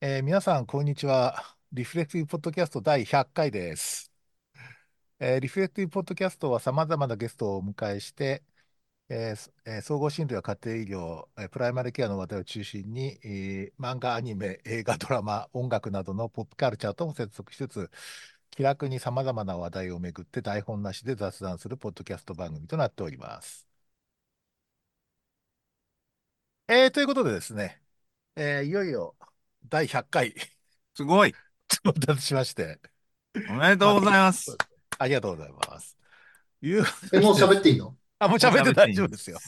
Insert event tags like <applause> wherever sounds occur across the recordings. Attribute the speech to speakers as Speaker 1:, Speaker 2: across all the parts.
Speaker 1: えー皆さん、こんにちは。リフレクティブポッドキャスト第100回です。えーリフレクティブポッドキャストは様々なゲストをお迎えして、えーそえー総合診療や家庭医療、えープライマリケアの話題を中心に、えー漫画、アニメ、映画、ドラマ、音楽などのポップカルチャーとも接続しつつ、気楽に様々な話題をめぐって台本なしで雑談するポッドキャスト番組となっております。えーということでですね、えーいよいよ第100回 <laughs>
Speaker 2: すごい。
Speaker 1: 到達しまして、
Speaker 2: おめでと
Speaker 1: ま
Speaker 2: う
Speaker 1: あ
Speaker 2: ございます。
Speaker 1: ありがとうございます。いう
Speaker 3: え、もう喋っていいの
Speaker 1: あ、もう喋って大丈夫ですよ。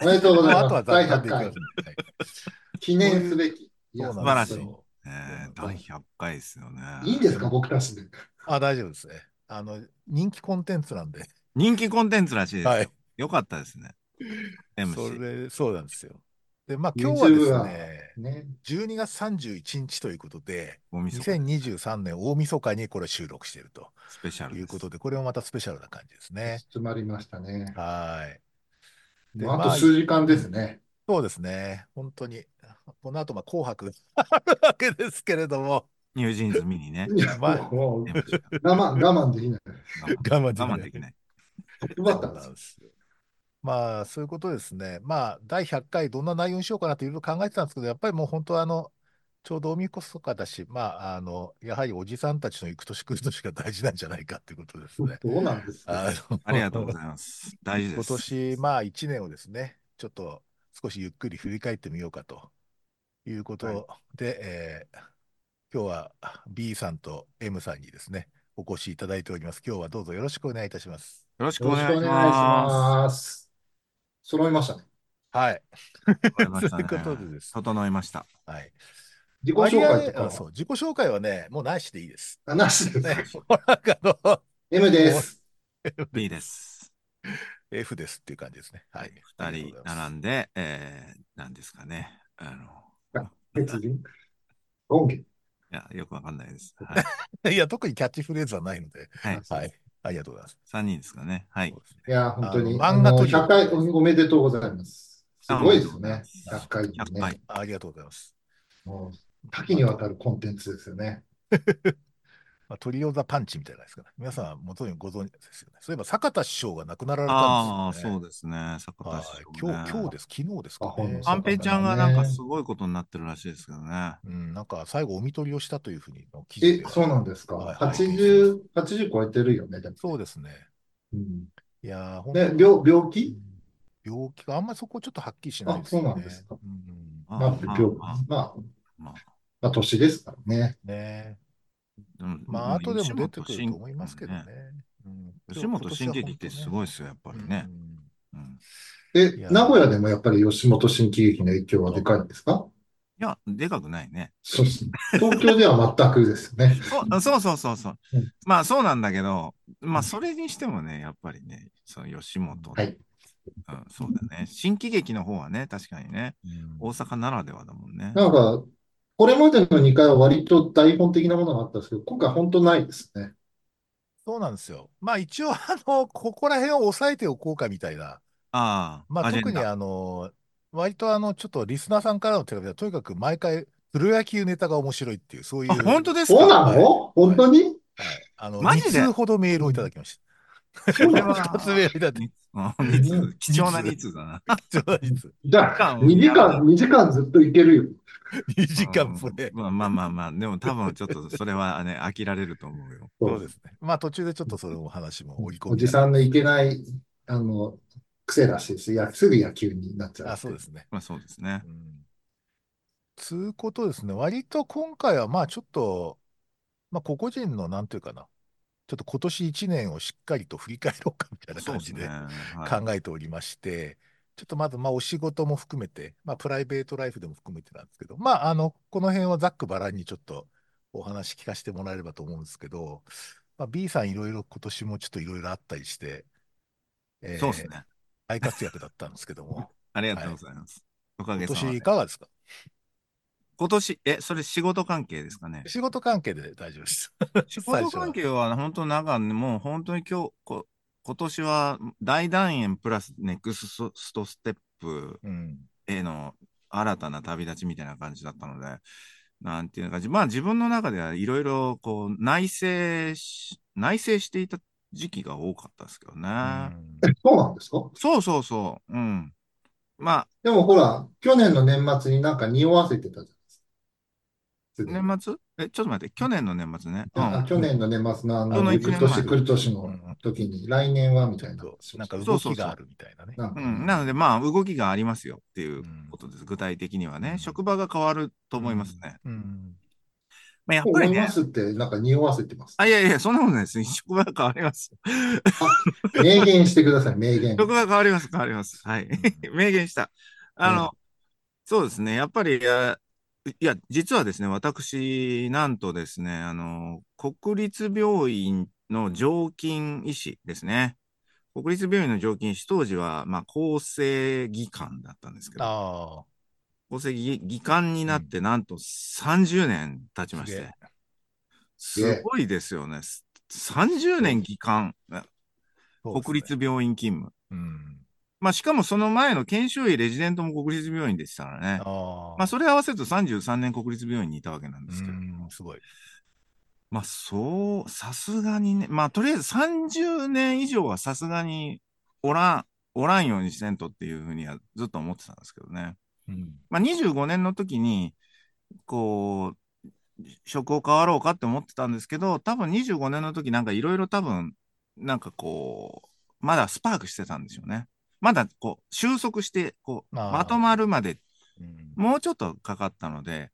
Speaker 3: おめでとう
Speaker 1: も
Speaker 3: ご
Speaker 1: う
Speaker 3: ざい
Speaker 1: あ
Speaker 3: ま
Speaker 1: とは
Speaker 3: す。
Speaker 1: 雑
Speaker 3: 第
Speaker 1: 談で
Speaker 3: 100
Speaker 1: いきま
Speaker 3: 回
Speaker 1: す。はい
Speaker 3: 記念すべき。いや
Speaker 1: そうなんです
Speaker 2: 素晴らし
Speaker 1: よ。
Speaker 2: えー、第100回ですよね。
Speaker 3: いいんですか僕たちで。
Speaker 1: あ、大丈夫ですね。あの、人気コンテンツなんで。
Speaker 2: 人気コンテンツらしいです。
Speaker 1: はい。
Speaker 2: よかったですね。
Speaker 1: そ
Speaker 2: MC。
Speaker 1: れ、そうなんですよ。で、まあ今日はで
Speaker 3: YouTube
Speaker 1: す
Speaker 3: は
Speaker 1: ね、
Speaker 3: ね。
Speaker 1: 12月31日ということで、
Speaker 2: おみそか
Speaker 1: 2023年大晦日にこれ収録していると
Speaker 2: スペシャル
Speaker 1: い
Speaker 2: で
Speaker 1: う
Speaker 2: す
Speaker 1: こ。とで、これもまたスペシャルな感じですね。
Speaker 3: 詰まりましたね。
Speaker 1: はい。で、
Speaker 3: もうあ
Speaker 1: ま
Speaker 3: と
Speaker 1: あ、
Speaker 3: 数時間ですね。
Speaker 1: そうですね。本当に、この後、まあ、紅白 <laughs> あるわけですけれども、
Speaker 2: ニュージーンズ見にね。
Speaker 3: いや、
Speaker 1: まあ
Speaker 3: もう
Speaker 2: MC が
Speaker 3: 我慢、我慢できない。
Speaker 2: 我
Speaker 1: <laughs> 我慢で
Speaker 2: 慢
Speaker 1: き
Speaker 2: 我慢
Speaker 1: な
Speaker 2: で
Speaker 1: い。
Speaker 2: きない。
Speaker 3: よか
Speaker 1: そ
Speaker 3: った
Speaker 1: うん
Speaker 3: で
Speaker 1: なん
Speaker 3: すよ。
Speaker 1: ですよ。まあ、そういうことですね。まあ、第100回どんな内容にしようかなっていろいろ考えてたんですけど、やっぱりもう本当はあの、ちょうどおみこそかだし、まあ、あの、やはりおじさんたちの行く年来る年が大事なんじゃないかっていうこと
Speaker 3: <laughs>
Speaker 1: ですね。
Speaker 3: どうなんですか
Speaker 1: あの、
Speaker 2: ありがとうございます。大事で
Speaker 1: 今
Speaker 2: す。
Speaker 1: 年、まあ、1年をですね、ちょっと少しゆっくり振り返ってみようかというこ
Speaker 2: はい
Speaker 1: とで、えー今日は B さんと M さんにですね、お越しいただいております。今日はどうぞよろしくお願いいたします。
Speaker 2: よろしく
Speaker 3: よ
Speaker 2: お
Speaker 3: ろしく
Speaker 2: 願い
Speaker 3: お
Speaker 2: し
Speaker 3: 願いし
Speaker 2: ます。
Speaker 3: ます。揃いましたね。
Speaker 1: はい。
Speaker 2: わかりま
Speaker 1: そう
Speaker 2: した
Speaker 1: いう
Speaker 2: ね
Speaker 1: ことでですね。
Speaker 2: 整いました。
Speaker 1: はい。
Speaker 3: 自己
Speaker 1: 割
Speaker 3: 紹
Speaker 1: 合、
Speaker 3: 介とか
Speaker 1: あ、そう、自己紹介はね、もうなしでいいです。
Speaker 3: は、あなしです。
Speaker 1: ね、 <laughs> もうなんかあの、
Speaker 3: M です。
Speaker 2: B です。
Speaker 1: F ですっていう感じですね。はい。あ
Speaker 2: 2
Speaker 1: りがとうござい
Speaker 2: 人
Speaker 1: ます。
Speaker 2: 並んで、えー、何ですかね。あの、
Speaker 3: 別人。音源。
Speaker 2: いや、よくわかんないです。はい。
Speaker 1: いや、特にキャッチフレーズはないので、
Speaker 2: はい、
Speaker 1: はい。ありがとうございます。
Speaker 2: 3人ですかね。はい
Speaker 1: そ。うですね
Speaker 3: いや、本当に。
Speaker 1: あの漫画と
Speaker 3: あの100回おおめでとうございます。すごいですね。
Speaker 2: あ
Speaker 3: 100回
Speaker 2: 100
Speaker 3: ね
Speaker 2: 回。。
Speaker 1: ありがとうございます。
Speaker 3: もう多岐にわたるコンテンツですよね。
Speaker 1: まあ、トリオザパンチみたいなですから、皆さんもとにご存知ですよね。そういえば、坂田師匠が亡くなられた
Speaker 2: あ
Speaker 1: ん
Speaker 2: あ、
Speaker 1: ですよね。
Speaker 2: そうですね。坂
Speaker 1: は
Speaker 2: 田
Speaker 1: い。
Speaker 2: 師匠
Speaker 1: 今
Speaker 2: ね。
Speaker 1: 日、今日です。昨日ですか
Speaker 3: あほん
Speaker 1: ね。
Speaker 3: の
Speaker 2: 安平ちゃんがなんかすごいことになってるらしいですけどね。
Speaker 1: うん、なんか最後お見取りをしたというふうにの記事
Speaker 3: え
Speaker 1: で、。
Speaker 3: そうなんですか。
Speaker 1: はい
Speaker 3: 80、80超えてるよね、でも
Speaker 1: そうですね。
Speaker 3: うん
Speaker 1: いやー、本当
Speaker 3: で、
Speaker 1: に
Speaker 3: 病、病気
Speaker 1: 病気があんまりそこちょっとはっきりしないです
Speaker 3: あ
Speaker 1: よ
Speaker 3: そうなん
Speaker 1: ね
Speaker 3: ですか。
Speaker 1: うん
Speaker 2: ま
Speaker 3: まあ、病まあ、
Speaker 2: まあ、
Speaker 3: まあ、年ですからね。
Speaker 1: ね
Speaker 2: でも
Speaker 1: まあ、後でも出てくると思いますけどね。。うん
Speaker 2: 吉本新喜劇ってすごいですよ、やっぱりね
Speaker 1: う。ん
Speaker 2: うん
Speaker 3: え
Speaker 1: いや、
Speaker 3: 名古屋でもやっぱり吉本新喜劇の影響はでかいんですか
Speaker 2: いや、でかくない
Speaker 3: <laughs>
Speaker 2: ね。
Speaker 3: そうですね東京では全くで
Speaker 1: <laughs>
Speaker 3: すよね。
Speaker 2: そうそうそうそうそう
Speaker 3: うん。
Speaker 2: まあ、そうなんだけど、まあ、それにしてもね、やっぱりね、その吉本、
Speaker 3: はい。
Speaker 2: うん、そうだね。新喜劇の方はね、確かにね、
Speaker 1: うん
Speaker 2: 大阪ならではだもんね。
Speaker 3: なんか、これまでの2回は割と台本的なものがあったんですけど、今回本当ないですね。
Speaker 1: そうなんですよ。まあ、一応、あの、ここら辺を抑えておこうかみたいな。
Speaker 2: ああ、
Speaker 1: まあ、
Speaker 2: アジェン
Speaker 1: 特に、
Speaker 2: ダ
Speaker 1: あの、割と、あの、ちょっとリスナーさんからの手紙では、とにかく毎回、プロ野球ネタが面白いっていう、そういう、
Speaker 2: あ、本当です
Speaker 3: そう
Speaker 2: か
Speaker 3: なの本当に
Speaker 1: はい、あの、
Speaker 2: マ
Speaker 1: 2
Speaker 2: ジで
Speaker 1: 通ほどメールをいただきました。
Speaker 3: そうな
Speaker 1: <laughs>
Speaker 3: の
Speaker 1: 2つメールいただい
Speaker 2: にあ <laughs> 二通貴重な2通だな。
Speaker 1: て、2通、
Speaker 3: じゃあ、
Speaker 2: 二時
Speaker 3: 2時
Speaker 2: 間
Speaker 3: 間、2時間ずっといけるよ。
Speaker 1: 2時間プレイ
Speaker 2: うん。まあまあまあまあ、でも多分ちょっとそれはね、飽きられると思う
Speaker 1: <laughs>
Speaker 2: よ。
Speaker 1: そうですね。まあ、途中でちょっとそのお話も織り込
Speaker 3: お
Speaker 1: み
Speaker 3: じ
Speaker 1: ながら
Speaker 3: さんのいけない、あの、癖らしいです。いや、すぐ野球になっちゃう。
Speaker 1: あ、そうですね。
Speaker 2: まあそうですね
Speaker 1: う。ん。つうことですね。割と今回は、まあちょっと、まあ個々人の、なんていうかな。ちょっと今年1年をしっかりと振り返ろうかみたいな
Speaker 2: そう
Speaker 1: 感
Speaker 2: です
Speaker 1: じ
Speaker 2: ね。
Speaker 1: で
Speaker 2: は
Speaker 1: 考えておりまして、ちょっとまず、まあお仕事も含めて、まあプライベートライフでも含めてなんですけど、まああの、この辺はざっくばらんにちょっとお話聞かせてもらえればと思うんですけど、まあ、B さんいろいろ今年もちょっといろいろあったりして、え
Speaker 2: い。
Speaker 1: ー
Speaker 2: そうですね。
Speaker 1: 大活躍だったんですけども、
Speaker 2: ありがとうございます。 <laughs> おか
Speaker 1: 今
Speaker 2: げさま
Speaker 1: 年い
Speaker 2: で。
Speaker 1: かがですか
Speaker 2: 今年、え、それ仕事関係です
Speaker 1: <laughs>
Speaker 2: かね。
Speaker 1: 仕事関係で大丈夫です。
Speaker 2: 仕
Speaker 1: 最
Speaker 2: 事
Speaker 1: 初は
Speaker 2: 関係は本当なんかね、もう本当に今日、こ今年は大団円プラスネクストストステップ
Speaker 1: うん。
Speaker 2: への新たな旅立ちみたいな感じだったので、なんていう感じ。まあ自分の中ではいろいろこう内省し、内省していた時期が多かったですけど
Speaker 1: う
Speaker 2: ね。
Speaker 1: ん。
Speaker 3: え、そうなんですか
Speaker 2: そうそうそう。うん。ま
Speaker 3: でもほら、去年の年末になんか匂わせてたじゃないですか。す
Speaker 2: あ、
Speaker 3: でに。
Speaker 2: 年末え、ちょっと待って、去年の年末ね。う
Speaker 3: あ、
Speaker 2: ん。
Speaker 3: 去年の年末のあ
Speaker 2: そ
Speaker 3: の、
Speaker 2: の
Speaker 3: ぐ
Speaker 2: 1
Speaker 3: ずっ
Speaker 2: 年
Speaker 3: として
Speaker 2: 前。
Speaker 3: くる年
Speaker 1: う
Speaker 3: の
Speaker 1: ん。
Speaker 3: 時に、来年はみたいな
Speaker 1: そう、
Speaker 3: 話を
Speaker 1: なん
Speaker 3: し
Speaker 1: か
Speaker 3: て、
Speaker 2: そう
Speaker 1: 動
Speaker 2: そう
Speaker 1: き
Speaker 2: そ
Speaker 1: があ
Speaker 2: う。
Speaker 1: るみたいなね。。
Speaker 3: なん
Speaker 2: う
Speaker 3: か
Speaker 2: ん、
Speaker 3: ね。
Speaker 2: なので、まあ、動きがありますよっていううんことです。具体的には
Speaker 1: う
Speaker 2: ね、職
Speaker 1: ん。
Speaker 2: 場が変わると
Speaker 1: う
Speaker 2: 思います
Speaker 1: ん。
Speaker 2: ね。
Speaker 1: うん
Speaker 2: まあ、やっぱ
Speaker 3: 思
Speaker 2: り
Speaker 3: い
Speaker 2: ね、
Speaker 3: ますって、なんか匂わせてます
Speaker 2: あ、
Speaker 3: ね。
Speaker 2: いやいや、そんなことないです。職場が変わりますよ。
Speaker 3: あ、明言してください、明言。
Speaker 2: 職場が変わります、変わります。はい。
Speaker 1: うん
Speaker 2: 明言した。あ
Speaker 3: ええ、
Speaker 2: の、そうですね。やっぱり、いや、いや実はですね、私、なんとですね、あの、国立病院の常勤医師ですね。国立病院の常勤医師、当時は、まあ、厚生技官だったんですけど、
Speaker 1: ああ、
Speaker 2: 厚生技、技官に
Speaker 1: う
Speaker 2: なっ
Speaker 1: ん。
Speaker 2: て、なんと30年経ち
Speaker 1: す
Speaker 2: まし
Speaker 1: げえ。
Speaker 2: て、
Speaker 3: すげ
Speaker 2: す
Speaker 3: え、
Speaker 2: ごいですよね。す30
Speaker 1: そう
Speaker 2: 年
Speaker 1: です。
Speaker 2: 技官、あ
Speaker 1: そうで
Speaker 2: 国
Speaker 1: すね。
Speaker 2: 立病院勤務。
Speaker 1: うん。
Speaker 2: まあ、しかもその前の研修医、レジデントも国立病院でしたからね。まあ、
Speaker 1: ああ、
Speaker 2: それ合わせると33年国立病院にいたわけなん
Speaker 1: う
Speaker 2: ですけれど
Speaker 1: ん、
Speaker 2: も。
Speaker 1: すごい。
Speaker 2: まあ、そう、さすがにね、まあ、とりあえず30年以上はさすがにおらん、おらんようにせんとっていうふうにはずっと思ってたんですけどね。
Speaker 1: うん。
Speaker 2: まあ、25年の時に、こう、職を変わろうかって思ってたんですけど、多分25年の時なんかいろいろ多分、なんかこう、まだスパークしてたんでしょうね。まだこう、収束して、こう、まと
Speaker 1: あ
Speaker 2: ま
Speaker 1: あ、
Speaker 2: るまで、
Speaker 1: うん。
Speaker 2: もうちょっとかかったので、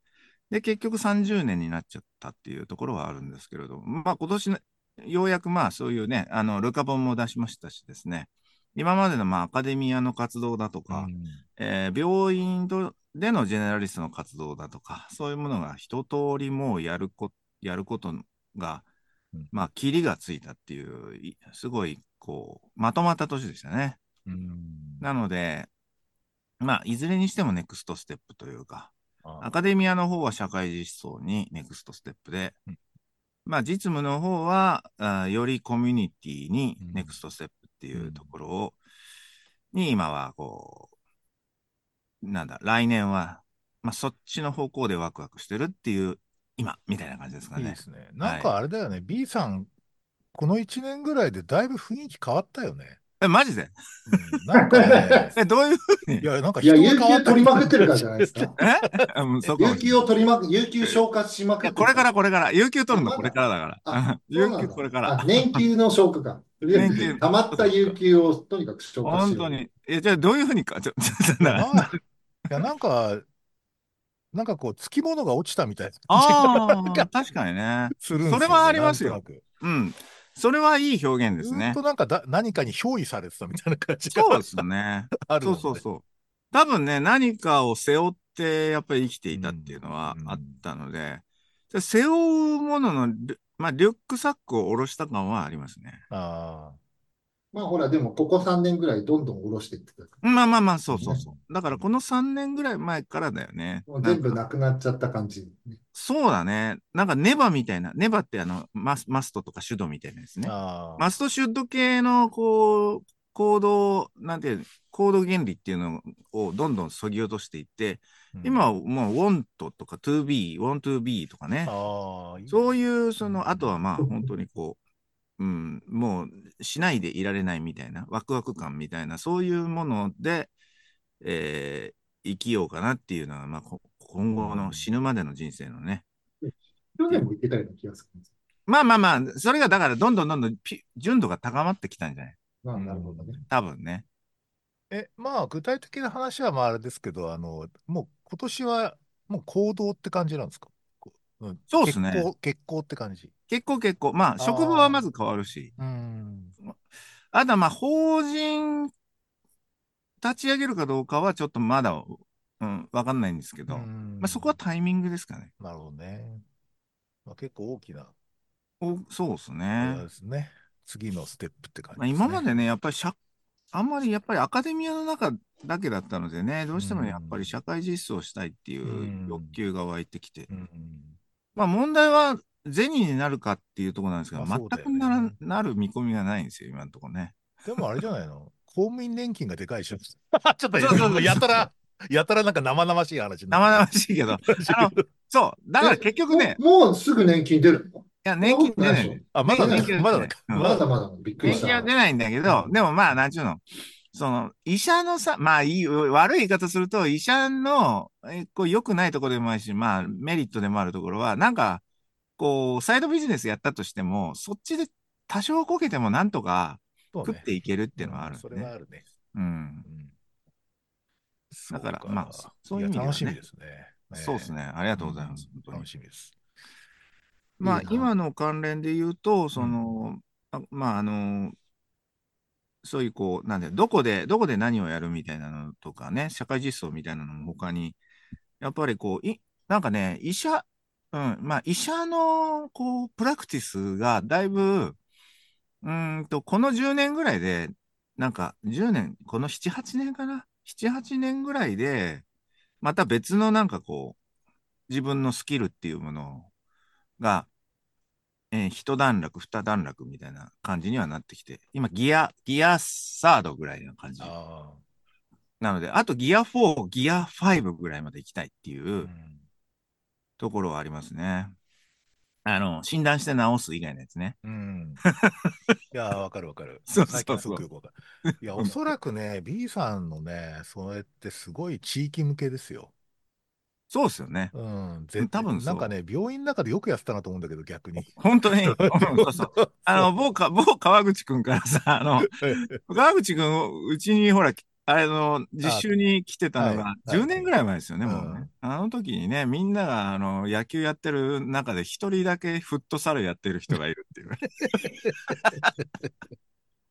Speaker 2: で、結局30年になっちゃったっていうところはあるんですけれど、まあ今年ね、ようやくまあそういうね、あの、ルカ本も出しましたしですね、今までのまあアカデミアの活動だと
Speaker 1: う
Speaker 2: か、
Speaker 1: ん。
Speaker 2: えー病院とでのジェネラリストの活動だとか、そういうものが一通りもうやるこ、やることが、
Speaker 1: うん。
Speaker 2: まあ、キリがついたっていう、いすごい、こう、まとまった年でしたね。
Speaker 1: うん
Speaker 2: なので、まあ、いずれにしてもネクストステップというか、ア
Speaker 1: あ
Speaker 2: カデミアの方は社会実装にネクストステップで、
Speaker 1: ー
Speaker 2: まあ、実務の方は、あーよりコミュニティに
Speaker 1: う
Speaker 2: ネク
Speaker 1: ん。
Speaker 2: ストステップって
Speaker 1: う。
Speaker 2: いうんところを、に今は、こう、なんだ、来年は、まあ、そっちの方向でワクワクしてるっていう、今、みたいな感じですか
Speaker 1: いいで
Speaker 2: ね。
Speaker 1: すね。なん
Speaker 2: はい。
Speaker 1: かあれだよね。B さん、この1年ぐらいでだいぶ雰囲気変わったよね。
Speaker 2: え、マジで
Speaker 1: うん。なんかね、
Speaker 3: <laughs>
Speaker 2: え、どういう <laughs> ふう
Speaker 1: い
Speaker 2: に
Speaker 1: や、なんか
Speaker 3: いや、
Speaker 1: 人が
Speaker 3: 有
Speaker 1: 変わ
Speaker 3: 給
Speaker 1: った
Speaker 3: 取り
Speaker 1: みたい
Speaker 3: まく
Speaker 1: な
Speaker 3: って
Speaker 1: 感
Speaker 3: るから
Speaker 1: じ
Speaker 3: じゃな
Speaker 1: が
Speaker 3: いです
Speaker 1: し
Speaker 3: か。
Speaker 1: て。
Speaker 2: えうん、そうか
Speaker 3: 有
Speaker 2: もしれ
Speaker 3: 給
Speaker 2: ない。
Speaker 3: を取りまく、有給消化しま
Speaker 2: い
Speaker 3: くっ
Speaker 2: や、
Speaker 3: て
Speaker 2: こ
Speaker 3: る
Speaker 2: れ
Speaker 3: か。
Speaker 2: かららこれから、有給取
Speaker 3: あ、
Speaker 2: るの
Speaker 3: ま
Speaker 2: これ
Speaker 3: だ。
Speaker 2: からだから。
Speaker 3: あ、
Speaker 2: うん
Speaker 3: そう
Speaker 2: 有
Speaker 3: な
Speaker 2: 給
Speaker 3: んだ。
Speaker 2: これから。
Speaker 3: あ、年給の消化か。とりあえ
Speaker 2: 年
Speaker 3: ず、
Speaker 2: 金、
Speaker 3: 溜ま
Speaker 2: そ
Speaker 3: っ
Speaker 2: うか
Speaker 3: た
Speaker 2: そう
Speaker 3: 有
Speaker 2: か。
Speaker 3: 給をとにかく消化し
Speaker 2: 本
Speaker 3: よ
Speaker 2: 当
Speaker 3: うよ。
Speaker 2: に。え、じゃあどういうふうにか、ちょ、ちょ、
Speaker 1: いや、
Speaker 2: な、
Speaker 1: な、いや、なんか、なんかこう、つきものが落ちたみたいな感じがなん
Speaker 2: <laughs> ああ、
Speaker 1: か
Speaker 2: 確かにね。
Speaker 1: するん
Speaker 2: そ
Speaker 1: で
Speaker 2: れ
Speaker 1: すよ
Speaker 2: はあ
Speaker 1: ね。
Speaker 2: り
Speaker 1: な
Speaker 2: ま
Speaker 1: ん
Speaker 2: す
Speaker 1: とな
Speaker 2: よ。
Speaker 1: く。
Speaker 2: うん。それはいい表現で
Speaker 1: ず
Speaker 2: す
Speaker 1: ーっ
Speaker 2: ね。
Speaker 1: となんかだ、何かに憑依されてたみたいな感じが
Speaker 2: そうですね。
Speaker 1: ある
Speaker 2: そう
Speaker 1: もん
Speaker 2: そう
Speaker 1: ね。
Speaker 2: そう。多分ね、何かを背負って、やっぱり生きて
Speaker 1: う。
Speaker 2: いたっていうんの
Speaker 1: う
Speaker 2: はあっ
Speaker 1: ん。
Speaker 2: たので、で背負うもののリュ、まあ、リュックサックを下ろした感はありますね。
Speaker 1: ああ。
Speaker 3: まあほら、でもここ3年ぐらいどんどん下ろしていってくださ。
Speaker 2: まあまあまあ、
Speaker 1: う
Speaker 2: そうそうんそう。だか
Speaker 1: ん。
Speaker 2: らこの3年ぐらい前からだよね。
Speaker 3: もう
Speaker 2: なん
Speaker 3: 全部
Speaker 2: か、
Speaker 3: なくなっちゃった感じ。
Speaker 2: そうだね。なんかネバみたいな。ネバってあの、マス、マストとかシュドみたいなですね。
Speaker 1: あ
Speaker 2: マストシュド系の、こう、行動、なんていう、行動原理っていうのをどんどん削ぎ落としていって、
Speaker 1: あ。うん。
Speaker 2: 今はもう want とか to be、want to be とかね。
Speaker 1: ああ、いいで
Speaker 2: そう
Speaker 1: す
Speaker 2: い
Speaker 1: ね。
Speaker 2: う、
Speaker 1: う
Speaker 2: その、あとは
Speaker 1: ん。
Speaker 2: まあ本当にこう、うん、もうしないでいられないみたいな、ワクワク感みたいな、そういうもので、えー生きようかなっていうのは、まあ、こ今
Speaker 1: う
Speaker 2: 後の
Speaker 1: ん。
Speaker 2: 死ぬまでの人生のね、
Speaker 3: 去
Speaker 2: ってい
Speaker 3: 年
Speaker 2: う。
Speaker 3: も言ってたような気がするんです。
Speaker 2: まあまあまあ、それがだからどんどんどんどんピ純度が高まってきたんじゃないう
Speaker 3: まあ
Speaker 1: う
Speaker 3: なるほどね。
Speaker 1: ん
Speaker 2: 多分ね。
Speaker 1: え、まあ、具体的な話はまああれですけど、あの、もう今年はもう行動って感じなんですかこう、うん
Speaker 2: そうっ
Speaker 1: 結
Speaker 2: すね。
Speaker 1: 構、結構って感じ。
Speaker 2: 結構結構。まあ、職場はま
Speaker 1: あ
Speaker 2: ず変わるし。
Speaker 1: あ、うん。
Speaker 2: あとはまあ、法人立ち上げるかどうかはちょっとまだ、うん、わかんないんですけ
Speaker 1: う
Speaker 2: ど、まあそこは
Speaker 1: ん。
Speaker 2: タイミングですかね。
Speaker 1: なるほどね。まあ、結構大きな、
Speaker 2: お、そうです
Speaker 1: あれ
Speaker 2: ね。
Speaker 1: ですね。次のステップって感
Speaker 2: まあ、
Speaker 1: じです
Speaker 2: 今ま
Speaker 1: ね。
Speaker 2: でね、やっぱり社、あんまりやっぱりアカデミアの中だけだったのでね、ど
Speaker 1: う
Speaker 2: うしてもやっぱり
Speaker 1: ん。
Speaker 2: 社会実装したいっていうう欲
Speaker 1: ん。
Speaker 2: 求が湧いてきて、
Speaker 1: うん。
Speaker 2: まあ問題は銭になるかっていうところなんですけど、
Speaker 1: まあ、
Speaker 2: 全
Speaker 1: そうだよ
Speaker 2: くなら、
Speaker 1: ね。
Speaker 2: なる見込みがないんですよ、今のところね。
Speaker 1: でもあれじゃないの公務員年金がでかいでしょ。 <laughs> ちょっと
Speaker 2: そうそう
Speaker 1: もう
Speaker 2: そう
Speaker 1: や
Speaker 2: そう
Speaker 1: た
Speaker 2: そう。
Speaker 1: ら、やたらなんか生々しい話になってる
Speaker 2: 生々しいけど、
Speaker 1: 感じだ
Speaker 2: あ
Speaker 1: け
Speaker 2: の、
Speaker 1: ど。
Speaker 2: そう。だから結局ね、
Speaker 3: もうもうすぐ年金出るの
Speaker 2: いや、年金出ないんだよ。
Speaker 1: あ、まだ
Speaker 3: ね
Speaker 1: ね
Speaker 2: 年金、
Speaker 1: まだね。
Speaker 2: うん
Speaker 3: まだまだびっくり
Speaker 2: 年
Speaker 3: した。
Speaker 2: 金は出ないんだけど、でもまあ、なんちゅうの。その、医者のさ、まあいい、悪い言い方すると、医者の、えこう、良くないところでもあるし、まあ、メリットでもあるところは、なんか、こう、サイドビジネスやったとしても、そっちで多少こけてもなんとか
Speaker 1: そう
Speaker 2: 食
Speaker 1: ね
Speaker 2: っていけるっていうのはある
Speaker 1: うんんそ
Speaker 2: で
Speaker 1: れは
Speaker 2: ね。
Speaker 1: あるね。
Speaker 2: うん
Speaker 1: う。ん
Speaker 2: だから
Speaker 1: そ
Speaker 2: まあそそういう意味で
Speaker 1: や
Speaker 2: はね
Speaker 1: 楽しみですね。
Speaker 2: そうです
Speaker 1: ね。
Speaker 2: ね。ありがとうございます。
Speaker 1: うん
Speaker 2: 本当に
Speaker 1: 楽しみです。
Speaker 2: まあ
Speaker 3: いい、な
Speaker 2: 今の関連で言うと、その、あまあ、あの、そういう、こう、なんで、どこで、どこで何をやるみたいなのとかね、社会実装みたいなのも他に、やっぱりこう、い、なんかね、医者、うん、まあ、医者の、こう、プラクティスが、だいぶ、うーんと、この10年ぐらいで、なんか、10年、この7、8年かな ?7、8年ぐらいで、また別のなんかこう、自分のスキルっていうものが、えー一段落、二段落みたいな感じにはなってきて、今ギア、ギアサードぐらいな感じ。
Speaker 1: あ
Speaker 2: なので、あとギア4、ギア5ぐらいまで行きたいってい
Speaker 1: あ、う
Speaker 2: うんところはありますね。あの、診断して治す以外のやつね。 <laughs>
Speaker 1: うん。いやー、わかるわかる。
Speaker 2: そうそうそう
Speaker 1: 最近はすごくよくわかる。いや、おそらくね、B さんのね、それってすごい地域向けですよ。
Speaker 2: そうですよね。
Speaker 1: うん、
Speaker 2: うん多分そう
Speaker 1: なんかね、病院の中でよくやってたなと思うんだけど、逆に。
Speaker 2: 本当に。うんそうそう。あの、某か、某川口くんからさ、あの、川口くん、うちにほら、あれの、実習に来てたの
Speaker 1: は
Speaker 2: が、
Speaker 1: いはい
Speaker 2: 10年ぐらい前ですよね、
Speaker 1: うん
Speaker 2: もうね。あの時にね、みんなが、あの、野球やってる中で、一人だけフットサルやってる人がいるっていう。
Speaker 1: <laughs>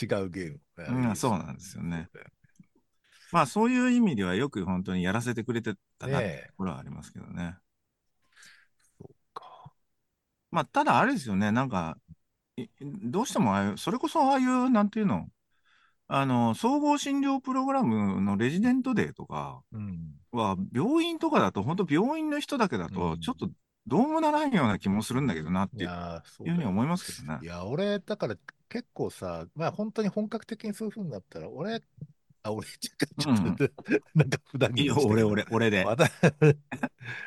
Speaker 1: 違うゲーム。
Speaker 2: うんそうなんですよね。まあ、そういう意味では、よく本当にやらせてくれてた
Speaker 1: ね
Speaker 2: なって
Speaker 1: え
Speaker 2: ところはありますけどね。
Speaker 1: そうか。
Speaker 2: まあ、ただあれですよね、なんか、いどうしてもああいう、それこそああいう、なんていうの、あの、総合診療プログラムのレジデントデーとか、
Speaker 1: うん。
Speaker 2: は病院とかだと、本当病院の人だけだ
Speaker 1: う
Speaker 2: と、
Speaker 1: ん
Speaker 2: ちょっとどうもならんような気もするんだけどなっ
Speaker 1: い
Speaker 2: ていう
Speaker 1: やー、そう
Speaker 2: ふう
Speaker 1: だ
Speaker 2: に
Speaker 1: よ
Speaker 2: 思いますけどね
Speaker 1: い。や、俺、だから結構さ、まあ本当に本格的にそういうふうになったら、俺、あ、俺、ちょっ <laughs> と、
Speaker 2: うん
Speaker 1: なんか普段着
Speaker 2: い
Speaker 1: に
Speaker 2: い
Speaker 1: し
Speaker 2: よ
Speaker 1: たけど
Speaker 2: 俺、俺、
Speaker 1: <laughs>
Speaker 2: 俺で。
Speaker 1: また、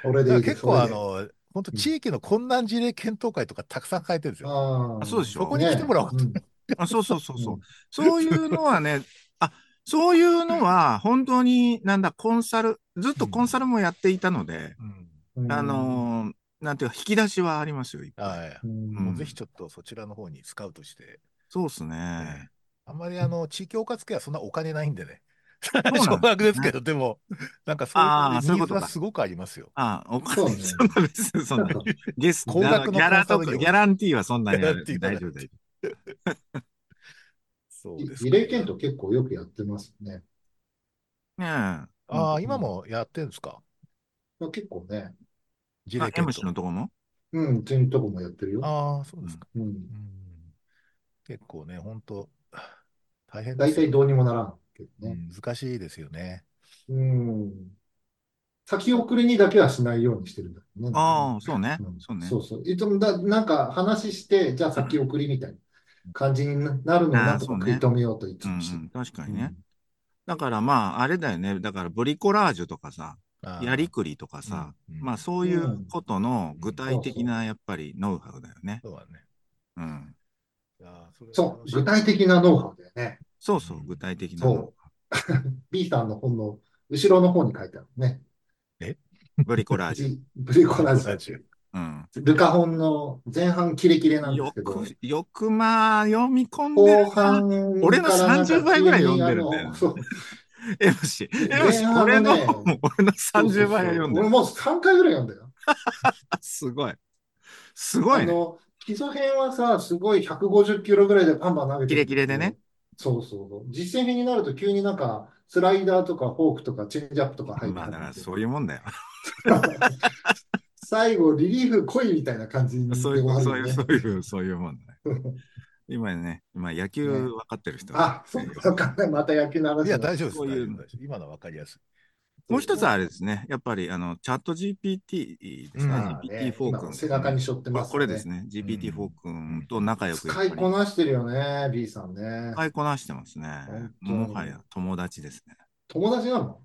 Speaker 3: 俺でいいです
Speaker 1: 結構あ
Speaker 3: 俺で
Speaker 1: の、本当地域の困難事例検討会とかたくさん書いてるんですよ。
Speaker 3: ああ
Speaker 2: あそうでしょ
Speaker 1: そこに来てもらおう
Speaker 3: ね。
Speaker 2: あそうそうそうそううんそういうのはね、あ、そういうのは、本当に、なんだ、コンサル、ずっとコンサルもやっていたので、
Speaker 1: うん。
Speaker 3: うん
Speaker 2: あのーなんていうか、引き出しはありますよ、いっぱい。
Speaker 1: はい。
Speaker 3: うん
Speaker 2: うん
Speaker 1: もうぜひちょっとそちらの方にスカウトして、
Speaker 2: そうです
Speaker 1: ね
Speaker 2: ね。
Speaker 1: あんまりあの、地域包括ケアはそんなお金ないんでね。
Speaker 2: なんですね
Speaker 1: 少額ですけど、でも、なんかそう
Speaker 2: あーそう
Speaker 1: いうニ
Speaker 2: いうこ
Speaker 1: ーズ
Speaker 2: とか
Speaker 1: はすごくありますよ。
Speaker 2: あ、お
Speaker 3: そう
Speaker 2: 金、
Speaker 3: ね
Speaker 2: そんな別にそ
Speaker 3: <laughs>
Speaker 2: んな、ゲスト、
Speaker 1: 高額の
Speaker 2: ギャラと
Speaker 1: コンサ
Speaker 2: か、
Speaker 1: ル料
Speaker 2: ギャランティーはそんなにあ
Speaker 1: ギャラ
Speaker 2: る
Speaker 1: ンティーは
Speaker 2: 大
Speaker 1: ない
Speaker 2: 丈夫、大丈
Speaker 1: <laughs>
Speaker 2: 夫。
Speaker 1: そうですか。
Speaker 3: リレー検討結構よくやってますね。
Speaker 2: ねえ。
Speaker 1: ああ、今もやってるんですか
Speaker 3: 結構ね、
Speaker 1: 事
Speaker 2: あ
Speaker 1: 例
Speaker 2: M
Speaker 1: 検
Speaker 2: 氏の
Speaker 1: 討。
Speaker 2: とこも
Speaker 3: うん、全とこもやってるよ。
Speaker 1: ああ、そうですか。
Speaker 3: うん
Speaker 1: う。ん、結構ね、本当大変で
Speaker 3: 大
Speaker 1: すよ
Speaker 3: 体どうにもならんけどね。
Speaker 1: うん難しいですよね。
Speaker 3: うん。先送りにだけはしないようにしてるんだよね。
Speaker 2: ああ、そうね
Speaker 3: う。ん
Speaker 2: そうね。
Speaker 3: そうそう。いつもだ、なんか話して、じゃあ先送りみたいな感じになるのをなんとか食い止めようといつ
Speaker 2: うんう
Speaker 3: もしてる
Speaker 2: ん、確か
Speaker 3: う
Speaker 2: に
Speaker 3: ん
Speaker 2: ね。だからまあ、あれだよね。だからブリコラージュとかさ、
Speaker 1: ああ
Speaker 2: やりくりとかさ、
Speaker 1: うんうん
Speaker 2: まあそういうことの具体的なやっぱりノウハウだよね。
Speaker 1: そうだね。
Speaker 2: うん。
Speaker 1: いやーそれ
Speaker 3: そう、具
Speaker 1: 楽し
Speaker 3: 体的なノウハウだよね。
Speaker 2: そうそう、具体的なノウハ
Speaker 3: B さんの本の後ろの方に書いてあるね。
Speaker 2: ウ。ブリコラージュ。
Speaker 3: G ブリコラ
Speaker 1: ブリコラー
Speaker 3: ー
Speaker 1: ジ
Speaker 3: ジ
Speaker 1: ュ
Speaker 3: ュ。
Speaker 2: うん。
Speaker 3: ルカ本の前半キレキレなんです
Speaker 2: よ
Speaker 3: けど、
Speaker 2: く、よくまあ、読み込んで
Speaker 3: 後
Speaker 2: るな。
Speaker 3: 半から
Speaker 2: 俺の
Speaker 3: なんか
Speaker 2: 30倍ぐらい読んでるんだよね
Speaker 3: 急にあのそう、
Speaker 2: M 氏。M 氏、
Speaker 3: 前半
Speaker 2: 俺の、
Speaker 3: のね
Speaker 2: もう俺の30倍は読んでる。
Speaker 3: 俺もう3回ぐらい読んだよ。
Speaker 2: あすごい。すごいね。
Speaker 3: あの、基礎編はさ、すごい150キロぐらいでパンパン投げてる
Speaker 2: キレキレでね。
Speaker 3: そうそうそう。実践編になると急になんか、スライダーとかフォークとかチェンジアップとか入って
Speaker 2: まあ、だから
Speaker 3: くる
Speaker 2: そういうもんだよ。
Speaker 3: 最後、リリーフ来いみたいな感じに
Speaker 2: そういう、
Speaker 3: なる
Speaker 2: そういう、
Speaker 3: よね
Speaker 2: そういう、そういうもんだ
Speaker 3: <laughs>
Speaker 2: ね。今ね、今野球分かってる人は、
Speaker 3: あ、そうか、わかんない。また野球の話
Speaker 1: い。い
Speaker 3: にな
Speaker 1: や、
Speaker 3: っちゃう
Speaker 1: 大丈夫です。
Speaker 2: そう
Speaker 1: 大
Speaker 2: いう
Speaker 1: 丈夫大丈夫今のは分かりやすい。
Speaker 2: もう一つあれですね、やっぱりあの、チャット GPT で
Speaker 1: う
Speaker 2: すね、
Speaker 1: ん
Speaker 3: まあね
Speaker 2: GPT4
Speaker 3: 今
Speaker 2: 君。
Speaker 3: 背中に背負ってます
Speaker 2: これです
Speaker 3: ね。
Speaker 2: ね、GPT4 君と仲良くやっぱり
Speaker 3: 使いこなしてるよね、B さんね。
Speaker 2: 使いこなしてますね
Speaker 3: 本。当に
Speaker 2: もはや友達ですね。
Speaker 3: 友達なの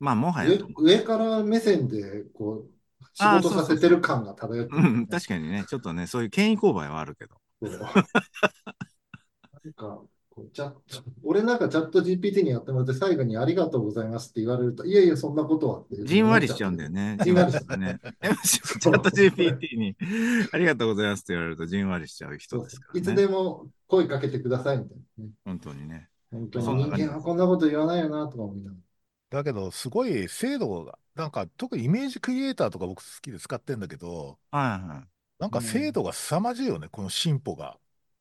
Speaker 2: まあ、もはや
Speaker 3: 上、上から目線で、こう、仕
Speaker 2: あー
Speaker 3: 事
Speaker 2: そうそう
Speaker 3: させてる感が漂って
Speaker 2: う
Speaker 3: る
Speaker 2: ん、確かにね、ちょっとね、そういう権威勾配はあるけど。
Speaker 3: そうなんか、こうチャ俺なんかチャット GPT にやってもらって最後にありがとうございますって言われると、いやいや、そんなことはっていうふうに
Speaker 2: じんわりしちゃうんだよね。
Speaker 3: じんわりしちゃう
Speaker 2: ね。でもチャット GPT に、ありがとうございますって言われると、じんわりしちゃう人
Speaker 3: 思っ
Speaker 2: で
Speaker 3: ち
Speaker 2: す
Speaker 3: ゃ
Speaker 2: か
Speaker 3: う。い
Speaker 2: ら
Speaker 3: つ
Speaker 2: ね。
Speaker 3: でも声かけてくださいみたいなね。
Speaker 2: 本当にね。
Speaker 3: 本当に
Speaker 2: そんな
Speaker 3: 人
Speaker 2: 感じ
Speaker 3: 間はこんなこと言わないよなとか思いなが
Speaker 1: だけど、すごい精度が、なんか特にイメージクリエイターとか僕好きで使ってんだけど、
Speaker 2: はいはい。
Speaker 1: なんか精度が凄まじいよね、この進歩が。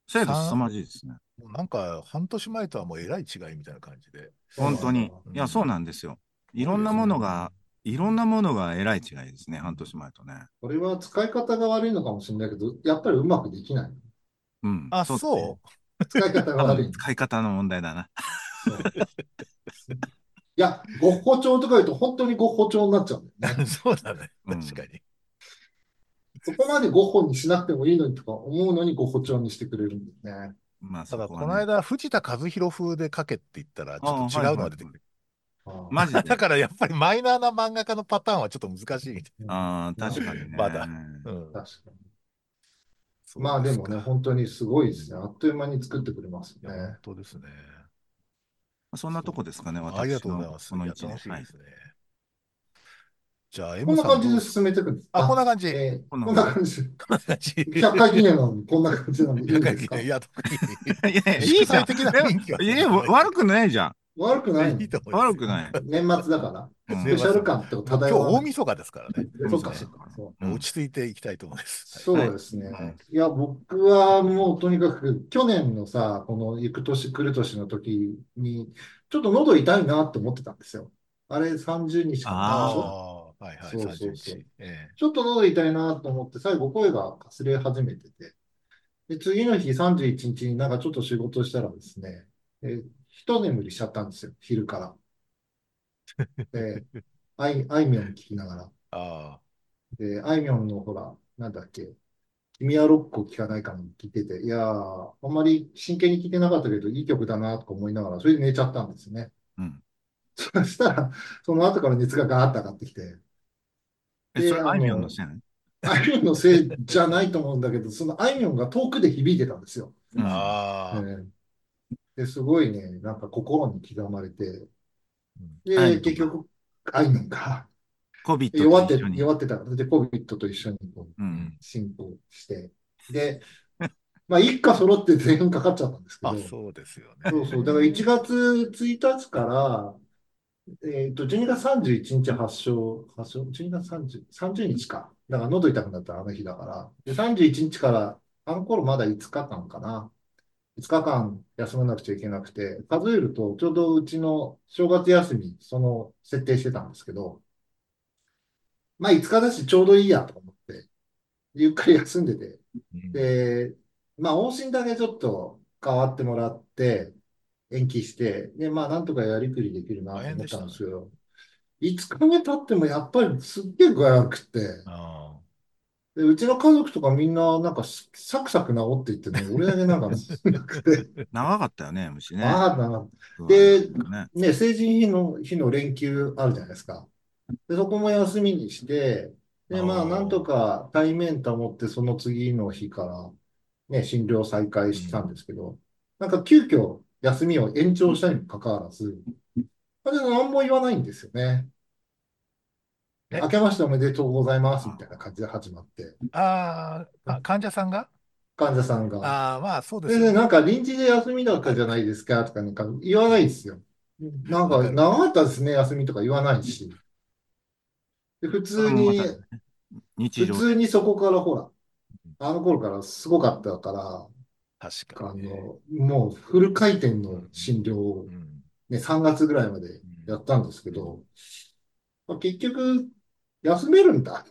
Speaker 2: 精度凄まじいですね。
Speaker 1: もうなんか半年前とはもうえらい違いみたいな感じで。
Speaker 3: ら。
Speaker 2: 本当に。
Speaker 1: うん
Speaker 2: いや、そうなんですよ。いろんなものが、いろんなものがえらい違いですね、半年前とね。
Speaker 3: これは使い方が悪いのかもしれないけど、やっぱりうまくできない。
Speaker 2: うん。
Speaker 1: あ、
Speaker 2: ですね
Speaker 1: そう
Speaker 3: 使い方が
Speaker 2: 多
Speaker 3: 悪
Speaker 2: 分
Speaker 3: い。
Speaker 2: 使い方の問題だな。
Speaker 3: そういや、ゴッホ調とか言うと本当にゴッホ調になっちゃうんだよ
Speaker 1: <laughs>
Speaker 3: ね。
Speaker 1: そうだね。
Speaker 2: うん
Speaker 1: 確かに。
Speaker 3: そこまでゴッホにしなくてもいいのにとか思うのにゴッホ調にしてくれるんだよね。
Speaker 2: まあ、
Speaker 1: た
Speaker 2: そ
Speaker 1: だ、
Speaker 2: こ
Speaker 1: こ
Speaker 2: はね
Speaker 1: の間、藤田和弘風で書けって言ったら、ちょっと違うのが出てくる。
Speaker 3: あー
Speaker 2: マジ
Speaker 1: <laughs>
Speaker 2: で。
Speaker 1: だから、やっぱりマイナーな漫画家のパターンはちょっと難しいみたい
Speaker 2: ああ、確かに
Speaker 1: <laughs>
Speaker 2: ね。
Speaker 1: まだな。うん
Speaker 3: 確かに。
Speaker 1: そう
Speaker 3: まあですも
Speaker 1: か
Speaker 3: ね、本当にすごいですね。あっという間に作ってくれます
Speaker 1: いや
Speaker 3: ね
Speaker 1: 本。当ですね。
Speaker 2: そんなとこですかね、
Speaker 1: ありが
Speaker 2: 私
Speaker 1: とうござい
Speaker 2: の
Speaker 1: ます。
Speaker 2: この
Speaker 1: い
Speaker 2: 1
Speaker 1: や楽し
Speaker 2: 年。
Speaker 1: い
Speaker 2: は
Speaker 1: で
Speaker 2: い
Speaker 1: すね。じゃあ、
Speaker 3: こ
Speaker 1: M
Speaker 3: んな
Speaker 1: さん。
Speaker 3: 感じで
Speaker 1: どう
Speaker 3: 進めていくんです
Speaker 1: あ、こんな
Speaker 3: 感
Speaker 1: 感じ。
Speaker 3: えー
Speaker 2: こんな
Speaker 3: こんな感じ。
Speaker 1: こん <laughs> な感じ。
Speaker 3: 100回記念なのに、こんな感じなのでいいんですか
Speaker 1: いや、特に。
Speaker 2: いやいや、いい
Speaker 1: 祝
Speaker 2: じゃ
Speaker 1: 祭
Speaker 2: ん。
Speaker 1: 的な雰囲気は。
Speaker 2: いや、わ悪
Speaker 1: く
Speaker 2: くないじゃん。
Speaker 3: 悪くないの
Speaker 1: いいと思います。
Speaker 2: 悪くない。
Speaker 3: 年末だから。
Speaker 2: うん
Speaker 3: スペシャル感って
Speaker 1: 今日
Speaker 3: 漂わ
Speaker 1: 大
Speaker 3: ない。
Speaker 1: 晦日ですからね。
Speaker 3: そうか
Speaker 2: 大晦日
Speaker 3: そう
Speaker 2: うん
Speaker 1: 落ち着いていきたいと思います。
Speaker 3: そう
Speaker 1: はい
Speaker 3: ですね。
Speaker 2: はい
Speaker 3: いや、僕はもうとにかく去年のさ、この行く年来る年の時に、ちょっと喉痛いなって思ってたんですよ。あれ30日かなでしょ
Speaker 1: ああ、はいはい、
Speaker 3: そうそうそう
Speaker 1: 31。ええ
Speaker 3: ちょっと喉痛いなと思って、最後声がかすれ始めてて。で、次の日31日になんかちょっと仕事したらですね、えー一眠りしちゃったんですよ、昼から。
Speaker 2: <laughs>
Speaker 3: で、あい、あいみょん聞きながら。
Speaker 1: あ
Speaker 3: で、あいみょんのほら、なんだっけ、君はロックを聴かないかも聞いてて、いやー、あんまり真剣に聴いてなかったけど、いい曲だなとか思いながら、それで寝ちゃったんですね。
Speaker 2: うん。
Speaker 3: そしたら、その後から熱がガーッと上がってきて、
Speaker 2: え、
Speaker 3: で
Speaker 2: それ、
Speaker 3: あの
Speaker 2: あいみょんのせいね
Speaker 3: あいみょんのせいじゃないと思うんだけど、そのあいみょんが遠くで響いてたんですよ。
Speaker 1: あ、あ
Speaker 2: あ
Speaker 1: あ、
Speaker 3: うんですごいね、なんか心に刻まれて、
Speaker 2: あいみょん
Speaker 3: で、結局、あいみょんが
Speaker 2: <laughs> コビット
Speaker 3: 弱っ
Speaker 2: と
Speaker 3: て、
Speaker 2: 一緒に。
Speaker 3: 弱ってたので、コビットと一緒にこう
Speaker 2: うん。
Speaker 3: 進行して、で、まあ、一家揃って全員かかっちゃったんですけ
Speaker 1: あ、
Speaker 3: ど、
Speaker 1: そうですよね。
Speaker 3: そうそう、だから1月1日から、えっと、12月31日発症、発症、12月30、30日か。だから喉痛くなったあの日だから。で、31日から、あの頃まだ5日間かな。5日間休まなくちゃいけなくて、数えると、ちょうどうちの正月休み、その設定してたんですけど、まあ5日だしちょうどいいやと思って、ゆっくり休んでて、
Speaker 1: うん
Speaker 3: で、まあ、往診だけちょっと変わってもらって、延期して、で、まあ、なんとかやりくりできるなと
Speaker 1: 大変
Speaker 3: 思っ
Speaker 1: でしたた
Speaker 3: ん
Speaker 1: ね
Speaker 3: ですけど、5日目経ってもやっぱりすっげえ具合悪くて、
Speaker 1: あ
Speaker 3: で、うちの家族とかみんななんかすサクサク治っていってね、俺だけな
Speaker 1: <laughs>
Speaker 3: んかなくて、
Speaker 2: 長かったよね、虫ね。
Speaker 3: ああ、な
Speaker 2: そう
Speaker 3: で
Speaker 2: だね
Speaker 3: ね、成人日の日の連休あるじゃないですか。で、そこも休みにして、で、まあ、
Speaker 1: あー
Speaker 3: なんとか対面保って、その次の日から、ね、診療再開したんですけど、なんか急遽休みを延長したにもかかわらず、まあでも何も言わないんですよね。
Speaker 1: え
Speaker 3: 明けましておめでとうございます、みたいな感じで始まって、
Speaker 1: あああ、あ患者さんが
Speaker 3: 患者さんが。
Speaker 1: ああ、まあそうで
Speaker 3: です
Speaker 1: よね。
Speaker 3: なんか臨時で休みだったじゃないですかとか、なんか言わないですよ。なんか、
Speaker 1: わかる
Speaker 3: 長かったですね、休みとか言わないし。で、普通
Speaker 2: ま
Speaker 3: に、
Speaker 2: た日
Speaker 3: 普
Speaker 2: 常。
Speaker 3: 通にそこからほら、あの頃からすごかったから、
Speaker 1: 確か
Speaker 3: あ
Speaker 1: にね。
Speaker 3: の、もうフル回転の診療を
Speaker 1: うん
Speaker 3: ね、3月ぐらいまでやったんですけど、まあ、結局、休めるんだ。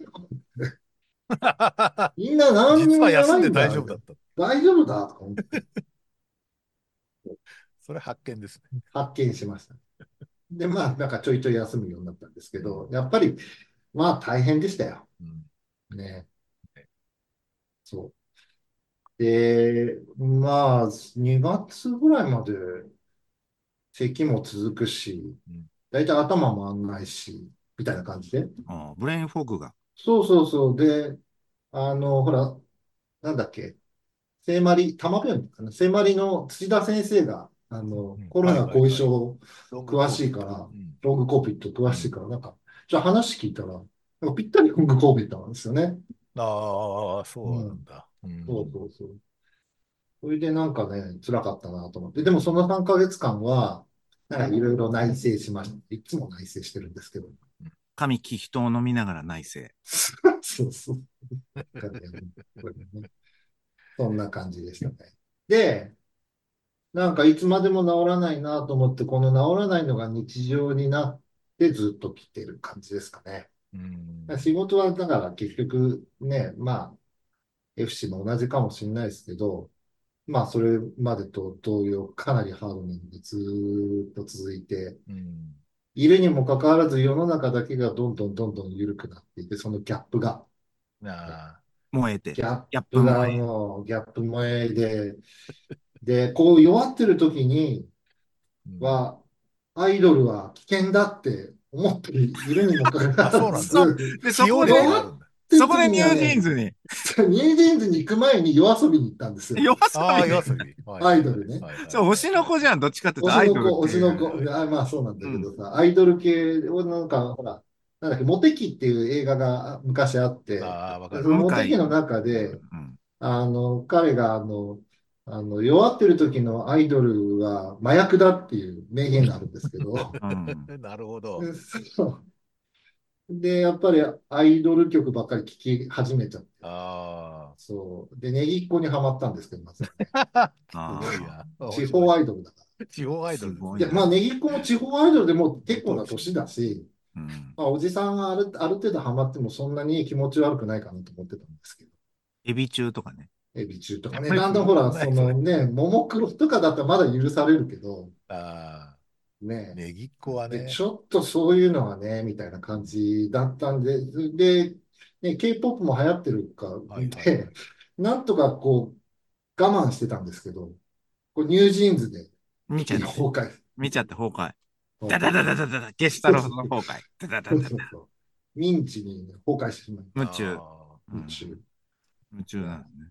Speaker 3: みんな何に
Speaker 1: 実
Speaker 3: も
Speaker 1: は
Speaker 3: 言わな
Speaker 1: 休ん
Speaker 3: い
Speaker 1: で
Speaker 3: んだ。
Speaker 1: 大丈夫だった。
Speaker 3: 大丈夫だとか思って
Speaker 1: それ発見ですね。
Speaker 3: 発見しました。で、まあ、なんかちょいちょい休むようになったんですけど、やっぱり、まあ大変でしたよ。
Speaker 1: うん
Speaker 3: ね。そう。で、まあ、2月ぐらいまで咳も続くし
Speaker 1: うん、
Speaker 3: 大体頭も回んないし、みたいな感じで。
Speaker 2: あーブレインフォグが。
Speaker 3: そうそうそう。で、あの、ほら、なんだっけ、聖マリ、多摩病院かな、聖マリの土田先生が、あの
Speaker 1: う、ん
Speaker 3: コロナ後遺症
Speaker 1: ロングコ
Speaker 3: 詳
Speaker 1: ー
Speaker 3: しい
Speaker 1: ト
Speaker 3: から
Speaker 1: うん
Speaker 3: ロングコービット詳しいから、なんか、じゃあ話聞いたら、なんかぴったりロングコービットなんですよね。
Speaker 1: ああ、そうなんだ。うん
Speaker 3: そうそうそう。それでなんかね、辛かったなと思って。でもその3ヶ月間は、なんかいろいろ内省しました。いつも内省してるんですけど。
Speaker 2: 神気人を飲みながら内政。
Speaker 3: <laughs> そうそう。なんかねこれねそんな感じでしたね。で、なんかいつまでも治らないなと思って、この治らないのが日常になってずっと来てる感じですかね。
Speaker 1: うん
Speaker 3: 仕事はだから結局ね、まあ、FC も同じかもしれないですけど、まあそれまでと同様、かなりハードにずーっと続いて、
Speaker 1: うん
Speaker 3: いるにもかかわらず世の中だけがどんどんどんどん緩くなっていて、そのギャップが、
Speaker 1: なあ
Speaker 2: 燃えて。
Speaker 3: ギ
Speaker 2: や
Speaker 3: ャッ
Speaker 2: っ
Speaker 3: プ
Speaker 2: ぱ
Speaker 3: が
Speaker 2: 燃え。
Speaker 3: もう、ギャップ萌えで、で、こう弱ってる時に
Speaker 1: うん
Speaker 3: は、アイドルは危険だって思っているにもかか
Speaker 1: あ、そう
Speaker 3: わら
Speaker 1: なん
Speaker 3: ず、
Speaker 1: だ。
Speaker 2: で、そこ
Speaker 1: 起用
Speaker 2: で
Speaker 1: 力、があるんだ。
Speaker 2: そこでニュージーン
Speaker 3: ズ
Speaker 2: ズに。
Speaker 3: ニュージーンズに行く前に夜遊びに行ったんですよ。
Speaker 2: 弱
Speaker 1: ああ、
Speaker 2: さ
Speaker 1: 夜遊び。はい
Speaker 3: アイドルね
Speaker 1: はいはいはい
Speaker 2: そう、推しの子じゃん。どっちかっていう
Speaker 3: 推
Speaker 2: と
Speaker 3: し
Speaker 2: アイ
Speaker 3: の
Speaker 2: ドル
Speaker 3: 子、
Speaker 2: っ
Speaker 3: 推
Speaker 2: て
Speaker 3: し
Speaker 2: い
Speaker 3: の
Speaker 2: う。
Speaker 3: 子、あ、まあそうなんだけどさ、アイドル系をなんか、ほら、なんだっけ、モテキっていう映画が昔あって、
Speaker 1: ああ、わか
Speaker 3: そ
Speaker 1: る。
Speaker 3: のモテキの中で、
Speaker 2: うん
Speaker 3: あの、彼があの、あの、弱ってる時のアイドルは麻薬だっていう名言があるんですけ
Speaker 2: <laughs>
Speaker 3: ど、
Speaker 2: うん。
Speaker 1: なるほど。
Speaker 3: そうで、やっぱりアイドル曲ばっかり聴き始めちゃって、
Speaker 1: あ
Speaker 3: そう。で、ネギっ子にはまったんですけど、まず
Speaker 1: あ。
Speaker 2: あ
Speaker 1: すごい
Speaker 2: ー
Speaker 1: な。面白
Speaker 3: 地
Speaker 1: い
Speaker 3: 方アイドルだから。
Speaker 1: 地方アイドル
Speaker 2: すご
Speaker 3: い
Speaker 2: い
Speaker 3: や、まあ、ネギっ子も地方アイドルでもう結構な年だし、
Speaker 2: うん
Speaker 3: まあ、おじさんがある、ある程度ハマってもそんなに気持ち悪くないかなと思ってたんですけど、
Speaker 2: エビ中とかね。
Speaker 3: エビ中とかね、
Speaker 2: やっぱり
Speaker 3: だんだんほら、
Speaker 1: ない
Speaker 3: そのね、ももクロとかだったらまだ許されるけど、
Speaker 1: ああ、
Speaker 3: ね、
Speaker 1: ネギっ子は
Speaker 3: で
Speaker 1: ね
Speaker 3: ち。ょっとそういうのはね、みたいな感じだったんで、で、ね、K-POP も流行ってるか
Speaker 1: はいはいは
Speaker 3: で
Speaker 1: い、
Speaker 3: なんとかこう、我慢してたんですけど、こうニュージーンズで
Speaker 2: 見ちゃって。
Speaker 3: 崩壊。
Speaker 2: 見ちゃって崩壊。
Speaker 3: 崩
Speaker 2: ダ
Speaker 3: 壊
Speaker 2: ダダダダダダ、ゲシュタロフの崩壊。ダダダ
Speaker 3: そう
Speaker 2: ダ
Speaker 3: そ
Speaker 2: ダ
Speaker 3: う。そう。ミンチにね崩壊してしまい
Speaker 2: 夢中
Speaker 1: あ。あ
Speaker 2: うん
Speaker 3: 夢中。
Speaker 2: 夢中なんですね。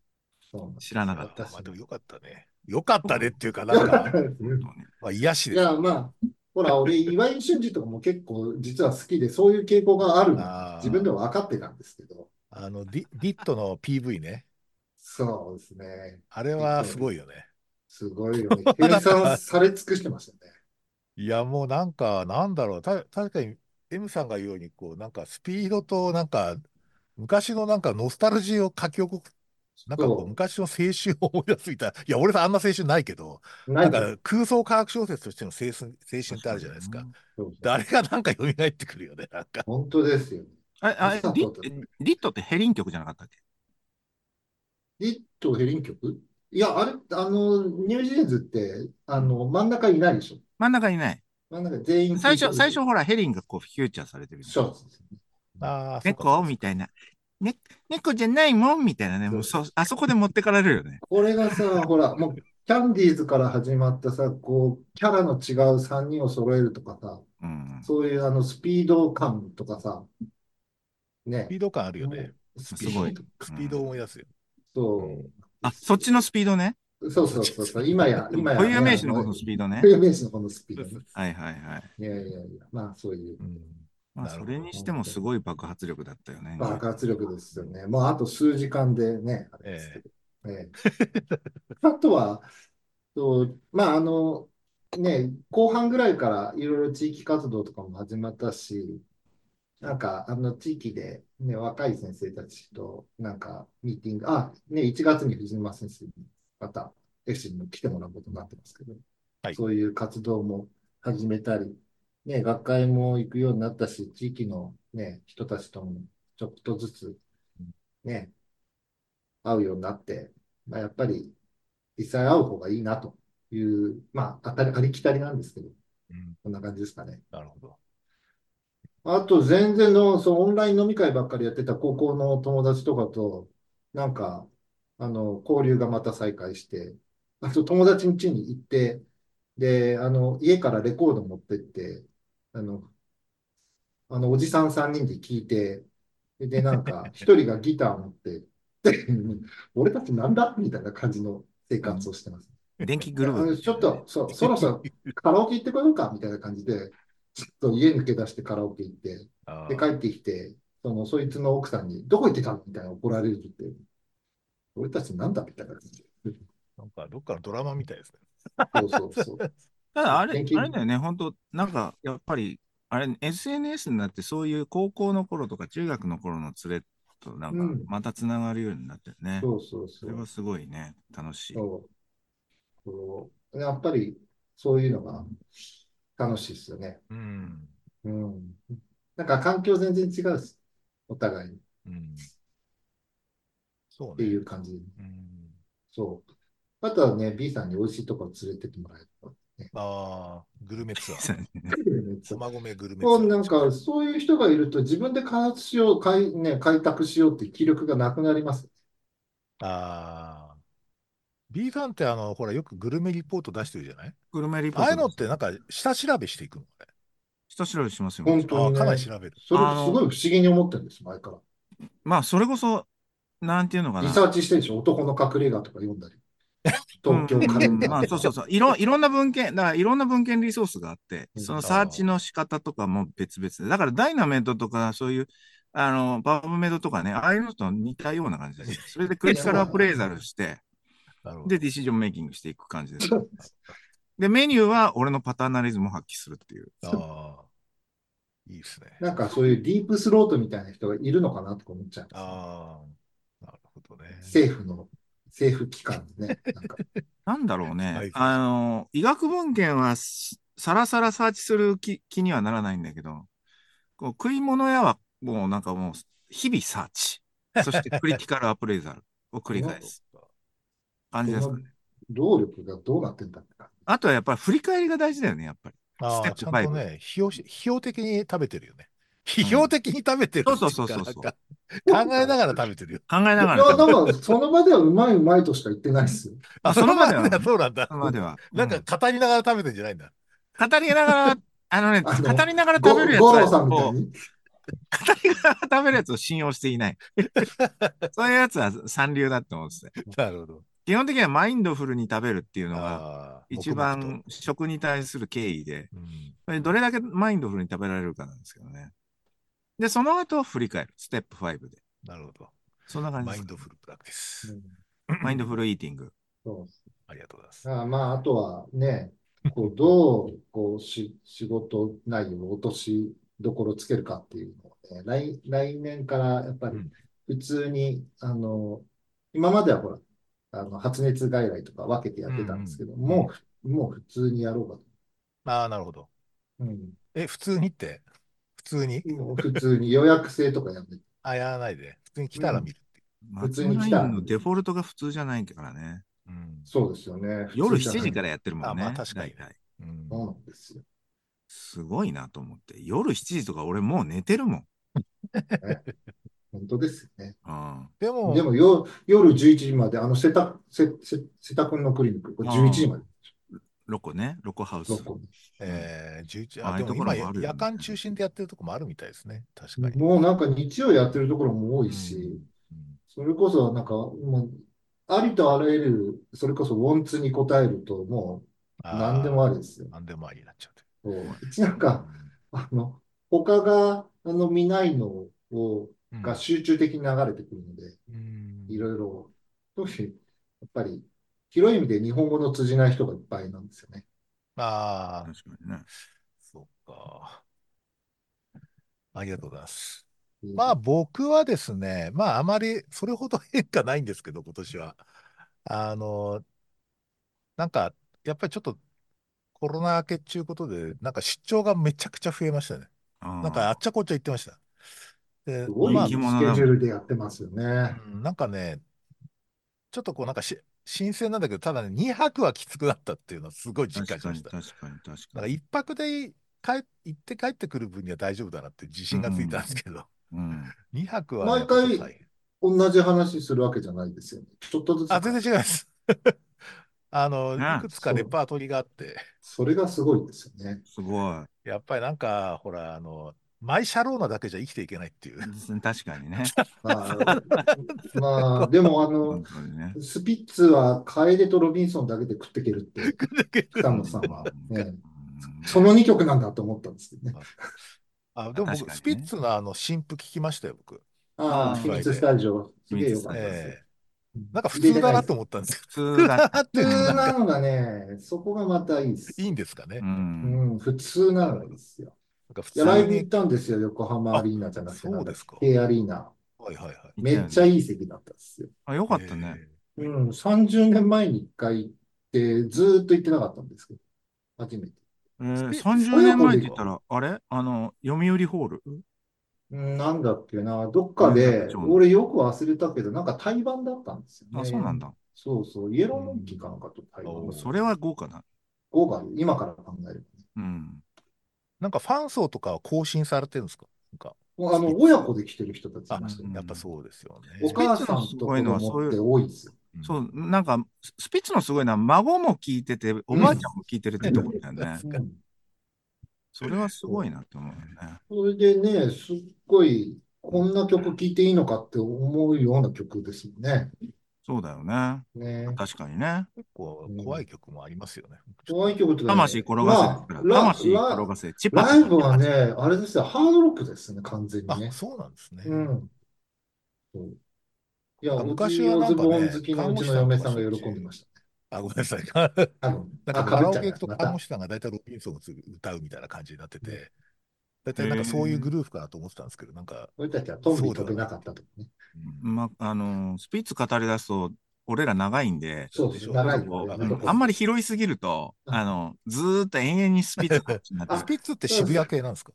Speaker 3: そうなんです
Speaker 2: 知らなかった。
Speaker 1: まあでもよかったね。よかったねっていうか、な
Speaker 3: よ
Speaker 1: ん
Speaker 3: かっ
Speaker 1: か
Speaker 3: た、です
Speaker 2: 本
Speaker 3: ね。
Speaker 2: 当に
Speaker 1: まあ、癒し
Speaker 3: い
Speaker 1: です。
Speaker 3: や、まあ、ほら、俺、岩井俊二とかも結構、実は好きで、そういう傾向があるの
Speaker 1: あー
Speaker 3: 自分でも分かってたんですけど、
Speaker 1: あの、ディディットの PV ね。
Speaker 3: そうですね。
Speaker 1: あれはすごいよね。
Speaker 3: すごいよね。計算され尽くしてましたね。
Speaker 1: いや、もうなんか、なんだろう。た、確かに、M さんが言うように、こう、なんかスピードと、なんか、昔のなんかノスタルジーを書き起こす、なんかこ、
Speaker 3: そう
Speaker 1: 昔の青春を思い出すみたいな。いや、俺さ、あんな青春ないけど、
Speaker 3: う。な
Speaker 1: なんん
Speaker 3: か、
Speaker 1: か空想科学小説としての青春、青春ってあるじゃないですか。
Speaker 3: そう
Speaker 1: であれがなんか蘇ってくるよね、なんか。
Speaker 3: 本当ですよ。
Speaker 2: あれ、あれ
Speaker 3: そう
Speaker 2: リ
Speaker 3: そう
Speaker 2: ッリットってヘリン曲じゃなかったっけ
Speaker 3: リットヘリン曲いや、あれ、あの、ニュージーンズって、あの、真ん中いないでしょ。
Speaker 2: 真ん中にない。
Speaker 3: 真ん中全員
Speaker 2: 最初、
Speaker 3: 空
Speaker 2: 最
Speaker 3: いて
Speaker 2: 初
Speaker 3: る
Speaker 2: ほらヘリンがこうフィーチャーされてる。
Speaker 3: そうそうそう
Speaker 1: ああ、そうか
Speaker 2: 猫みたいな。ね、猫じゃないもんみたいなね。もうそ、あそこで持ってかれるよね。
Speaker 3: これがさ、ほら、もう、キャンディーズから始まったさ、こう、キャラの違う3人を揃えるとかさ、
Speaker 2: うん。
Speaker 3: そういうあのスピード感とかさ、ね
Speaker 1: スピ、ード感あるよね。
Speaker 3: ス
Speaker 2: すごい
Speaker 3: ピー
Speaker 1: スピードを思い出すよ。
Speaker 3: ド
Speaker 1: う
Speaker 3: そ
Speaker 2: あ、そっちのスピードね。
Speaker 3: う、そうそうそうそう、今や、今や、
Speaker 2: 固有名詞のこのスピードね
Speaker 3: 固。有名詞のこのスピードね。
Speaker 2: はいはいはい。
Speaker 3: いやいやいや、まあそういう
Speaker 1: うん
Speaker 2: ま
Speaker 1: な
Speaker 2: あ、
Speaker 1: る
Speaker 2: そ
Speaker 1: ほど
Speaker 2: れにしてもすごい爆発力だったよね。
Speaker 3: 爆発力ですよね。まああと数時間でね、あれですけど。ええあとは、とまああの、ね、後半ぐらいからいろいろ地域活動とかも始まったし、なんかあの地域で、ね、若い先生たちとなんかミーティング、あ、ね、1月に藤沼先生にまた FC にも来てもらうことになってますけど、
Speaker 1: はい
Speaker 3: そういう活動も始めたり、ね、学会も行くようになったし、地域の、ね、人たちともちょっとずつ、ね、会うようになって、まあ、やっぱり実際会う方がいいなという、まあ、当たり、ありきたりなんですけど、
Speaker 1: うん
Speaker 3: こんな感じですかね。
Speaker 1: なるほど。
Speaker 3: あと、全然の、そう、オンライン飲み会ばっかりやってた高校の友達とかと、なんか、あの、交流がまた再開して、あと、友達の家に行って、で、あの、家からレコード持ってって、あの、あの、おじさん3人で聞いて、で、なんか、一人がギター持って、 <laughs> で俺たちなんだみたいな感じの生活をしてます。
Speaker 2: 電気グルー
Speaker 3: あ
Speaker 2: ヴ
Speaker 3: ちょっと、そう、そろそろカラオケ行ってこようか、みたいな感じで、ちょっと家抜け出してカラオケ行って、
Speaker 1: あ
Speaker 3: で、
Speaker 1: ー
Speaker 3: 帰ってきて、その、そいつの奥さんに、どこ行ってたのみたいな怒られるって、俺たちなんだみたいな感じで。
Speaker 1: なんかどっかのドラマみたいですね。
Speaker 3: そうそうそう。
Speaker 2: <laughs> ただあれ、
Speaker 3: 電気
Speaker 2: あれだよね、本当なんか、やっぱり、あれ、SNS になって、そういう高校の頃とか中学の頃の連れと、なん
Speaker 3: う
Speaker 2: か、
Speaker 3: ん、
Speaker 2: またつながるようになってるね。
Speaker 3: そうそう
Speaker 2: そ
Speaker 3: そ
Speaker 2: れは
Speaker 3: う。
Speaker 2: すごいね、楽しい。
Speaker 3: そうこうやっぱり、そういうのが楽しいですよね。
Speaker 1: うん。
Speaker 3: うん。なんか環境全然違うし、お互いっ
Speaker 1: うん。そう
Speaker 3: て
Speaker 1: ね。
Speaker 3: いう感じ。
Speaker 1: うん。
Speaker 3: そう。あとはね、B さんに美味しいとこ連れてってもらえると
Speaker 2: <laughs>
Speaker 3: ね。
Speaker 1: ああ、グルメツアー。駒込グルメツア
Speaker 3: もう
Speaker 1: ー。
Speaker 3: なんか、そういう人がいると自分で開発しよう、開、ね、開拓しようって気力がなくなります。
Speaker 1: ああ。B さんってあの、ほら、よくグルメリポート出してるじゃない
Speaker 2: グルメリポ
Speaker 1: あ
Speaker 2: ー
Speaker 1: あいう
Speaker 2: ト
Speaker 1: の
Speaker 2: で
Speaker 1: っ
Speaker 2: す。
Speaker 1: てなんか下調べしていくのね。
Speaker 2: 人調べしますよ。
Speaker 3: 本
Speaker 1: あ
Speaker 3: 当
Speaker 1: あ、
Speaker 3: に
Speaker 1: かなり
Speaker 3: ね。
Speaker 1: 調べる。
Speaker 3: それ
Speaker 2: あ
Speaker 3: すごい
Speaker 2: の、
Speaker 3: 不思議に思ってるんです、前から。
Speaker 2: まあ、それこそ、なんていうのか
Speaker 3: リサ
Speaker 2: な。
Speaker 3: ーチしてるでしょ男の隠れ家とか読んだり。
Speaker 2: う
Speaker 3: 東京家電
Speaker 2: ん、<laughs>
Speaker 3: と
Speaker 2: まあ、
Speaker 3: か。
Speaker 2: そうそうそう。いろ、いろんな文献、だからいろんな文献リソースがあって、
Speaker 3: う
Speaker 2: そ
Speaker 3: ん、
Speaker 2: のサーチ
Speaker 1: あ
Speaker 2: の仕方とかも別々で。だからダイナメントとか、そういう、あの、パブメドとかね、ああいうのと似たような感じ
Speaker 3: <laughs>
Speaker 2: ですね。それでクリティカ
Speaker 3: そう
Speaker 2: ル
Speaker 3: な
Speaker 2: ア
Speaker 3: ん
Speaker 2: プ
Speaker 3: だ。
Speaker 2: レイザルして、
Speaker 1: あ、なるほ
Speaker 2: で、
Speaker 1: ど。
Speaker 2: ディシジョンメイキングしていく感じです。で、メニューは俺のパターナリズムを発揮するっていう。
Speaker 1: ああ、いいですね。
Speaker 3: なんかそういうディープスロートみたいな人がいるのかなとか思っちゃいますね。
Speaker 1: ああ、なるほどね。
Speaker 3: 政府の、政府機関
Speaker 2: <laughs>
Speaker 3: でね。なんか、
Speaker 2: なんだろう
Speaker 1: は
Speaker 2: ね。
Speaker 1: い。
Speaker 2: あの、医学文献はすさらさらサーチする気、気にはならないんだけど、こう食い物屋はもうなんかもう日々サーチ、そしてクリティカルアプレイザルを繰
Speaker 3: そ
Speaker 2: り返
Speaker 3: の、
Speaker 1: そっ
Speaker 2: す
Speaker 1: か。
Speaker 2: 感
Speaker 3: そ
Speaker 2: じですか
Speaker 3: の
Speaker 2: ね。
Speaker 3: 労力がどうなってんだって感じ。
Speaker 2: あとはやっぱり振り返りが大事だよね、やっぱり。ス
Speaker 1: あ
Speaker 2: テ
Speaker 1: あ、
Speaker 2: ッ
Speaker 1: ち
Speaker 2: プ
Speaker 1: ゃんと
Speaker 2: 5。
Speaker 1: ね、批評し、批評的に食べてるよね。批
Speaker 2: う
Speaker 1: 評
Speaker 2: ん。
Speaker 1: 的に食べてる
Speaker 2: そう
Speaker 1: っ
Speaker 2: そう
Speaker 1: てい
Speaker 2: そうう
Speaker 1: か、な
Speaker 2: そう
Speaker 1: ん
Speaker 2: そう。
Speaker 1: か考
Speaker 3: そう
Speaker 1: えな
Speaker 3: か。
Speaker 1: がら食べてるよ。
Speaker 2: 考えないがら
Speaker 3: や、
Speaker 2: 食べ
Speaker 3: だ
Speaker 2: る。
Speaker 3: から、その場ではうまいうまいとしか言ってないですよ。
Speaker 1: あ、
Speaker 2: あ、
Speaker 1: そ
Speaker 2: そ
Speaker 1: の
Speaker 2: の
Speaker 1: 場
Speaker 2: 場
Speaker 1: で
Speaker 2: では
Speaker 1: は
Speaker 2: ね。
Speaker 1: そうなんだ。
Speaker 2: その場では。う
Speaker 1: なんか
Speaker 2: ん。
Speaker 1: 語りながら食べてんじゃないんだ。
Speaker 2: 語りながら、あのね、
Speaker 3: あ
Speaker 2: 語
Speaker 3: の、
Speaker 2: りながら食べ
Speaker 3: ご、
Speaker 2: るやつ
Speaker 3: 五
Speaker 2: は、
Speaker 3: 郎さんみたい
Speaker 2: こう、
Speaker 3: に。
Speaker 2: 語りながら食べるやつを信用していない。そういうやつは三流だって思ってて。
Speaker 1: なるほど。
Speaker 2: 基本的にはマインドフルに食べるっていうのが、
Speaker 1: ああ、
Speaker 2: 一
Speaker 1: 黙々と。
Speaker 2: 番食に対する敬意で、
Speaker 1: うん。
Speaker 2: これどれだけマインドフルに食べられるかなんですけどね。で、その後振り返る。ステップ5で。
Speaker 1: なるほど。
Speaker 2: そんな感じで
Speaker 1: マイ
Speaker 2: す
Speaker 1: ン
Speaker 2: か
Speaker 1: ド
Speaker 2: ね。
Speaker 1: フルプラクティ
Speaker 3: う
Speaker 1: ス。
Speaker 3: ん、
Speaker 2: マインドフルイーティング。
Speaker 3: そう。
Speaker 1: ありがとうございます。
Speaker 3: あ、まあ、あとはね、こう、どう、こう、し、仕事内容を落としどころつけるかっていうのをね、来、来年からやっぱ
Speaker 1: う
Speaker 3: り、
Speaker 1: ん。
Speaker 3: 普通に、あの、今まではほら、あの、発熱外来とか分けてや
Speaker 1: う
Speaker 3: ってたんです
Speaker 1: ん
Speaker 3: けど、
Speaker 1: うん。う
Speaker 3: も
Speaker 1: ん。
Speaker 3: う、もう普通にやろうかと。
Speaker 1: ああ、なるほど。
Speaker 3: うん。
Speaker 1: え、普通にって普通に
Speaker 3: もう普通に予約制とかやめて、
Speaker 1: あ、やらないで。普通に来
Speaker 3: う
Speaker 1: たら
Speaker 3: ん。
Speaker 1: 見るってい
Speaker 3: 普
Speaker 2: 松
Speaker 3: 通
Speaker 2: 尾
Speaker 3: に
Speaker 2: ラ
Speaker 3: 来
Speaker 2: イ
Speaker 3: た
Speaker 2: ン
Speaker 3: ら
Speaker 2: の
Speaker 3: 見
Speaker 2: デ
Speaker 3: る。
Speaker 2: フォルトが普通じゃないからね。
Speaker 1: う。うん。
Speaker 3: そうですよね。普
Speaker 2: 夜
Speaker 3: 通じゃ
Speaker 2: 7
Speaker 3: ない
Speaker 2: 時
Speaker 3: ん
Speaker 2: から
Speaker 3: で。
Speaker 2: やってるも
Speaker 1: あ、
Speaker 2: ん
Speaker 1: まあ
Speaker 2: ね。
Speaker 1: 確か
Speaker 2: 大
Speaker 1: にね。
Speaker 2: 体。
Speaker 1: う。
Speaker 3: そうんなんですよ。
Speaker 2: すごいなと思って。夜7時とか俺もう寝てるもん。
Speaker 3: ね。本当ですよね。
Speaker 2: うん。
Speaker 1: で
Speaker 3: で
Speaker 1: も、
Speaker 3: も夜、夜11時まで、あの瀬田、瀬、瀬、瀬田君のクリニック、これ11時
Speaker 2: あ
Speaker 3: まで、
Speaker 2: あ。ロコね。ロコハウ
Speaker 3: 6
Speaker 2: ス。
Speaker 3: 個。
Speaker 2: うん。
Speaker 1: えー、11、あ、
Speaker 2: ああい
Speaker 1: で
Speaker 2: う
Speaker 1: も
Speaker 2: ところ
Speaker 1: 今、
Speaker 2: もあるよ
Speaker 1: 夜
Speaker 2: ね。
Speaker 1: 間中心でやってるとこもあるみたいですね。確かに。
Speaker 3: もうなんか日曜やってるところも多
Speaker 1: う
Speaker 3: いし、
Speaker 1: ん。うん
Speaker 3: それこそなんか、もう、ありとあらゆる、それこそウォンツに応えると、もう、何でも
Speaker 1: あ
Speaker 3: あ
Speaker 1: あ、
Speaker 3: りですよ。
Speaker 1: なんでもありになっちゃって。
Speaker 3: そう。うちな
Speaker 1: う
Speaker 3: んか、
Speaker 1: ん。
Speaker 3: あの、他が、あの、見ないのを、
Speaker 1: う
Speaker 3: が
Speaker 1: ん。
Speaker 3: 集中的に流れてくるので、
Speaker 1: う
Speaker 3: い
Speaker 1: ん
Speaker 3: ろいろ、特に、やっぱり、広い意味で日本語の通じない人がいっぱいなんですよね。
Speaker 1: ああ、
Speaker 2: 確かにね。
Speaker 1: そっか。ありがとうございます。
Speaker 3: いい
Speaker 1: まあ
Speaker 3: ね
Speaker 1: 僕はですね、まああまりそれほど変化ないんですけど、今年は。あの、なんか、やっぱりちょっとコロナ明けっちゅうことで、なんか出張がめちゃくちゃ増えましたね。なんかあっ
Speaker 2: ああ。
Speaker 1: ちゃこっちゃ行ってました。です
Speaker 3: ご
Speaker 1: ま
Speaker 2: 人
Speaker 1: あ、
Speaker 2: 気
Speaker 3: いス
Speaker 2: 者
Speaker 3: ケ
Speaker 2: だ
Speaker 3: ジ
Speaker 2: も
Speaker 3: ュ
Speaker 2: ん。
Speaker 3: ールでやってますよね。
Speaker 1: うん、なんかね、ちょっとこうなんかし新鮮なんだけど、ただね、2泊はきつくなったっていうのはすごい実
Speaker 2: 確
Speaker 1: 感し
Speaker 2: か
Speaker 1: ました。
Speaker 2: に、確かに、確か
Speaker 1: なんか1泊で帰行って帰ってくる分には大丈夫だなっていう自
Speaker 2: に。
Speaker 1: 信がついたんですけど、
Speaker 2: うん。うん。
Speaker 1: 2泊はね、や
Speaker 3: 毎
Speaker 1: っぱちょっと
Speaker 3: 回
Speaker 1: 大変。
Speaker 3: 同じ話するわけじゃないですよね。ちょっとず
Speaker 1: あ、
Speaker 3: つ
Speaker 1: 全
Speaker 3: 変
Speaker 1: 然
Speaker 3: えて。
Speaker 1: 違います。 <laughs> あの、い
Speaker 2: ね、
Speaker 1: くつか
Speaker 3: そ
Speaker 1: レ
Speaker 3: う。
Speaker 1: パートリーがあって、
Speaker 3: それがすごいですよね。
Speaker 2: すごい。
Speaker 1: やっぱりなんか、ほら、あの、マイシャローナだけじゃ生きていけないっていう。 <laughs>
Speaker 2: 確かにね。
Speaker 3: まあ、まあ、でもあの、
Speaker 2: 本当にね。
Speaker 3: スピッツはカエデとロビンソンだけで食っていけるって、草野さん
Speaker 1: <laughs>
Speaker 3: は、ね、その2曲なんだと思ったんですけどね。
Speaker 1: あ、でも
Speaker 2: 確かに
Speaker 1: 僕、
Speaker 2: ね
Speaker 1: スピッツのあの、新譜聞きましたよ、僕。
Speaker 3: ああ、
Speaker 2: うん
Speaker 3: 秘密スタジオ、すげえよかったですよ。
Speaker 1: ええなんか普通だなと
Speaker 3: 思
Speaker 1: 思ったん
Speaker 2: <laughs>
Speaker 1: です
Speaker 2: 普通
Speaker 3: <laughs>
Speaker 2: だ。
Speaker 3: 普通なのがね、そこがまたいいです
Speaker 1: けど、い。いんですかね。
Speaker 2: う。
Speaker 1: なん
Speaker 3: うん、普通なのがいいですよ。
Speaker 1: んか普
Speaker 3: い
Speaker 1: 通
Speaker 3: や、ライブ行っ
Speaker 1: に。
Speaker 3: たんですよ、横浜アリーナじゃなくて、
Speaker 1: あ
Speaker 3: なん
Speaker 1: そう
Speaker 3: だ
Speaker 1: で
Speaker 3: っ
Speaker 1: すか
Speaker 3: け、K アリーナ。
Speaker 1: はいはいはい。
Speaker 3: めっちゃいい席だったですよ。
Speaker 2: あ、よかったね。
Speaker 3: うん、30年前に1回行って、ずーっと行ってなかったんですけど、初めて。
Speaker 2: えー
Speaker 1: スピ
Speaker 2: 30年前って言ったら、あれあの、読売ホール
Speaker 3: うんなんだっけな、どっかで、俺よく忘れたけど、なんか対バンだったんですよ
Speaker 2: あ、
Speaker 3: ね。
Speaker 2: そうなんだ。
Speaker 3: そうそう、イエローモンキーかなんかと対バン
Speaker 1: うん
Speaker 2: それは豪華だ。
Speaker 3: 豪華で今から考える
Speaker 2: うん。
Speaker 1: なんかファン層とかは更新されてるんですかなんか、
Speaker 3: と。もうあの、親子で来てる人たちいましたよ
Speaker 2: うん
Speaker 3: ね。
Speaker 1: やっぱそうですよね。
Speaker 3: お母さんと子供って多いです
Speaker 1: う
Speaker 3: よ。
Speaker 1: ん
Speaker 2: そう、なんか、ススピッツのすごいのは、孫も聞いてて、おばあちゃんも聞いてるってとこだよ
Speaker 3: <laughs>
Speaker 2: ね。
Speaker 1: うん
Speaker 3: うん
Speaker 2: それはすごいなって思うよね。
Speaker 3: それでね、すっごい、こんな曲聴いていいのかって思うような曲ですよね。
Speaker 2: そうだよね。
Speaker 3: ね。
Speaker 2: 確かにね。
Speaker 1: 結構怖い曲もありますよね。
Speaker 3: 怖い曲とかね
Speaker 2: 魂転がせ。
Speaker 3: まあラ
Speaker 2: 魂
Speaker 3: ラ
Speaker 2: 転がせ。チパチ
Speaker 3: ライブは
Speaker 2: パ
Speaker 3: ね、あれですよ、ハードロックですね、完全に
Speaker 1: あ、
Speaker 3: ね。
Speaker 1: そうなんですね。
Speaker 3: うん。そういや、
Speaker 1: あ昔
Speaker 3: 昔
Speaker 1: は
Speaker 3: は
Speaker 1: なんかね
Speaker 3: オズボーン好きのうちの嫁さんが喜んでました。
Speaker 1: あ、ごめんなさい。 <laughs> なん
Speaker 3: あの、
Speaker 1: か
Speaker 3: あ、
Speaker 1: カ
Speaker 3: か
Speaker 1: ラ
Speaker 3: ぶ
Speaker 1: オ
Speaker 3: っちゃ
Speaker 1: ケ
Speaker 3: う
Speaker 1: 行くと
Speaker 3: な、ま
Speaker 1: 看
Speaker 3: た
Speaker 1: 護。師さんが大体ロビンソンを歌うみたいな感じになってて、大
Speaker 2: へ
Speaker 1: 体
Speaker 2: ー
Speaker 1: なんかそういうグループかなと思ってたんですけど、なんか、
Speaker 3: 俺たちはトンビ飛べなかったとかね。
Speaker 2: ま、あのー、スピッツ語り出すと、俺ら長いんで、
Speaker 3: そう
Speaker 1: でしょ
Speaker 3: そう、長い
Speaker 2: こ
Speaker 3: よ
Speaker 2: う
Speaker 3: ね
Speaker 1: あ
Speaker 2: う
Speaker 1: の
Speaker 2: んあんまり拾いすぎると、
Speaker 3: うん
Speaker 2: あの、ずーっと延々にスピッツの話になって
Speaker 3: あ
Speaker 1: スピッツって渋谷系なんですか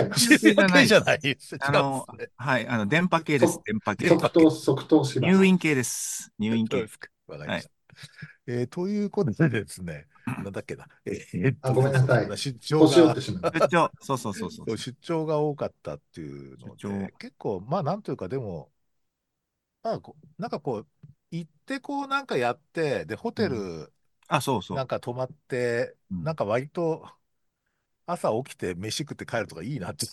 Speaker 3: 違います。
Speaker 1: 渋谷系じゃない。違うんです
Speaker 2: あの
Speaker 1: ね。、
Speaker 2: はい、あの、電波系です
Speaker 3: そ、
Speaker 2: 電波系。
Speaker 3: 即答、即答します
Speaker 2: 入。院系です、入院
Speaker 1: そう
Speaker 2: 系
Speaker 1: で。すか。わかりました。えーということでですね、なんだっけな。えーっと
Speaker 3: あごめんなさい
Speaker 1: 出張
Speaker 3: 年寄っ
Speaker 1: が
Speaker 3: て、しまう。
Speaker 2: 出張、そうそうそうそう。
Speaker 1: 出張が多かったっていうの
Speaker 2: 出張
Speaker 1: で、結構、まあ、なんというか、でも、まあ、こうなんかこう、行って、こう、なんかやって、で、ホテル
Speaker 2: あ、そうそ
Speaker 1: なん
Speaker 2: う。
Speaker 1: か泊まって、
Speaker 2: うん
Speaker 1: なんか割と、朝起きて飯食って帰るとかいいなっ
Speaker 2: <laughs>
Speaker 1: て。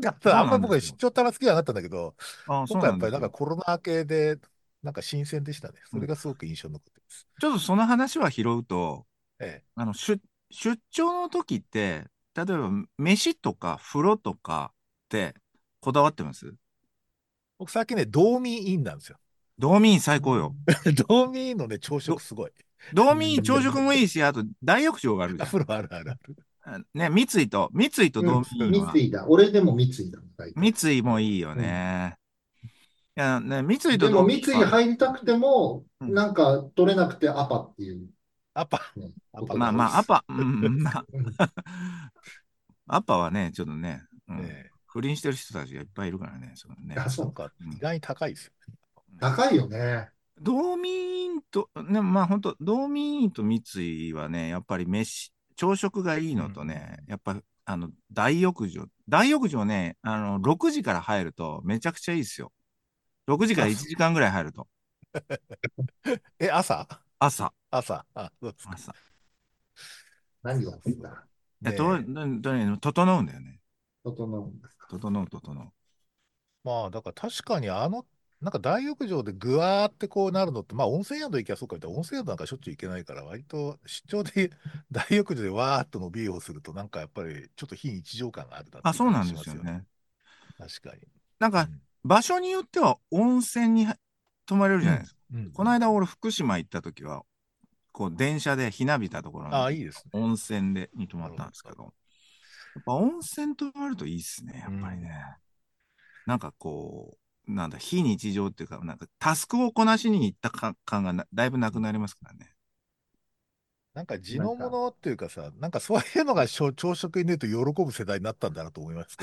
Speaker 1: なんかあんまり僕は出張ったら好きじゃなかったんだけど、
Speaker 2: あ、そう
Speaker 1: 今回や
Speaker 2: な
Speaker 1: っ
Speaker 2: ん
Speaker 1: ぱり
Speaker 2: です
Speaker 1: なんか
Speaker 2: よ。
Speaker 1: コロナ明けで、なんか新鮮でしたね。それがすごく印象に残ってます。
Speaker 2: ちょっとその話は拾うと、
Speaker 1: え
Speaker 2: あの、出、出張の時って、例えば、飯とか風呂とかって、こだわってます
Speaker 1: 僕最近ね、道民院なんです
Speaker 2: <laughs>
Speaker 1: よ。
Speaker 2: 道民最高よ。
Speaker 1: 道民院のね、朝食すごい。
Speaker 2: 道民朝食もいいし、あと大浴場があるじ
Speaker 1: ア
Speaker 2: ゃん
Speaker 1: フロあるあるある。
Speaker 3: <laughs>
Speaker 2: あ。ね、三井と、三井と道
Speaker 3: うん
Speaker 2: 民は、
Speaker 3: 三井だ。俺でも三井だ。大体
Speaker 2: 三井もいいよね。いや、ね、三井
Speaker 3: で
Speaker 2: と
Speaker 3: も
Speaker 2: 道
Speaker 3: 三井
Speaker 2: 民は、
Speaker 3: 入りたくても、
Speaker 2: うん
Speaker 3: なんか取れなくてアパっていう。
Speaker 1: アパ
Speaker 3: ね、
Speaker 1: アパ
Speaker 3: 三井
Speaker 2: まあまあ、アパ、うん、まあ
Speaker 3: うん
Speaker 2: アッパーはね、ちょっとね、うん
Speaker 1: ね、
Speaker 2: 不倫してる人たちがいっぱいいるからね、そのね。
Speaker 3: あそ
Speaker 1: なん
Speaker 3: う
Speaker 1: か
Speaker 2: うん
Speaker 1: 意外に高いですよ。
Speaker 3: 高いよね。
Speaker 2: 道民と、ね、まあ本当道民と三井はね、やっぱり飯、朝食がいいのとね、やっぱ、あの、大浴場。大浴場ね、あの、6時から入るとめちゃくちゃいいですよ。6時から1時間ぐらい入ると。
Speaker 1: え、朝
Speaker 2: 朝、
Speaker 1: 朝。あ、そうですか。
Speaker 2: 朝。
Speaker 3: 何がいいんだ。
Speaker 2: え
Speaker 1: ね
Speaker 2: と、ととに整うんだよね。
Speaker 3: 整うんですか。
Speaker 2: 整う、整う。
Speaker 1: まあ、だから確かにあの、なんか大浴場でぐわーってこうなるのって、まあ温泉宿行きゃそうかみたいな、温泉宿なんかしょっちゅう行けないから、割と出張で <laughs> 大浴場でわーっと伸びようすると、なんかやっぱりちょっと非日常感があるなってい
Speaker 2: あ、そう
Speaker 1: 感
Speaker 2: なん
Speaker 1: じ
Speaker 2: で
Speaker 1: しま
Speaker 2: すよね。
Speaker 1: すよね。確か
Speaker 2: なんか、
Speaker 1: に。
Speaker 2: 場所によっては温泉に泊まれるじゃないです
Speaker 1: うん
Speaker 2: か。
Speaker 1: うん
Speaker 2: この間俺福島行った時は、こう電車でひなびたところ
Speaker 1: あ
Speaker 2: の
Speaker 1: あ、いいですね。
Speaker 2: 温泉でに泊まったんですけど、やっぱ温泉泊まるといいっすね、やっぱりね。なんかこう、なんだ、非日常っていうか、なんかタスクをこなしに行ったか感がなだいぶなくなりますからね。
Speaker 1: なんか地のものっていうかさ、なんかそういうのがしょ朝食に出ると喜ぶ世代になったんだなと思います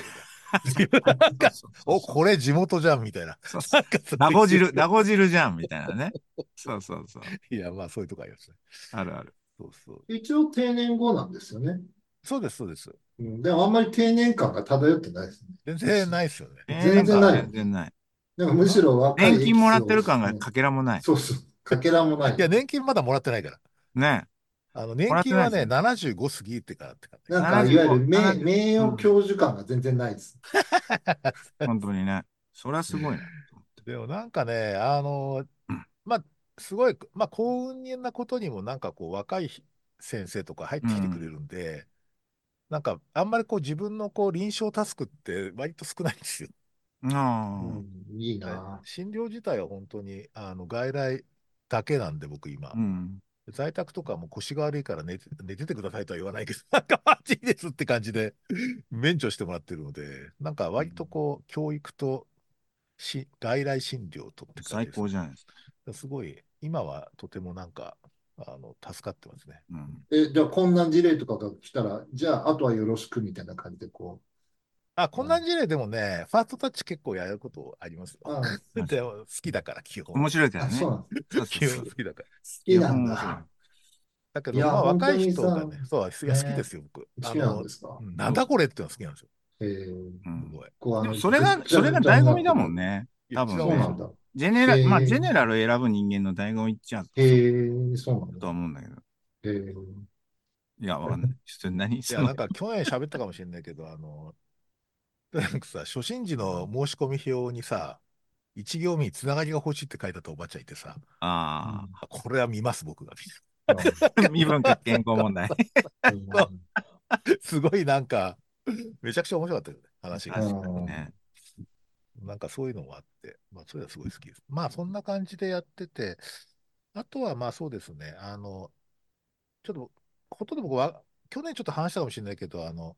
Speaker 1: け
Speaker 2: <laughs>
Speaker 1: ど、ね、なんか、
Speaker 2: そうそう
Speaker 1: お、
Speaker 2: そう
Speaker 1: これ地元じゃんみたいな。
Speaker 2: そうそ
Speaker 1: な
Speaker 2: う
Speaker 1: んかそういう
Speaker 2: ダゴ汁、ダゴ汁じゃんみたい
Speaker 1: <laughs>
Speaker 2: なね。そうそうそう。
Speaker 1: いや、まあそういうとこありますね。
Speaker 2: あるある。
Speaker 1: そうそう。
Speaker 3: 一応定年後なんですよね。
Speaker 1: そうです、そうです。
Speaker 3: うん、でもあんまり定年感が漂ってないですね。
Speaker 1: 全然ないですよね。
Speaker 3: 全然ない
Speaker 2: 全然ない。
Speaker 3: なんかむしろ若い
Speaker 2: 年金もらってる感が
Speaker 3: エキスを
Speaker 2: かけらもない。
Speaker 3: そうそう。かけらもない。
Speaker 1: いや、年金まだもらってないから。
Speaker 2: ね。
Speaker 1: あの、
Speaker 2: も
Speaker 1: 年
Speaker 2: らって
Speaker 1: 金
Speaker 2: ない
Speaker 1: は
Speaker 2: です
Speaker 1: ね、
Speaker 2: ね。
Speaker 1: 75過ぎてからって感じ
Speaker 3: なん
Speaker 1: か
Speaker 3: か、
Speaker 1: な。
Speaker 3: いわゆる
Speaker 2: 75、
Speaker 3: 名、
Speaker 2: 70、
Speaker 3: 名
Speaker 2: う
Speaker 3: 誉
Speaker 2: ん、
Speaker 3: 教授感が全然ないです。
Speaker 2: 本当にね。そりゃすごいな。
Speaker 1: でもなんかね、あの、
Speaker 2: うん
Speaker 1: まあ、すごい、まあ、幸運なことにも、なんかこう、若い先生とか入っ
Speaker 2: う
Speaker 1: てきてくれ
Speaker 2: ん。
Speaker 1: るんで、なんか、あんまりこう、自分のこう、臨床タスクって、割と少ないんですよ。
Speaker 3: う
Speaker 2: ああ、
Speaker 3: ん、いい
Speaker 1: え
Speaker 3: な。
Speaker 1: 診療自体は本当に、あの、外来だけなんで、僕今。
Speaker 2: うん。
Speaker 1: 在宅とかも腰が悪いから寝て、寝ててくださいとは言わないけど、 <laughs> なんかマジですって感じで免除してもらってるので、なんか
Speaker 2: う
Speaker 1: 割と
Speaker 2: ん
Speaker 1: こう、教育とし外来診療とって感じ
Speaker 2: 最
Speaker 1: です
Speaker 2: 高じゃないですか。
Speaker 1: ね。すごい、今はとてもなんか、あの、助かってますね。
Speaker 2: うん。
Speaker 3: え、じゃあ、こんな事例とかが来たら、じゃあ、あとはよろしくみたいな感じで、こ
Speaker 1: あ、
Speaker 3: う。
Speaker 1: こん
Speaker 3: う
Speaker 1: なん
Speaker 3: ん、
Speaker 1: 事例でもね、ファーストタッチ結構やることありますよ。
Speaker 3: あ、
Speaker 2: マ
Speaker 1: <laughs>
Speaker 2: ジ
Speaker 1: で
Speaker 2: か。
Speaker 1: も好きだから、基本。
Speaker 2: 面白いから
Speaker 3: あ、そう
Speaker 2: ね。
Speaker 3: な
Speaker 2: そ
Speaker 3: んです。
Speaker 2: うそう
Speaker 1: 基
Speaker 2: そ
Speaker 1: 本
Speaker 2: う。
Speaker 1: 好きだから。
Speaker 3: 好
Speaker 2: 基
Speaker 3: きな
Speaker 2: 本
Speaker 3: ん
Speaker 2: 面白い。
Speaker 3: だ。
Speaker 1: だけ
Speaker 3: い
Speaker 1: ど、
Speaker 3: や、
Speaker 1: まあ、
Speaker 3: 本
Speaker 1: 若
Speaker 3: 当
Speaker 1: い
Speaker 3: に
Speaker 1: 人が
Speaker 3: さ、
Speaker 1: ね、そう、いや好きで
Speaker 3: ね、
Speaker 1: すよ、僕。
Speaker 3: 好
Speaker 1: あ
Speaker 3: きなん
Speaker 1: の、
Speaker 3: ですか。
Speaker 1: なん
Speaker 2: そう
Speaker 1: だ
Speaker 2: そ
Speaker 1: これってのは好きなんですよ。
Speaker 3: えー、
Speaker 2: う。う
Speaker 1: す
Speaker 2: ん。
Speaker 1: ごい。
Speaker 3: こう、あ
Speaker 2: でも、
Speaker 3: の、
Speaker 2: それ
Speaker 3: ぐっ
Speaker 2: が、
Speaker 3: ちゃ
Speaker 2: それ
Speaker 3: ぐ
Speaker 2: が
Speaker 3: ちゃ
Speaker 2: 醍醐
Speaker 3: になっ
Speaker 2: 味
Speaker 3: て
Speaker 2: だもん
Speaker 3: る。
Speaker 2: ね。
Speaker 1: いや、
Speaker 2: 多
Speaker 1: 違
Speaker 2: 分
Speaker 3: そうな
Speaker 2: ね。
Speaker 3: んだ。
Speaker 2: ジェネラ、まあ、
Speaker 3: え
Speaker 2: ジェネラルを選ぶ人間の醍醐味っちゃう
Speaker 3: ー、
Speaker 2: そう
Speaker 3: えー、そうなん
Speaker 2: だ
Speaker 3: だ。
Speaker 2: とは思うんだけど。
Speaker 3: えー、
Speaker 2: いや、わかんない。ちょっと何
Speaker 1: い
Speaker 2: そ
Speaker 1: や、
Speaker 2: の、
Speaker 1: なんか去年喋ったかもしれないけど、あの、なんかさ、初診時の申し込み表にさ、一行目につながりが欲しいって書いてあったおばちゃんいてさ、
Speaker 3: う
Speaker 2: あ
Speaker 3: ん、
Speaker 1: あこれは見ます、僕が。み <laughs>
Speaker 3: あー、
Speaker 2: あ、
Speaker 1: たい
Speaker 2: 身
Speaker 1: な
Speaker 2: 分
Speaker 1: な
Speaker 2: か
Speaker 1: んか
Speaker 2: 健康問題。
Speaker 1: さ、
Speaker 3: うん、
Speaker 2: <laughs>
Speaker 1: すごいなんか、めちゃくちゃ面白かったよね、話
Speaker 3: あ
Speaker 1: が。
Speaker 2: 確かに
Speaker 3: ー
Speaker 2: ね。
Speaker 1: なんかそういうのもあって、まあ、それはすごい好きです。まあ、そんな感じでやってて、あとはまあそうですね、あの、ちょっと、ほとんど僕は、去年ちょっと話したかもしれないけど、あの、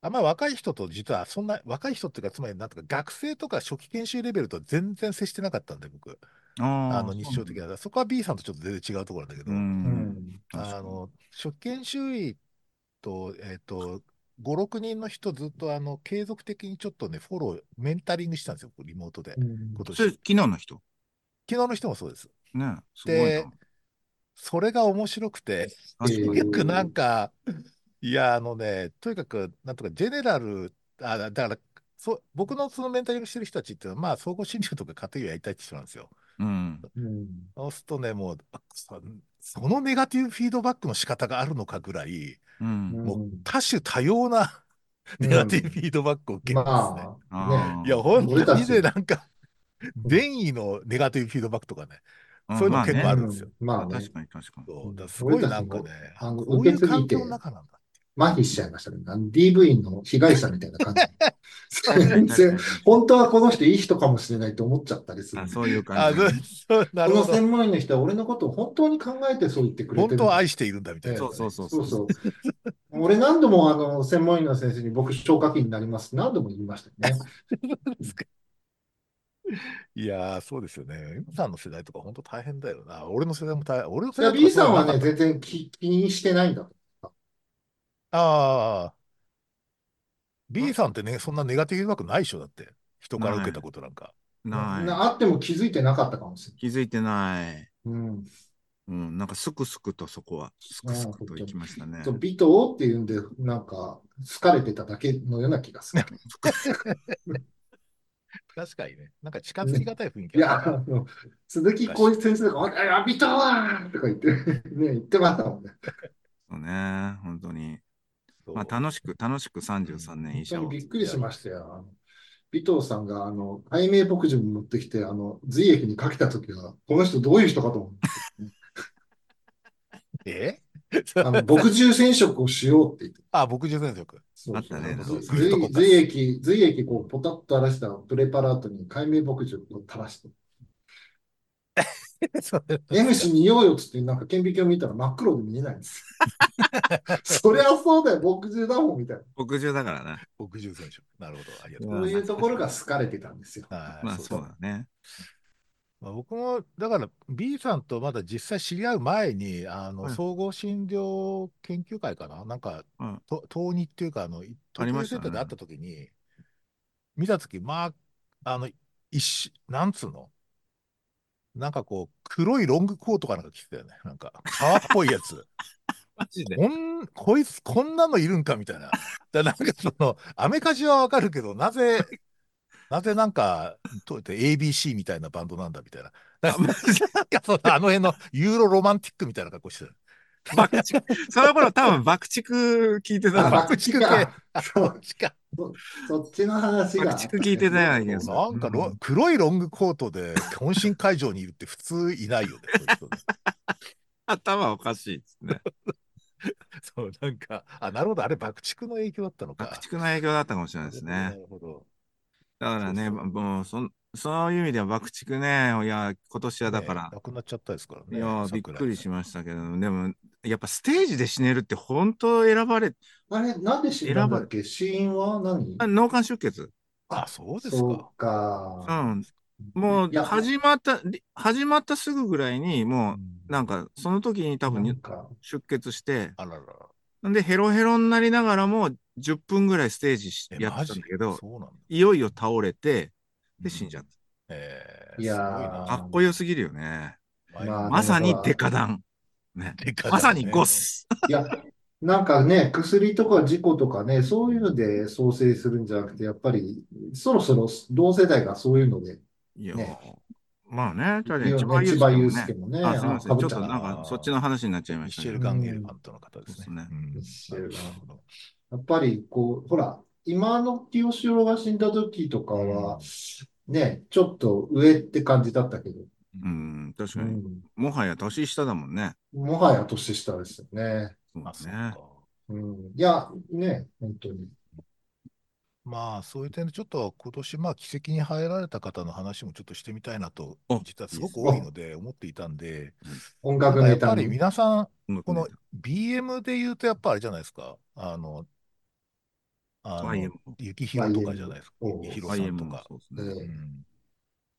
Speaker 1: あんまり若い人と実は、そんな、若い人っていうか、つまり、なんとか学生とか初期研修レベルとは全然接してなかったんで、僕、あ
Speaker 2: ああ、
Speaker 1: の、
Speaker 2: そ
Speaker 1: 日
Speaker 2: うな
Speaker 1: 常的
Speaker 2: んだ。
Speaker 1: な、そこは B さんとちょっと全然違うところなんだけ
Speaker 2: う。
Speaker 1: ど、
Speaker 3: うんん、
Speaker 2: 確
Speaker 1: あ
Speaker 2: かに。
Speaker 1: の、初期研修医と、えっと、5、6人の人ずっと、あの、継続的にちょっとね、フォロー、メンタリングしてたんですよ、僕リモートで、
Speaker 3: うん、
Speaker 1: 今
Speaker 2: それ、
Speaker 1: 年。
Speaker 2: 昨日の人。
Speaker 1: 昨日の人もそうです。
Speaker 2: ね、すごい
Speaker 1: で、
Speaker 2: な。
Speaker 1: それが面白くて、
Speaker 2: あ、
Speaker 3: え
Speaker 2: そう
Speaker 1: と
Speaker 2: な
Speaker 1: に
Speaker 2: ん
Speaker 1: かく
Speaker 2: だ。
Speaker 1: なん
Speaker 3: ー、
Speaker 1: か、いや、あのね、とにかく、なんとか、ジェネラル、あ、だだから、そう僕のそのメンタリングしてる人たちっていうのは、まあ、総合診療とか家庭医をやりたいって人なんですよ。
Speaker 2: うん。
Speaker 3: うん、
Speaker 1: そうするとね、もう、あそそのネガティブフィードバックの仕方があるのかぐらい、
Speaker 2: う。
Speaker 3: うん、
Speaker 1: もうん多種多様な <laughs>
Speaker 3: う
Speaker 1: ネガティブフ
Speaker 3: ん。
Speaker 1: ィードバックを受けるんですね。
Speaker 3: まあ、ね、
Speaker 1: いや、
Speaker 2: ああ、
Speaker 1: 本
Speaker 3: 俺
Speaker 1: 当
Speaker 3: た
Speaker 1: にね、
Speaker 3: ち、
Speaker 1: なんか、
Speaker 3: うん、
Speaker 1: 善意のネガティブフィードバックとかね、
Speaker 2: う
Speaker 1: そういうの
Speaker 2: ん、ま
Speaker 1: も
Speaker 2: あ
Speaker 1: 結構
Speaker 3: う
Speaker 1: あ
Speaker 2: ね。
Speaker 1: るんですよ。
Speaker 3: ん、まあ
Speaker 2: あ、
Speaker 3: ね、
Speaker 2: 確かに確かに。
Speaker 3: う
Speaker 1: そう、だから
Speaker 3: ん、
Speaker 1: す
Speaker 3: 俺
Speaker 1: ごい
Speaker 3: たち
Speaker 1: なんか
Speaker 3: も、
Speaker 1: ね、あ、
Speaker 3: あの、
Speaker 1: こう
Speaker 3: 受
Speaker 1: い
Speaker 3: け
Speaker 1: う
Speaker 3: すぎ
Speaker 1: 環境の
Speaker 3: て、
Speaker 1: 中なんだ。
Speaker 3: 麻痺しちゃいましたね。あの DV の被害者みたいな
Speaker 1: <laughs>
Speaker 3: 感じ。
Speaker 2: 確かに確か
Speaker 3: 全然、
Speaker 2: に確かに。
Speaker 3: 本当はこの人いい人かもしれないと思っちゃったりする
Speaker 2: あ、
Speaker 3: んで。
Speaker 2: そういう感
Speaker 1: あ、
Speaker 2: じ
Speaker 1: そう、
Speaker 2: ね。
Speaker 1: そうな
Speaker 3: こ
Speaker 1: る
Speaker 3: の
Speaker 1: ほど。
Speaker 3: 専門医の人は俺のことを本当に考えてそう言ってくれ
Speaker 1: 本
Speaker 3: て
Speaker 1: 当
Speaker 3: るん
Speaker 1: は
Speaker 3: だ。
Speaker 1: 愛しているんだみたいな
Speaker 3: え
Speaker 1: や
Speaker 2: そう
Speaker 1: つ
Speaker 2: そう
Speaker 1: ね。
Speaker 2: そう
Speaker 3: そ
Speaker 2: そううそ。
Speaker 3: そうう。俺何度もあの、専門医の先生に僕消化器になります。何度も言いましたよね。うん
Speaker 1: いやー、そうですよね。M さんの世代とか本当大変だよな。俺の世代も大変。俺の世
Speaker 3: いや、
Speaker 1: 代とか
Speaker 3: B
Speaker 1: そうい
Speaker 3: さ
Speaker 1: うんのな
Speaker 3: は
Speaker 1: かっ
Speaker 3: ね、
Speaker 1: た
Speaker 3: 全
Speaker 1: けど。
Speaker 3: 然気、気にしてないんだと。
Speaker 1: ああ、
Speaker 3: あ
Speaker 1: B さんってね、そんなネガティブフィードバックないでしょ、だって。人から受け
Speaker 2: な
Speaker 1: たことなんか。
Speaker 2: い。
Speaker 3: な、
Speaker 2: な。
Speaker 3: ないあっても気づいてなかったかもしれ
Speaker 2: 気づいてない。
Speaker 3: ない。うん。
Speaker 2: うん、なんかすくすくとそこは、す
Speaker 3: う
Speaker 2: く
Speaker 3: ん、
Speaker 2: すく
Speaker 3: 本
Speaker 2: と
Speaker 3: 当
Speaker 2: 行き
Speaker 3: に。
Speaker 2: ました
Speaker 3: そう、
Speaker 2: ね。
Speaker 3: 微糖っていうんで、なんか、好かれてただけのような気がする。
Speaker 2: すくす
Speaker 1: 確かにね。なんか近づき
Speaker 3: ね、
Speaker 1: がたい雰囲気
Speaker 3: い
Speaker 1: あった
Speaker 3: や、あ
Speaker 1: な。
Speaker 3: の、鈴木浩
Speaker 1: 昔。
Speaker 3: 一先生が、あ、やびたわとか言って、ね、言ってましたもんね。
Speaker 2: そうね、本当に。まあ、
Speaker 1: そ
Speaker 2: 楽しく、楽しく
Speaker 1: う。う
Speaker 2: 33
Speaker 1: ん。
Speaker 2: 年医
Speaker 3: 本当
Speaker 2: 者
Speaker 3: に
Speaker 2: を。
Speaker 3: びっく
Speaker 1: い
Speaker 3: り
Speaker 1: や、
Speaker 3: しましたよ。あの、尾藤さんが、あの、解明牧場に持ってきて、あの、髄液にかけたときは、この人どういう人かと思 <laughs> ってね、
Speaker 1: え
Speaker 3: あの、牧獣染色をしようって言って、
Speaker 1: あ、牧獣染
Speaker 3: <laughs>
Speaker 1: 色。
Speaker 3: そ
Speaker 2: あ
Speaker 3: う
Speaker 2: った
Speaker 3: そう、あ
Speaker 1: なる
Speaker 2: ね、
Speaker 3: の、
Speaker 1: ほど。
Speaker 2: なん
Speaker 3: 髄、
Speaker 2: か。
Speaker 1: グルト
Speaker 3: 髄
Speaker 1: コカ
Speaker 3: 髄
Speaker 1: ス。
Speaker 3: 液、髄液、こう、ポタッと垂らしたプレパラートに解明牧場を垂らして、
Speaker 1: そうなんです
Speaker 3: M
Speaker 1: か。
Speaker 3: 氏にようよっつって、なんか顕微鏡見たら真っ黒で見えないんですよ。 <laughs> そりゃそうだよ、牧獣だもん、みたいな。
Speaker 2: 牧場だからな。
Speaker 1: 牧獣染色。なるほど。ありが
Speaker 2: う
Speaker 1: とうござ
Speaker 3: そ
Speaker 1: いうま
Speaker 3: い
Speaker 1: す。
Speaker 2: ん、
Speaker 3: うとこ
Speaker 2: 確
Speaker 3: ろ
Speaker 2: か
Speaker 3: が
Speaker 2: に。
Speaker 3: 好かれてたんですよ。
Speaker 1: はい、
Speaker 2: まあ、
Speaker 1: そうで
Speaker 2: そう
Speaker 1: す。
Speaker 2: だね。
Speaker 1: まあ、僕も、だから B さんとまだ実際知り合う前に、あの、
Speaker 2: はい。
Speaker 1: 総合診療研究会かななんか、
Speaker 2: うん、
Speaker 1: と、東日っていうか、あの、い
Speaker 2: あ
Speaker 1: 東
Speaker 2: り
Speaker 1: 京
Speaker 2: ま
Speaker 1: 衛
Speaker 2: し
Speaker 1: 生
Speaker 2: た
Speaker 1: ンで会った
Speaker 2: ね。
Speaker 1: 時に、見た時まあ、あの、一し、なんつうのなんかこう、黒いロングコートかなんか着てたよね。なんか、革っぽいやつ。
Speaker 2: マジで。
Speaker 1: こん、こいつ、こんなのいるんかみたいな。 <laughs> だなんかその、アメカジはわかるけど、な <laughs> ぜ、なぜなんか、と ABC みたいな <laughs> バンドなんだみたいな。なん
Speaker 2: あ、
Speaker 1: か、
Speaker 2: マジで。
Speaker 1: なんかそのあの辺のユーロロマンティックみたいな格好してる。
Speaker 2: 爆竹、その頃多分爆竹聞いてた。
Speaker 3: あ、
Speaker 2: 爆
Speaker 1: 爆
Speaker 3: 爆
Speaker 1: 竹
Speaker 3: 竹
Speaker 1: 系
Speaker 3: か。そう
Speaker 1: しか
Speaker 3: そっちの話が。
Speaker 2: 竹聞いてたような気がす
Speaker 1: <laughs>
Speaker 2: る。
Speaker 1: なんかロ、
Speaker 2: うん
Speaker 1: 黒いロングコートで懇親会場にいるって普通いないよね。そういう人ね
Speaker 2: 頭おかしいですね。
Speaker 1: <laughs> そう、なんか、あ、なるほど、あれ爆竹の影響だったのか。
Speaker 2: 爆竹の影響だったかもしれないです
Speaker 1: な
Speaker 2: ね。
Speaker 1: るほど。
Speaker 2: だからね、
Speaker 1: そう
Speaker 2: まもうそん、そういう意味では爆竹ね、いや、今年はだか
Speaker 1: ね
Speaker 2: ら、
Speaker 1: なくなっちゃったですから
Speaker 2: いや
Speaker 1: ね、
Speaker 2: ー、びっ
Speaker 1: 桜
Speaker 2: くりしましたけど、でも、やっぱステージで死ねるって本当選ばれ、
Speaker 3: あれ、なんで死んだんだっけ死因は何
Speaker 2: あ脳幹出血。
Speaker 1: あ、そうですか。
Speaker 3: そうか。
Speaker 2: うん。もう
Speaker 3: い、や
Speaker 2: 始まった、り始まったすぐぐらいに、も
Speaker 1: うん
Speaker 2: う、なんか、その時に多
Speaker 3: なん
Speaker 2: 分
Speaker 3: か、
Speaker 2: 出血して、
Speaker 1: あららら。
Speaker 2: んで、ヘロヘロになりながらも、10分ぐらいステージし
Speaker 1: え、
Speaker 2: やっ
Speaker 1: マ
Speaker 2: てたん
Speaker 1: ジ
Speaker 2: だけど、
Speaker 1: そうなんだ。
Speaker 2: いよいよ倒れて、で、死んじゃっ
Speaker 1: えー、
Speaker 3: いや
Speaker 1: すごい
Speaker 3: ー
Speaker 2: た。
Speaker 1: な。
Speaker 2: かっこよすぎるよね。
Speaker 3: まあ
Speaker 2: まさにデカダン。ね。
Speaker 1: でかい
Speaker 2: まさにゴ。ス。
Speaker 3: いや、なんかね、薬とか事故とかね、そういうので創生するんじゃなくて、やっぱり、そろそろ同世代がそういうので、
Speaker 2: いや
Speaker 3: ね、
Speaker 2: まあね、確か
Speaker 3: いい
Speaker 2: に
Speaker 3: よ
Speaker 2: 千
Speaker 3: ね
Speaker 2: 葉
Speaker 3: 千
Speaker 2: 雄
Speaker 3: 葉
Speaker 2: 介も
Speaker 3: 雄
Speaker 2: ね
Speaker 3: 介。もね、
Speaker 2: あ、すみません。
Speaker 3: あ
Speaker 2: ち
Speaker 3: 被
Speaker 2: ょっ
Speaker 3: っちゃ
Speaker 2: と
Speaker 3: っ
Speaker 2: なんか、そっちの話になっちゃいま
Speaker 1: ミ
Speaker 2: した
Speaker 1: シ
Speaker 2: け
Speaker 1: ェ
Speaker 2: ど
Speaker 1: ル・。ガンゲルファントの方ですね。
Speaker 2: そうですね
Speaker 1: ん
Speaker 3: ミシェルガン
Speaker 1: なるほど
Speaker 3: たやっぱり、こう、ほら、今の清志郎が死んだ時とかは、ね、ちょっと上って感じだったけど、
Speaker 2: うん、確
Speaker 3: う
Speaker 2: かに。
Speaker 3: ん、
Speaker 2: もはや年下だもんね。
Speaker 3: もはや年下ですよね。
Speaker 2: そう
Speaker 1: まあ、
Speaker 2: だ
Speaker 1: そう
Speaker 2: ね
Speaker 1: か。。
Speaker 3: うん、いや、ね、本当に。
Speaker 1: まあ、そういう点で、ちょっと今年、まあ、奇跡に入られた方の話もちょっとしてみたいなと
Speaker 2: お、
Speaker 1: 実はすごく多いので、思っていたんで、
Speaker 3: 音
Speaker 1: な
Speaker 3: 楽
Speaker 1: んかや
Speaker 3: ネ
Speaker 1: っ
Speaker 3: タ
Speaker 1: ぱり
Speaker 3: に。
Speaker 1: 皆さん、
Speaker 2: 音楽
Speaker 1: こ
Speaker 2: ね
Speaker 1: の BM で言うと、やっぱあれじゃないですか、あの、あの、
Speaker 2: YM。
Speaker 1: 雪広とかじゃないですか、
Speaker 3: YM
Speaker 1: 雪広さんと
Speaker 2: YM も
Speaker 1: か。
Speaker 2: そう
Speaker 3: え
Speaker 2: ですね。
Speaker 1: う
Speaker 3: ー
Speaker 1: ん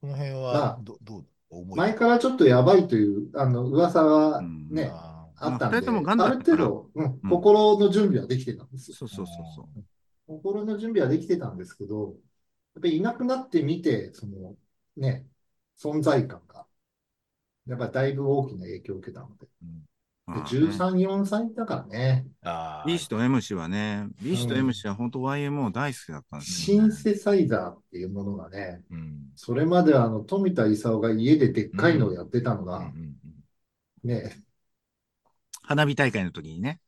Speaker 1: この辺
Speaker 3: ま
Speaker 1: は
Speaker 3: あ
Speaker 1: ど、どう、思い
Speaker 3: 前からちょっとやばいという、あの、噂
Speaker 2: う
Speaker 3: が
Speaker 2: ん
Speaker 3: ね、
Speaker 1: あー
Speaker 3: あったん
Speaker 2: まあ二
Speaker 3: で、
Speaker 2: 人ともガンだ
Speaker 3: あ
Speaker 2: った
Speaker 3: る
Speaker 2: から
Speaker 3: 程度、うん
Speaker 2: うん
Speaker 3: 心の準備はできてたんですよ。
Speaker 2: そうそうそうそう。
Speaker 3: 心の準備はできてたんですけど、やっぱりいなくなってみて、その、ね、存在感が、やっぱりだいぶ大きな影響を受けたので。で、
Speaker 2: まあね
Speaker 3: 13、4歳だからね、
Speaker 1: あー
Speaker 2: B 氏と M 氏はね、B 氏と
Speaker 3: うん
Speaker 2: M 氏は本当 YMO 大好きだったんです
Speaker 3: シ
Speaker 2: よね
Speaker 3: ンセサイザーっていうものがね、
Speaker 1: うん
Speaker 3: それまではあの、富田勲が家ででっかいのをやってたの
Speaker 1: うんう
Speaker 3: が、
Speaker 1: ん
Speaker 3: ね、 <laughs>
Speaker 2: 花火大会の時にね。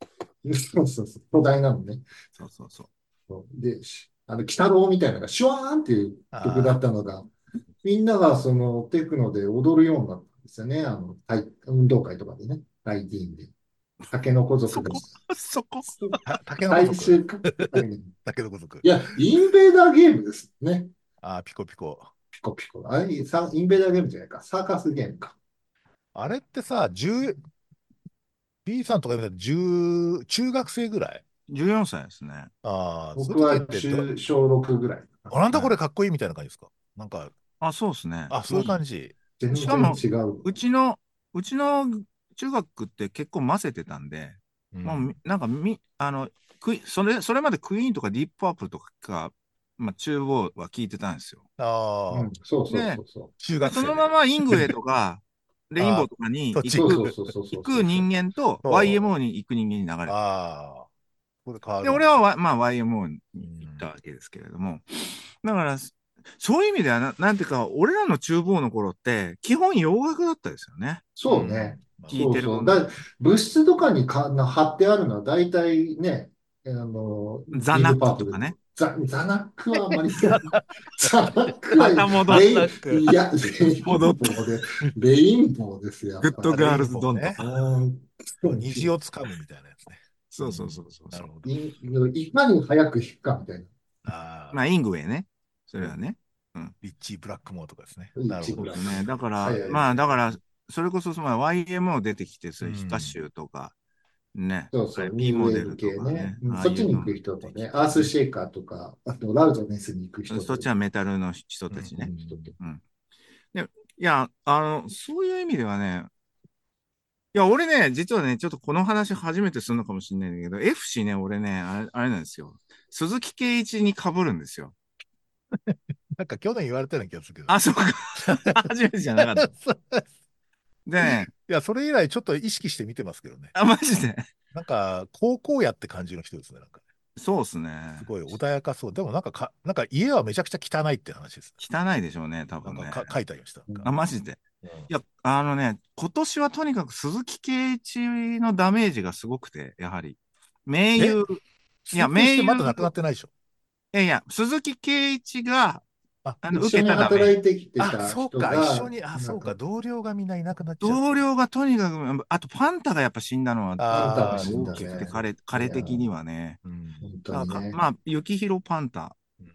Speaker 3: そうそうそう、巨大なのね。
Speaker 2: そうそうそう。
Speaker 3: そうで、しあの、鬼太郎みたいなのが、シュワーンっていう曲だったのが、みんながそのテクノで踊るようになったんですよね。あの、体運動会とかでね、ライティーンで。竹の子族で。
Speaker 2: そこ。
Speaker 1: た竹の子
Speaker 3: 最
Speaker 1: 族、
Speaker 3: 終回。い
Speaker 1: 竹の子族。
Speaker 3: や、インベーダーゲームですね。
Speaker 1: あーピコピコ。
Speaker 3: ピコピコ。あれ、サインベーダーゲームじゃないか。サーカスゲームか。
Speaker 1: あれってさ、10 B さんとかで10中学生ぐらい
Speaker 2: 14歳ですね。
Speaker 1: ああ、
Speaker 3: 僕
Speaker 1: そ
Speaker 3: は
Speaker 1: ういう時ってど
Speaker 3: 中小6ぐらい。
Speaker 1: あなんだこれかっこいいみたいな感じですかなんか、
Speaker 2: あ、そうですね。
Speaker 1: あ、そういう感じ。
Speaker 3: 全
Speaker 2: しかも
Speaker 3: 然違う。
Speaker 2: うちの、うちの中学って結構混ぜてたんで、
Speaker 1: うん
Speaker 2: もうみなんかみ、あの、クイそれ、それまでクイーンとかディープアップルとかが、まあ、厨房は聞いてたんですよ。
Speaker 1: ああ、
Speaker 3: うん、そうそう
Speaker 2: ね
Speaker 3: そうそ
Speaker 1: 中
Speaker 2: で
Speaker 1: 学生
Speaker 2: そ
Speaker 1: で。
Speaker 2: のままイングウェイとか、レインボーとかに
Speaker 1: そ
Speaker 2: 行
Speaker 1: っ
Speaker 2: く
Speaker 1: ち
Speaker 3: う。そうそうそうそうそう。
Speaker 2: 行く人間と
Speaker 1: そう
Speaker 2: YMO に行く人間に流れて
Speaker 1: ああ、これ変わる。
Speaker 2: で、俺は、わ、まあ、YMO に行ったわけですけれども、だから、そそういう意味ではな、なんていうか、俺らの厨房の頃って、基本洋楽だったですよね。
Speaker 3: そうね。
Speaker 1: まあ。
Speaker 2: 聞いてるもん
Speaker 3: そうそうだ物質とかにかな貼ってあるのは大体ね、あの、
Speaker 2: ザナックとかね。
Speaker 3: ザ、ザナックはあんまり好きじゃない。ザナックは、
Speaker 2: また戻った
Speaker 3: レイいや、レインボーで、レインボーですよ。
Speaker 2: グッドガールズドンと
Speaker 1: ね
Speaker 2: か。
Speaker 3: うん
Speaker 1: 虹をつかむみたいなやつね。
Speaker 2: そうそうそうそう
Speaker 1: な
Speaker 2: そ
Speaker 1: る
Speaker 2: う。
Speaker 1: ほど。
Speaker 3: いいかに早く弾くかみたいな。
Speaker 1: ああ、
Speaker 2: まあ、イングウェイね。それはね。
Speaker 1: リッチー・ブラックモアとかですね。
Speaker 3: リ
Speaker 1: な
Speaker 3: ッ
Speaker 1: る
Speaker 3: チ
Speaker 1: ほ
Speaker 3: ー
Speaker 1: ど
Speaker 3: ブ
Speaker 2: そう
Speaker 3: ラ
Speaker 2: で
Speaker 3: ック
Speaker 2: すね。だから、
Speaker 3: はいはいはい
Speaker 2: まあ、だから、それこそ、その YMO 出てきて、そういう
Speaker 1: うん
Speaker 2: ヒカシューとか、ね。
Speaker 3: そうそう、
Speaker 2: B
Speaker 3: ニュー
Speaker 2: モ
Speaker 3: ウェ
Speaker 2: デ
Speaker 3: ーブ
Speaker 2: ルと
Speaker 3: 系
Speaker 2: か
Speaker 3: ね
Speaker 2: ね。
Speaker 3: うん
Speaker 2: ああいう
Speaker 3: そっちに行く人とね、アースシェイカーとか、あとラウドネスに行く人
Speaker 2: そっち
Speaker 3: は
Speaker 2: はメタルの人たちね。
Speaker 3: ね。人と
Speaker 2: いや、あの、そういう意味ではね、いや、俺ね、実はね、ちょっとこの話初めてするのかもしれないんだけど、F 氏ね、俺ね、あれ、あれなんですよ。鈴木圭一に被るんですよ。
Speaker 1: なんか去年言われたような気がするけど。
Speaker 2: あ、そうか。 <laughs> 初めてじゃなかった。
Speaker 1: <laughs>
Speaker 2: でね、
Speaker 1: いや、それ以来ちょっと意識して見てますけどね。
Speaker 2: あ、マジで。
Speaker 1: なんか、高校やって感じの人ですね。なんか
Speaker 2: そうですね。
Speaker 1: すごい穏やかそう。でもなんかか、なんか家はめちゃくちゃ汚いって話です。
Speaker 2: 汚いでしょうね、
Speaker 1: な
Speaker 2: 多
Speaker 1: ん
Speaker 2: 分
Speaker 1: か
Speaker 2: ね。
Speaker 1: か書いてありました。
Speaker 2: あ、マジで。いや、あのね、今年はとにかく鈴木圭一のダメージがすごくて、やはり。盟
Speaker 1: え
Speaker 2: 友、い
Speaker 1: 申
Speaker 2: や、
Speaker 1: 請
Speaker 2: 盟
Speaker 1: してま
Speaker 2: 友、
Speaker 1: だなくなってないでしょ。
Speaker 2: いやいや、鈴木圭一が、
Speaker 1: あ、
Speaker 2: あの、
Speaker 3: 一
Speaker 2: 受け
Speaker 3: 緒に
Speaker 2: たダメー
Speaker 3: 働
Speaker 2: ジ。
Speaker 3: いてきて
Speaker 1: あ、
Speaker 3: た
Speaker 1: そう
Speaker 3: 人
Speaker 1: か、一緒
Speaker 3: が、
Speaker 1: に、あ、
Speaker 3: な
Speaker 1: そ
Speaker 3: ん
Speaker 1: うか、
Speaker 3: か、
Speaker 1: 同僚がみんないなくなっちゃっ
Speaker 2: 同
Speaker 1: た。
Speaker 2: 僚がとにかく、あとパンタがやっぱ死んだのは
Speaker 3: パンタが
Speaker 1: ああ、
Speaker 3: 死ん
Speaker 2: 大
Speaker 3: だ
Speaker 2: きくて、
Speaker 3: ね。
Speaker 2: 彼、
Speaker 3: い
Speaker 2: 彼
Speaker 3: や、
Speaker 2: 的にはね。
Speaker 1: うん、
Speaker 3: 本当
Speaker 2: だ
Speaker 3: に
Speaker 2: からか、
Speaker 3: ね。
Speaker 2: まあ、幸宏パンタ。
Speaker 1: うん、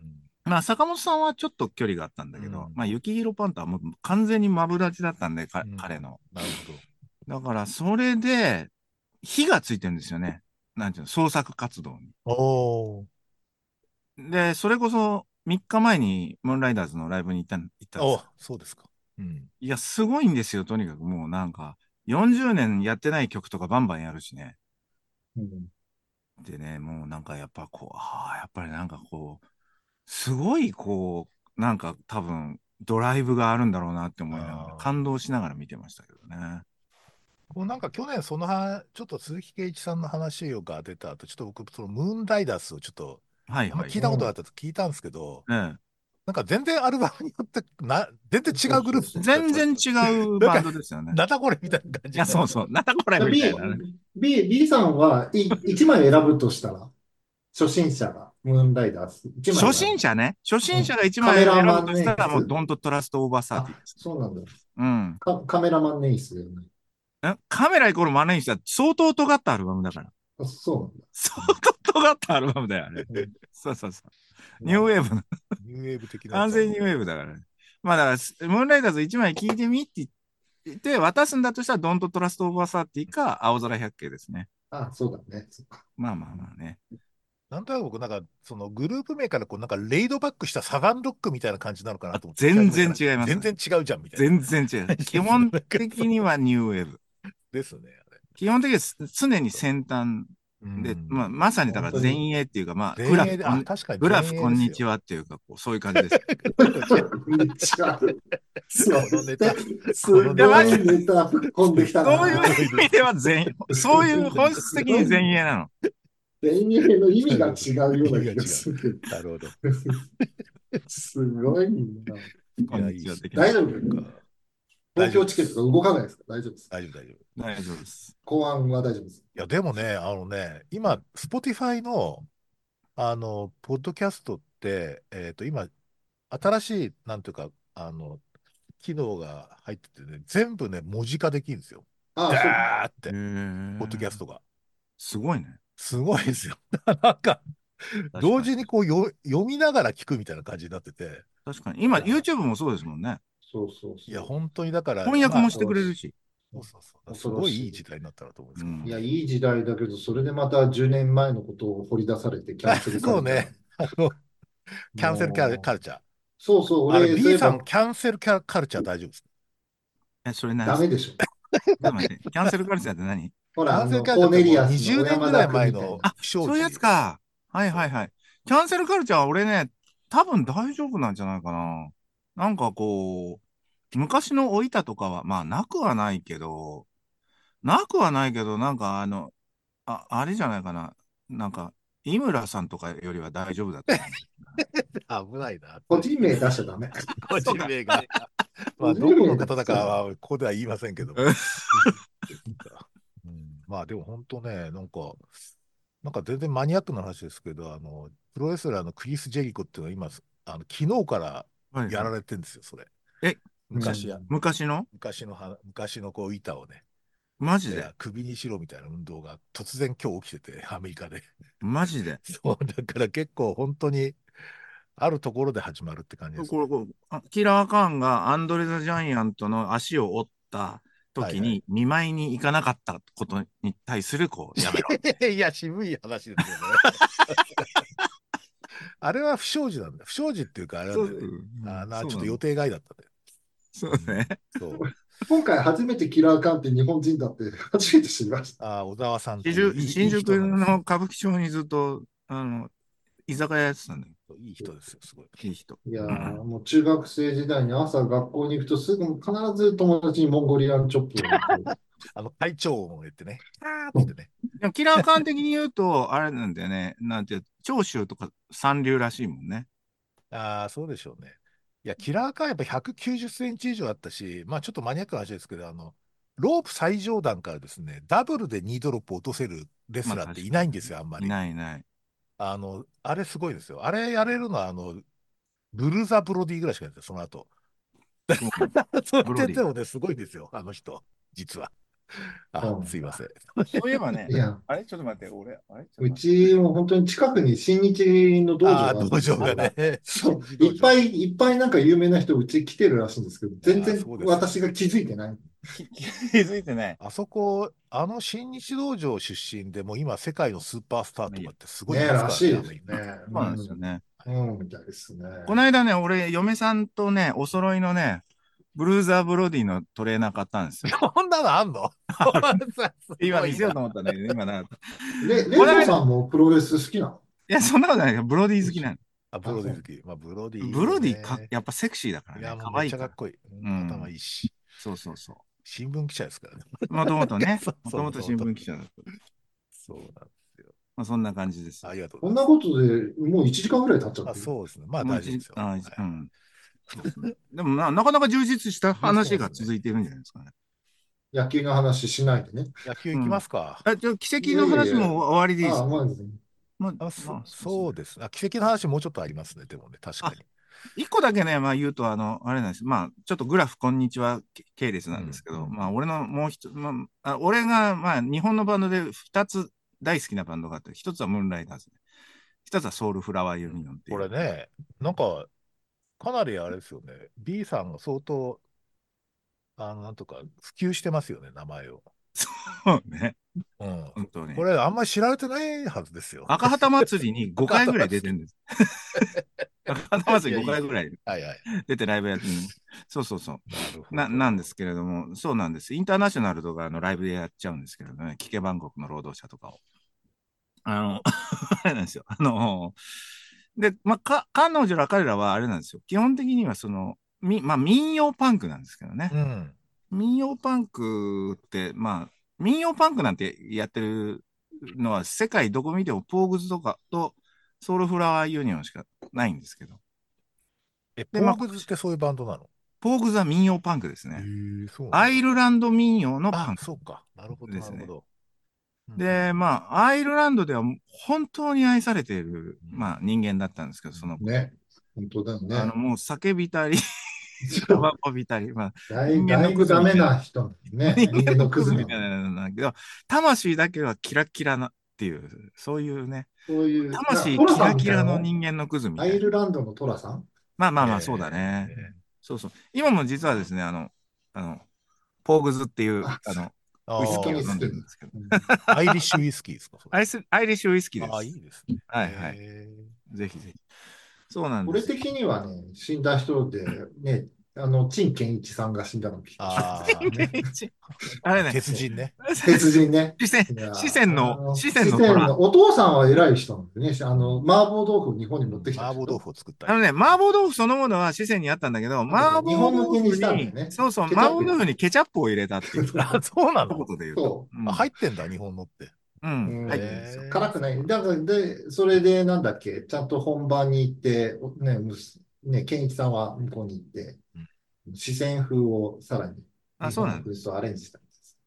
Speaker 2: まあ、坂本さんはちょっと距離があったんだ
Speaker 1: う
Speaker 2: けど、
Speaker 1: ん、
Speaker 2: まあ、幸宏パンタはもう完全にマブダチだったんで、
Speaker 1: う
Speaker 2: か彼
Speaker 1: ん、
Speaker 2: の。
Speaker 1: なるほど。
Speaker 2: だから、それで、火がついてるんですよね。なんていうの、創作活動に。
Speaker 1: おー、
Speaker 2: で、それこそ、3日前に、ムーンライダーズのライブに行ったん、行ったんです
Speaker 1: お、
Speaker 2: よ。
Speaker 1: そうですか。うん。
Speaker 2: いや、すごいんですよ、とにかく。もうなんか、40年やってない曲とかバンバンやるしね。
Speaker 3: うん
Speaker 2: でね、もうなんかやっぱこう、ああ、やっぱりなんかこう、すごいこう、なんか多分、ドライブがあるんだろうなって思いながら、
Speaker 1: あ
Speaker 2: 感動しながら見てましたけどね。
Speaker 1: ーもうなんか去年、そのは、ちょっと鈴木圭一さんの話が出た後、ちょっと僕、そのムーンライダースをちょっと、
Speaker 2: はい
Speaker 1: あんま
Speaker 2: はい。
Speaker 1: 聞いうたこと
Speaker 3: う
Speaker 1: なかっ
Speaker 3: ん。
Speaker 1: たと聞いたんですけど、
Speaker 2: ん
Speaker 1: なんか全然アルバムによってな、全然違
Speaker 3: そう
Speaker 1: うグ
Speaker 3: そ
Speaker 1: ループでしたよ、
Speaker 3: うそう。
Speaker 2: 全
Speaker 1: それ。
Speaker 2: 然違う
Speaker 1: なん
Speaker 2: バン
Speaker 1: か、
Speaker 2: ドですよね。
Speaker 1: なんだこれみたいな感
Speaker 2: い
Speaker 1: じ
Speaker 2: や、
Speaker 1: になっ
Speaker 2: そう
Speaker 1: て。
Speaker 2: そう。なんだこれ
Speaker 3: だ
Speaker 2: みたい
Speaker 3: B、
Speaker 2: なね。
Speaker 3: B、B さんは、い、1枚選ぶとしたら、初心者が、ムーンライダース、1枚
Speaker 2: 初
Speaker 3: 選
Speaker 2: 心
Speaker 3: ぶ。
Speaker 2: 者ね。初
Speaker 3: う
Speaker 2: 心者
Speaker 3: ん。
Speaker 2: が一
Speaker 3: カ
Speaker 2: 枚
Speaker 3: メラ
Speaker 2: 選
Speaker 3: マ
Speaker 2: ぶ
Speaker 3: ン
Speaker 2: とし
Speaker 3: ネ
Speaker 2: た
Speaker 3: イ
Speaker 2: ら、もう、
Speaker 3: ス
Speaker 2: ドントトラストオーバーサーティー
Speaker 3: あ、
Speaker 2: ですね。
Speaker 3: そうなんだ。
Speaker 2: うん。
Speaker 3: カ、カメラマンネイスだよね。
Speaker 2: んカメライコールマネージャー、相当尖ったアルバムだから。
Speaker 3: あ、そう
Speaker 2: 相
Speaker 1: うん
Speaker 2: 当尖ったアルバムだよ、あれ。
Speaker 3: なんだ。
Speaker 2: そうそうそう。
Speaker 3: うん、
Speaker 2: ニュー
Speaker 3: な
Speaker 2: ウ
Speaker 3: る
Speaker 2: ェーブの、
Speaker 1: ニューウェーブ的なや
Speaker 2: 完
Speaker 1: つは
Speaker 2: 全にニューウェーブだからね。まあだから、スムーンライダーズ1枚聞いてみって言って渡すんだとしたら、ドントトラストオーバーサーティーか、青空百景ですね。
Speaker 3: あ、そうだね。そっか。
Speaker 2: まあまあまあね。
Speaker 1: なんとなく僕、なんか、そのグループ名からこう、なんか、レイドバックしたサザンロックみたいな感じなのかな
Speaker 2: あ、
Speaker 1: と思って調べ
Speaker 2: 全
Speaker 1: てた
Speaker 2: 然
Speaker 1: ら、
Speaker 2: 違います
Speaker 1: 全
Speaker 2: ね。
Speaker 1: 然違うじゃんみたいな
Speaker 2: 全然
Speaker 3: <laughs>
Speaker 2: 違う。
Speaker 1: 感じ
Speaker 2: 基
Speaker 1: ですね。
Speaker 2: 本
Speaker 1: なんか、そ
Speaker 2: 的
Speaker 1: う
Speaker 2: にはニューウェーブ。
Speaker 1: ですね。あれ
Speaker 2: 基本的にはす常に先端
Speaker 1: う
Speaker 2: で、まあ、
Speaker 1: ん。
Speaker 2: まさにだか
Speaker 3: 本
Speaker 2: ら
Speaker 3: 当
Speaker 2: 前
Speaker 3: に。
Speaker 2: 衛っていうか、まあ、グ
Speaker 1: 前
Speaker 2: ラフ
Speaker 1: 衛で、
Speaker 2: こ
Speaker 1: あ、
Speaker 2: ん、
Speaker 1: 確かに
Speaker 2: グラ
Speaker 1: 前
Speaker 2: フ
Speaker 1: 衛
Speaker 2: こ
Speaker 1: で
Speaker 2: ん
Speaker 1: す
Speaker 2: にち
Speaker 1: よ。
Speaker 2: はっていうか、こう、そういう感
Speaker 1: <laughs>
Speaker 2: じです。
Speaker 1: こっちは
Speaker 3: 違う。
Speaker 1: このネ
Speaker 3: す、
Speaker 1: タ、
Speaker 3: す
Speaker 1: この
Speaker 2: いや、
Speaker 1: ネタ、
Speaker 2: マ
Speaker 3: ご
Speaker 2: ジ
Speaker 3: い
Speaker 2: で、
Speaker 3: ネタぶっ込んできた
Speaker 2: そういう
Speaker 1: すご
Speaker 3: な。
Speaker 1: い
Speaker 2: 意
Speaker 1: で
Speaker 2: 味
Speaker 1: す。
Speaker 2: では前衛、そういう本質
Speaker 3: す
Speaker 2: 的
Speaker 3: ご
Speaker 2: に
Speaker 3: い
Speaker 2: 前衛
Speaker 3: ね。
Speaker 2: なの。
Speaker 3: 前衛の意
Speaker 1: な
Speaker 3: 味が
Speaker 1: るほど。
Speaker 3: 違
Speaker 1: 意味が
Speaker 3: うような気が
Speaker 1: 違う。
Speaker 3: する。
Speaker 1: なるほど。
Speaker 3: すごいな。
Speaker 1: い
Speaker 2: こん
Speaker 1: や、
Speaker 2: に
Speaker 1: いい
Speaker 2: ち
Speaker 1: で
Speaker 2: は
Speaker 1: す
Speaker 2: 的
Speaker 1: ね。
Speaker 2: な。
Speaker 3: 大丈夫
Speaker 1: そうか。大丈夫
Speaker 3: 東京
Speaker 1: で
Speaker 3: チケット
Speaker 1: す。
Speaker 3: が動かないですか大丈夫です。
Speaker 1: 大丈夫、大丈夫。
Speaker 2: 大丈夫です。
Speaker 3: 公安は大丈夫です。
Speaker 1: いや、でもね、あのね、今、Spotify の、あの、ポッドキャストって、えっと、今、新しい、なんていうか、あの、機能が入っててね、全部ね、文字化できるんですよ。
Speaker 3: ああ、そうなんだ。
Speaker 1: ダーっ
Speaker 2: へ
Speaker 1: て、ポッドキャス
Speaker 2: ー
Speaker 1: トが。
Speaker 2: すごいね。
Speaker 1: すごいですよ。 <laughs> なんか、
Speaker 2: 確
Speaker 1: 同
Speaker 2: かに。
Speaker 1: 時にこうよ読みながら聞くみたいな感じになってて、
Speaker 2: 確かに。
Speaker 1: い
Speaker 2: 今、
Speaker 1: や、
Speaker 2: YouTube もそうですもんね。
Speaker 3: そうそう
Speaker 1: いや、
Speaker 3: そ
Speaker 1: 本当にだから、
Speaker 2: 翻訳
Speaker 1: ま
Speaker 2: も
Speaker 1: あ、
Speaker 2: し
Speaker 3: う。
Speaker 2: てく
Speaker 3: 恐ろ
Speaker 2: れる
Speaker 3: し
Speaker 2: し。
Speaker 3: い。
Speaker 1: そうそうそう、す
Speaker 3: 恐ろ
Speaker 1: ごい
Speaker 3: し
Speaker 1: いい
Speaker 3: い。
Speaker 1: 時代になったなと思うんで
Speaker 2: う
Speaker 1: すけど
Speaker 3: いや、
Speaker 2: ん。
Speaker 3: いい時代だけど、それでまた10年前のことを掘り出されてキャン
Speaker 1: あ
Speaker 3: セルカ
Speaker 1: そう
Speaker 3: ルチャー。 <laughs>
Speaker 1: ね、あの、キャンセルキャルカ
Speaker 3: も
Speaker 1: ルチャー。
Speaker 3: う、そうそう、
Speaker 1: あれ、
Speaker 3: 俺、そう
Speaker 1: B
Speaker 3: いえ
Speaker 1: さん、
Speaker 3: ば
Speaker 1: キャンセルキャカルチャー大丈夫ですか
Speaker 2: え、それ何
Speaker 3: ダ
Speaker 2: です
Speaker 3: メ
Speaker 2: か
Speaker 3: でしょ。
Speaker 2: ちょっと待って。キャンセルカルチャーって何
Speaker 3: ほ
Speaker 1: キ
Speaker 3: ら、
Speaker 1: ャ
Speaker 3: あ
Speaker 1: ンセル
Speaker 3: の、
Speaker 1: カルチャーっ
Speaker 3: コー
Speaker 1: ても
Speaker 3: ネリ
Speaker 1: う
Speaker 3: アスの
Speaker 1: 20
Speaker 3: 小
Speaker 1: 年
Speaker 3: 山
Speaker 1: ぐらい
Speaker 3: 田
Speaker 1: 前
Speaker 3: 君みたい
Speaker 1: の
Speaker 3: な。
Speaker 2: あ、
Speaker 1: 不祥
Speaker 2: そういうやつ
Speaker 1: 事。
Speaker 2: か。はいはい
Speaker 1: そ
Speaker 2: はい。キャンセルカルチャー、俺ね、多分大丈夫なんじゃないかな。なんかこう、昔の老いたとかは、まあなくはないけど、なくはないけど、なんかあの、あ、あれじゃないかな。なんか、井村さんとかよりは大丈夫だと思
Speaker 1: う。
Speaker 2: う。
Speaker 1: 危ない
Speaker 2: <laughs>
Speaker 1: な。
Speaker 3: 個人名出しちゃダメ。
Speaker 1: 個
Speaker 2: そ
Speaker 1: 人
Speaker 2: うか。
Speaker 1: 名が
Speaker 2: <laughs>
Speaker 1: ね。ま
Speaker 3: 個
Speaker 1: あ、
Speaker 3: 人
Speaker 1: どこの
Speaker 3: 名出
Speaker 1: 方だ
Speaker 3: しちゃ
Speaker 1: か
Speaker 3: ダメ。
Speaker 1: は、ここでは言いませんけども。
Speaker 2: うん
Speaker 1: うん、まあ、でも本当ね、なんか、なんか全然マニアックな話ですけど、あの、プロレスラーのクリス・ジェリコっていうのは今、あの、昨日から
Speaker 2: はい
Speaker 1: や
Speaker 2: は
Speaker 1: ら
Speaker 2: い。
Speaker 1: れてんですよ、それ。
Speaker 2: え、
Speaker 3: う
Speaker 1: 昔や、
Speaker 3: ん。
Speaker 2: 昔の
Speaker 1: 昔のは、昔のこう、板をね、
Speaker 2: マジ
Speaker 1: い
Speaker 2: で
Speaker 1: や、首にしろみたいな運動が突然今日起きてて、アメリカで。
Speaker 2: マジで
Speaker 1: そう、だから結構本当に、あるところで始まるって感じです
Speaker 2: これ、
Speaker 1: ね。
Speaker 2: こう、あキラーカーンがアンドレ・ザ・ジャイアントの足を折った
Speaker 1: はいは
Speaker 2: 時
Speaker 1: い。
Speaker 2: に見舞いに行かなかったことに対する、こう、やめろ。
Speaker 1: <laughs> いや、渋い話ですよね。 <laughs> あれは不祥事なんだ。不祥事っていうか、あれなん
Speaker 2: そう、
Speaker 1: だよ
Speaker 2: う
Speaker 1: ね。あ
Speaker 2: ん、
Speaker 1: な、
Speaker 2: そ
Speaker 1: ちょっ
Speaker 2: うな
Speaker 1: と予
Speaker 2: の。
Speaker 1: 定外だったんだよ。
Speaker 2: そう
Speaker 1: うん。
Speaker 2: ね。
Speaker 1: <laughs> そう。
Speaker 3: 今回初めてキラーカンって日本人だって初めて知りました。
Speaker 1: あー、小沢さんっ
Speaker 2: 新
Speaker 1: ていう
Speaker 2: 宿、
Speaker 1: いい、い
Speaker 2: 新
Speaker 1: い
Speaker 2: 宿
Speaker 1: 人なんですよ。
Speaker 2: の歌舞伎町にずっと、あの、居酒屋やってたんだよ。
Speaker 1: いい人ですよ、すごい。
Speaker 2: いい人。
Speaker 3: いやー、
Speaker 2: うん。
Speaker 3: もう中学生時代に朝学校に行くとすぐ必ず友達にモンゴリアンチョップをこ
Speaker 1: あの、会長音を言ってね、あーっ
Speaker 3: う、
Speaker 1: つってね。
Speaker 2: でもキラー感的に言うと、あれなんだよね。なんていう、長州とか三流らしいもんね。
Speaker 1: ああ、そうでしょうね。いや、キラーカーやっぱ190センチ以上あったし、まあちょっとマニアックな話ですけど、あの、ロープ最上段からですね、ダブルで2ドロップ落とせるレス
Speaker 2: まあ
Speaker 1: ラーっ
Speaker 2: 確
Speaker 1: て
Speaker 2: か
Speaker 1: いないんですよ、あんま
Speaker 2: に。い
Speaker 1: り。
Speaker 2: ないいない。
Speaker 1: あの、あれすごいですよ。あれやれるのは、あの、ブルーザ・ブロディぐらいしかやってない、その
Speaker 3: <laughs>
Speaker 1: 後。
Speaker 2: そうなの
Speaker 1: そう
Speaker 2: ブ
Speaker 1: 言って
Speaker 2: ロデ
Speaker 1: て
Speaker 2: ィ。
Speaker 1: もね、すごいんですよ、あの人、実は。
Speaker 3: そ
Speaker 1: あ、
Speaker 3: うなん
Speaker 1: すいま
Speaker 3: だ。
Speaker 1: せん。
Speaker 2: そういえばね、
Speaker 3: いや、
Speaker 2: あれちょっと待って、俺、あれちょっと
Speaker 3: う
Speaker 2: 待って。
Speaker 3: ちも本当に近くに新日の道
Speaker 1: あ
Speaker 3: 場
Speaker 1: あ、
Speaker 3: がある
Speaker 1: 道
Speaker 3: んです
Speaker 1: 場
Speaker 3: よ。な
Speaker 1: が
Speaker 3: んか、
Speaker 1: ね、
Speaker 3: そ
Speaker 1: 新
Speaker 3: う、
Speaker 1: 日道
Speaker 3: いっぱ
Speaker 1: 場。
Speaker 3: いいっぱいなんか有名な人うち来てるらしいんですけど、全
Speaker 1: ああ、
Speaker 3: 然
Speaker 1: そうですよ
Speaker 3: 私
Speaker 1: ね。
Speaker 3: が気づいてない。
Speaker 2: き気づいてない。
Speaker 1: あそこ、あの新日道場出身でもう今世界のスーパースター
Speaker 2: まあ
Speaker 1: と
Speaker 2: いいや
Speaker 1: かってすご
Speaker 3: ね
Speaker 1: い
Speaker 3: え、
Speaker 1: いますか
Speaker 3: ら
Speaker 1: ら
Speaker 3: し
Speaker 1: ね、アメリ
Speaker 3: いですね。
Speaker 1: カ。
Speaker 2: そうなんですよね。
Speaker 3: うん、うん、みたいですね。
Speaker 2: この間ね、俺、嫁さんとね、お揃いのね、ブルーザーブロディのトレーナー買ったんですよ。
Speaker 1: そんなのあん <laughs> のす
Speaker 2: 今
Speaker 1: ご
Speaker 2: 見
Speaker 1: い
Speaker 2: せよう
Speaker 1: な。
Speaker 2: と思ったんだけど、今なかった。
Speaker 3: で、
Speaker 2: こ
Speaker 3: レ
Speaker 2: の
Speaker 3: イト
Speaker 2: 間、い
Speaker 3: さんもプロレス好きなの
Speaker 2: や、そんなことないけど、ブロディ好きなの。
Speaker 1: あ、ブ
Speaker 3: あ、
Speaker 1: ロデ
Speaker 3: そ
Speaker 1: ィ
Speaker 3: う。
Speaker 1: 好き。まあ、ブロディいい
Speaker 2: ブ
Speaker 1: よ
Speaker 2: ロディか、
Speaker 1: ね。
Speaker 2: やっぱセクシーだから
Speaker 1: い
Speaker 2: ね、
Speaker 1: や、もう
Speaker 2: 可
Speaker 1: めっ
Speaker 2: 愛い
Speaker 1: ちゃか
Speaker 2: か
Speaker 1: っこいい。う、
Speaker 2: ら。うん
Speaker 1: 頭
Speaker 2: ん。
Speaker 1: いいし。
Speaker 2: そうそうそ
Speaker 1: 新聞記者ですからね。
Speaker 2: う。もともとね、
Speaker 1: <laughs> そう
Speaker 2: も
Speaker 1: そ
Speaker 2: と
Speaker 1: う、
Speaker 2: も
Speaker 1: も
Speaker 2: と
Speaker 1: とも
Speaker 2: 新
Speaker 1: と。
Speaker 2: 聞記者だった。
Speaker 1: そうなんですよ。
Speaker 2: まあ、そんな感じです
Speaker 1: あ
Speaker 2: よ。
Speaker 1: りがとうご
Speaker 3: こ
Speaker 1: ざ
Speaker 3: ん
Speaker 1: い
Speaker 3: な
Speaker 1: ま
Speaker 3: こ
Speaker 1: す。
Speaker 3: とでもう1時間ぐらい経っちゃっ
Speaker 1: あ、
Speaker 3: てる。
Speaker 1: そうですね。まあ、
Speaker 2: もう
Speaker 1: 大
Speaker 2: 一
Speaker 1: 丈夫で
Speaker 2: 時、
Speaker 1: すよ。
Speaker 2: あ、
Speaker 1: は
Speaker 2: う
Speaker 1: い。
Speaker 2: ん。そうですね。でもな、なかなか充実した
Speaker 1: 充実して
Speaker 2: 話
Speaker 1: ま
Speaker 2: が
Speaker 1: すね。
Speaker 2: 続いてるんじゃないで
Speaker 1: <laughs>
Speaker 2: すかね。
Speaker 3: 野球の話しないでね。
Speaker 1: 野球
Speaker 2: う
Speaker 1: 行きま
Speaker 2: ん。
Speaker 1: すか。
Speaker 2: あ、じゃあ、奇
Speaker 3: い
Speaker 2: 跡
Speaker 3: や
Speaker 2: の
Speaker 3: いやい
Speaker 2: 話
Speaker 3: や。
Speaker 2: も終わりでいいです
Speaker 3: あ、
Speaker 2: か
Speaker 3: まあですね。
Speaker 2: まあ、
Speaker 1: あ、
Speaker 2: ま
Speaker 1: そ、
Speaker 2: あ、そうです
Speaker 1: そうです。
Speaker 2: ね。
Speaker 1: あ、奇跡の話もうちょっとありますね。でもね、確
Speaker 2: あ、
Speaker 1: かに。
Speaker 2: 一個だけね、まあ言うと、あの、あれなんです。まあ、ちょっとグラフ、こんにちはけ系列
Speaker 1: う
Speaker 2: なんです
Speaker 1: ん、
Speaker 2: け
Speaker 1: う
Speaker 2: ど、
Speaker 1: ん。
Speaker 2: まあ、俺のもう一つ、まあ、あ俺が、まあ、日本のバンドで二つ大好きなバンドがあって、一つはムーンライダーズで、一つはソウルフラワーユニオンって
Speaker 1: こ
Speaker 2: いう。
Speaker 1: れね、なんか、かなりあれですよね。B さんが相当、あの、なんとか、普及してますよね、名前を。
Speaker 2: そうね、
Speaker 1: うん。
Speaker 2: 本当
Speaker 1: こ
Speaker 2: に。
Speaker 1: れ、あんまり知られてないはずですよ。
Speaker 2: 赤旗祭りに
Speaker 1: 赤
Speaker 2: 5回ぐら
Speaker 1: 話
Speaker 2: い出てる
Speaker 1: <laughs>
Speaker 2: んです。赤旗
Speaker 1: い
Speaker 2: 祭
Speaker 1: や
Speaker 2: り
Speaker 1: い
Speaker 2: 5
Speaker 1: や
Speaker 2: 回
Speaker 1: いや。
Speaker 2: ぐらい
Speaker 1: はいはい。
Speaker 2: 出てライブやってるの。そうそうそう。
Speaker 1: なるほ
Speaker 2: な、なんです
Speaker 1: ど。
Speaker 2: けれども、そうなんです。インターナショナルとかのライブでやっちゃうんですけれどね、キケバンコクの労働者とかを。あの、 <laughs> あれなんですよ。あの、で、まあ、か、彼女ら彼らはあれなんですよ。基本的にはその、み、まあ、民謡パンクなんですけどね。
Speaker 1: うん。
Speaker 2: 民謡パンクって、まあ、民謡パンクなんてやってるのは世界どこ見てもポーグズとかとソウルフラワーユニオンしかないんですけど。
Speaker 1: え、
Speaker 2: で、ま
Speaker 1: ポーグ
Speaker 2: あ、今
Speaker 1: ズっ
Speaker 2: 年、
Speaker 1: てそういうバンドなの
Speaker 2: ポーグズは民謡パンクです
Speaker 1: ええ
Speaker 2: ね。
Speaker 1: そうな
Speaker 2: ア
Speaker 1: ん
Speaker 2: イ
Speaker 1: だ。
Speaker 2: ルランド民謡のパ
Speaker 1: あ、
Speaker 2: ンク
Speaker 1: そうか。なるほど、
Speaker 2: で
Speaker 1: な
Speaker 2: す
Speaker 1: るほ
Speaker 2: ね。
Speaker 1: ど。うんうん
Speaker 2: で、
Speaker 1: う
Speaker 2: ま
Speaker 1: ん。
Speaker 2: あ、アイルランドでは本当に愛されている、
Speaker 1: う
Speaker 2: まあ、
Speaker 1: ん
Speaker 2: 人間だったんですけど、その子。
Speaker 3: ね。本当だよ <laughs>
Speaker 2: あの、
Speaker 3: ね。
Speaker 2: もう酒びたり、タバ
Speaker 3: そう。
Speaker 2: コびたり、まあ、
Speaker 3: だい、
Speaker 2: 人間
Speaker 3: だ
Speaker 2: の
Speaker 3: い
Speaker 2: ク
Speaker 3: ぶ
Speaker 2: ズ
Speaker 3: ダ
Speaker 2: み
Speaker 3: メ
Speaker 2: たい
Speaker 3: な人、
Speaker 2: な、
Speaker 3: ね。
Speaker 2: 人
Speaker 3: 人間
Speaker 2: 間の
Speaker 3: のク
Speaker 2: クズ
Speaker 3: ズ
Speaker 2: み
Speaker 3: な
Speaker 2: た
Speaker 3: の
Speaker 2: い
Speaker 3: ね。
Speaker 2: なんだけど、魂だけはキラッキラなっていう、そういうね、
Speaker 3: そういう、な、
Speaker 2: 魂
Speaker 3: トラ
Speaker 2: キ
Speaker 3: さ
Speaker 2: ラ
Speaker 3: んみ
Speaker 2: キ
Speaker 3: たい
Speaker 2: ラ
Speaker 3: な
Speaker 2: の
Speaker 3: の
Speaker 2: 人間のクズみ
Speaker 3: ア
Speaker 2: た
Speaker 3: イ
Speaker 2: いな。
Speaker 3: ルランドのトラさん
Speaker 2: まあまあまあ、そうだね。
Speaker 1: ええ
Speaker 2: そうそう。今も実はですね、あの、あの、ポーグズっていう、
Speaker 3: あ、
Speaker 2: あの、ウイス
Speaker 3: 本当
Speaker 2: キーを
Speaker 3: に
Speaker 1: あ
Speaker 3: 好
Speaker 2: 飲ん
Speaker 3: き
Speaker 2: でるん
Speaker 3: な。
Speaker 2: ですけど、
Speaker 3: うん、
Speaker 1: あ、アイリッシュウイスキーですか、それ。
Speaker 2: アイス、アイリッシュウイスキーで
Speaker 1: ああ、い
Speaker 2: す。
Speaker 1: いですね。
Speaker 2: はいはい。
Speaker 1: ええ
Speaker 2: ぜひぜひ。そうなんで
Speaker 3: 俺
Speaker 2: すよ。
Speaker 3: 的にはね、死んだ人で、ね、あの、陳建一さんが死んだのを聞きました。
Speaker 1: ああ、
Speaker 3: ね。 <laughs>
Speaker 2: あれ
Speaker 1: あ、
Speaker 2: ね、
Speaker 1: 鉄
Speaker 2: <laughs>
Speaker 3: そう。
Speaker 1: 人ね。
Speaker 3: 鉄人ね。
Speaker 2: 四川、
Speaker 3: いや、
Speaker 2: 四川
Speaker 3: あ
Speaker 2: の、
Speaker 3: の、
Speaker 2: 四川
Speaker 3: 四
Speaker 2: の
Speaker 3: 川
Speaker 2: 虎。
Speaker 3: の、お父さんは偉い人なんでね、あ
Speaker 1: う
Speaker 3: の、
Speaker 1: ん。
Speaker 3: 麻婆豆腐を日本に
Speaker 1: う
Speaker 3: 持って
Speaker 1: ん、
Speaker 3: きた
Speaker 1: 麻
Speaker 3: 人で
Speaker 1: 婆豆
Speaker 3: しょ
Speaker 1: 腐を作った
Speaker 2: あの
Speaker 1: 人
Speaker 2: ね、
Speaker 1: です
Speaker 2: 麻
Speaker 1: ね。
Speaker 2: 婆豆腐そのものは四川にあったんだけど、
Speaker 3: あるんだ
Speaker 2: 麻
Speaker 3: よ。日
Speaker 2: 婆
Speaker 3: 本向け
Speaker 2: 豆
Speaker 3: に
Speaker 2: 腐
Speaker 3: したんだよ
Speaker 2: に、
Speaker 3: ね。
Speaker 2: そうそう、
Speaker 3: ケチ
Speaker 2: 麻
Speaker 3: ャッ
Speaker 2: 婆
Speaker 3: プ
Speaker 2: 豆腐
Speaker 3: 入れ
Speaker 2: に
Speaker 3: て。
Speaker 2: ケチャップを入れた
Speaker 3: <laughs>
Speaker 2: っていう、
Speaker 1: あ、そうな
Speaker 2: 一
Speaker 1: の
Speaker 2: 言で言うと。
Speaker 3: そう
Speaker 1: あ、
Speaker 2: ん。
Speaker 1: 入ってんだ、日本のって。
Speaker 2: う
Speaker 3: う。
Speaker 2: ん。入ってるん
Speaker 3: ん。
Speaker 2: ですよ。
Speaker 1: え
Speaker 3: 辛く
Speaker 1: え
Speaker 3: ない。だから、で、それで、なんだっけ、ちゃんと本番に行って、おね、むすね、健一さんは向こうに行って、
Speaker 1: うん
Speaker 3: 四川風をさらに
Speaker 2: あ、
Speaker 3: 日
Speaker 2: そう
Speaker 3: 本
Speaker 2: な
Speaker 3: の
Speaker 2: んで
Speaker 3: 風
Speaker 2: す。
Speaker 3: とアレンジしたんです。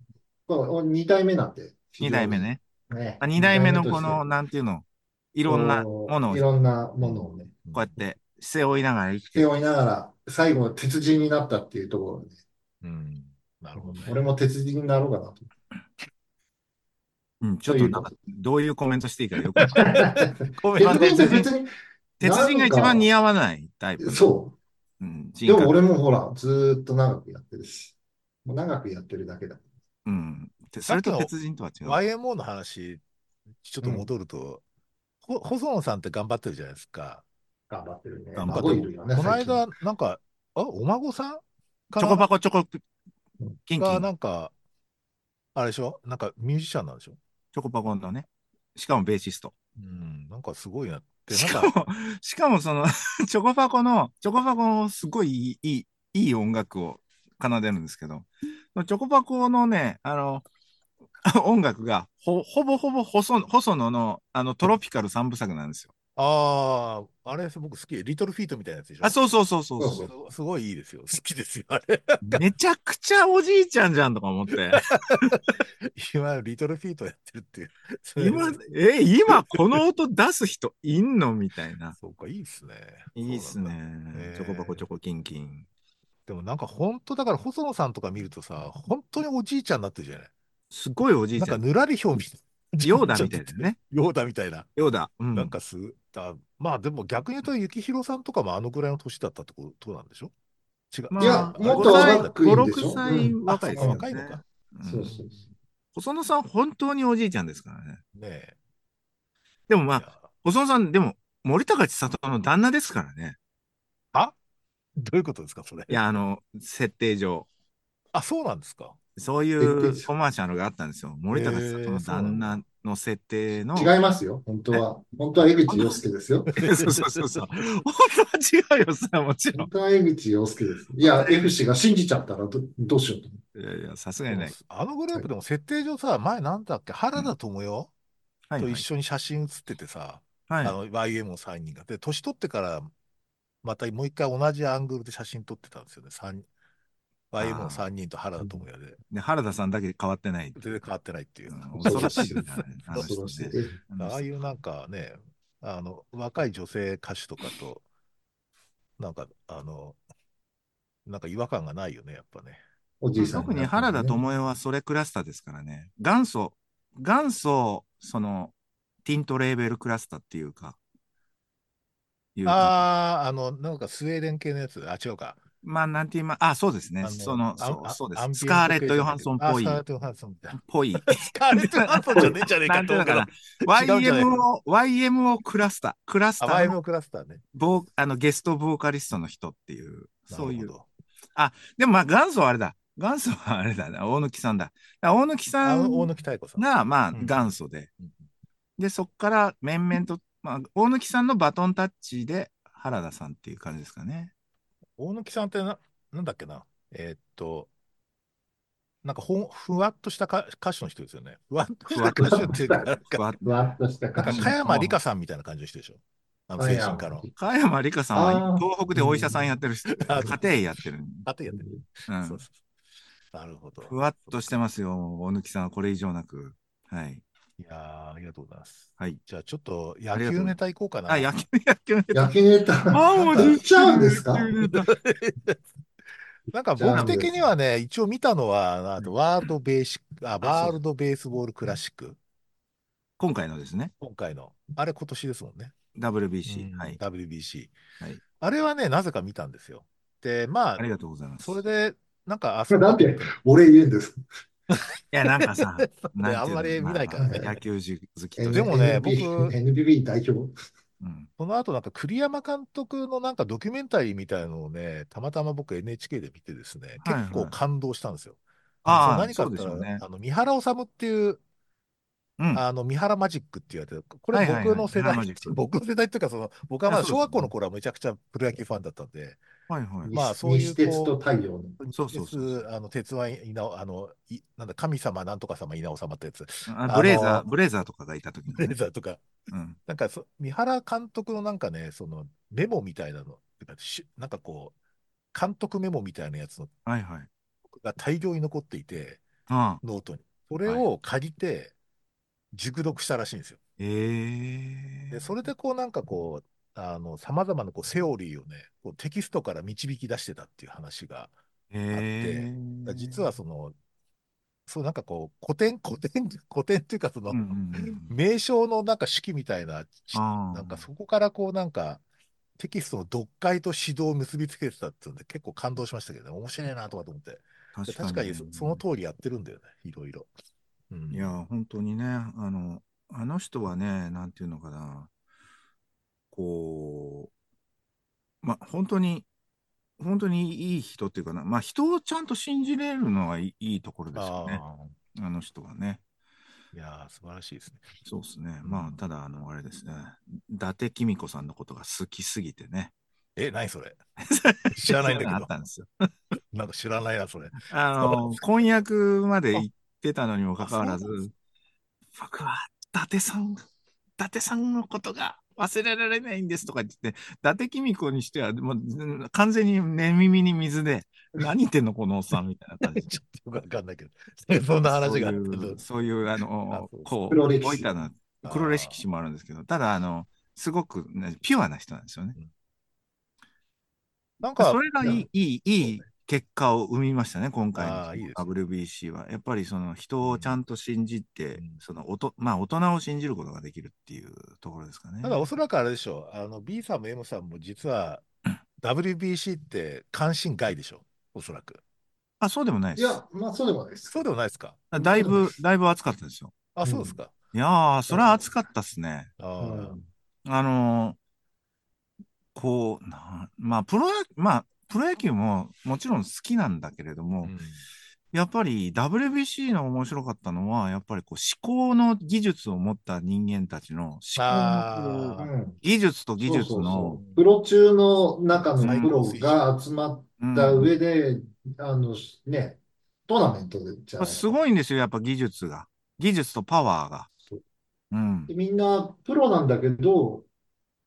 Speaker 3: これ、2代目なんで、非
Speaker 2: 二代
Speaker 3: 常
Speaker 2: 目
Speaker 3: に、
Speaker 2: ね。
Speaker 3: ね、
Speaker 2: あ、二
Speaker 3: 2
Speaker 2: 代
Speaker 3: 代
Speaker 2: 目
Speaker 3: 目
Speaker 2: の
Speaker 3: と
Speaker 2: こ
Speaker 3: し
Speaker 2: の、
Speaker 3: て、
Speaker 2: なんていうの、いろんなも
Speaker 3: こ
Speaker 2: の
Speaker 3: う、
Speaker 2: を、
Speaker 3: い
Speaker 2: こ
Speaker 3: ろんな
Speaker 1: う
Speaker 3: もの
Speaker 1: ん。
Speaker 3: をね、
Speaker 1: う
Speaker 2: うやっ
Speaker 1: ん。
Speaker 2: て、背負いながら生きて
Speaker 3: 背
Speaker 2: る。
Speaker 3: 負いながら、最後、鉄人になったっていうところで、
Speaker 1: うんなる
Speaker 3: う
Speaker 1: ほど
Speaker 3: ん
Speaker 1: ね。
Speaker 3: 俺も鉄人になろうかなと。
Speaker 2: うん、ちょっ
Speaker 3: とい
Speaker 2: とな
Speaker 3: う
Speaker 2: ん
Speaker 3: こ
Speaker 2: か、
Speaker 3: と。
Speaker 2: どういうコメントしていいかよくわかんない。 <laughs>
Speaker 1: ごめん
Speaker 2: ま
Speaker 1: な
Speaker 2: あ、
Speaker 3: 鉄
Speaker 1: さい。
Speaker 3: 人って
Speaker 2: 鉄人、
Speaker 3: <laughs> 別に、
Speaker 2: 鉄
Speaker 3: な
Speaker 2: 人が
Speaker 3: ん
Speaker 2: 一番似
Speaker 3: か、
Speaker 2: 合わないタイプの、
Speaker 3: そう。
Speaker 2: うん、
Speaker 3: で
Speaker 2: 人
Speaker 3: も
Speaker 2: 格。
Speaker 3: 俺もほら、ずーっと長くやってるし、もう長くやってるだけだ。
Speaker 2: うん。てそ
Speaker 1: さっ
Speaker 2: れ
Speaker 1: き
Speaker 2: と
Speaker 1: の
Speaker 2: 鉄人とは違う。
Speaker 1: YMO の話、ちょっ
Speaker 3: う
Speaker 1: と
Speaker 3: ん、
Speaker 1: 戻ると、ほ、細野さんって頑張ってるじゃないですか。
Speaker 3: 頑張ってるね。
Speaker 2: 頑張っ
Speaker 3: 孫
Speaker 2: て
Speaker 3: い
Speaker 2: ま
Speaker 3: る
Speaker 2: す。
Speaker 3: よね、
Speaker 1: この
Speaker 3: 最近。
Speaker 1: 間、なんか、あ、お孫さんか
Speaker 2: チョコ
Speaker 1: な
Speaker 2: パコチョコ
Speaker 3: うん
Speaker 2: キンキ
Speaker 1: が、
Speaker 2: ン。
Speaker 1: なんか、あれでしょなんかミュージシャンなんでしょ
Speaker 2: チョコパコのね。しかもベーシスト。
Speaker 1: うん、なんかすごいなって、
Speaker 2: し
Speaker 1: なんか、
Speaker 2: かも、しかもその <laughs> チョコパコの、チョコパコのすごいいい、いいいい音楽を奏でるんですけど、チョコパコのね、あの、音楽がほ、ほぼほぼ細野、細野の、あの、トロピカル三部作なんですよ。
Speaker 1: ああ、あれ僕好き。リトルフィートみたいなやつでしょ
Speaker 2: あ、そうそうそうそう
Speaker 3: そ
Speaker 2: そうう。
Speaker 1: すすごいいいですよ。好きですよ、あれ。
Speaker 2: めちゃくちゃおじいちゃんじゃんとか
Speaker 1: <laughs>
Speaker 2: 思って。
Speaker 1: 今、リトルフィートやってるっていう。それ
Speaker 2: 今、え、今この音出す人いんのみたいな。
Speaker 1: そうか、いいっすね。
Speaker 2: いいっす
Speaker 1: そうなんだ。
Speaker 2: ね
Speaker 1: へ。ー
Speaker 2: チョコバコチョコキンキン。
Speaker 1: でもなんか本当だから細野さんとか見るとさ、本当におじいちゃんになってるじゃない。
Speaker 2: すごいおじい
Speaker 1: なん
Speaker 2: ちゃ
Speaker 1: か
Speaker 2: ん。
Speaker 1: ぬらりひょうみたいな。
Speaker 2: ヨーダみたいですね。
Speaker 1: ヨーダみたいな。
Speaker 2: ヨーダ。うん。
Speaker 1: なんかす、だまあでも逆に言うと、幸宏さんとかもあのぐらいの年だったってことなんでしょ違う。
Speaker 2: ま
Speaker 3: いや
Speaker 2: あ、
Speaker 1: あれ
Speaker 3: もっと若くいいん
Speaker 2: 5、
Speaker 3: でし
Speaker 2: 6
Speaker 3: ょ
Speaker 2: 歳
Speaker 3: う
Speaker 2: 若
Speaker 1: あそ
Speaker 2: いですよね。
Speaker 1: うか若いのか
Speaker 2: うん
Speaker 3: そうそうそう。
Speaker 2: 細野さん、本当におじいちゃんですからね。
Speaker 1: ねえ。
Speaker 2: でもま
Speaker 1: い
Speaker 2: あ、
Speaker 1: や
Speaker 2: 細野さん、でも、森高千里の旦那ですからね。
Speaker 1: どういうことですか、それ
Speaker 2: い。や、あの、設定上。
Speaker 1: あ、そうなんですか。
Speaker 2: そうい
Speaker 3: 設定
Speaker 2: う
Speaker 3: 上
Speaker 2: コマーシャルがあったんですよ。森高千里の旦那の設定の。
Speaker 3: 違いますよ、本当は。本当は江口洋介です
Speaker 2: <laughs>
Speaker 3: よ。
Speaker 2: <laughs> そうそうそ
Speaker 1: <laughs>
Speaker 2: うそう。本当は違うよ、それはもちろん
Speaker 3: 本。当は江口洋介です。いや、F 氏が信じちゃったらど、どうしようと。
Speaker 2: いやいや、さすがにない。
Speaker 1: あのグループでも設定上さ、前なんだっけ、原田知世
Speaker 2: はい、
Speaker 1: と
Speaker 2: はい
Speaker 1: 一。緒に写真写っててさ、
Speaker 2: は
Speaker 1: あ
Speaker 2: い、
Speaker 1: の YMO3 人が。で、年取ってから、またもう一回同じアングルで写真撮ってたんですよね。三 YMO3 人と原田知世で。
Speaker 2: で原田さんだけ変わってない。
Speaker 1: 全然変わってないっていう。
Speaker 2: うん
Speaker 3: 恐ろ
Speaker 2: しい
Speaker 1: で
Speaker 2: よ
Speaker 1: す
Speaker 2: ねあの人
Speaker 3: 恐
Speaker 2: ね
Speaker 3: ろしい。
Speaker 1: ああいうなんかね、あの、若い女性歌手とかと、なんか、あの、なんか違和感がないよね、やっぱね。
Speaker 3: おじいさん
Speaker 2: 特に原田知世はそれクラスターですからね。元祖、元祖、その、ティントレーベルクラスターっていうか、いうか
Speaker 1: ああ、あの、なんかスウェーデン系のやつ、あ、違うか。
Speaker 2: まあ、なんて言いま、あ、そうですね。
Speaker 1: あ
Speaker 2: その、
Speaker 1: あ
Speaker 2: そう
Speaker 1: あ
Speaker 2: そうで
Speaker 1: アンビエン
Speaker 2: す。
Speaker 1: ト
Speaker 2: スカーレット・ヨハンソンっぽ
Speaker 1: 系じ
Speaker 2: い
Speaker 1: ゃ、ないけどあスカーレット・ヨハンソンみたいな。
Speaker 2: ぽい。
Speaker 1: スカーレット・ヨハンソンじゃねえじゃねえ
Speaker 2: な
Speaker 1: か
Speaker 2: ん
Speaker 1: と
Speaker 2: て
Speaker 1: 思
Speaker 2: いうの
Speaker 1: うけ
Speaker 2: か
Speaker 1: ど
Speaker 2: な。。
Speaker 1: 違うんじゃない
Speaker 2: YMO、YMO クラスター、クラスタ
Speaker 1: あ、
Speaker 2: ー
Speaker 1: 前
Speaker 2: の
Speaker 1: のクラスターね。
Speaker 2: ボーあのゲストボーカリストの人っていう、そうい
Speaker 1: な
Speaker 2: う
Speaker 1: るほ。ど。
Speaker 2: でもまあ元祖はあれだ。元祖はあれだな。大貫さんだ。だから大貫
Speaker 1: あ
Speaker 2: さん
Speaker 1: 大貫妙子さん。
Speaker 2: がまあ
Speaker 1: うん
Speaker 2: 元祖で。
Speaker 1: うん
Speaker 2: で、そっから面々と、まあ、大貫さんのバトンタッチで原田さんっていう感じですかね。
Speaker 1: 大貫さんってな、なんだっけな。えーっと、なんかほん、ふわっとしたか歌手の人ですよね。ふわっとした歌手っていうか、なんか、
Speaker 2: わ
Speaker 3: ふわっとした
Speaker 1: なん
Speaker 3: 感
Speaker 1: か、
Speaker 3: じ。
Speaker 1: 加山理香さんみたいな感じの人でしょ。あの、精神科の。
Speaker 2: 加山理香さん
Speaker 3: あ
Speaker 2: は
Speaker 3: ー
Speaker 2: 東北でお医者さんやってる人、
Speaker 1: あ
Speaker 2: 家庭医やってる。
Speaker 1: あとやってる。
Speaker 2: う
Speaker 1: そうんそう。そうなるほど。
Speaker 2: ふわっとしてますよ、大貫さんはこれ以上なく。はい。
Speaker 1: いやーありがとうございます。
Speaker 2: はい。
Speaker 1: じゃあ、ちょっと
Speaker 2: あ
Speaker 1: 野
Speaker 2: りがとう
Speaker 1: 球ネタいこうかな。
Speaker 2: あ、野球、野球ネタ。
Speaker 3: 焼きネタ。
Speaker 2: あー、も
Speaker 3: 言っちゃうんですか
Speaker 2: 野球ネタ
Speaker 1: なんか僕的にはね、一応見たのは、あのワールドベーシック、あ、ワールドベースボールクラシック、
Speaker 2: 今回のですね、
Speaker 1: 今回の。あれ今年ですもんね。
Speaker 2: WBC。
Speaker 1: うん
Speaker 2: はい。
Speaker 1: WBC、
Speaker 2: はい
Speaker 1: あれはね、なぜか見たんですよ。で、まあ
Speaker 2: あ、りがとうございます。
Speaker 1: それで、なんか、あそ
Speaker 3: これ
Speaker 1: こ
Speaker 3: なんて俺言うんです。
Speaker 2: いや、なんかさ、
Speaker 1: ね
Speaker 2: なていうの
Speaker 1: あんまり見ないからね
Speaker 2: まあ野球好き
Speaker 1: え
Speaker 2: と
Speaker 1: で
Speaker 2: ね
Speaker 1: もね
Speaker 3: NB
Speaker 1: 僕
Speaker 3: NBB 代表。
Speaker 2: うん
Speaker 1: その後なんか栗山監督のなんかドキュメンタリーみたいのをね、たまたま僕 NHK で見てですね、
Speaker 2: はいはい
Speaker 1: 結構感動したんですよ。
Speaker 2: ああ
Speaker 1: そう何かって言
Speaker 2: そ
Speaker 1: った
Speaker 2: うでしょ
Speaker 1: ら、
Speaker 2: うね
Speaker 1: あの、三原治っていう、
Speaker 2: うん。
Speaker 1: あの、三原マジックって言われてる、こ
Speaker 2: は
Speaker 1: れ
Speaker 2: いはいはい
Speaker 1: 僕の世代、
Speaker 2: 三原マジック
Speaker 1: <laughs> 僕の世代っていうか、その、僕はまだ
Speaker 2: いやそう
Speaker 1: 小
Speaker 2: です
Speaker 1: 学校の頃はめちゃくちゃプロ野球ファンだったんで、
Speaker 2: はいはい。
Speaker 1: まあそういう
Speaker 3: 西鉄と太陽の。
Speaker 2: そうそうそう
Speaker 1: 鉄あの、鉄腕稲尾、あの、いなんだ、神様なんとか様稲尾様ってやつ、 <laughs>
Speaker 2: あブレーザ
Speaker 1: あの
Speaker 2: ー、ブレーザーとかがいた時の
Speaker 1: ブレ
Speaker 2: ね。
Speaker 1: ザーとか、
Speaker 2: うん。
Speaker 1: なんかそ、三原監督のなんかね、その、メモみたいなの、てかしなんかこう、監督メモみたいなやつの
Speaker 2: はいはい。
Speaker 1: が大量に残っていて、
Speaker 2: ああ。
Speaker 1: ノートに。それを借りて、熟読したらしいんですよ。
Speaker 2: ええ
Speaker 1: で、それでこうなんかこう、あの、さまざまなこうセオリーをね、こうテキストから導き出してたっていう話が、
Speaker 2: え
Speaker 1: だから実は、その、そうなんかこう、古典、古典、古典っていうかその、
Speaker 2: うんうんうん
Speaker 1: 名称のなんか式みたいな、ち
Speaker 2: あー
Speaker 1: なんかそこからこうなんか、テキストの読解と指導を結びつけてたっていうんで、結構感動しましたけどね、面白いなとかと思って。で
Speaker 2: 確かに
Speaker 1: 確かにそその通りやってるんだよね、いろいろ。うん
Speaker 2: いや、本当にね、あの、あの人はね、なんていうのかな、こう、まあ、本当に、本当にいい人っていうかな、まあ、人をちゃんと信じれるのはいいいいところですよね、
Speaker 1: あ
Speaker 2: あの人はね。
Speaker 1: ーいやー、素晴らしいですね。
Speaker 2: そうですね。ま
Speaker 1: うん
Speaker 2: あ、ただ、あの、あれですね、伊達公子さんのことが好きすぎてね、
Speaker 1: え、何
Speaker 2: <laughs>
Speaker 1: それ知らないんだけ
Speaker 2: そううのがあ
Speaker 1: ど
Speaker 2: っ。たんですよ。
Speaker 1: なんか知らないな、それ。 <laughs>
Speaker 2: あ
Speaker 1: そうなん
Speaker 2: の
Speaker 1: で、す
Speaker 2: 婚約まで行っってたのにもかかわらず
Speaker 1: あそうなん、
Speaker 2: 僕は伊達さん、伊達さんのことが忘れられないんですとか言って、伊達公子にしては、もううん完全に寝耳に水で、何言ってんの、このおっさんみたいな感
Speaker 1: <laughs>
Speaker 2: じで。
Speaker 1: ちょっとよくわかんないけど、 <laughs> そんな話があって
Speaker 2: そうい
Speaker 1: る
Speaker 2: う、そういうあ
Speaker 1: あ
Speaker 2: の
Speaker 1: そう、
Speaker 2: こう、
Speaker 3: 黒歴史
Speaker 2: 置いたの、黒歴史もあるんですけど、ただ、あの、すごくね、ピュアな人なんですよね。
Speaker 1: なんか、
Speaker 2: それがいい、いい、いい結果を生みましたね、今回
Speaker 1: ああいいで
Speaker 2: の
Speaker 1: す
Speaker 2: WBC は。やっぱりその人をちゃんと信じて、
Speaker 1: うん
Speaker 2: そのおと、まあ大人を信じることができるっていうところですかね。
Speaker 1: ただおそらくあれでしょう、あの B さんも M さんも実は WBC って関心外でしょ、おそらく。
Speaker 2: あ、そうでもない
Speaker 3: い
Speaker 2: です。
Speaker 3: や、まあそうでもないです。
Speaker 1: そうでもないですか。
Speaker 2: だい
Speaker 3: そう
Speaker 2: ぶ
Speaker 3: で、す
Speaker 2: だいぶ暑かったですよ。
Speaker 1: あ、そうですか。
Speaker 2: いやー、それは暑かったっすね。
Speaker 1: あ
Speaker 3: う
Speaker 1: ー
Speaker 3: ん
Speaker 2: あのーこう、なまあプロ野、まあ、プロ野球ももちろん好きなんだけれども、
Speaker 1: うん
Speaker 2: やっぱり WBC の面白かったのは、やっぱりこう思考の技術を持った人間たちの思考のこ
Speaker 1: あ
Speaker 2: う
Speaker 1: ー
Speaker 3: うん
Speaker 2: 技術と技
Speaker 3: そ
Speaker 2: 術
Speaker 3: うそう
Speaker 2: の
Speaker 3: そうプロ中の中のプロが集まっ
Speaker 2: うん
Speaker 3: た上で、あの、ね、トーナメントでじゃない
Speaker 2: すごいんですよ、やっぱ技術が。技術とパワーが。うん
Speaker 3: で、みんなプロなんだけど、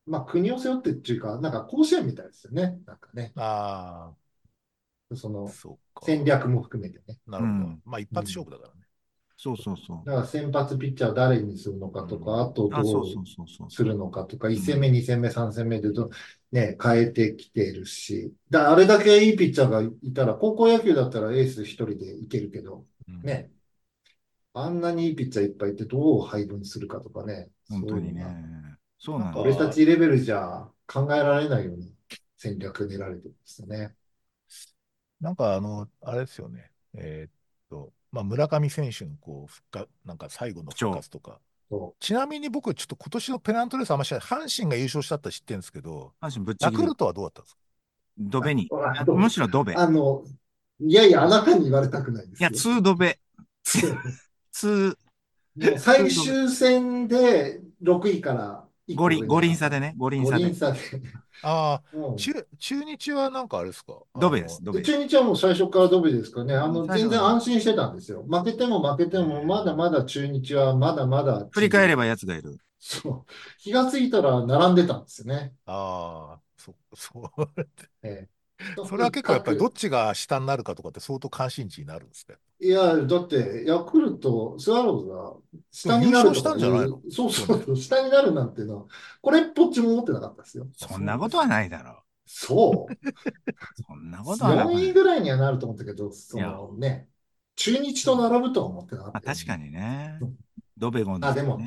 Speaker 3: まあ国を背負ってっていうか、なんか甲子園みたいですよね。なんかね、
Speaker 1: あ
Speaker 3: そ
Speaker 1: ー、
Speaker 3: の
Speaker 1: そうか。
Speaker 3: 戦略も含めてね。
Speaker 1: なるほど。
Speaker 2: うん
Speaker 1: まあ一発勝負だからね。
Speaker 2: そうそうそう。
Speaker 3: だから先発ピッチャー誰にするのかと
Speaker 1: うん
Speaker 3: か、あと
Speaker 2: あ、
Speaker 3: ど
Speaker 2: そう
Speaker 3: う
Speaker 2: そうそうそう。
Speaker 3: するのかとか、1戦目、2戦目、3戦目でど、ね、変えてきてるし、だあれだけいいピッチャーがいたら、高校野球だったらエース一人でいけるけど、
Speaker 1: うん
Speaker 3: ね、あんなにいいピッチャーいっぱいいてどう配分するかとかね、
Speaker 2: 本当にね
Speaker 3: そういうのが。
Speaker 1: な
Speaker 2: そうなん
Speaker 1: ん
Speaker 2: で
Speaker 1: か
Speaker 2: す。
Speaker 3: 俺たちレベルじゃ考えられないような戦略練られてるんですよね。
Speaker 1: なんかあの、あれですよね。えーっと、まあ村上選手のこう復活、なんか最後の復活とか。
Speaker 3: そ
Speaker 1: ちなみに僕、ちょっと今年のペナントレースあんま知らない。阪神が優勝したって知ってるんですけど、
Speaker 2: 阪神ぶっち
Speaker 1: ヤ
Speaker 2: ぎ
Speaker 1: ク
Speaker 2: り
Speaker 1: ル。トはどうだったんですか
Speaker 2: ドベに。
Speaker 3: あ
Speaker 2: むしろドベ。
Speaker 3: う
Speaker 2: い
Speaker 3: あの、いやいや、あなたに言われたくないです
Speaker 2: や、
Speaker 3: よ。
Speaker 2: ツードベ。ツ
Speaker 3: もう最終戦で6位から
Speaker 2: ー、
Speaker 3: 一個
Speaker 2: 五
Speaker 3: 上
Speaker 2: 輪、五輪差でね。五輪差
Speaker 3: 五
Speaker 2: で
Speaker 3: 輪。差で。
Speaker 1: あ
Speaker 3: う
Speaker 1: あ、
Speaker 3: ん
Speaker 1: 中、中日はなんかあれですか
Speaker 2: ドベです、
Speaker 1: あの
Speaker 2: ドベ。
Speaker 3: 中日はもう最初からドベですかね。あの、
Speaker 2: 最初
Speaker 3: 全然安心してたんですよ。負けても負けても、まだまだ中日は、まだまだ。
Speaker 2: 振り返れ
Speaker 3: ば。
Speaker 2: ば奴がいる。
Speaker 3: そう。気がついたら並んでたんですよね。
Speaker 1: ああ、そ、そう。
Speaker 2: <laughs>
Speaker 3: ええ
Speaker 1: <laughs> それは結構やっぱりどっちが下になるかとかって相当関心事になるんですね。
Speaker 3: いや、だって、ヤクルト、スワローズが下になる
Speaker 1: でも優勝
Speaker 3: とか
Speaker 1: したんじゃないの
Speaker 3: いうそうそうそう、下になるなんてのは、これっぽっちも思ってなかったですよ。
Speaker 2: そんなことはないだろ
Speaker 3: そう。
Speaker 2: う。そんなことはな
Speaker 3: 4位
Speaker 2: い。
Speaker 3: ぐらいにはなると思ったけど、そのね、中日と並ぶとは思ってなか
Speaker 2: まあ、
Speaker 3: ったよね。
Speaker 2: 確かにね
Speaker 3: うん。
Speaker 2: ドベゴン
Speaker 3: あでも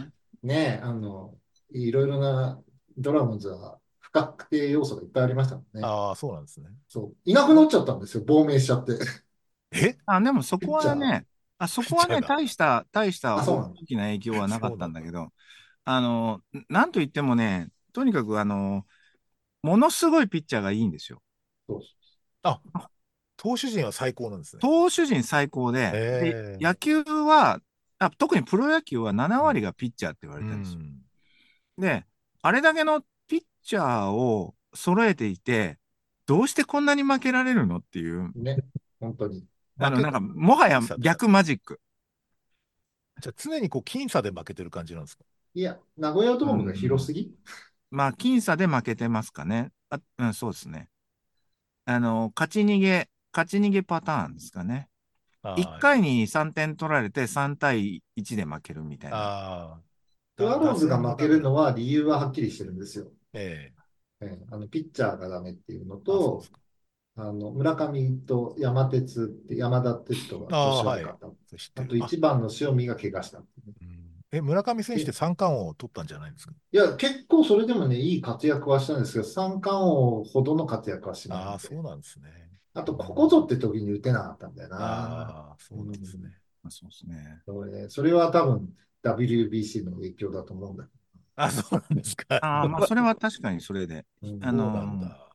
Speaker 3: ね、あの、いろいろなドラゴンズは不確定要素がいっぱいありましたもんね。
Speaker 1: ああ、そうなんですね。
Speaker 3: そう。いなくなっちゃったんですよ、亡命しちゃって。 <laughs>
Speaker 1: え
Speaker 2: あ、でもそこは
Speaker 3: ピッチャ
Speaker 2: ね、あそこは
Speaker 3: <laughs>
Speaker 1: ピッチ
Speaker 2: ね、
Speaker 1: ャーが
Speaker 2: 大した、大した
Speaker 3: あそうな
Speaker 2: 大
Speaker 3: の
Speaker 2: きな影響はなかったんだけど、あの、なんといってもね、とにかくあの、ものすごいピッチャーがいいんですよ。
Speaker 3: そう
Speaker 1: 投手陣は最高なんですね。
Speaker 2: 投手陣最高
Speaker 1: へ
Speaker 2: で、で
Speaker 1: ー
Speaker 2: 野球はあ、特にプロ野球は7割がピッチャーって言われてるんですよ。で、あれだけのピッチャーを揃えていて、どうしてこんなに負けられるのっていう、
Speaker 3: ね、本当に。
Speaker 2: あの、
Speaker 1: 負け
Speaker 2: なんか、もはや逆マジック。
Speaker 1: じゃあ常にこう僅差で負けてる感じなんですか
Speaker 3: いや、名古屋ドームが広すぎ。
Speaker 2: まあ、僅差で負けてますかね。あ、うん、そうですね。あの、勝ち逃げ、勝ち逃げパターンですかね。
Speaker 1: あー
Speaker 2: 1回に3点取られて3対1で負けるみたいな。
Speaker 1: ああ。
Speaker 3: スワローズが負けるのは理由ははっきりしてるんですよ。
Speaker 1: ええ
Speaker 3: ええあのピッチャーがダメっていうの
Speaker 1: あそう
Speaker 3: と
Speaker 1: です、か
Speaker 3: あの村上と山鉄って、山田って人が
Speaker 1: あー
Speaker 3: 年をかった。
Speaker 1: それ知って
Speaker 3: あ
Speaker 1: る
Speaker 3: と1番の塩見が怪我した。
Speaker 1: あうんえ、村上選手って三冠王を取ったんじゃないんですか
Speaker 3: いや、結構それでもね、いい活躍はしたんですけど、三冠王ほどの活躍はしない
Speaker 1: ああ、
Speaker 3: んで
Speaker 1: そうなんですね。
Speaker 3: あと、ここぞって時に打てなかったんだよな。
Speaker 1: ああ、そうなんですね。
Speaker 2: まあそうですね。
Speaker 3: それねそれは多分 WBC の影響だと思うんだ。
Speaker 1: あ、そうなんですか。
Speaker 2: ああ、まあ、それは確かにそれで。
Speaker 3: うん
Speaker 2: あ
Speaker 1: そう
Speaker 2: の
Speaker 1: なんだ。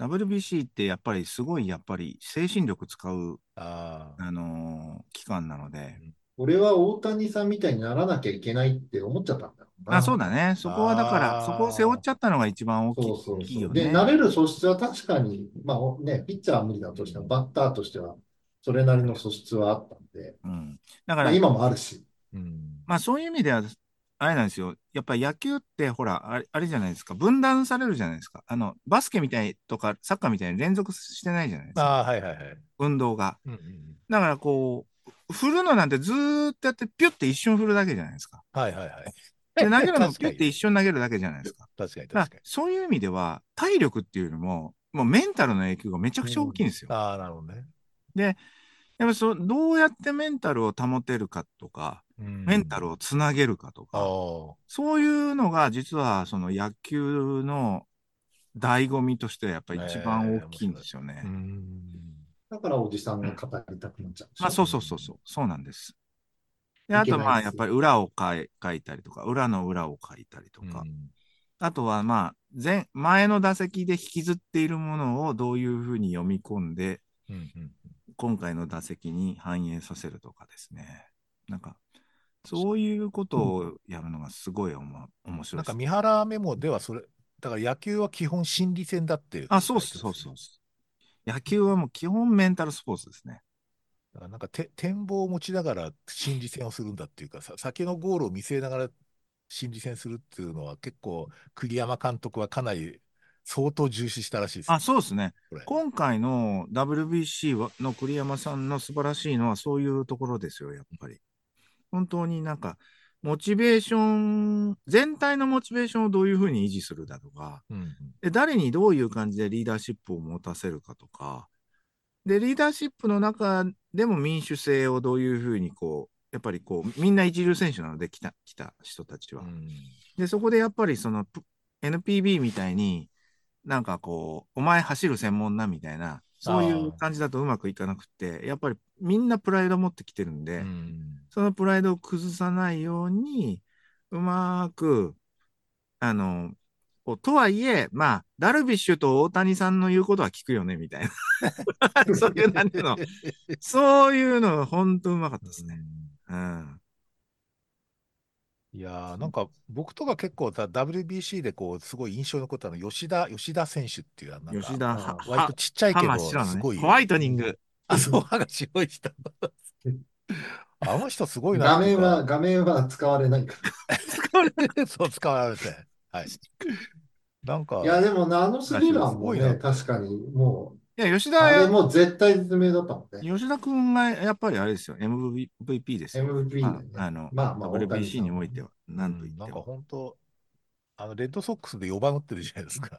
Speaker 2: WBC ってやっぱりすごい、やっぱり精神力使う、
Speaker 1: ああ。
Speaker 2: あのー期間なので。
Speaker 3: 俺は大谷さんみたいにならなきゃいけないって思っちゃったんだろうな。
Speaker 2: あ、そうだね。そこはだから、
Speaker 1: あー
Speaker 2: そこを背負っちゃったのが一番大きい
Speaker 3: そうそう
Speaker 2: 大きい
Speaker 3: そ
Speaker 2: よ
Speaker 3: う。
Speaker 2: ね。
Speaker 3: で、慣れる素質は確かに、まあおね、ピッチャーは無理だとしても、バッターとしてはそれなりの素質はあったんで、
Speaker 2: うん。だか
Speaker 3: まあ、
Speaker 2: ら、
Speaker 3: 今もあるし、
Speaker 1: うん。
Speaker 2: まあそういう意味では、あれなんですよ。やっぱり野球ってほら、あれ、あれじゃないですか。分断されるじゃないですか。あの、バスケみたいとか、サッカーみたいに連続してないじゃないですか。
Speaker 1: ああ、はいはいはい。
Speaker 2: 運動が。
Speaker 1: うんうんうん。
Speaker 2: だからこう、振るのなんてずーっとやって、ピュって一瞬振るだけじゃないですか。
Speaker 1: はいはいはい。
Speaker 2: で、投げるのも
Speaker 1: 確
Speaker 2: ピ
Speaker 1: か
Speaker 2: ュって一
Speaker 1: に。
Speaker 2: 瞬投げるだけじゃないですか。
Speaker 1: 確かに
Speaker 2: だか
Speaker 1: 確から
Speaker 2: そういう意味では、体力っていうよりも、もうメンタルの影響がめちゃくちゃ大きいんですよ
Speaker 1: に。。ああ、なるほどね。
Speaker 2: やっぱりそう、どうやってメンタルを保てるかとか、
Speaker 1: うん。
Speaker 2: メンタルをつなげるかと
Speaker 1: あ
Speaker 2: か、
Speaker 1: あ。
Speaker 2: そういうのが実はその野球の醍醐味としてやっぱり一番大きいんですよね。
Speaker 1: うーん。
Speaker 3: だからおじさんが語りたくなっちゃうでしょ。
Speaker 2: まあそうそうそうそう、そうなんです。で、あ
Speaker 3: いけ
Speaker 2: と
Speaker 3: ない
Speaker 2: まあ
Speaker 3: です
Speaker 2: やっぱり裏を書い書いたりとか、裏の裏を書いたりとか、
Speaker 1: うん
Speaker 2: あとはまあ前、前の打席で引きずっているものをどういうふうに読み込んで、
Speaker 1: うんうん
Speaker 2: 今回の打席に反映させるとかですね。なんか、そういうことをやるのがすごいおも面白
Speaker 1: ないん
Speaker 2: で
Speaker 1: か
Speaker 2: す。
Speaker 1: 三原メモではそれ、だから野球は基本心理戦だっていう。
Speaker 2: あ、そうっすそうそう。野球はもう基本メンタルスポーツですね。
Speaker 1: だからなんかて展望を持ちながら心理戦をするんだっていうかさ、先のゴールを見据えながら心理戦するっていうのは結構栗山監督はかなり相当重視したらしいです
Speaker 2: あ、
Speaker 1: ね。
Speaker 2: そうですね。
Speaker 1: これ
Speaker 2: 今回の WBC はの栗山さんの素晴らしいのはそういうところですよ、やっぱり。本当になんか、モチベーション、全体のモチベーションをどういうふうに維持するだとか、
Speaker 1: うんうん
Speaker 2: で誰にどういう感じでリーダーシップを持たせるかとか、で、リーダーシップの中でも民主性をどういうふうにこう、やっぱりこう、みんな一流選手なので来た、来た人たちは。
Speaker 1: うん
Speaker 2: で、そこでやっぱりそのプ NPB みたいに、なんかこう、お前走る専門なみたいな、そういう感じだとうまくいかなくって、やっぱりみんなプライド持ってきてるんで、
Speaker 1: うん
Speaker 2: そのプライドを崩さないように、うまく、あの、こうとはいえ、まあ、ダルビッシュと大谷さんの言うことは聞くよね、みたいな。
Speaker 1: <laughs>
Speaker 2: そういう、なんていうの、そういうの、ほんとうまかったですね。うん。
Speaker 1: いやーなんか僕とか結構さ WBC でこうすごい印象に残ったのは吉田、吉田選手っていうのはなん
Speaker 2: 吉
Speaker 1: か
Speaker 2: 田、
Speaker 3: あ
Speaker 2: は、
Speaker 1: 割
Speaker 2: は
Speaker 1: と、ちっちゃい
Speaker 2: は
Speaker 1: け
Speaker 2: 真っ
Speaker 1: ど
Speaker 2: 白の
Speaker 1: す
Speaker 2: ね、
Speaker 1: ごい
Speaker 2: ホワイトニング。
Speaker 1: あ、そう、歯が白い人。あの人すごいな
Speaker 3: 画
Speaker 1: ってい
Speaker 3: 面
Speaker 1: う
Speaker 3: は、
Speaker 1: か。
Speaker 3: 画面は使われないか。
Speaker 1: そう、使われて。はい。なんから
Speaker 3: い、や、でもな、あのスリーラン
Speaker 1: すご
Speaker 3: も
Speaker 1: いな
Speaker 3: ね、確かにも
Speaker 2: いや、吉
Speaker 3: う、あ
Speaker 2: 田
Speaker 3: れ
Speaker 2: や、
Speaker 3: もう絶対絶命だったもんね。
Speaker 2: 吉田君がやっぱりあれですよ、MVP ですよ。
Speaker 3: MVP
Speaker 2: ま
Speaker 3: で
Speaker 2: あ、
Speaker 3: ね。
Speaker 2: あの、
Speaker 3: まあまあ、大谷さ
Speaker 2: WBC
Speaker 3: ん
Speaker 2: においては、なんと
Speaker 1: う
Speaker 2: 言
Speaker 1: ん
Speaker 2: っ
Speaker 1: なん
Speaker 2: て
Speaker 1: か
Speaker 2: も。
Speaker 1: 本当、あの、レッドソックスで4番打ってるじゃないですか。
Speaker 2: い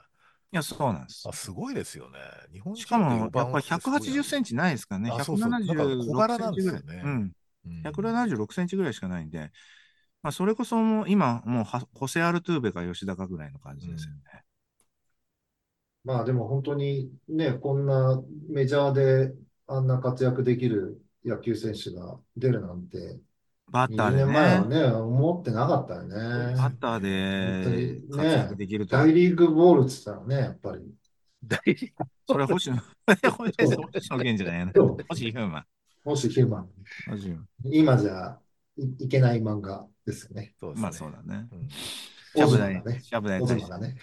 Speaker 2: や、そうなんです
Speaker 1: あ、。すごいですよね。日本
Speaker 2: しか
Speaker 1: 人で
Speaker 2: も
Speaker 1: 4、
Speaker 2: や
Speaker 1: 番
Speaker 2: っ
Speaker 1: 打
Speaker 2: ぱ
Speaker 1: つ
Speaker 2: り
Speaker 1: ってすごいな
Speaker 2: 180センチないですかね。
Speaker 1: あ、そうそう。なんか小
Speaker 2: 176
Speaker 1: 柄
Speaker 2: セ
Speaker 1: な
Speaker 2: ン
Speaker 1: んで
Speaker 2: チぐ
Speaker 1: す
Speaker 2: ら
Speaker 1: よね。
Speaker 2: い。うん。
Speaker 1: うん
Speaker 2: 176センチぐらいしかないんで、まあ、それこそもう今、もうは、ホセ・アルトゥーベか吉田かぐらいの感じですよね。
Speaker 3: まあでも本当にね、こんなメジャーであんな活躍できる野球選手が出るなんて、
Speaker 2: バッター
Speaker 3: 20
Speaker 2: で
Speaker 3: 年前は
Speaker 2: ね、
Speaker 3: ね、思ってなかったよ
Speaker 1: そうです
Speaker 2: バ
Speaker 1: よ
Speaker 2: ッ
Speaker 3: ね。
Speaker 2: タ
Speaker 3: 本当
Speaker 2: ーで
Speaker 3: に
Speaker 2: 活躍
Speaker 3: ね、
Speaker 2: できる
Speaker 1: <laughs>
Speaker 2: と。
Speaker 3: 大リーグボールって言ったらね、やっぱり。
Speaker 1: 大リ
Speaker 2: それ星野、 <laughs> 星
Speaker 3: そう
Speaker 2: 野源じゃないな。
Speaker 3: そう
Speaker 2: 星ヒューマン。
Speaker 3: もしヒューマン、
Speaker 2: 星ヒューマン
Speaker 3: 今じゃい、いけない漫画ですよね。
Speaker 1: そうですね。
Speaker 2: まあそうだね。
Speaker 1: うん
Speaker 2: シャ
Speaker 3: オ
Speaker 2: ブ
Speaker 3: ズ
Speaker 2: ダ
Speaker 3: マ
Speaker 2: イ
Speaker 3: が、ね、
Speaker 2: シャブダイ
Speaker 3: オズ
Speaker 2: 大
Speaker 3: マ
Speaker 2: 使。
Speaker 3: がね。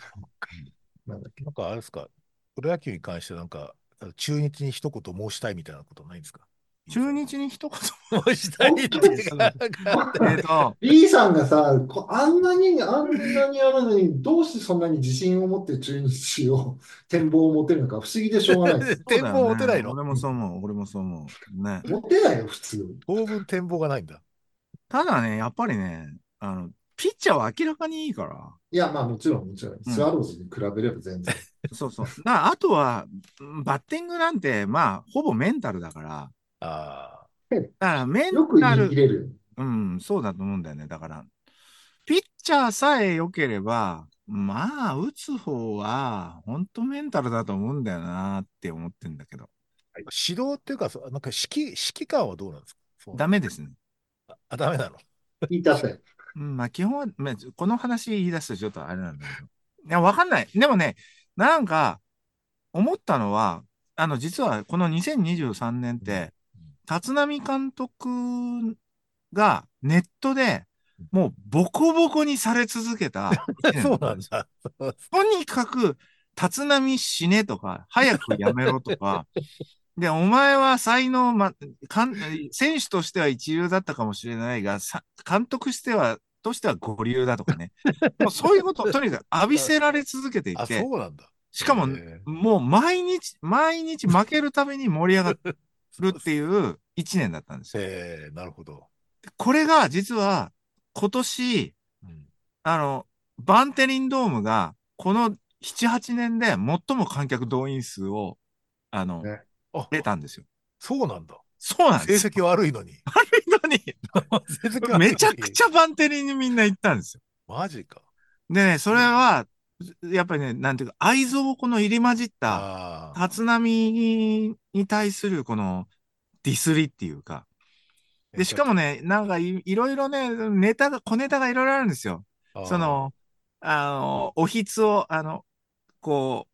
Speaker 3: なんだっけ。
Speaker 1: なんかあれですか、プロ野球に関してなんか、中日に一言申したいみたいなことないんですか
Speaker 2: 中日に一言。
Speaker 1: 申したいっていうか、なんか
Speaker 2: えっ
Speaker 3: <laughs>
Speaker 2: と、
Speaker 3: B さんがさ、こあんなに、あんなにあるのに、どうしてそんなに自信を持って中日を、 <laughs> 展望を持てるのか不思議でしょうがな
Speaker 2: <laughs>
Speaker 3: いです。
Speaker 2: そうだ
Speaker 1: 展望持てな
Speaker 2: よ
Speaker 1: い
Speaker 2: ね。
Speaker 1: の
Speaker 2: 俺もそう思う。俺もそう思う。ね。
Speaker 3: 持てないよ、普通。
Speaker 1: 当分展望がないんだ。
Speaker 2: ただね、やっぱりね、あの、ピッチャーは明らかにいいから。
Speaker 3: いや、まあもちろん、もちろん。スワローズに比べれば全然。
Speaker 2: そうそう。なあとは、うんバッティングなんて、まあ、ほぼメンタルだから。
Speaker 1: あ
Speaker 2: だから、メン
Speaker 3: よく
Speaker 2: タ
Speaker 3: 言い切
Speaker 2: ル、
Speaker 3: れる。
Speaker 2: うん、そうだと思うんだよね。だから、ピッチャーさえ良ければ、まあ、打つ方は、本当メンタルだと思うんだよなって思ってんだけど。
Speaker 1: あ、指導っていうか、そうなんか指揮、指揮官はどうなんですかそう
Speaker 2: ダメですね。
Speaker 1: あ、ダメなの。
Speaker 3: 言いたったよ。
Speaker 2: うん、まあ基本は、まあこの話言い出すとちょっとあれなんだけど。いや、わかんない。でもね、なんか、思ったのは、あの、実はこの2023年って、立浪監督がネットでもうボコボコにされ続けた一
Speaker 1: <laughs>
Speaker 2: 年
Speaker 1: そ
Speaker 2: だ
Speaker 1: うなん
Speaker 2: った
Speaker 1: ん
Speaker 2: です。
Speaker 1: だ。そう <laughs>
Speaker 2: とにかく、立浪死ねとか、早くやめろとか、で、お前は才能、ま、かん、選手としては一流だったかもしれないが、さ、監督しては、としては五流だ
Speaker 1: <laughs>
Speaker 2: とかね。もうそういうことをとにかく浴びせられ続けてい
Speaker 1: あ、
Speaker 2: て、
Speaker 1: そうなんだ。
Speaker 2: しかも、
Speaker 1: え
Speaker 2: もう毎日、毎日負けるために盛り上がるっていう一年だったんです
Speaker 1: ー
Speaker 2: よ。
Speaker 1: えーなるほど。
Speaker 2: これが実は今年、
Speaker 1: うん
Speaker 2: あの、バンテリンドームがこの7、8年で最も観客動員数を、あの、
Speaker 3: ね
Speaker 1: あ、
Speaker 2: 出たんですよ。
Speaker 1: そうなんだ。
Speaker 2: そうなん
Speaker 1: 成
Speaker 2: ですよ。
Speaker 1: 績悪いのに。
Speaker 2: 本
Speaker 1: 成績悪いの
Speaker 2: 当に
Speaker 1: に
Speaker 2: <laughs> めちゃくちゃバンテリンにみんな行ったんですよ。
Speaker 1: マジか。
Speaker 2: でね、それは、やっぱりね、なんていうか、愛憎この入り混じった、
Speaker 1: ああ。
Speaker 2: 立浪に対するこのディスりっていうか、で、しかもね、なんかいいろいろね、ネタが、小ネタがいろいろあるんですよ。
Speaker 1: あー、
Speaker 2: その、あの、おひつを、あの、こ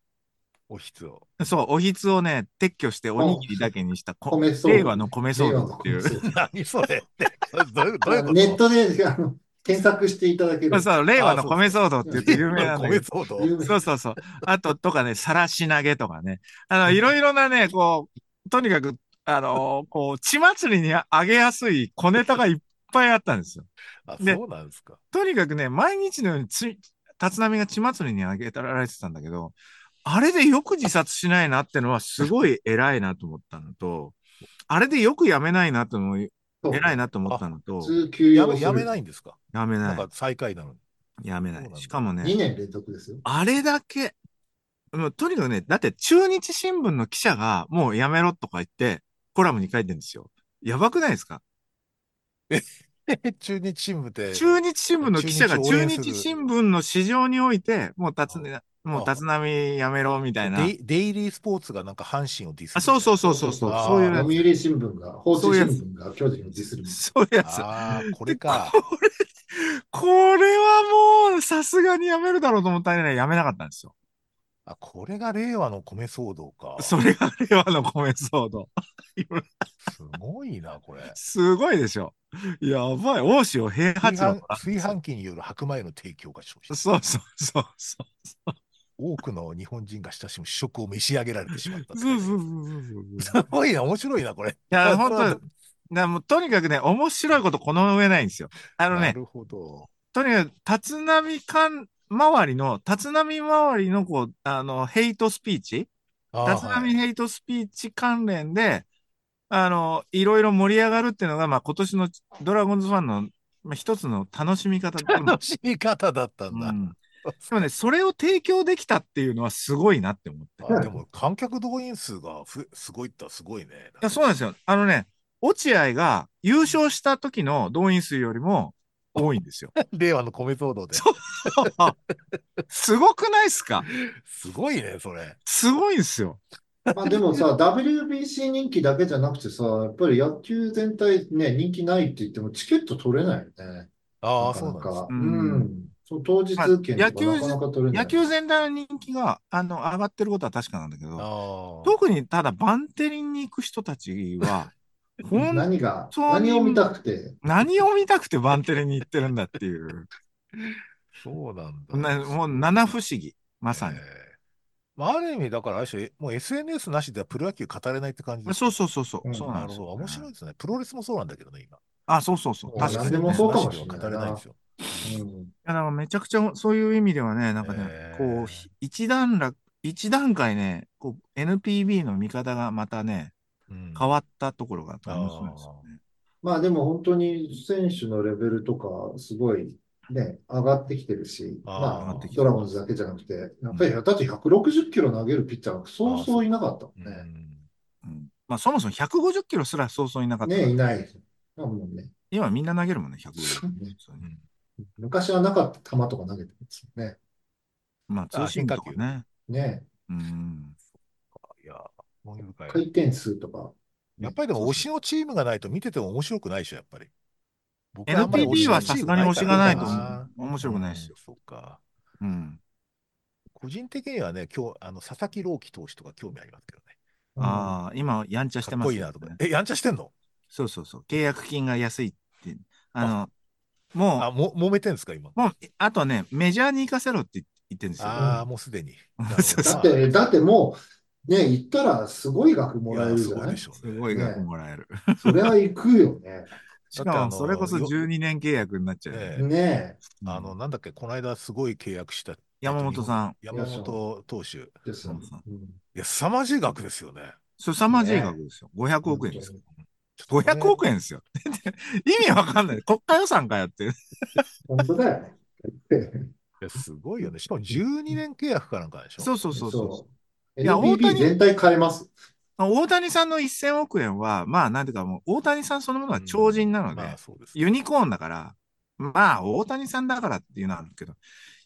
Speaker 1: おひつを。 <laughs>
Speaker 2: う、そう、おひつをね、撤去しておにぎりだけにした、こ
Speaker 3: 米騒動
Speaker 2: 令和の米騒動っていう。
Speaker 1: 何それって。どういうどういうこと
Speaker 3: ネットであの検索していただける。
Speaker 2: そう、令和の米騒動って言って有名なんだ
Speaker 1: 米
Speaker 2: けど。
Speaker 1: 騒動。
Speaker 3: 有名
Speaker 2: そうそうそう。あと、とかね、さらし投げとかね。あの、いろいろなね、こう、とにかく、あの、こう、血祭りにあげやすい小ネタがいっぱいあったんですよ。
Speaker 1: あ、
Speaker 2: ね
Speaker 1: そうなんですか。
Speaker 2: とにかくね、毎日のようにつ、立浪が血祭りにあげられてたんだけど、あれでよく自殺しないなってのはすごい偉いなと思ったのと、あれでよくやめないなと思い、
Speaker 3: そう
Speaker 2: 偉いなと思ったのと
Speaker 3: 普、通休
Speaker 1: や
Speaker 3: 養
Speaker 1: め
Speaker 3: す
Speaker 1: やめ
Speaker 3: る。
Speaker 1: ないんですか。
Speaker 2: やめ
Speaker 1: な
Speaker 2: なんい
Speaker 1: か。最下位なのに。
Speaker 2: やめな
Speaker 1: そうな
Speaker 2: い
Speaker 1: ん。だ
Speaker 2: しかも
Speaker 3: 2
Speaker 2: ね、
Speaker 3: 年連続ですよ。
Speaker 2: あれだけ、もうとにかくね、だって中日新聞の記者がもうやめろとか言って、コラムに書いてるんですよ。やばくないですか
Speaker 1: <laughs> 中日新聞で。
Speaker 2: 中日新聞の記者が
Speaker 1: 中日を応
Speaker 2: 中
Speaker 1: 援する
Speaker 2: 日新聞の市場において、もう立つ、もう立浪やめろみたいな。
Speaker 1: デイデイリースポーツがなんか阪神をディスる
Speaker 2: あ、そうそうそうそうそう。
Speaker 1: あー
Speaker 2: そういうや
Speaker 3: 読
Speaker 2: つ。
Speaker 3: 売新聞が、法
Speaker 2: そう
Speaker 3: 制
Speaker 2: いう
Speaker 3: 新
Speaker 2: やつ
Speaker 3: 聞が巨人をディスるみたいな。
Speaker 2: そういうやつ。
Speaker 1: ああ、これ
Speaker 2: で <laughs>
Speaker 1: か。
Speaker 2: これ、これはもうさすがにやめるだろうと思ったらねやめなかったんですよ。
Speaker 1: あ、これが令和の米騒動か。
Speaker 2: それが令和の米騒動。
Speaker 1: すごいな、これ。
Speaker 2: すごいでしょ。やばい。大塩平
Speaker 1: 炊
Speaker 2: <laughs> 八郎
Speaker 1: 飯炊飯器による白米の提供が消費
Speaker 2: そうそうそうそう。
Speaker 1: 多くの日本人が親しむ主食を召し上げられてしま
Speaker 2: <laughs>
Speaker 1: ったとか
Speaker 2: そう
Speaker 1: ね。
Speaker 2: そうそうそう。
Speaker 1: すごいな、面白いな、これ。い
Speaker 2: いや、本当だからもうとにかくね、面白いことこの上ないんですよ。あの
Speaker 1: な
Speaker 2: ね、
Speaker 1: るほど。
Speaker 2: とにかく、立浪間周りの、立浪周りの、こう、あの、ヘイトスピーチ
Speaker 1: あー
Speaker 2: 立浪
Speaker 1: はい
Speaker 2: ヘイトスピーチ関連で、あの、いろいろ盛り上がるっていうのが、まあ、今年のドラゴンズファンの、まあ、一つの楽しみ方でも、
Speaker 1: 楽しみ方だったんだ。
Speaker 2: うん、でもね、それを提供できたっていうのはすごいなって思って。い
Speaker 1: あでも観客動員数がふすごいったらすごいね。
Speaker 2: やそうなんですよ。あのね、落合が優勝した時の動員数よりも多いんですよ。
Speaker 1: <laughs> 令和の米騒動で。
Speaker 2: すごくないですか
Speaker 1: すごいね、それ。
Speaker 2: すごいんですよ。
Speaker 3: まあでもさ、WBC 人気だけじゃなくてさ、やっぱり野球全体ね、人気ないって言ってもチケット取れないよね。
Speaker 1: ああ、
Speaker 3: な
Speaker 1: そ
Speaker 3: か
Speaker 1: うなんです
Speaker 3: なか。
Speaker 1: ね。
Speaker 2: う
Speaker 3: うんん。その当日
Speaker 2: まあ
Speaker 3: 券とかなかなか取れない。
Speaker 2: 野球全体の人気が、あの、上がってることは確かなんだけど、
Speaker 1: ああ。
Speaker 2: 特にただバンテリンに行く人たち
Speaker 1: <laughs>
Speaker 2: は、ほん
Speaker 3: 何が、
Speaker 2: 当に
Speaker 3: 何を見たくて、
Speaker 2: 何を見たくてバンテリンに行ってるんだっていう、
Speaker 1: <laughs> そうなんだ。
Speaker 2: なもう七不思議、まさに
Speaker 1: え。えまあ、ある意味、だから、あれでしょもう SNS なしではプロ野球語れないって感じです
Speaker 2: そうそうそうそう、
Speaker 3: うん
Speaker 2: そうな
Speaker 1: なんる
Speaker 2: です
Speaker 1: ほ
Speaker 2: よ
Speaker 1: ど。面白いですね。プロレスもそうなんだけどね、今。
Speaker 2: あ、そうそうそう、
Speaker 3: う
Speaker 2: 確かに、ね。
Speaker 3: 何でもそうかも
Speaker 1: しれない。
Speaker 3: しれないな
Speaker 1: 語れないんですよ。
Speaker 3: うん。
Speaker 2: いや、だからめちゃくちゃ、そういう意味ではね、なんかね、
Speaker 1: えー
Speaker 2: こう、ひ一段落、一段階ね、こう、NPB の見方がまたね、
Speaker 1: うん
Speaker 2: 変わったところがあって面白いですよね。
Speaker 3: まあでも本当に選手のレベルとかすごいね、上がってきてるし、
Speaker 1: あー
Speaker 3: まあ
Speaker 2: 上がってきて
Speaker 3: ドラゴンズだけじゃなくて、やっぱりだって160キロ投げるピッチャーがそうそういなかったもん
Speaker 1: う
Speaker 3: ね。
Speaker 1: ん
Speaker 2: うんまあ、そもそも150キロすらそうそういなかった。
Speaker 3: ね、いない。だもんね。
Speaker 2: 今みんな投げるもんね、150
Speaker 3: ね
Speaker 2: そうね
Speaker 3: 昔はなかった球とか投げてるんですよね。
Speaker 2: まあ、通信とかね。
Speaker 3: ね、
Speaker 2: うん。
Speaker 1: いや、興味深い
Speaker 3: 回転数とか。
Speaker 1: やっぱりでも推しのチームがないと見てても面白くないでしょ、やっぱり。僕あんまり
Speaker 2: NPB はさすがに推しがないと
Speaker 3: 思う
Speaker 2: 面白くないですよ。
Speaker 1: うんそっか。
Speaker 2: うん。
Speaker 1: 個人的にはね、今日、あの、佐々木朗希投手とか興味ありますけどね。
Speaker 3: うん
Speaker 2: ああ、今、やんちゃして
Speaker 1: かっ
Speaker 2: ます
Speaker 1: こい
Speaker 2: ね
Speaker 1: いなとかね。え、やんちゃしてんの
Speaker 2: そうそうそう。契約金が安いって。あの、もう
Speaker 1: あ、、も、揉めてんですか、今。
Speaker 2: もう、あとね、メジャーに行かせろって言ってるんですよ。 <laughs>
Speaker 1: ああ、もうすでに。なるほど
Speaker 2: そう
Speaker 3: だ
Speaker 2: そ
Speaker 3: って、だってもね、行ったらすごい額
Speaker 1: い
Speaker 3: もらえ
Speaker 1: や、
Speaker 3: る
Speaker 1: す
Speaker 3: じゃ
Speaker 1: ごい
Speaker 3: な
Speaker 1: で
Speaker 3: い
Speaker 1: しょう
Speaker 2: す
Speaker 1: ね。
Speaker 2: ごい額
Speaker 3: ね、
Speaker 2: もらえる。
Speaker 3: それは行く
Speaker 1: <laughs>
Speaker 3: よね。
Speaker 1: だ
Speaker 2: <laughs> し
Speaker 1: っ
Speaker 2: か
Speaker 1: てあ
Speaker 2: も、それこ
Speaker 1: の、
Speaker 2: そ
Speaker 1: よ、
Speaker 2: 12年契約になっちゃうよね。
Speaker 1: ええ
Speaker 3: ね
Speaker 2: う
Speaker 1: あの、
Speaker 2: ん、
Speaker 1: なんだっけ、この間すごい契約した、えっ
Speaker 2: 山
Speaker 1: と、日本、
Speaker 2: 本さん。
Speaker 3: え、
Speaker 1: 山
Speaker 3: よしょ
Speaker 1: 本投手。
Speaker 3: です
Speaker 2: 山
Speaker 3: よ。
Speaker 2: 本さん。
Speaker 3: うん、
Speaker 1: いや、凄まじい額ですよね。
Speaker 2: 凄まじい額
Speaker 3: ね、
Speaker 2: ですよ。500
Speaker 3: 本
Speaker 2: 億円
Speaker 3: 当
Speaker 2: ですよ。
Speaker 3: に。
Speaker 1: ちょっとこ
Speaker 2: 500
Speaker 1: れ、
Speaker 2: 億円ですよ。 <laughs> 意味わかんない。国家予算かよっていう。
Speaker 3: 本当だよね。
Speaker 1: いやすごいよね。しかも12年契約かなんかでしょ
Speaker 2: そうそうそうそう。
Speaker 3: そう。
Speaker 2: いや、大
Speaker 3: NPB
Speaker 2: 谷、
Speaker 3: 全体変えます。
Speaker 2: 大谷さんの1000億円は、まあ、なんていうか、もう、大谷さんそのもの
Speaker 1: う
Speaker 2: は超
Speaker 1: ん。
Speaker 2: 人なの
Speaker 1: まあ、
Speaker 2: で、
Speaker 1: そうです
Speaker 2: ユ
Speaker 1: ね。
Speaker 2: ニコーンだから、まあ、大谷さんだからっていうのはあるけど、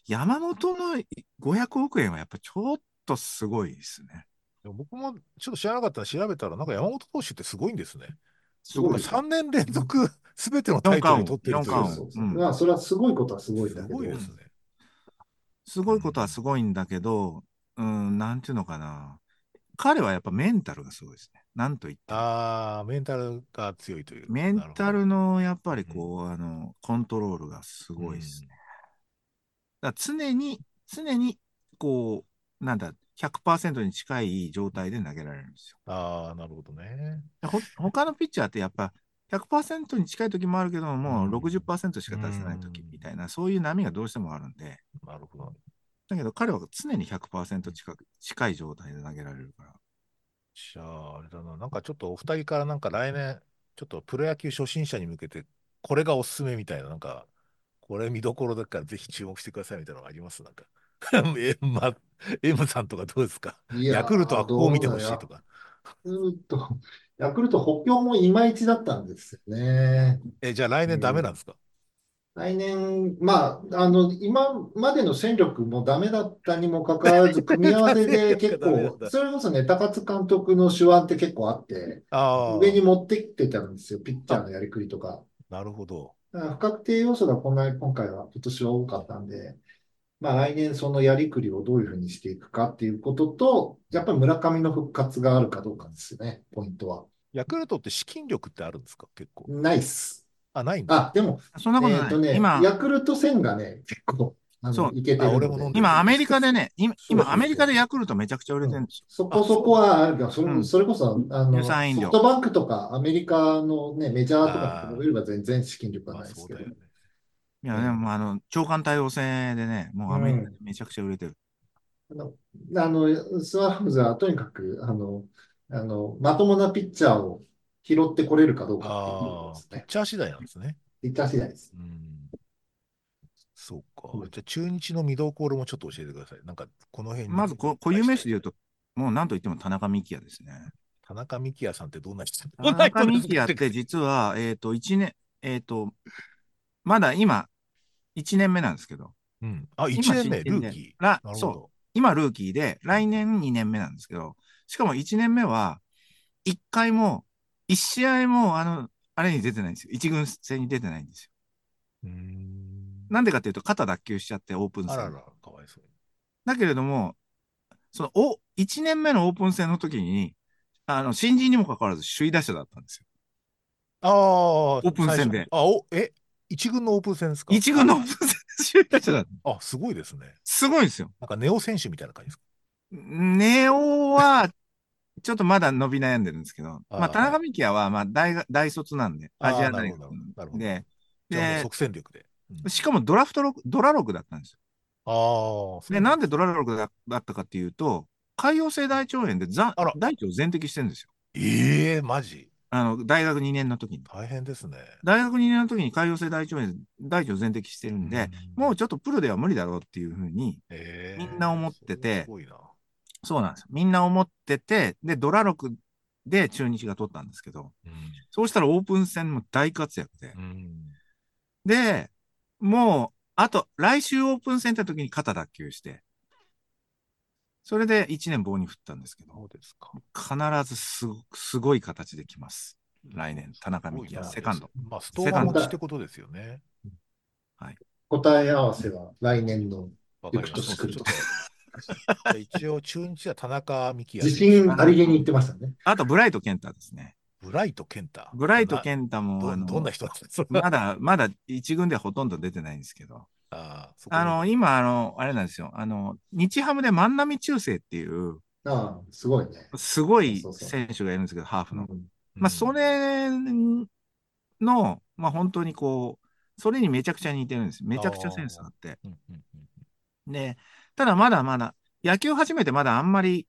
Speaker 2: 山本の500億円はやっぱちょっとすごいですね。
Speaker 1: でも僕もちょっと知らなかったら調べたら、なんか山本投手ってすごいんですね。
Speaker 2: す
Speaker 3: す
Speaker 1: なん
Speaker 3: ご
Speaker 1: か
Speaker 3: いよ。
Speaker 1: 3年連
Speaker 2: <laughs>
Speaker 1: 続すべてのタ
Speaker 2: 4
Speaker 1: イトル
Speaker 2: 冠
Speaker 1: を取
Speaker 2: 王、
Speaker 1: ってる
Speaker 2: 4
Speaker 1: とい
Speaker 3: そう
Speaker 1: う。
Speaker 2: 冠
Speaker 3: そ
Speaker 2: 王。
Speaker 3: うそうう。
Speaker 2: ん。
Speaker 3: まあ、それはすごいことはすごいん
Speaker 1: す
Speaker 3: だけ
Speaker 1: ごいで
Speaker 3: ど、
Speaker 1: すね。
Speaker 2: す
Speaker 1: う
Speaker 2: ごいことはす
Speaker 1: ん。
Speaker 2: ごいんだけど、うん、なんていうのかな。彼はやっぱメンタルがすごいですね。なんと言っても。
Speaker 1: ああ、メンタルが強いという。
Speaker 2: メン
Speaker 1: なるほ
Speaker 2: タ
Speaker 1: ど。
Speaker 2: ルの、やっぱり
Speaker 1: うん。
Speaker 2: こう、あの、コントロールがす
Speaker 1: う
Speaker 2: ごいですね。
Speaker 1: ん。
Speaker 2: だから常に、常に、こう、なんだ、100%に近い状態で投げられるんですよ。
Speaker 1: ああ、なるほどね。
Speaker 2: ほ、他のピッチャーってやっぱ100%に近い時もあるけども、
Speaker 1: う。
Speaker 2: もうん60%し
Speaker 1: う
Speaker 2: か出せない時み
Speaker 1: ん。
Speaker 2: たいな、そういう波がどうしてもあるんで、
Speaker 1: なるほど。
Speaker 2: だけど彼は常に100%近く、近い状態で投げられるから。
Speaker 1: じゃあ、あれだな。なんかちょっとお二人からなんか来年、ちょっとプロ野球初心者に向けて、これがおすすめみたいな、なんか、これ見どころだからぜひ注目してくださいみたいなのがありますなんか。 <laughs> エムマ、エムさんとかどうですか
Speaker 3: いや
Speaker 1: ヤクルト
Speaker 3: ー、
Speaker 1: はこう見
Speaker 3: どう
Speaker 1: てほ
Speaker 3: だ
Speaker 1: しいと
Speaker 3: よ。
Speaker 1: か。
Speaker 3: ヤクルト、ヤクルト補強もいまいちだったんですよね。
Speaker 1: え、じゃあ来年ダメ
Speaker 3: う
Speaker 1: なんで
Speaker 3: ん
Speaker 1: すか
Speaker 3: 来年、まあ、あの、今までの戦力もダメだったにもかかわ
Speaker 1: <laughs>
Speaker 3: らず、組み合わせ
Speaker 1: 戦力が
Speaker 3: で結
Speaker 1: ダメなん
Speaker 3: 構、
Speaker 1: だ。
Speaker 3: それこそね、高津監督の手腕って結構あって、上
Speaker 1: あ
Speaker 3: に持ってきてたんですよ、ピッチャ
Speaker 1: あ、
Speaker 3: ー
Speaker 1: あ、
Speaker 3: のやりくりとか。
Speaker 1: なるほど。
Speaker 3: だから不確定要素がこんな、今回は、今年は多かったんで、まあ来年そのやりくりをどういうふうにしていくかっていうことと、
Speaker 1: う
Speaker 3: やっ
Speaker 1: ん
Speaker 3: ぱり村上の復活があるかどうかですよね、ポイントは。
Speaker 1: ヤクルトって資金力ってあるんですか結構。
Speaker 3: ナイス。
Speaker 1: あ、ないんだ。
Speaker 3: あ、でも、
Speaker 2: そんなこと
Speaker 3: えっ
Speaker 2: な
Speaker 3: と
Speaker 2: い。
Speaker 3: ね、
Speaker 2: 今、
Speaker 3: ヤクルト1000がね、結構、あ
Speaker 2: そ
Speaker 3: の、
Speaker 2: う、
Speaker 3: いけて
Speaker 1: あ、
Speaker 3: る
Speaker 1: 俺
Speaker 3: の
Speaker 1: も飲んでる
Speaker 3: で、
Speaker 2: 今、
Speaker 1: ん
Speaker 2: アメ
Speaker 1: だ。
Speaker 2: リカでね、今、
Speaker 3: そう
Speaker 2: 今ア
Speaker 3: そう
Speaker 2: メリ
Speaker 3: そ
Speaker 2: カ
Speaker 3: う
Speaker 2: で
Speaker 3: そ
Speaker 2: ヤ
Speaker 3: う。
Speaker 2: クルトめちゃくちゃ売れ
Speaker 3: う
Speaker 2: てるん
Speaker 3: ん、
Speaker 2: ですよ。
Speaker 3: そ
Speaker 1: あ、
Speaker 3: こそ
Speaker 1: そう
Speaker 3: こ
Speaker 1: なんだ。
Speaker 3: はあるから、それ
Speaker 2: う
Speaker 3: も、
Speaker 2: ん。
Speaker 3: それこそ、あ
Speaker 2: 乳
Speaker 3: の、
Speaker 2: 酸飲
Speaker 3: ソフ
Speaker 2: 料。
Speaker 3: トバンクとか、アメリカのね、メジャーとかに比べ
Speaker 1: ああ、
Speaker 3: れば全然資金力は
Speaker 1: まあ
Speaker 3: ないで
Speaker 1: そ
Speaker 3: す
Speaker 1: う
Speaker 3: け
Speaker 1: だ
Speaker 3: ど、
Speaker 1: よね。
Speaker 2: いや、で
Speaker 3: う
Speaker 2: も、あの、長官対応制でね、もうアメリ
Speaker 3: ん。う
Speaker 2: カで
Speaker 3: ん。
Speaker 2: めちゃくちゃ売れてる。
Speaker 3: あの、あのスワローズはとにかく、あの、あの、まともなピッチャーを拾ってこれるかどうかっていうところで
Speaker 1: ああ、
Speaker 3: す
Speaker 1: ピッ
Speaker 3: ね。
Speaker 1: チャー次第なんですね。
Speaker 3: ピッチャー次第です。
Speaker 1: うん、そう
Speaker 3: う
Speaker 1: か。
Speaker 3: ん。
Speaker 1: じゃあ中日の見どころもちょっと教えてください。なんか、この辺に
Speaker 2: まずこ、固
Speaker 1: 対
Speaker 2: 有
Speaker 1: し
Speaker 2: 名
Speaker 1: た
Speaker 2: 詞
Speaker 1: い
Speaker 2: で言
Speaker 1: み
Speaker 2: う
Speaker 1: たい
Speaker 2: と、もう何と言っても田中幹也ですね。
Speaker 1: な。田中幹也さんってどんな人、
Speaker 2: 田
Speaker 1: どんな
Speaker 2: 中
Speaker 1: 人です
Speaker 2: 幹
Speaker 1: かっ
Speaker 2: 也ってて
Speaker 1: 感じ。
Speaker 2: 実は、えっと、一年、えっと、まだ今、1年目なんですけど、
Speaker 1: うん。あ、1
Speaker 2: 今
Speaker 1: 年
Speaker 2: 新
Speaker 1: 目、
Speaker 2: 人
Speaker 1: ルー
Speaker 2: で、
Speaker 1: キ
Speaker 2: ら、
Speaker 1: ー。なるほ
Speaker 2: そう、
Speaker 1: ど。
Speaker 2: 今ルーキーで、
Speaker 1: う
Speaker 2: 来
Speaker 1: ん。
Speaker 2: 年2年目なんですけど、しかも1年目は、1回も、1試合も、あの、あれに出てないんですよ。1軍戦に出てないんですよ。
Speaker 1: うーん。
Speaker 2: なんでかっていうと、肩脱臼しちゃって、オープン
Speaker 1: あら
Speaker 2: 戦で。
Speaker 1: ら、かわいそうに。
Speaker 2: だけれども、その、お、1年目のオープン戦の時に、あの、新人にもかかわらず、首位打者だったんですよ。
Speaker 1: あ
Speaker 2: オー
Speaker 1: あ、
Speaker 2: プン
Speaker 1: 最
Speaker 2: 戦
Speaker 1: 初。
Speaker 2: で。
Speaker 1: あ、お、え、1軍のオープン戦ですか
Speaker 2: 1軍
Speaker 1: あ、
Speaker 2: のオープン戦で首位打者だった。
Speaker 1: あ、すごいですね。
Speaker 2: すごいんですよ。
Speaker 1: なんか、ネオ選手みたいな感じですか
Speaker 2: ネオは、ちょっとまだ伸び悩んでるんですけど、まあ、
Speaker 1: あ
Speaker 2: 田
Speaker 1: あ、は
Speaker 2: 中
Speaker 1: い。
Speaker 2: 幹也は、まあ大学、大卒なんで、アジ
Speaker 1: ああ、
Speaker 2: ア
Speaker 1: なる
Speaker 2: 大
Speaker 1: ほど、
Speaker 2: 学
Speaker 1: なるほど。なるほど。
Speaker 2: で、
Speaker 1: じゃあもう
Speaker 2: で、
Speaker 1: 即戦力で。うん。
Speaker 2: しかもドラフト6、ドラ6だったんですよ。
Speaker 1: ああ、そう
Speaker 2: で、
Speaker 1: な
Speaker 2: なんん
Speaker 1: で
Speaker 2: ですド
Speaker 1: ね。
Speaker 2: ラ6だだったかっていうと、潰瘍性大腸炎でざ
Speaker 1: あら、
Speaker 2: 大腸を全摘してるんですよ。
Speaker 1: ええマジ。
Speaker 2: あの、大学2年の時に。
Speaker 1: 大変ですね。
Speaker 2: 大学2年の時に潰瘍性大腸炎で大腸を全摘してる
Speaker 1: うん。
Speaker 2: で、もうんちょっとプロでは無理だろうっていうふうに、みんな
Speaker 1: ええ
Speaker 2: 思っ
Speaker 1: それ
Speaker 2: て
Speaker 1: はす
Speaker 2: て、
Speaker 1: ごいな。
Speaker 2: そうなんですよ。みんな思ってて、で、ドラ6で中日が取ったんですけど、
Speaker 1: うん。
Speaker 2: そうしたらオープン戦も大活躍で。
Speaker 1: うん。
Speaker 2: で、もう、あと、来週オープン戦行った時に肩脱臼して、それで1年棒に振ったんですけど、
Speaker 1: そうですか。
Speaker 2: 必ずすご、すごい形で来ます。来年、
Speaker 1: す
Speaker 2: 田中
Speaker 1: ごい
Speaker 2: 幹也、
Speaker 1: な。
Speaker 2: セ
Speaker 1: え、
Speaker 2: カン
Speaker 1: す
Speaker 2: ド。
Speaker 1: まあ、ストー
Speaker 2: セ
Speaker 1: マ
Speaker 2: カン
Speaker 1: 持
Speaker 2: ド。
Speaker 1: ちって
Speaker 3: 答
Speaker 1: ことですよね。
Speaker 2: はい。
Speaker 3: 答え合わせは来年の
Speaker 1: わか
Speaker 3: 翌
Speaker 1: りまし
Speaker 3: 年
Speaker 1: た。
Speaker 3: 来る
Speaker 1: ちょっと、
Speaker 3: と。
Speaker 1: <laughs> じゃあ一応、中日は田中幹也
Speaker 3: 自
Speaker 1: 選手
Speaker 3: 信
Speaker 2: 田
Speaker 1: と、
Speaker 3: ありげに
Speaker 2: 中。
Speaker 3: 言ってましたね。
Speaker 2: あと、ブライト健太ですね。
Speaker 1: ブライト健太。
Speaker 2: ブ
Speaker 1: こ
Speaker 2: ラ
Speaker 1: れ
Speaker 2: イト
Speaker 1: な、
Speaker 2: 健太も、あ
Speaker 1: ど、どんな
Speaker 2: の、
Speaker 1: 人なんですかそれは
Speaker 2: <laughs> まだ、まだ一軍ではほとんど出てないんですけど、
Speaker 1: ああ、そこ
Speaker 2: あ
Speaker 1: にいるん
Speaker 2: の、
Speaker 1: だ。
Speaker 2: 今、あの、あれなんですよ。あの、日ハムで万波中正っていう、
Speaker 3: ああ、すごいね。
Speaker 2: すごい
Speaker 3: そうそうそ
Speaker 2: 選手がいるんですけど、ハーフ
Speaker 3: う。う
Speaker 2: の。
Speaker 3: ん。
Speaker 2: まあ、それの、まあ、本当にこう、それにめちゃくちゃ似てるんです。めちゃくちゃセンスあって。
Speaker 1: うんうんうん
Speaker 2: で、ただまだまだ、野球始めてまだあんまり、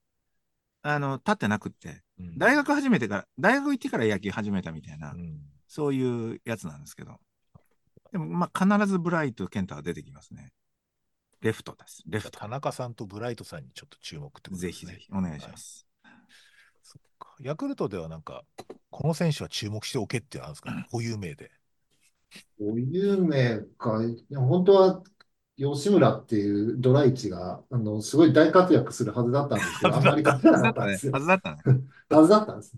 Speaker 2: あの、立ってなくって、
Speaker 1: うん
Speaker 2: 大学始めてから、大学行ってから野球始めたみたいな
Speaker 1: う、ん
Speaker 2: そういうやつなんですけど。でも、まあ、必ずブライト・ケンタは出てきますね。レフトです。レフト。
Speaker 1: 田中さんとブライトさんにちょっと注目ってこと
Speaker 2: ぜ
Speaker 1: です
Speaker 2: ひ
Speaker 1: ね。
Speaker 2: ぜひ、お願いします。
Speaker 1: そっかヤクルトではなんか、この選手は注目しておけってあるんですかね、固有名で。
Speaker 3: お有名か。いや本当は、吉村っていうドラ1が、あの、すごい大活躍するはずだったんですけど、あんまり勝て
Speaker 2: は
Speaker 3: な
Speaker 2: ず
Speaker 3: か
Speaker 2: だ
Speaker 3: っ
Speaker 2: ったた
Speaker 3: んで
Speaker 2: ね
Speaker 3: す。よ。
Speaker 2: はずだったね。
Speaker 3: はずだったんです。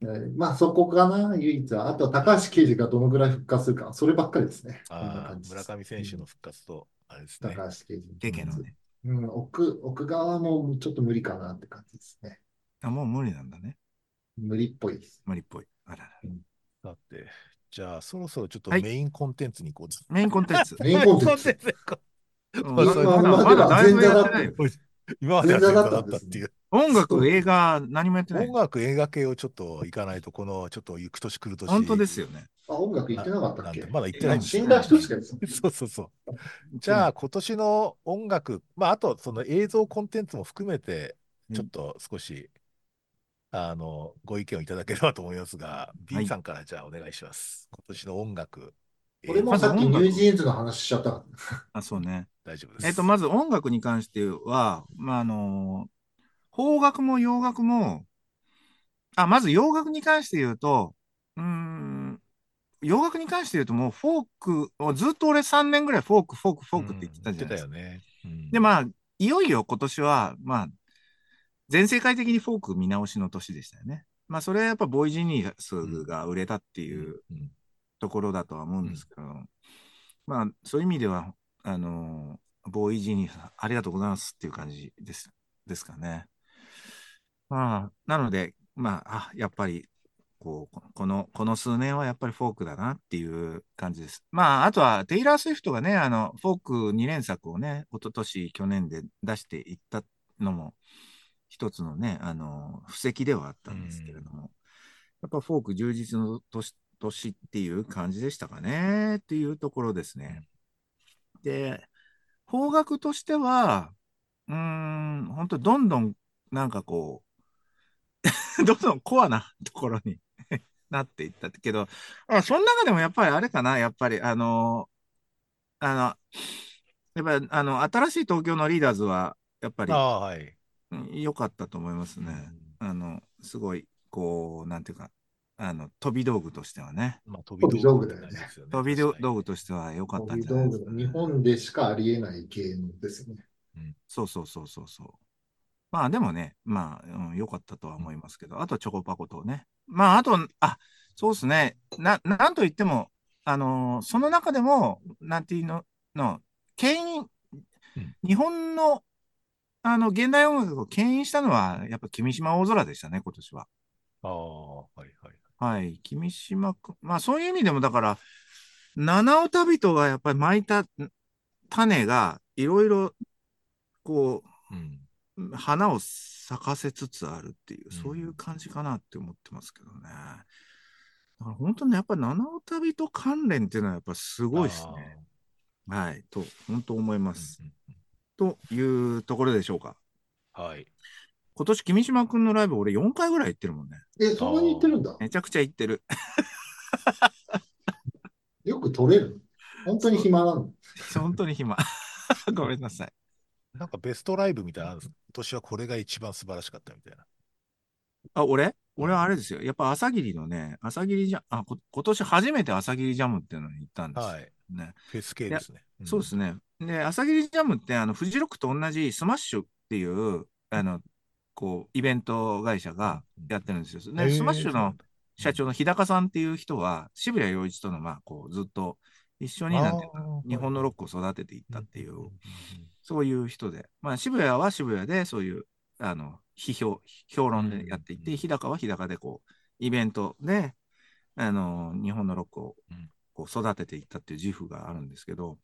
Speaker 3: えーまあ、そこかな、唯一は。あとは高橋奎二がどのぐらい復活するか、そればっかりですね。こんな
Speaker 1: ああ
Speaker 3: 感じで
Speaker 1: 村
Speaker 3: す。
Speaker 1: 上選手の復活と、あれです
Speaker 3: うん
Speaker 1: ね。
Speaker 3: 高橋奎二。
Speaker 2: ケケのね。
Speaker 3: うん、奥、奥側もちょっと無理かなって感じですね。
Speaker 2: あ、もう無理なんだね。
Speaker 3: 無理っぽいです。
Speaker 2: 無理っぽい。あらら。
Speaker 1: だって、じゃあそろそろちょっと
Speaker 2: はい
Speaker 1: メインコンテンツに行こうと。
Speaker 2: メインコンテンツ。
Speaker 3: メインコンテンツ。
Speaker 1: メインコンテンツ行こ
Speaker 2: うん
Speaker 1: まあ
Speaker 2: ま
Speaker 1: それまあ
Speaker 2: だ
Speaker 1: まあ
Speaker 2: まだだいぶやってないよ。
Speaker 1: う今までは全部だったっていう。
Speaker 2: 音楽、映画、何もやってない
Speaker 1: 音。楽、映画系をちょっと行かないと、このちょっと行く年来る年。
Speaker 2: 本当ですよね。
Speaker 3: あ、音楽言ってなかった
Speaker 1: な
Speaker 3: っ
Speaker 1: ん
Speaker 3: け
Speaker 1: で。まだ行ってないんです
Speaker 3: 死
Speaker 1: よ
Speaker 3: んだ人しかです。
Speaker 1: そうそうそう。じゃあ、今年の音楽、まあ、あとその映像コンテンツも含めて、
Speaker 2: うん
Speaker 1: ちょっと少し、あの、ご意見をいただければと思いますが、
Speaker 2: はい
Speaker 1: B さんからじゃあお願いします。今年の音楽、
Speaker 3: 俺
Speaker 1: 映
Speaker 3: も
Speaker 1: 像
Speaker 3: さっき
Speaker 2: まず音
Speaker 3: ニ
Speaker 2: 楽
Speaker 3: ュージーンズの話しちゃったから。
Speaker 2: あ、そうね。
Speaker 1: 大丈夫です。
Speaker 2: えっと、まず音楽に関しては、まあ、あの邦楽も洋楽も、あ、まず洋楽に関して言うと、うーん、洋楽に関して言うともうフォーク、をずっと俺3年ぐらいフォーク、フォーク、フォークって言ってたじゃないですか。
Speaker 1: うん言ってたよね。
Speaker 2: で、
Speaker 1: あ、
Speaker 2: まあ、いよいよ今年は、まあ、全世界的にフォーク見直しの年でしたよね。まあ、それはやっぱボーイジーニアスが売れたって
Speaker 1: う
Speaker 2: いうん
Speaker 1: うん
Speaker 2: ところだとは思うんですけど、まあ、そういう意味では、あのボーイジーニアス、ありがとうございますっていう感じです、ですかね。まあ、なので、まあ、あ、やっぱり、こう、この、この数年はやっぱりフォークだなっていう感じです。まあ、あとは、テイラー・スウィフトがね、あの、フォーク2連作をね、一昨年、去年で出していったのも、一つのね、あの、布石ではあったんですけれども、やっぱフォーク充実の年、年っていう感じでしたかね、っていうところですね。で、方角としては、うーん、本当どんどん、なんかこう、 <laughs> どんどんコアなところに <laughs> なっていったけど、あその中でもやっぱりあれかな、やっぱりあの、あの、やっぱりあの、新しい東京のリーダーズは、やっぱり
Speaker 1: あー、はい。
Speaker 2: うん良かったと思いますね。あの、すごい、こう、なんていうか、あの、飛び道具としてはね、
Speaker 1: まあ、飛
Speaker 3: び道具だよね
Speaker 1: 飛び道具って感じですよね
Speaker 2: 飛び道道具
Speaker 1: 確
Speaker 2: としては良かった
Speaker 3: こうんい
Speaker 2: じ
Speaker 3: う
Speaker 2: ゃない
Speaker 3: 道
Speaker 2: です
Speaker 3: 具
Speaker 2: か、
Speaker 3: の
Speaker 2: ね。
Speaker 3: 日本でしかありえない系のですよね。
Speaker 2: そうそうそうそうそう。まあでもね、まあうん良、かったとは思いますけど、あとチョコパコとね。まああと、あ、そうですね。な、なんと言っても、あのーその中でも、なんていうの、の、牽引
Speaker 1: うん、
Speaker 2: 日本の、あの、現代音楽を牽引したのは、やっぱ君島大空でしたね、今年は。
Speaker 1: ああ、はいはい。
Speaker 2: はい、君島くんまあそういう意味でも、だから、七尾旅人がやっぱり巻いた種が、いろいろ、こう、
Speaker 1: うん。
Speaker 2: 花を咲かせつつあるっていう、
Speaker 1: うん
Speaker 2: そういう感じかなって思ってますけどね。だから本当にやっぱ七尾旅と関連っていうのはやっぱすごいですね。はい。と、本当思いま
Speaker 1: あ
Speaker 2: す
Speaker 1: ー。。うん
Speaker 2: というところでしょうか。
Speaker 1: うんはい。
Speaker 2: 今年、君島くんのライブ俺4回ぐらい行ってるもんね。
Speaker 3: え、そんなに言ってるんだ。
Speaker 2: めちゃくちゃ行っ
Speaker 1: <laughs>
Speaker 2: てる。
Speaker 3: よく取れる。本当に暇なの。
Speaker 2: 本当に
Speaker 1: <laughs>
Speaker 2: 暇。ごめんなさい。
Speaker 1: なんかベストライブみたいなのあるんですか今年はこれが一番素晴らしかったみたいな。
Speaker 2: あ、俺俺はあれですよ。やっぱ朝霧のね、朝霧ジャム、あ、こ今年初めて朝霧ジャムっていうのに行ったんですよ
Speaker 1: は
Speaker 2: ね。
Speaker 1: い。フェス系ですね。
Speaker 2: そうです
Speaker 1: ね。
Speaker 2: ね。で、朝霧ジャムって、あの、フジロックと同じスマッシュっていう、あの、こう、イベント会社がやってるんですよ。
Speaker 1: へ
Speaker 2: で、
Speaker 1: ー
Speaker 2: スマッシュの、社長
Speaker 1: の
Speaker 2: の日高さんっていう人は、渋谷陽一との、まあ、こう、ずっと一緒になんていうか、日本のロッ
Speaker 1: ク
Speaker 2: クを育てていったっていう、そういう人で、まあ、渋谷は渋谷で、そういう、あの、批評、評論でやっていて、
Speaker 1: うん
Speaker 2: 日高は日高で、こう、イベントで、あの、日本のロックを
Speaker 1: うん
Speaker 2: こう育てていったっていう自負があるんですけど、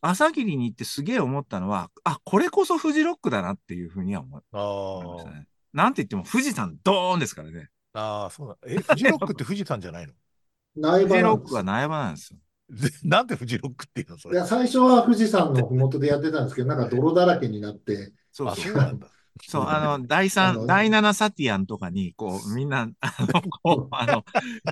Speaker 2: 朝霧に行ってすげえ思ったのは、あ、これこそフジロックだなっていうふうには思い
Speaker 1: ああ
Speaker 2: 思いましたね。なんて言っても富士山ドーンですからね。
Speaker 1: ああ、そうだ。え、フジロックって富士山じゃないの <laughs>
Speaker 3: 苗
Speaker 2: 富
Speaker 3: 場
Speaker 2: 士
Speaker 3: な
Speaker 2: ロ
Speaker 3: ん
Speaker 2: ッ
Speaker 3: で
Speaker 2: クは
Speaker 3: す。
Speaker 2: 苗場なんですよ。
Speaker 1: でなんでフジロックっていうのそ
Speaker 3: い
Speaker 1: れ。
Speaker 3: や、最初は富士山の麓でやってたんですけど、なんか泥だらけになって、
Speaker 2: そう
Speaker 1: あ、
Speaker 2: そ
Speaker 1: そ
Speaker 2: う。
Speaker 1: うなんだ。
Speaker 2: そう、あの、第
Speaker 3: あ
Speaker 2: 三、
Speaker 3: の、
Speaker 2: 第七サティアンとかに、こう、みんな、あの、こう、あの、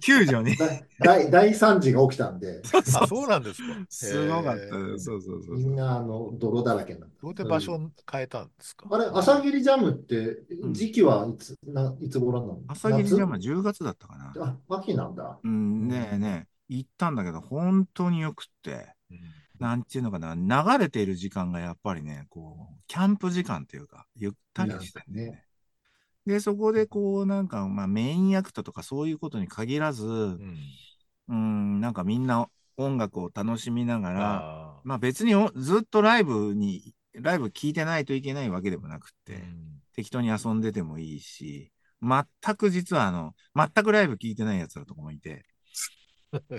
Speaker 2: 救助に。
Speaker 3: だ大、 <laughs> 大惨事が起きたんで、
Speaker 2: そうそ
Speaker 1: あ、
Speaker 2: う
Speaker 1: そう
Speaker 2: そう。
Speaker 1: なんですか。
Speaker 2: <laughs> すごかった
Speaker 1: へえ。
Speaker 2: です。そうそうそう
Speaker 3: み
Speaker 2: そ
Speaker 3: ん
Speaker 2: う。
Speaker 3: なあの泥だらけになった。
Speaker 1: どうやって
Speaker 3: そ
Speaker 1: 場
Speaker 3: れで
Speaker 1: 所を変えたんですか
Speaker 3: あれ、
Speaker 1: あ
Speaker 3: 朝
Speaker 1: の、
Speaker 3: 霧ジャムって
Speaker 2: うん。
Speaker 3: 時期はいつ、な、いつ頃なの
Speaker 2: 朝霧ジャム
Speaker 3: 夏
Speaker 2: は10月だったかな。
Speaker 3: あ、秋なんだ。
Speaker 2: う、
Speaker 1: うん
Speaker 2: ねえ
Speaker 1: ん、
Speaker 2: ねえ、行ったんだけど、本当によくって、
Speaker 1: うん。
Speaker 2: なんていうのかな、流れている時間がやっぱりね、こう、キャンプ時間というか、ゆったり
Speaker 3: なん
Speaker 2: して
Speaker 3: か
Speaker 2: んだよ
Speaker 3: ね。
Speaker 2: ね。で、そこでこう、なんか、まあ、メイン役クとかそういうことに限らず、
Speaker 1: うん。
Speaker 2: うん、なんかみんな音楽を楽しみながら、
Speaker 1: あ
Speaker 2: まあ別におずっとライブに、ライブ聴いてないといけないわけでもなくっ
Speaker 1: あ、う
Speaker 2: て、
Speaker 1: ん。
Speaker 2: 適当に遊んでてもいいし、全く実はあの、全くライブ聴いてない奴らとかもいて、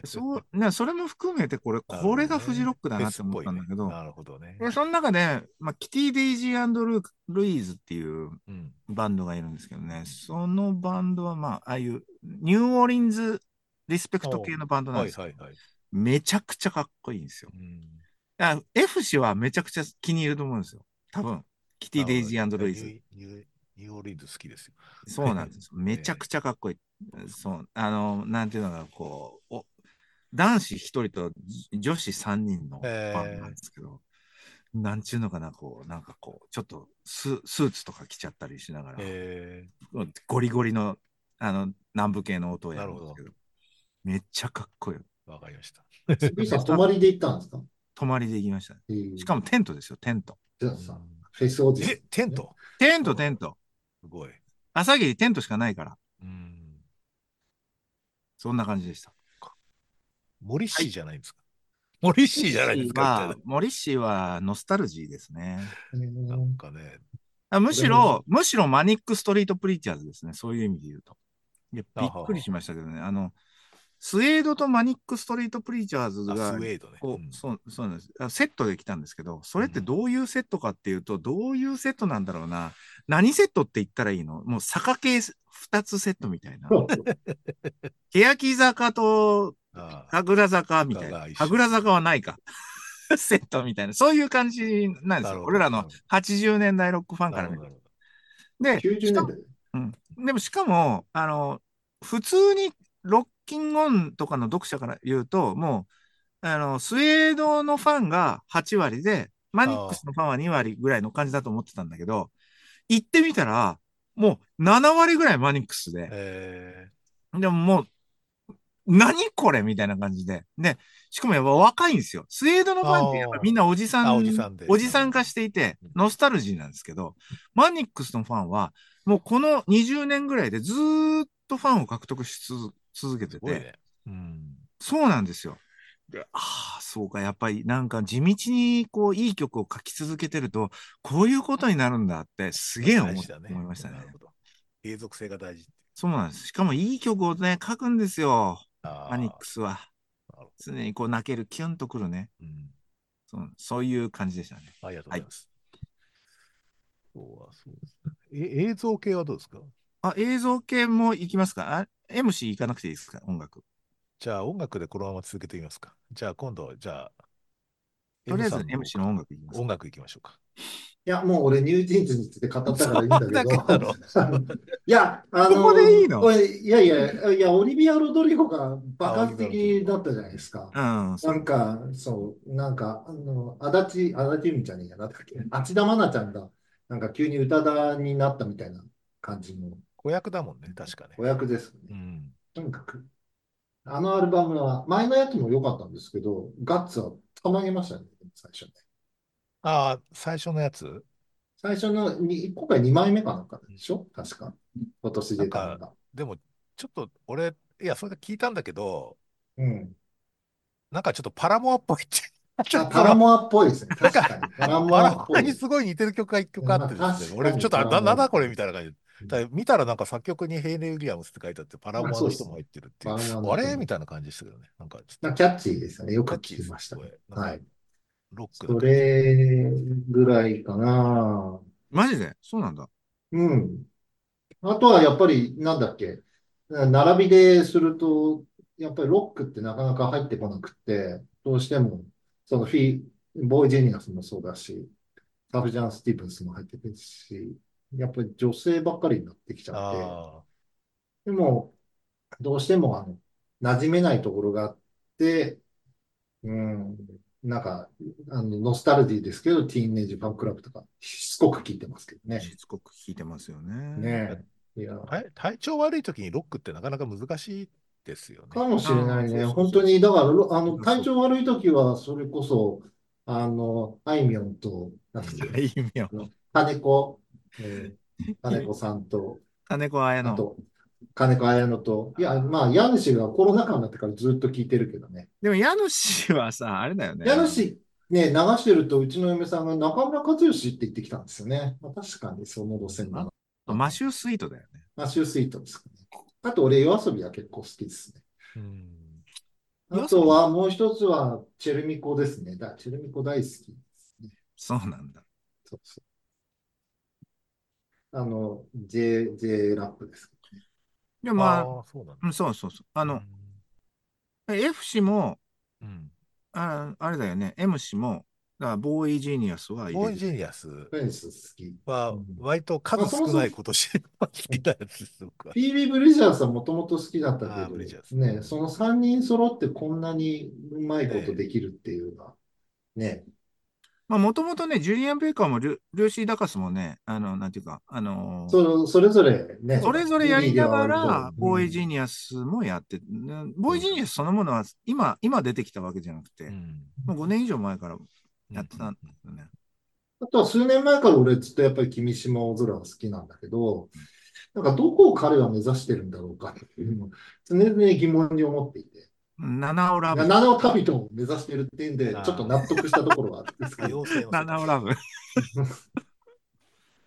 Speaker 2: そう、ね、それも含めてこれ、
Speaker 1: なる
Speaker 2: こ
Speaker 1: ほ
Speaker 2: れ
Speaker 1: ど
Speaker 2: がフジロ
Speaker 1: ね。
Speaker 2: ックだ
Speaker 1: フェ
Speaker 2: なって
Speaker 1: スっ
Speaker 2: 思っ
Speaker 1: ぽい
Speaker 2: たんだ
Speaker 1: ね。
Speaker 2: けど、
Speaker 1: なるほどね。
Speaker 2: でその中で、まあ、キティ・デイジールールイーズっていう
Speaker 1: うん。
Speaker 2: バンドがいるんですけどね、そのバンドはまあ、ああいうニューオーリンズリスペクト
Speaker 1: お
Speaker 2: 系
Speaker 1: う
Speaker 2: のバンドな
Speaker 1: は
Speaker 2: んで
Speaker 1: い
Speaker 2: すけ
Speaker 1: はい
Speaker 2: ど、
Speaker 1: はい。
Speaker 2: めちゃくちゃかっこいいんですよ。
Speaker 1: うん。
Speaker 2: あ、F 氏はめちゃくちゃ気に入ると思うんですよ。多分。キティ・
Speaker 1: あ
Speaker 2: デイ
Speaker 1: の、
Speaker 2: ジール
Speaker 1: ニ
Speaker 2: イーズ。
Speaker 1: ュー、ニュー、ニューオーリンズ好きですよ。
Speaker 2: そうなんですよ。めちゃく
Speaker 1: <laughs> ええ
Speaker 2: ちゃかっこい
Speaker 1: そう
Speaker 2: い。
Speaker 1: です
Speaker 2: そう。あの、なんていうのが、こう、お男子一人と女子三人
Speaker 1: か。
Speaker 2: のバンドな
Speaker 1: え
Speaker 2: んで
Speaker 1: え
Speaker 2: すけど、なんちゅうのかな、こう、なんかこう、ちょっとス、スーツとか着ちゃったりしながら、
Speaker 1: ええ
Speaker 2: うんゴリゴリの、あの、南部系の音をや
Speaker 1: なる
Speaker 2: るん
Speaker 1: ほ
Speaker 2: ですけ
Speaker 1: ど。
Speaker 2: ど、めっちゃかっこいい。
Speaker 1: わかりました。
Speaker 3: 杉内
Speaker 2: で、
Speaker 3: さん、
Speaker 2: ス
Speaker 3: 泊
Speaker 2: タッ
Speaker 3: ま
Speaker 2: フ、
Speaker 3: りで行ったんですか
Speaker 2: 泊まりで行きましたね。
Speaker 3: え
Speaker 2: し
Speaker 3: ー、
Speaker 2: かもテントですよ、テント。
Speaker 3: じゃ
Speaker 1: う
Speaker 3: あさ、
Speaker 1: ん
Speaker 3: フェスおじさん
Speaker 1: え、テン
Speaker 3: ね。
Speaker 1: ト
Speaker 2: テン
Speaker 1: う
Speaker 2: ト、テン
Speaker 1: ん。
Speaker 2: ト。
Speaker 1: すごい。
Speaker 2: 朝霧テントしかないから、
Speaker 1: うん。
Speaker 2: そんな感じでした。
Speaker 1: モリッ
Speaker 2: は
Speaker 1: シー
Speaker 2: い
Speaker 1: じゃないんですか。モリッ
Speaker 3: ミッ
Speaker 1: シーじゃないで
Speaker 3: シ
Speaker 1: す
Speaker 3: ー
Speaker 1: か、みたいな。
Speaker 2: は、モリッシーはノスタルジーですね。
Speaker 3: え
Speaker 1: なん
Speaker 3: ー、
Speaker 1: かね、
Speaker 2: あ、む
Speaker 3: それ
Speaker 2: し
Speaker 3: も、
Speaker 2: ろ、むしろマニックストリートプリーチャーズですね。そういう意味で言うと。いや、
Speaker 1: あ
Speaker 2: びっ
Speaker 1: は
Speaker 2: くり
Speaker 1: は。
Speaker 2: しましたけどね。あの、スウェードとマニックストリートプリーチャーズ
Speaker 1: あ、ス
Speaker 2: が、
Speaker 1: ウェードね。う
Speaker 2: こう、
Speaker 1: ん。
Speaker 2: そう、そうなんです。あセットで来たんですけど、そうれって
Speaker 1: ん。
Speaker 2: どういうセットかっていうと、どういうセットなんだろうな。何セットって言ったらいいのもう坂系2つセットみたいな。欅坂と
Speaker 1: あ
Speaker 2: 神楽坂み
Speaker 1: あ、
Speaker 2: たいな。
Speaker 1: が一緒
Speaker 2: 神
Speaker 1: で
Speaker 2: 楽
Speaker 1: す
Speaker 2: 坂
Speaker 1: ね。
Speaker 2: はないか。 <laughs> セットみたいな。そういう感じなんで
Speaker 1: な
Speaker 2: す
Speaker 1: る
Speaker 2: よ。
Speaker 1: ほ
Speaker 2: 俺
Speaker 1: ど。
Speaker 2: ら
Speaker 1: な
Speaker 2: の
Speaker 1: るほど。
Speaker 2: 80年代ロックファン
Speaker 1: な
Speaker 2: か
Speaker 1: る
Speaker 2: ら
Speaker 1: ほ
Speaker 2: 見
Speaker 1: ど。
Speaker 2: る
Speaker 1: なる
Speaker 2: と。
Speaker 1: ほど
Speaker 2: で、
Speaker 3: 90
Speaker 2: し
Speaker 3: 年
Speaker 2: かも、
Speaker 3: 代。
Speaker 2: うん。でもしかも、あの、普通にロッキンオンとかの読者から言うと、もう、あの、スウェードのファンが8割で、マニック
Speaker 1: あ
Speaker 2: スのファンは2割ぐらいの感じだと思ってたんだけど、行ってみたら、もう7割ぐらいマニックス
Speaker 1: あ、
Speaker 2: で、
Speaker 1: ええ
Speaker 2: でももう、何これみたいな感じで。で、しかもやっぱ若いんですよ。スウェードのファンってやっぱ
Speaker 1: あ
Speaker 2: <laughs> みんなおじさ
Speaker 1: あ、あ、おじ
Speaker 2: ん、
Speaker 1: さんで。
Speaker 2: お
Speaker 1: う
Speaker 2: じさん
Speaker 1: ん。
Speaker 2: 化していて、
Speaker 1: うん
Speaker 2: ノスタルジーなんですけど、マニックスのファンは、もうこの20年ぐらいでずーっとファンを獲得し続続け
Speaker 1: す
Speaker 2: て
Speaker 1: ごい
Speaker 2: て、
Speaker 1: ね。うん。
Speaker 2: そうなんですよ。でああ、そうか、やっぱりなんか地道にこういい曲を書き続けてると、こういうことになるんだってすげえ
Speaker 1: 大
Speaker 2: 思
Speaker 1: 事だ
Speaker 2: 思い
Speaker 1: ね。
Speaker 2: ました
Speaker 1: なる
Speaker 2: ね。
Speaker 1: ほど。継続性が大事って。
Speaker 2: そうなんです。しかもいい曲をね、書くんですよ。マニッ
Speaker 1: あ
Speaker 2: クスは。
Speaker 1: あ、なるほ
Speaker 2: 常にこう泣ける、キュンとくるね。
Speaker 1: ど。うん。
Speaker 2: そう、そういう感じでしたね。
Speaker 1: ありがとうござ
Speaker 2: は
Speaker 1: い
Speaker 2: い。
Speaker 1: ます。今日はそうですね。え、映像系はどうですか
Speaker 2: あ、映像系も行きますかあ、MC 行かなくていいですか音楽。
Speaker 1: じゃあ音楽でこのまま続けてみますか。じゃあ今度、じゃあ
Speaker 2: と
Speaker 1: M
Speaker 2: りあえ
Speaker 1: さ
Speaker 2: ず
Speaker 1: んの
Speaker 2: MC の音楽行きます
Speaker 1: 音
Speaker 2: か。
Speaker 1: 楽いきましょうか。
Speaker 3: いや、もう俺、ニュージーンズについて語った
Speaker 2: そ
Speaker 3: からいいんだ
Speaker 2: う
Speaker 3: け
Speaker 2: だ
Speaker 3: ど、
Speaker 2: けだろ。
Speaker 3: あの <laughs> いや、あ
Speaker 2: そこでいい
Speaker 3: の、
Speaker 2: の
Speaker 3: おい、いやいや、いや、オリビア・ロドリゴが爆
Speaker 1: あ、オリ
Speaker 3: 発
Speaker 1: ベロドリ
Speaker 3: 的
Speaker 1: ゴ。
Speaker 3: だったじゃないですか。
Speaker 2: うん、そ
Speaker 3: な
Speaker 2: うんです。
Speaker 3: か、そう、なんか、あの、足立、足立由美ちゃんにやなったっけ、芦田愛菜ちゃんが、なんか急に宇多田になったみたいな感じの
Speaker 1: 子役だもんね、確かね。
Speaker 3: 子役ですね。
Speaker 1: うん。
Speaker 3: とにかく、あのアルバムは、前のやつも良かったんですけど、ガッツはたまげましたね、最初ね。
Speaker 1: ああ、最初のやつ
Speaker 3: 最初のに、今回2枚目かなんかで
Speaker 1: うん
Speaker 3: しょ確か。今年
Speaker 1: なん
Speaker 3: 出たの
Speaker 1: か、
Speaker 3: が。
Speaker 1: でも、ちょっと俺、いや、それで聞いたんだけど、
Speaker 3: うん。
Speaker 1: なんかちょっとパラモアっぽいって。ちょっ
Speaker 3: あ、
Speaker 1: と
Speaker 3: パ
Speaker 1: そ
Speaker 3: ラ
Speaker 1: の、
Speaker 3: モアっぽいですね。
Speaker 1: なん
Speaker 3: 確
Speaker 1: か、
Speaker 3: かに、パラ
Speaker 1: パ
Speaker 3: モ
Speaker 1: ラ
Speaker 3: ア
Speaker 1: モ
Speaker 3: っ
Speaker 1: ア
Speaker 3: ぽ
Speaker 1: に
Speaker 3: い。
Speaker 1: すごい似てる曲が一曲あっ
Speaker 3: まあ、
Speaker 1: てですね、
Speaker 3: 確
Speaker 1: 俺
Speaker 3: か
Speaker 1: ちょっと、
Speaker 3: にパ
Speaker 1: あ、
Speaker 3: ラ
Speaker 1: な、
Speaker 3: モ
Speaker 1: な
Speaker 3: ア
Speaker 1: ん
Speaker 3: っ
Speaker 1: だこれ
Speaker 3: ぽい。
Speaker 1: みたいな感じで。だから見たらなんか作曲にヘイネ・ウィリアムスって書いてあって、パラ
Speaker 3: まあ、
Speaker 1: モアの
Speaker 3: そうで
Speaker 1: 人
Speaker 3: す
Speaker 1: も
Speaker 3: ね。
Speaker 1: 入ってるっていう、
Speaker 3: パラモアの
Speaker 1: あ
Speaker 3: 人
Speaker 1: れ
Speaker 3: も。
Speaker 1: みたいな感じでしたけどね。なんかちょっ
Speaker 3: なん
Speaker 1: と、
Speaker 3: かキャッチーですよね。よ
Speaker 1: キ
Speaker 3: く
Speaker 1: ャッ
Speaker 3: 聞
Speaker 1: チーで
Speaker 3: き
Speaker 1: す
Speaker 3: ま
Speaker 1: ね、
Speaker 3: し
Speaker 1: す
Speaker 3: たね。
Speaker 1: ごい。なん
Speaker 3: は
Speaker 1: か、
Speaker 3: い。
Speaker 1: ロックな感
Speaker 3: そ
Speaker 1: じで。
Speaker 3: れぐらいかな。
Speaker 2: マジでそうなんだ。
Speaker 3: うん。あとはやっぱり、なんだっけ、並びですると、やっぱりロックってなかなか入ってこなくて、どうしても、そのフィー、ボーイ・ジェニアスもそうだし、サフジャン・スティーブンスも入ってくるし、やっぱり女性ばっかりになってきちゃって、
Speaker 1: あ
Speaker 3: でも、どうしても、あの、馴染めないところがあって、うん、なんか、あの、ノスタルジーですけど、ティーンエイジファンクラブとか、しつこく聞いてますけどね。
Speaker 2: しつこく聞いてますよね。
Speaker 1: あ。
Speaker 3: ねえ。いや、
Speaker 1: た体調悪い時にロックってなかなか難しいですよ
Speaker 3: か
Speaker 1: ね。
Speaker 3: もしれない
Speaker 2: ああ、
Speaker 3: ね。
Speaker 2: そうそう
Speaker 3: 本
Speaker 2: そ
Speaker 3: 当
Speaker 2: うそ
Speaker 3: に、だ
Speaker 2: う。
Speaker 3: から、ろあの、
Speaker 2: そう
Speaker 3: 体
Speaker 2: そう
Speaker 3: 調悪い時は、それこそ、あの、あいみょんと、なんだっけ、
Speaker 1: いい意味を
Speaker 3: あの、金子、えー
Speaker 2: <laughs>
Speaker 3: 金子さんと、
Speaker 2: <laughs> 金子綾
Speaker 3: あ
Speaker 2: 乃。
Speaker 3: と、金子綾乃と、いや、まあ、家主がコロナ禍になってからずっと聞いてるけどね。
Speaker 2: でも、家主はさ、あれだよね。
Speaker 3: 家主、ね、流してると、うちの嫁さんが中村克義って言ってきたんですよね。まあ、確かにその路線だな。
Speaker 2: あマシュースイートだよね。
Speaker 3: マシュースイートですかね。あと、俺、夜遊びは結構好きですね。
Speaker 1: うん
Speaker 3: あ
Speaker 2: 夜遊
Speaker 3: と
Speaker 2: び
Speaker 3: は、もう一つは、チェルミコですね。だ、チェルミコ大好きですね。
Speaker 2: そうなんだ。
Speaker 3: そうそう。あの、J、J ラップです。
Speaker 2: いや、まあ、
Speaker 1: ああ、そうなん
Speaker 2: う
Speaker 1: だ。
Speaker 2: んそうそうそう。あ
Speaker 1: う
Speaker 2: の、
Speaker 1: ん。
Speaker 2: F 氏も、
Speaker 1: うん
Speaker 2: あ、あれだよね。M 氏も、だからボーイジーニアスは入
Speaker 1: ボ
Speaker 2: れ
Speaker 1: ーイ
Speaker 2: る。
Speaker 1: ジェニアス
Speaker 3: フェンス好き。う
Speaker 1: は、
Speaker 3: ん。
Speaker 1: 割と
Speaker 3: まあ、
Speaker 1: 数
Speaker 3: そも
Speaker 1: 少
Speaker 3: そ
Speaker 1: な
Speaker 3: も、
Speaker 1: いことして好きなやつです、僕は。
Speaker 3: フィービー・ブリジャーズはもともと好きだったけ
Speaker 1: ああ、ブリジャーズ。
Speaker 3: ど、ね、その3人揃ってこんなにうまいこと
Speaker 1: え
Speaker 3: できるっていうのは、ね、
Speaker 2: まあ、もともとね、ジュリアン・ベイカーもル、ルーシー・ダカスもね、あの、なんていうか、あの
Speaker 3: それ、それぞれね、
Speaker 2: ーそれぞれ
Speaker 3: フィー
Speaker 2: や
Speaker 3: ビー
Speaker 2: り
Speaker 3: で
Speaker 2: な
Speaker 3: は
Speaker 2: が
Speaker 3: あるけど、
Speaker 2: ら、
Speaker 3: う
Speaker 2: ボーイジー
Speaker 3: ん、
Speaker 2: ニアスもやって、うんボ
Speaker 3: そ
Speaker 2: ーイ
Speaker 3: う
Speaker 2: ジー
Speaker 3: そ
Speaker 2: ニ
Speaker 3: う
Speaker 2: アスそのものは、今、今出てきたわけじゃなく
Speaker 1: えう
Speaker 2: て、
Speaker 1: ん。
Speaker 2: もう5年以上前から
Speaker 1: うん。
Speaker 2: やって
Speaker 1: う
Speaker 2: た
Speaker 1: ん
Speaker 2: んだよね。
Speaker 3: あとは数年前から俺ずっとやっぱり君島青空が好きなんだけど、なんかどこを彼は目指してるんだろうかっていうのを常々疑問に思っていて、
Speaker 2: 七尾ラブ。
Speaker 3: 七尾旅人を目指してるっていうんで、ちょっと
Speaker 1: ああ、
Speaker 3: 納得したところはあるんです
Speaker 1: 多
Speaker 2: <laughs>
Speaker 3: けど、
Speaker 1: 様性の世界。
Speaker 2: 七尾
Speaker 3: <laughs>
Speaker 2: ラブ。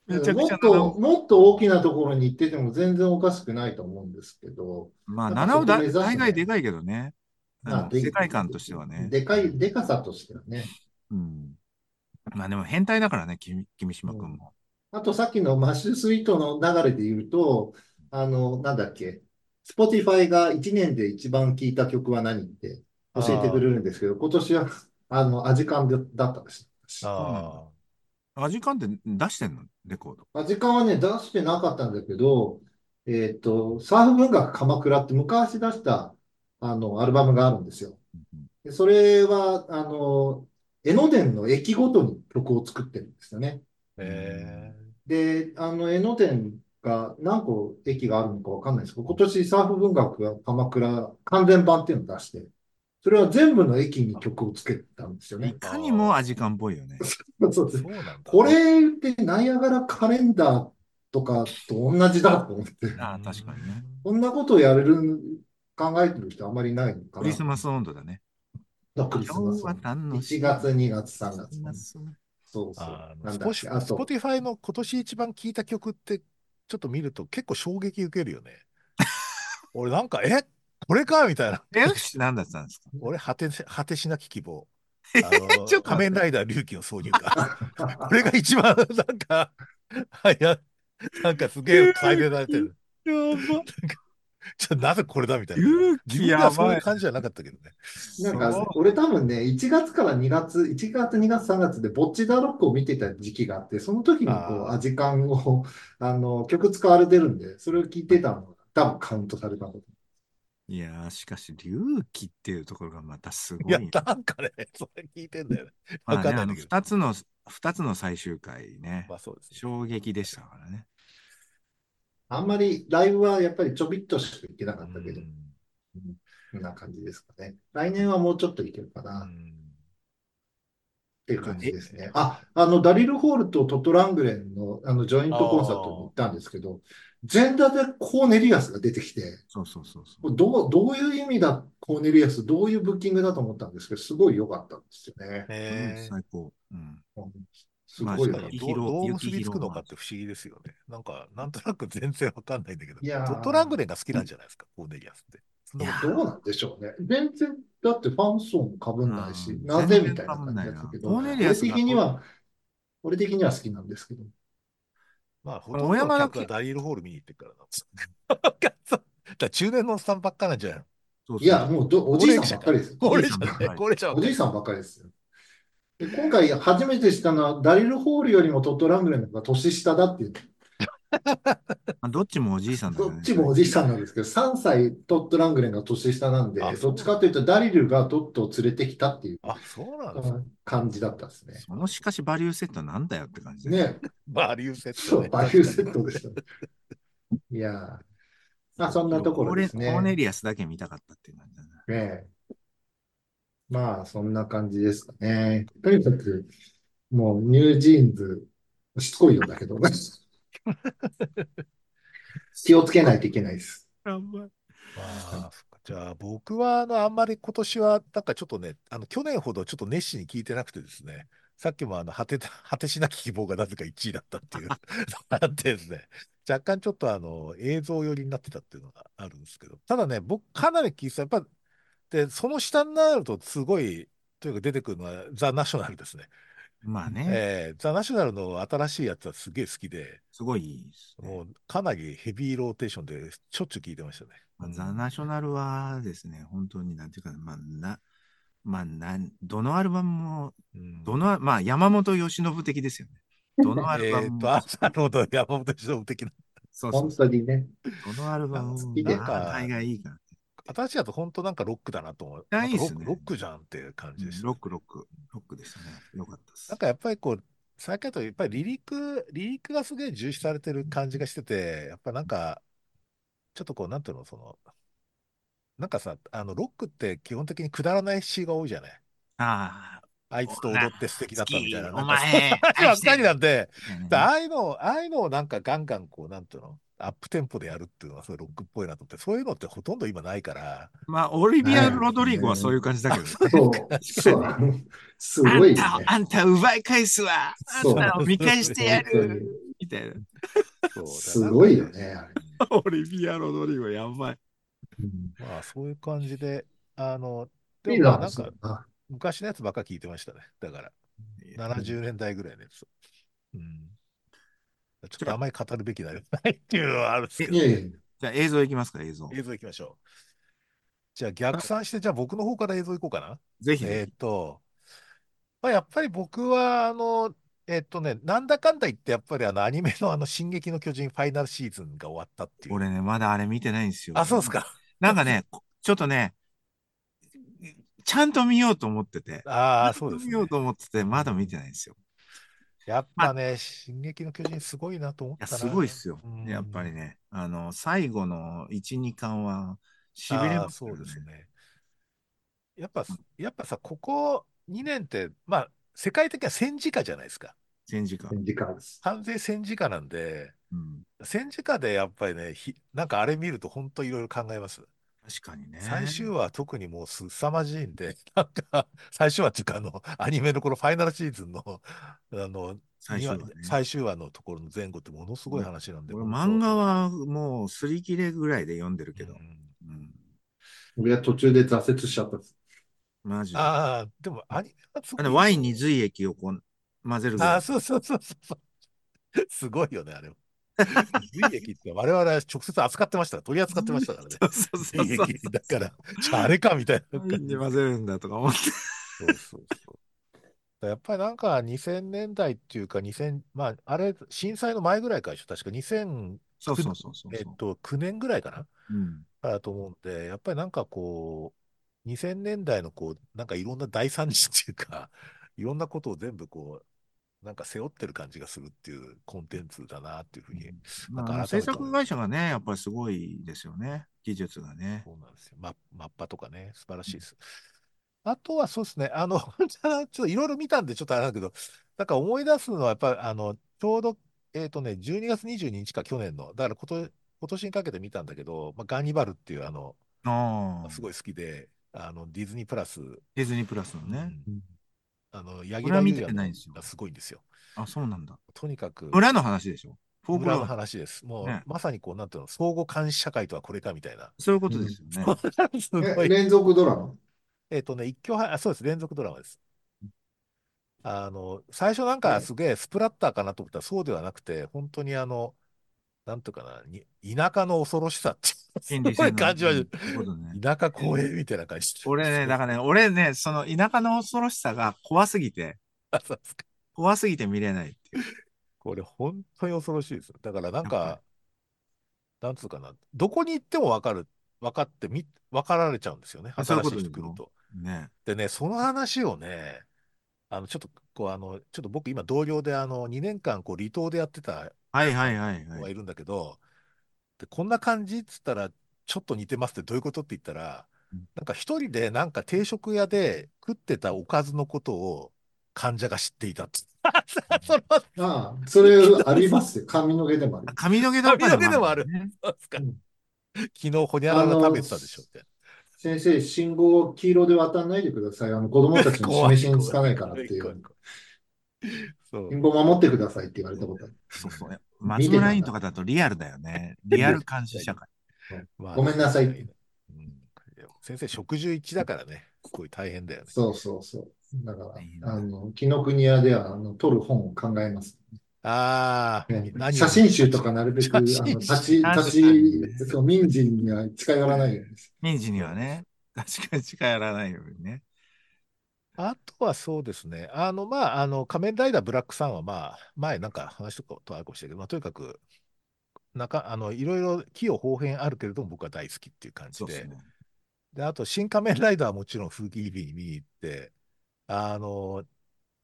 Speaker 2: めちゃくち
Speaker 3: も
Speaker 2: ゃ七尾。
Speaker 3: っと、もっと大きなところに行ってても全然おかしくないと思うんですけど、
Speaker 2: まあ、
Speaker 3: なんか
Speaker 2: 七
Speaker 3: そ
Speaker 2: 尾
Speaker 3: こ
Speaker 2: だ、
Speaker 3: 目指
Speaker 2: 大概
Speaker 3: すね、
Speaker 2: でかいけどね。あ
Speaker 3: まあ、
Speaker 2: の、
Speaker 3: で、
Speaker 2: 世界観としてはね。
Speaker 3: でかい、でかさとしてはね、
Speaker 2: うん。まあでも変態だからね、君、君島
Speaker 3: う
Speaker 2: 君
Speaker 3: ん。
Speaker 2: も。
Speaker 3: あとさっきのマッシュスイートの流れで言うと、あの、なんだっけ、Spotify が1年で一番聴いた曲は何って教えてくれ
Speaker 1: あ
Speaker 3: るんですけど、今年は、あの、アジカンでだったんです。
Speaker 1: あ、
Speaker 2: そうなんだ。
Speaker 1: ああ、
Speaker 2: アジカンって出してんのレコード。
Speaker 3: アジカンはね、出してなかったんだけど、えっと、サーフ文学鎌倉って昔出した、あの、アルバムがあるんですよ。
Speaker 2: うん
Speaker 3: でそれは、あの、江ノ電の駅ごとに曲を作ってるんですよね。
Speaker 2: う
Speaker 1: え
Speaker 2: ん
Speaker 3: で、あの、江ノ電が何個駅があるのかわかんないですけど、今年サーフ文学が鎌倉完全版っていうのを出して、それは全部の駅に曲をつけたんですよ
Speaker 2: い
Speaker 3: ね。
Speaker 2: かにも
Speaker 1: あ
Speaker 2: ア
Speaker 1: あ、
Speaker 2: ジカンっぽいよね。
Speaker 3: <laughs> そうです。
Speaker 1: そうなんだ。
Speaker 3: これってナイアガラカレンダーとかと同じだと思って、
Speaker 1: うー
Speaker 2: ああ、確かにね。
Speaker 3: こ
Speaker 1: ん。
Speaker 3: んなことをやれる、考えてる人あまりいないのか
Speaker 2: クリ
Speaker 3: な
Speaker 2: ス
Speaker 3: と。
Speaker 2: マス温度だね。
Speaker 3: だクリスマ
Speaker 2: 今日
Speaker 3: ス
Speaker 2: は
Speaker 3: の。
Speaker 2: 何の
Speaker 3: 1
Speaker 2: 日だ
Speaker 3: 月、2月、
Speaker 2: ク
Speaker 3: 3
Speaker 2: リス
Speaker 3: 月
Speaker 2: マ
Speaker 3: のね。
Speaker 2: ス。
Speaker 3: そうそう。
Speaker 1: あの、
Speaker 3: な
Speaker 1: ス
Speaker 3: んだ
Speaker 1: ポ
Speaker 3: っ
Speaker 1: シ、
Speaker 3: け。あ
Speaker 1: スポ
Speaker 3: と、
Speaker 1: ティファイの今年一番聴いた曲って、ちょっと見ると結構衝撃受けるよね。俺なんか、えこれかみたいな。
Speaker 2: え、よし、何だったんですか
Speaker 1: 俺、果てし、果てしなき希望。あの、
Speaker 2: ちょっと
Speaker 1: 仮
Speaker 2: 待っ
Speaker 1: 面
Speaker 2: て。
Speaker 1: ライダー龍騎の挿入歌。これが一番、なんか、はいや、なんかすげえ再
Speaker 2: 勇
Speaker 1: 生されて
Speaker 2: 気
Speaker 1: る。
Speaker 2: やば。
Speaker 1: ちょ、なぜこれだみたいな。
Speaker 2: 勇
Speaker 1: 自
Speaker 2: 気
Speaker 1: 分では
Speaker 2: や
Speaker 1: そうい
Speaker 2: ば
Speaker 1: う
Speaker 2: い。
Speaker 1: 感じじゃなかったけどね。
Speaker 3: <laughs> なん
Speaker 2: そ
Speaker 3: か、
Speaker 2: う。
Speaker 3: 俺多分ね、1月から2月、1月、2月、3月でぼっちだろっこを見てた時期があって、その時にこう、ア
Speaker 1: あ
Speaker 3: ジカンを、 <laughs> あの、曲使われてるんで、それを聞い
Speaker 2: は
Speaker 3: て
Speaker 2: い
Speaker 3: たのが多分カウントされたこと。
Speaker 2: いやー、しかし、隆起っていうところがまたす
Speaker 1: あ、い
Speaker 2: ご
Speaker 1: や、
Speaker 2: いよ。
Speaker 1: なんかね、それ聞いてんだよね。わ
Speaker 2: まあ
Speaker 1: か
Speaker 2: ね、
Speaker 1: んない
Speaker 2: あ
Speaker 1: ん
Speaker 2: の、
Speaker 1: だけど。
Speaker 2: 二つの、二つの最終回ね、
Speaker 1: まあそうですね。
Speaker 2: 衝撃でした
Speaker 1: 確
Speaker 2: からね。
Speaker 3: あんまりライブはやっぱりちょびっとしか行けな
Speaker 1: か
Speaker 3: か
Speaker 1: に。う
Speaker 3: ったけど、
Speaker 1: ん。
Speaker 3: うんこんな感じですかね。来年はもうちょっと行けるか
Speaker 1: う
Speaker 3: なっ
Speaker 1: ん。
Speaker 3: ていう
Speaker 1: そう
Speaker 3: 感
Speaker 1: で
Speaker 3: じ
Speaker 2: え、
Speaker 1: す
Speaker 3: ですね。
Speaker 1: ね。
Speaker 3: あ、あの、ダリル・ホールとトト・ラングレンの、あの、ジョイントコンサートに行
Speaker 1: あ
Speaker 3: っ
Speaker 1: あ、
Speaker 3: たんですけど、全裸でコーネリアスが出てきて、
Speaker 2: そうそうそうそう。
Speaker 3: これどう、どういう意味だ、コーネリアス、どういうブッキングだと思ったんですけど、すごい良かったんですよね。
Speaker 2: うん
Speaker 1: ええ
Speaker 2: 最高。うん。
Speaker 3: うんす
Speaker 2: まあ、
Speaker 3: ごい
Speaker 1: 確か
Speaker 3: 良かっ
Speaker 1: に
Speaker 2: 雪
Speaker 1: どう、
Speaker 3: た。
Speaker 2: 広、
Speaker 1: どう
Speaker 2: 雪
Speaker 1: 結びつく
Speaker 2: 広
Speaker 1: の
Speaker 2: マ
Speaker 1: かっ
Speaker 2: ー
Speaker 1: て不思議ですよね。なんか、なんとなく全然わかんないんだけど、
Speaker 3: いや
Speaker 1: トットラン
Speaker 3: ー、
Speaker 1: グレンが好きなんじゃないですか、コーネリアスって。そん
Speaker 2: い
Speaker 1: な
Speaker 2: や
Speaker 1: ことない。
Speaker 3: どうなんでしょうね。全然、だってファン層も被
Speaker 2: ー、
Speaker 3: んないし、
Speaker 2: うん、
Speaker 3: な
Speaker 2: 全
Speaker 3: ぜみ
Speaker 2: 然
Speaker 3: たい
Speaker 2: か
Speaker 3: な
Speaker 2: ぶん
Speaker 3: 感
Speaker 2: ない
Speaker 3: じだった
Speaker 2: な。
Speaker 3: け
Speaker 2: コー
Speaker 3: ど、
Speaker 2: ネリア
Speaker 3: 俺
Speaker 2: ス
Speaker 3: 的
Speaker 2: が
Speaker 3: に
Speaker 2: こ、
Speaker 3: は、俺的には好きなんですけど。
Speaker 1: まあ、ほとん
Speaker 2: あ小
Speaker 1: どの
Speaker 2: 山だ
Speaker 1: 客は
Speaker 2: け。
Speaker 1: ダリールホール見に行ってるからな。 <laughs> だから中年のおっさんばっかなんじゃないの
Speaker 2: そう
Speaker 3: い
Speaker 2: そう
Speaker 3: や、もうどお
Speaker 1: 高
Speaker 3: じい
Speaker 1: 齢
Speaker 3: さ
Speaker 1: 者
Speaker 3: んばっかりですよ。
Speaker 1: 高
Speaker 2: おじ
Speaker 1: 齢者ね、
Speaker 2: いさんばっかり。
Speaker 1: 高齢者ばっ
Speaker 3: お
Speaker 1: か
Speaker 3: じい
Speaker 1: り。
Speaker 3: さんばっかりですよ。で、今回初めて知ったのは、ダリル・ホールよりもトット・ラングレンの方が年下だっていう。
Speaker 2: まあ、どっちもおじいさんだ
Speaker 3: ど
Speaker 2: よ
Speaker 3: っ
Speaker 2: ね。
Speaker 3: ちもおじいさんなんですけど、3歳トット・ラングレンが年下なん
Speaker 1: あ、
Speaker 3: で、ど
Speaker 1: そう
Speaker 3: っ
Speaker 1: な
Speaker 3: ちか
Speaker 1: ん
Speaker 3: というとダリルがトットを連れてきたっていう
Speaker 1: あ、そうなん
Speaker 3: う
Speaker 1: ですね。
Speaker 3: ん感じだったですね。
Speaker 2: そのしかしバリューセットなんだよって感じだよね。
Speaker 3: ね、
Speaker 1: バリューセット
Speaker 3: そう、
Speaker 1: ね。
Speaker 3: バリ
Speaker 1: 確
Speaker 3: ュー
Speaker 1: か
Speaker 3: セ
Speaker 1: に。
Speaker 3: ットでしたね。いやー、まあ
Speaker 2: そう
Speaker 3: そんな
Speaker 2: でも
Speaker 3: とこ
Speaker 2: コ
Speaker 3: ろ
Speaker 2: ー
Speaker 3: で
Speaker 2: レ、
Speaker 3: す
Speaker 2: コーネ
Speaker 3: ね。
Speaker 2: リアスだけ見たかったっていう感じだな。
Speaker 3: ね、まあそんな感じですかね。とにかく、もうニュージーンズ、しつこいようだ
Speaker 1: <laughs>
Speaker 3: けど、気をつけないといけないです。
Speaker 2: やばい。
Speaker 1: まあ、そっか。じゃあ、僕は、あの、あんまり今年は、なんかちょっとね、あの、去年ほどちょっと熱心に聞いてなくてですね、さっきも、あの、果てた、 <laughs> 果てしなき希望がなぜか1位だったっていう、あってですね、若干ちょっと、あの、映像寄りになってたっていうのがあるんですけど、ただね、僕、かなり聞いてた、やっぱ、で、その下になると、すごい、というか出てくるのは、ザ・ナショナルですね。
Speaker 2: まあね、
Speaker 1: えーザ・ナショナルの新しいやつはすげえ好きで、
Speaker 2: すごいいいですね。
Speaker 1: もうかなりヘビーローテーションでしょっちゅう聞いてましたね。
Speaker 2: ま
Speaker 1: う
Speaker 2: あ、ザ・
Speaker 1: ん。
Speaker 2: ナショナルはですね、本当になんていうか、まあ、な、まあ、なん、どのアルバムも、
Speaker 1: う
Speaker 2: ど
Speaker 1: ん、
Speaker 2: の、まあ、山本由伸的で
Speaker 1: <laughs>
Speaker 2: すよね。どのアルバ
Speaker 1: え
Speaker 2: ム
Speaker 1: っ
Speaker 2: も
Speaker 1: と、あ
Speaker 2: 好
Speaker 1: な
Speaker 2: き。
Speaker 1: るほど、山本由伸的な。
Speaker 2: そうそう
Speaker 3: 本
Speaker 2: そ
Speaker 3: 当
Speaker 2: う。
Speaker 3: にね、
Speaker 2: どのアルバ
Speaker 1: あ
Speaker 2: ム
Speaker 1: の、
Speaker 2: も、
Speaker 3: 好き
Speaker 1: なん
Speaker 3: で、
Speaker 2: まあ、大
Speaker 1: か、
Speaker 2: 概いいからって言って。
Speaker 1: 新しいやつ、本当なんかロックだなと思う。
Speaker 2: いや、
Speaker 1: ないん
Speaker 2: い
Speaker 1: かロ
Speaker 2: です
Speaker 1: ック、ロ
Speaker 2: ね。
Speaker 1: ックじゃんっていう感
Speaker 2: う
Speaker 1: じで
Speaker 2: ん
Speaker 1: した
Speaker 2: ロッ
Speaker 1: ね。
Speaker 2: ク、ロック、ロックでしたね。よかったで
Speaker 1: なん
Speaker 2: す。
Speaker 1: かやっぱりこう、最近だとやっぱりリリック、リリックがすげえ重視されてる感じがしてて、やっぱなんか、ちょっとこう、なんていうの、その、なんかさ、あの、ロックって基本的にくだらない詩が多いじゃない。
Speaker 2: ああ、
Speaker 1: あいつと
Speaker 2: 女、
Speaker 1: 踊って素敵
Speaker 2: 好
Speaker 1: だったみたい
Speaker 2: き、
Speaker 1: な、な
Speaker 2: お
Speaker 1: んかそんな
Speaker 2: 前、
Speaker 1: 話
Speaker 2: 愛
Speaker 1: ば
Speaker 2: し
Speaker 1: ってかり
Speaker 2: る、
Speaker 1: なんで、
Speaker 2: みたいな
Speaker 1: だ
Speaker 2: ね。
Speaker 1: ああいうのを、ああいうのをなんかガンガンこう、なんていうの、アップテンポでやるっていうのは、それロックっぽいなと思って、そういうのってほとんど今ないから、
Speaker 2: まあ、オリビ
Speaker 3: な
Speaker 2: ア・
Speaker 3: いで
Speaker 2: ロ
Speaker 3: す
Speaker 2: ドリゴはそう
Speaker 3: ね。
Speaker 2: いう感じだ
Speaker 1: あ、
Speaker 2: けどね。
Speaker 1: そういう
Speaker 3: そう、
Speaker 1: 感じ
Speaker 2: 確
Speaker 1: か
Speaker 2: か
Speaker 3: そ
Speaker 2: に。
Speaker 3: う、あの、す
Speaker 2: あ
Speaker 3: ご
Speaker 2: ん
Speaker 3: いよ
Speaker 2: たを、
Speaker 3: ね。
Speaker 2: あんたを奪い返すわ。あん
Speaker 3: そ
Speaker 2: たを見
Speaker 1: そう
Speaker 2: 返
Speaker 1: そ
Speaker 2: し
Speaker 1: う
Speaker 2: て
Speaker 3: う、
Speaker 2: や
Speaker 3: 本当
Speaker 2: る。
Speaker 3: に、
Speaker 2: みたいな。 <laughs>
Speaker 1: そうだ、
Speaker 3: す
Speaker 1: なん
Speaker 3: ご
Speaker 1: か
Speaker 3: いよ
Speaker 1: ね、
Speaker 3: ね、あれ。
Speaker 2: オリビア・ロドリゴ、やばい。
Speaker 3: うん
Speaker 1: まあそういう感じで、あの、で
Speaker 3: い
Speaker 1: も
Speaker 3: い
Speaker 1: まあ
Speaker 3: な、
Speaker 1: なん
Speaker 3: そう
Speaker 1: か、
Speaker 3: だな。
Speaker 1: 昔のやつばっか聞いてましたね。だから、
Speaker 2: いや
Speaker 3: う
Speaker 1: 70
Speaker 3: ん
Speaker 1: 年代ぐらいのやつ。うん。ちょっ
Speaker 2: じ
Speaker 1: と
Speaker 2: ゃ
Speaker 1: あ
Speaker 2: あ、
Speaker 1: まり語るべきなないっていうのはあるんです
Speaker 2: え、
Speaker 1: け
Speaker 3: い
Speaker 1: ど
Speaker 3: やい
Speaker 1: ね。
Speaker 3: や、
Speaker 2: じゃあ映像いきますか、映像。
Speaker 1: 映像いきましょう。じゃあ
Speaker 2: は
Speaker 1: 逆
Speaker 2: い
Speaker 1: 算して、じゃあ僕の方から映像いこうかな。
Speaker 2: ぜひぜ
Speaker 1: えーっ
Speaker 2: ひ。
Speaker 1: と、まあ、やっぱり僕は、あの、えーっとね、なんだかんだ言って、やっぱりあのアニメのあの、進撃の巨人ファイナルシーズンが終わったっていう。
Speaker 2: 俺ね、まだあれ見てないんですよ。
Speaker 1: あ、そうですか。
Speaker 2: なんかね、こちょっとね、ちゃんと見ようと思ってて、ち
Speaker 1: あ
Speaker 2: ゃ
Speaker 1: あ、
Speaker 2: ん
Speaker 1: そう
Speaker 2: と
Speaker 1: です
Speaker 2: 見よう
Speaker 1: ね。
Speaker 2: と思ってて、
Speaker 1: う
Speaker 2: まだ見て
Speaker 1: ん。
Speaker 2: ないんですよ。
Speaker 1: やっ
Speaker 2: まあ、
Speaker 1: ぱ
Speaker 2: い
Speaker 1: ね、進撃の巨人すごいなと思っ
Speaker 2: や、
Speaker 1: た
Speaker 2: すごいっ
Speaker 1: な。
Speaker 2: すよ。
Speaker 1: う
Speaker 2: やっぱり
Speaker 1: ん。
Speaker 2: ね、あの、最後の1、2巻は、しびれ
Speaker 1: ああ、
Speaker 2: ます
Speaker 1: そ
Speaker 2: か
Speaker 1: う
Speaker 2: ら
Speaker 1: です
Speaker 2: ね。
Speaker 1: ね。やっぱ、やっぱさ、ここ2年って、まあ、世界的には戦時下じゃないですか。
Speaker 2: 戦時下。
Speaker 3: 時間です。
Speaker 1: 完全戦時下なんで、
Speaker 2: うん。
Speaker 1: 戦時下でやっぱりね、ひ、なんかあれ見ると本当いろいろ考えます。
Speaker 2: 確かに
Speaker 1: 最
Speaker 2: ね。
Speaker 1: 終話は特にもうすさまじいんで、 <laughs> なんか、最終話っていうか、あの、アニメのこのファイナルシーズンの、あの、
Speaker 2: 最
Speaker 1: に
Speaker 2: 終
Speaker 1: わ
Speaker 2: 話ね。
Speaker 1: 最終話のところの前後ってものすごい
Speaker 2: 俺、
Speaker 1: 話なんで、
Speaker 2: 俺
Speaker 1: 本
Speaker 2: 漫
Speaker 1: 当、
Speaker 2: 画はもう擦り切れぐらいで読んでる
Speaker 1: う
Speaker 2: けど。
Speaker 1: ん。
Speaker 2: うん。
Speaker 3: 俺は途中で挫折しちゃったんです。
Speaker 2: マジで。
Speaker 1: ああ、でもアニメはす
Speaker 2: あ
Speaker 1: ご
Speaker 2: の、
Speaker 1: いよ
Speaker 2: ワイ
Speaker 1: ね。
Speaker 2: ンに髄液をこう混ぜるぐら
Speaker 1: あ
Speaker 2: い。
Speaker 1: あ、そうそうそうそうそう。すごいよね、あれは。髄液って我々は直接扱ってましたから。取り扱ってましたからね。
Speaker 2: そう <laughs> そうそう
Speaker 1: 髄
Speaker 2: そう
Speaker 1: 液。
Speaker 2: そう
Speaker 1: だ
Speaker 2: そ
Speaker 1: から、じゃああれかみたいな
Speaker 2: う。ワ
Speaker 1: 感
Speaker 2: イン
Speaker 1: じ
Speaker 2: に
Speaker 1: で
Speaker 2: 混
Speaker 1: す。
Speaker 2: ぜるんだとか思って。
Speaker 1: そうそうそう。 <laughs> やっぱりなんか2000年代っていうか2000、まあ、あれ、震災の前ぐらいからでしょ。確か
Speaker 2: そう
Speaker 1: 2009、
Speaker 2: そうそうそう
Speaker 1: えっ
Speaker 2: そ
Speaker 1: と、9年ぐらいかな。
Speaker 2: う。うん。
Speaker 1: だと思うんで、やっぱりなんかこう、2000年代のこう、なんかいろんな大惨事っていうか、 <laughs> いろんなことを全部こう、なんか背負ってる感じがするっていうコンテンツだなっていうふう
Speaker 2: う
Speaker 1: に、
Speaker 2: ん
Speaker 1: な
Speaker 2: ま
Speaker 1: ん
Speaker 2: あ、あの
Speaker 1: か改
Speaker 2: 制
Speaker 1: めて
Speaker 2: 作
Speaker 1: 思いま
Speaker 2: 会
Speaker 1: す
Speaker 2: 社
Speaker 1: ね。
Speaker 2: がね、やっぱりすごいですよね。技術がね。
Speaker 1: そうなんですよ。マ、マッパとかね、素晴ら
Speaker 2: う
Speaker 1: しいで
Speaker 2: ん
Speaker 1: す。あとはそうですね、あの、 <laughs> ちょっといろいろ見たんでちょっとあれだけど、なんか思い出すのはやっぱり、あの、ちょうど、えっとね、12月22日か去年の、だからこと今年にかけて見たんだけど、まあ、ガンニバルっていうあの、
Speaker 2: あ
Speaker 1: す
Speaker 2: あ、
Speaker 1: ごい好きで、あの、ディズニープラス、う
Speaker 2: ディズニープラスのね。
Speaker 1: ん、
Speaker 3: うん
Speaker 1: あの、柳
Speaker 2: 俺は
Speaker 1: 楽
Speaker 2: 見
Speaker 1: 優
Speaker 2: て
Speaker 1: 弥
Speaker 2: な
Speaker 1: の
Speaker 2: いんですよ。
Speaker 1: がすごいんですよ。
Speaker 2: あ、そうなんだ。
Speaker 1: とにかく、
Speaker 2: 村の話でしょ。フォーク
Speaker 1: 村
Speaker 2: ラ
Speaker 1: の
Speaker 2: ブ。
Speaker 1: 話です。もう、
Speaker 2: ね。
Speaker 1: まさにこう、なんていうの、相互監視社会とはこれかみたいな。
Speaker 2: そういうこ
Speaker 3: う
Speaker 2: とで
Speaker 3: ん
Speaker 2: すよね。
Speaker 1: す <laughs>
Speaker 3: え、 <laughs>
Speaker 1: ごい。
Speaker 3: 連続ドラマ
Speaker 1: えっとね、一挙は、あ、そうです、連続ドラマです。あの、最初なんか
Speaker 3: え
Speaker 1: すげえスプラッターかなと思ったらそうではなくて、本当にあの、なんとかな、に田舎の恐ろしさってす
Speaker 2: 心理
Speaker 1: ごい
Speaker 2: 戦の、う
Speaker 1: 感じは
Speaker 2: ん、そういうことね。
Speaker 1: 田舎光栄みたいな感じで。
Speaker 2: 俺ね、
Speaker 1: そう
Speaker 2: だからね、俺ね、その田舎の恐ろしさが怖すぎて、
Speaker 1: <laughs> そうそう
Speaker 2: 怖すぎて見れないっていう、
Speaker 1: これ本当に恐ろしいですよ。だからなん
Speaker 2: やっぱり。
Speaker 1: か、なんつうかな、どこに行ってもわかる、分かってみ、分かられちゃうんですよね。
Speaker 2: あそういう
Speaker 1: 新
Speaker 2: こ
Speaker 1: しい
Speaker 2: とで
Speaker 1: 人
Speaker 2: す
Speaker 1: 来る
Speaker 2: よ。
Speaker 1: と。
Speaker 2: ね。
Speaker 1: でね、その話をね、あの、ちょっと、こう、あの、ちょっと僕今同僚で、あの、2年間、こう、離島でやってた
Speaker 2: はいはいはい
Speaker 1: 子
Speaker 2: は
Speaker 1: が
Speaker 2: い。
Speaker 1: いるんだけど、で、こんな感じっつったら、ちょっと似てますってどういうことって言ったら、
Speaker 2: うん
Speaker 1: なんか一人でなんか定食屋で食ってたおかずのことを患者が知っていたって。 <laughs> その、
Speaker 3: ああ、それ
Speaker 1: 昨日、
Speaker 3: ありますよ。髪の毛でもあり
Speaker 2: あ
Speaker 3: ます。
Speaker 2: 髪の毛と
Speaker 1: 髪
Speaker 2: かで
Speaker 1: の
Speaker 2: も
Speaker 1: 毛
Speaker 2: あ
Speaker 1: で
Speaker 2: る
Speaker 1: も
Speaker 2: も
Speaker 1: あ
Speaker 2: ん
Speaker 1: る。
Speaker 2: ね。
Speaker 1: そうっすか。
Speaker 3: う
Speaker 1: 昨
Speaker 3: ん
Speaker 1: 日、ほにゃら
Speaker 3: あ
Speaker 1: ら食
Speaker 3: の、
Speaker 1: べてたでしょって。
Speaker 3: 先生、信号を黄色で渡らないでください。あの、子供たちの
Speaker 1: <laughs> 怖
Speaker 3: 示
Speaker 1: い、
Speaker 3: しにつ
Speaker 1: 怖い、
Speaker 3: かな
Speaker 1: 怖
Speaker 3: いからっ
Speaker 1: い、
Speaker 3: てい
Speaker 1: 怖い、
Speaker 3: う。
Speaker 1: 怖い。そ
Speaker 3: 信
Speaker 1: う、
Speaker 3: 号守ってくださいって言われた
Speaker 1: そ
Speaker 3: ことある。
Speaker 2: そうそう。
Speaker 3: うん
Speaker 2: 松
Speaker 3: 見て
Speaker 2: 村
Speaker 3: た
Speaker 2: 委
Speaker 3: ん
Speaker 2: 員
Speaker 3: だ
Speaker 2: と
Speaker 3: か
Speaker 2: かだとリアルだよね。リ
Speaker 3: ら。リ
Speaker 2: ア
Speaker 3: ア
Speaker 2: ル
Speaker 3: ル。
Speaker 2: 監視
Speaker 1: 大
Speaker 2: 社
Speaker 1: 丈
Speaker 2: 会。
Speaker 3: うん、
Speaker 1: 夫。まあ
Speaker 3: ごめん
Speaker 1: ね、
Speaker 3: なさいっ
Speaker 1: 大
Speaker 3: て。
Speaker 1: 変。うん、いや先生、食事一だからね、すごい大変だよね。
Speaker 3: そうそうそう。だか
Speaker 2: 大変
Speaker 3: ら、あ
Speaker 2: だ。
Speaker 3: の、紀ノ国屋では、あの、撮る本を考えます。
Speaker 1: ああ、
Speaker 3: ね、
Speaker 1: 何
Speaker 3: 写
Speaker 1: を持
Speaker 3: 真
Speaker 1: って
Speaker 3: 集
Speaker 1: 立
Speaker 3: と
Speaker 1: ち、
Speaker 3: かなるべ
Speaker 1: 写
Speaker 3: く、あ
Speaker 1: 真
Speaker 3: の、立
Speaker 1: 集。
Speaker 3: ち、
Speaker 2: 確かにね。
Speaker 3: 立ち、そう、民人には近寄らないようにです。
Speaker 2: 民事に
Speaker 1: そう
Speaker 2: は
Speaker 1: そうそ
Speaker 2: ね、
Speaker 1: う。
Speaker 2: 確かに近寄らないようにね。
Speaker 1: あとはそうですね。あの、まあ、あの、仮面ライダーブラックさんは、まあ、前なんか話とかとあるかもしれないけど、まあ、とにかく、なんか、あの、いろいろ器用方変あるけれども、僕は大好きっていう感じ
Speaker 2: そうです
Speaker 1: で。
Speaker 2: ね。
Speaker 1: で、あと、新仮面ライダーはもちろん、風紀日に見に行って、あの、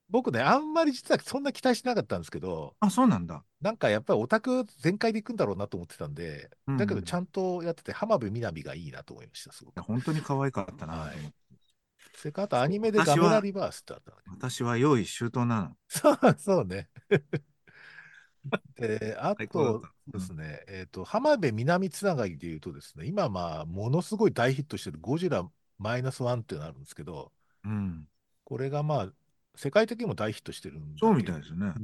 Speaker 1: 僕ね、あんまり実はそんな期待しなかったんですけど、
Speaker 2: あ、そうなんだ。
Speaker 1: なんかやっぱりオタク全開で行くんだろうなと思ってたんで、
Speaker 2: うんう
Speaker 1: だけどちゃ
Speaker 2: ん。
Speaker 1: んとやってて、浜辺美波がいいなと思いました、すご
Speaker 2: いや、
Speaker 1: く。
Speaker 2: 本当に可愛かったな
Speaker 1: は
Speaker 2: と
Speaker 1: い。
Speaker 2: 思って。
Speaker 1: それからあとア
Speaker 2: そ
Speaker 1: ニ
Speaker 2: う、
Speaker 1: メでガ
Speaker 2: 私
Speaker 1: メラ
Speaker 2: は、
Speaker 1: リバースってあったんだ <laughs> けど。
Speaker 2: 私は用意周到なの。
Speaker 1: そう、そうね。で、あ
Speaker 2: 最高だっ
Speaker 1: と
Speaker 2: た。
Speaker 1: で
Speaker 2: うん。
Speaker 1: すね、えっと、浜辺美波つながりで言うとですね、今まあ、ものすごい大ヒットしてるゴジラマイナスワンっていうのあるんですけど、
Speaker 2: うん。
Speaker 1: これがまあ、世界的にも大ヒットしてるん
Speaker 2: そ
Speaker 1: だ
Speaker 2: うみ
Speaker 1: け
Speaker 2: た
Speaker 1: ど、
Speaker 2: いですね。
Speaker 3: うん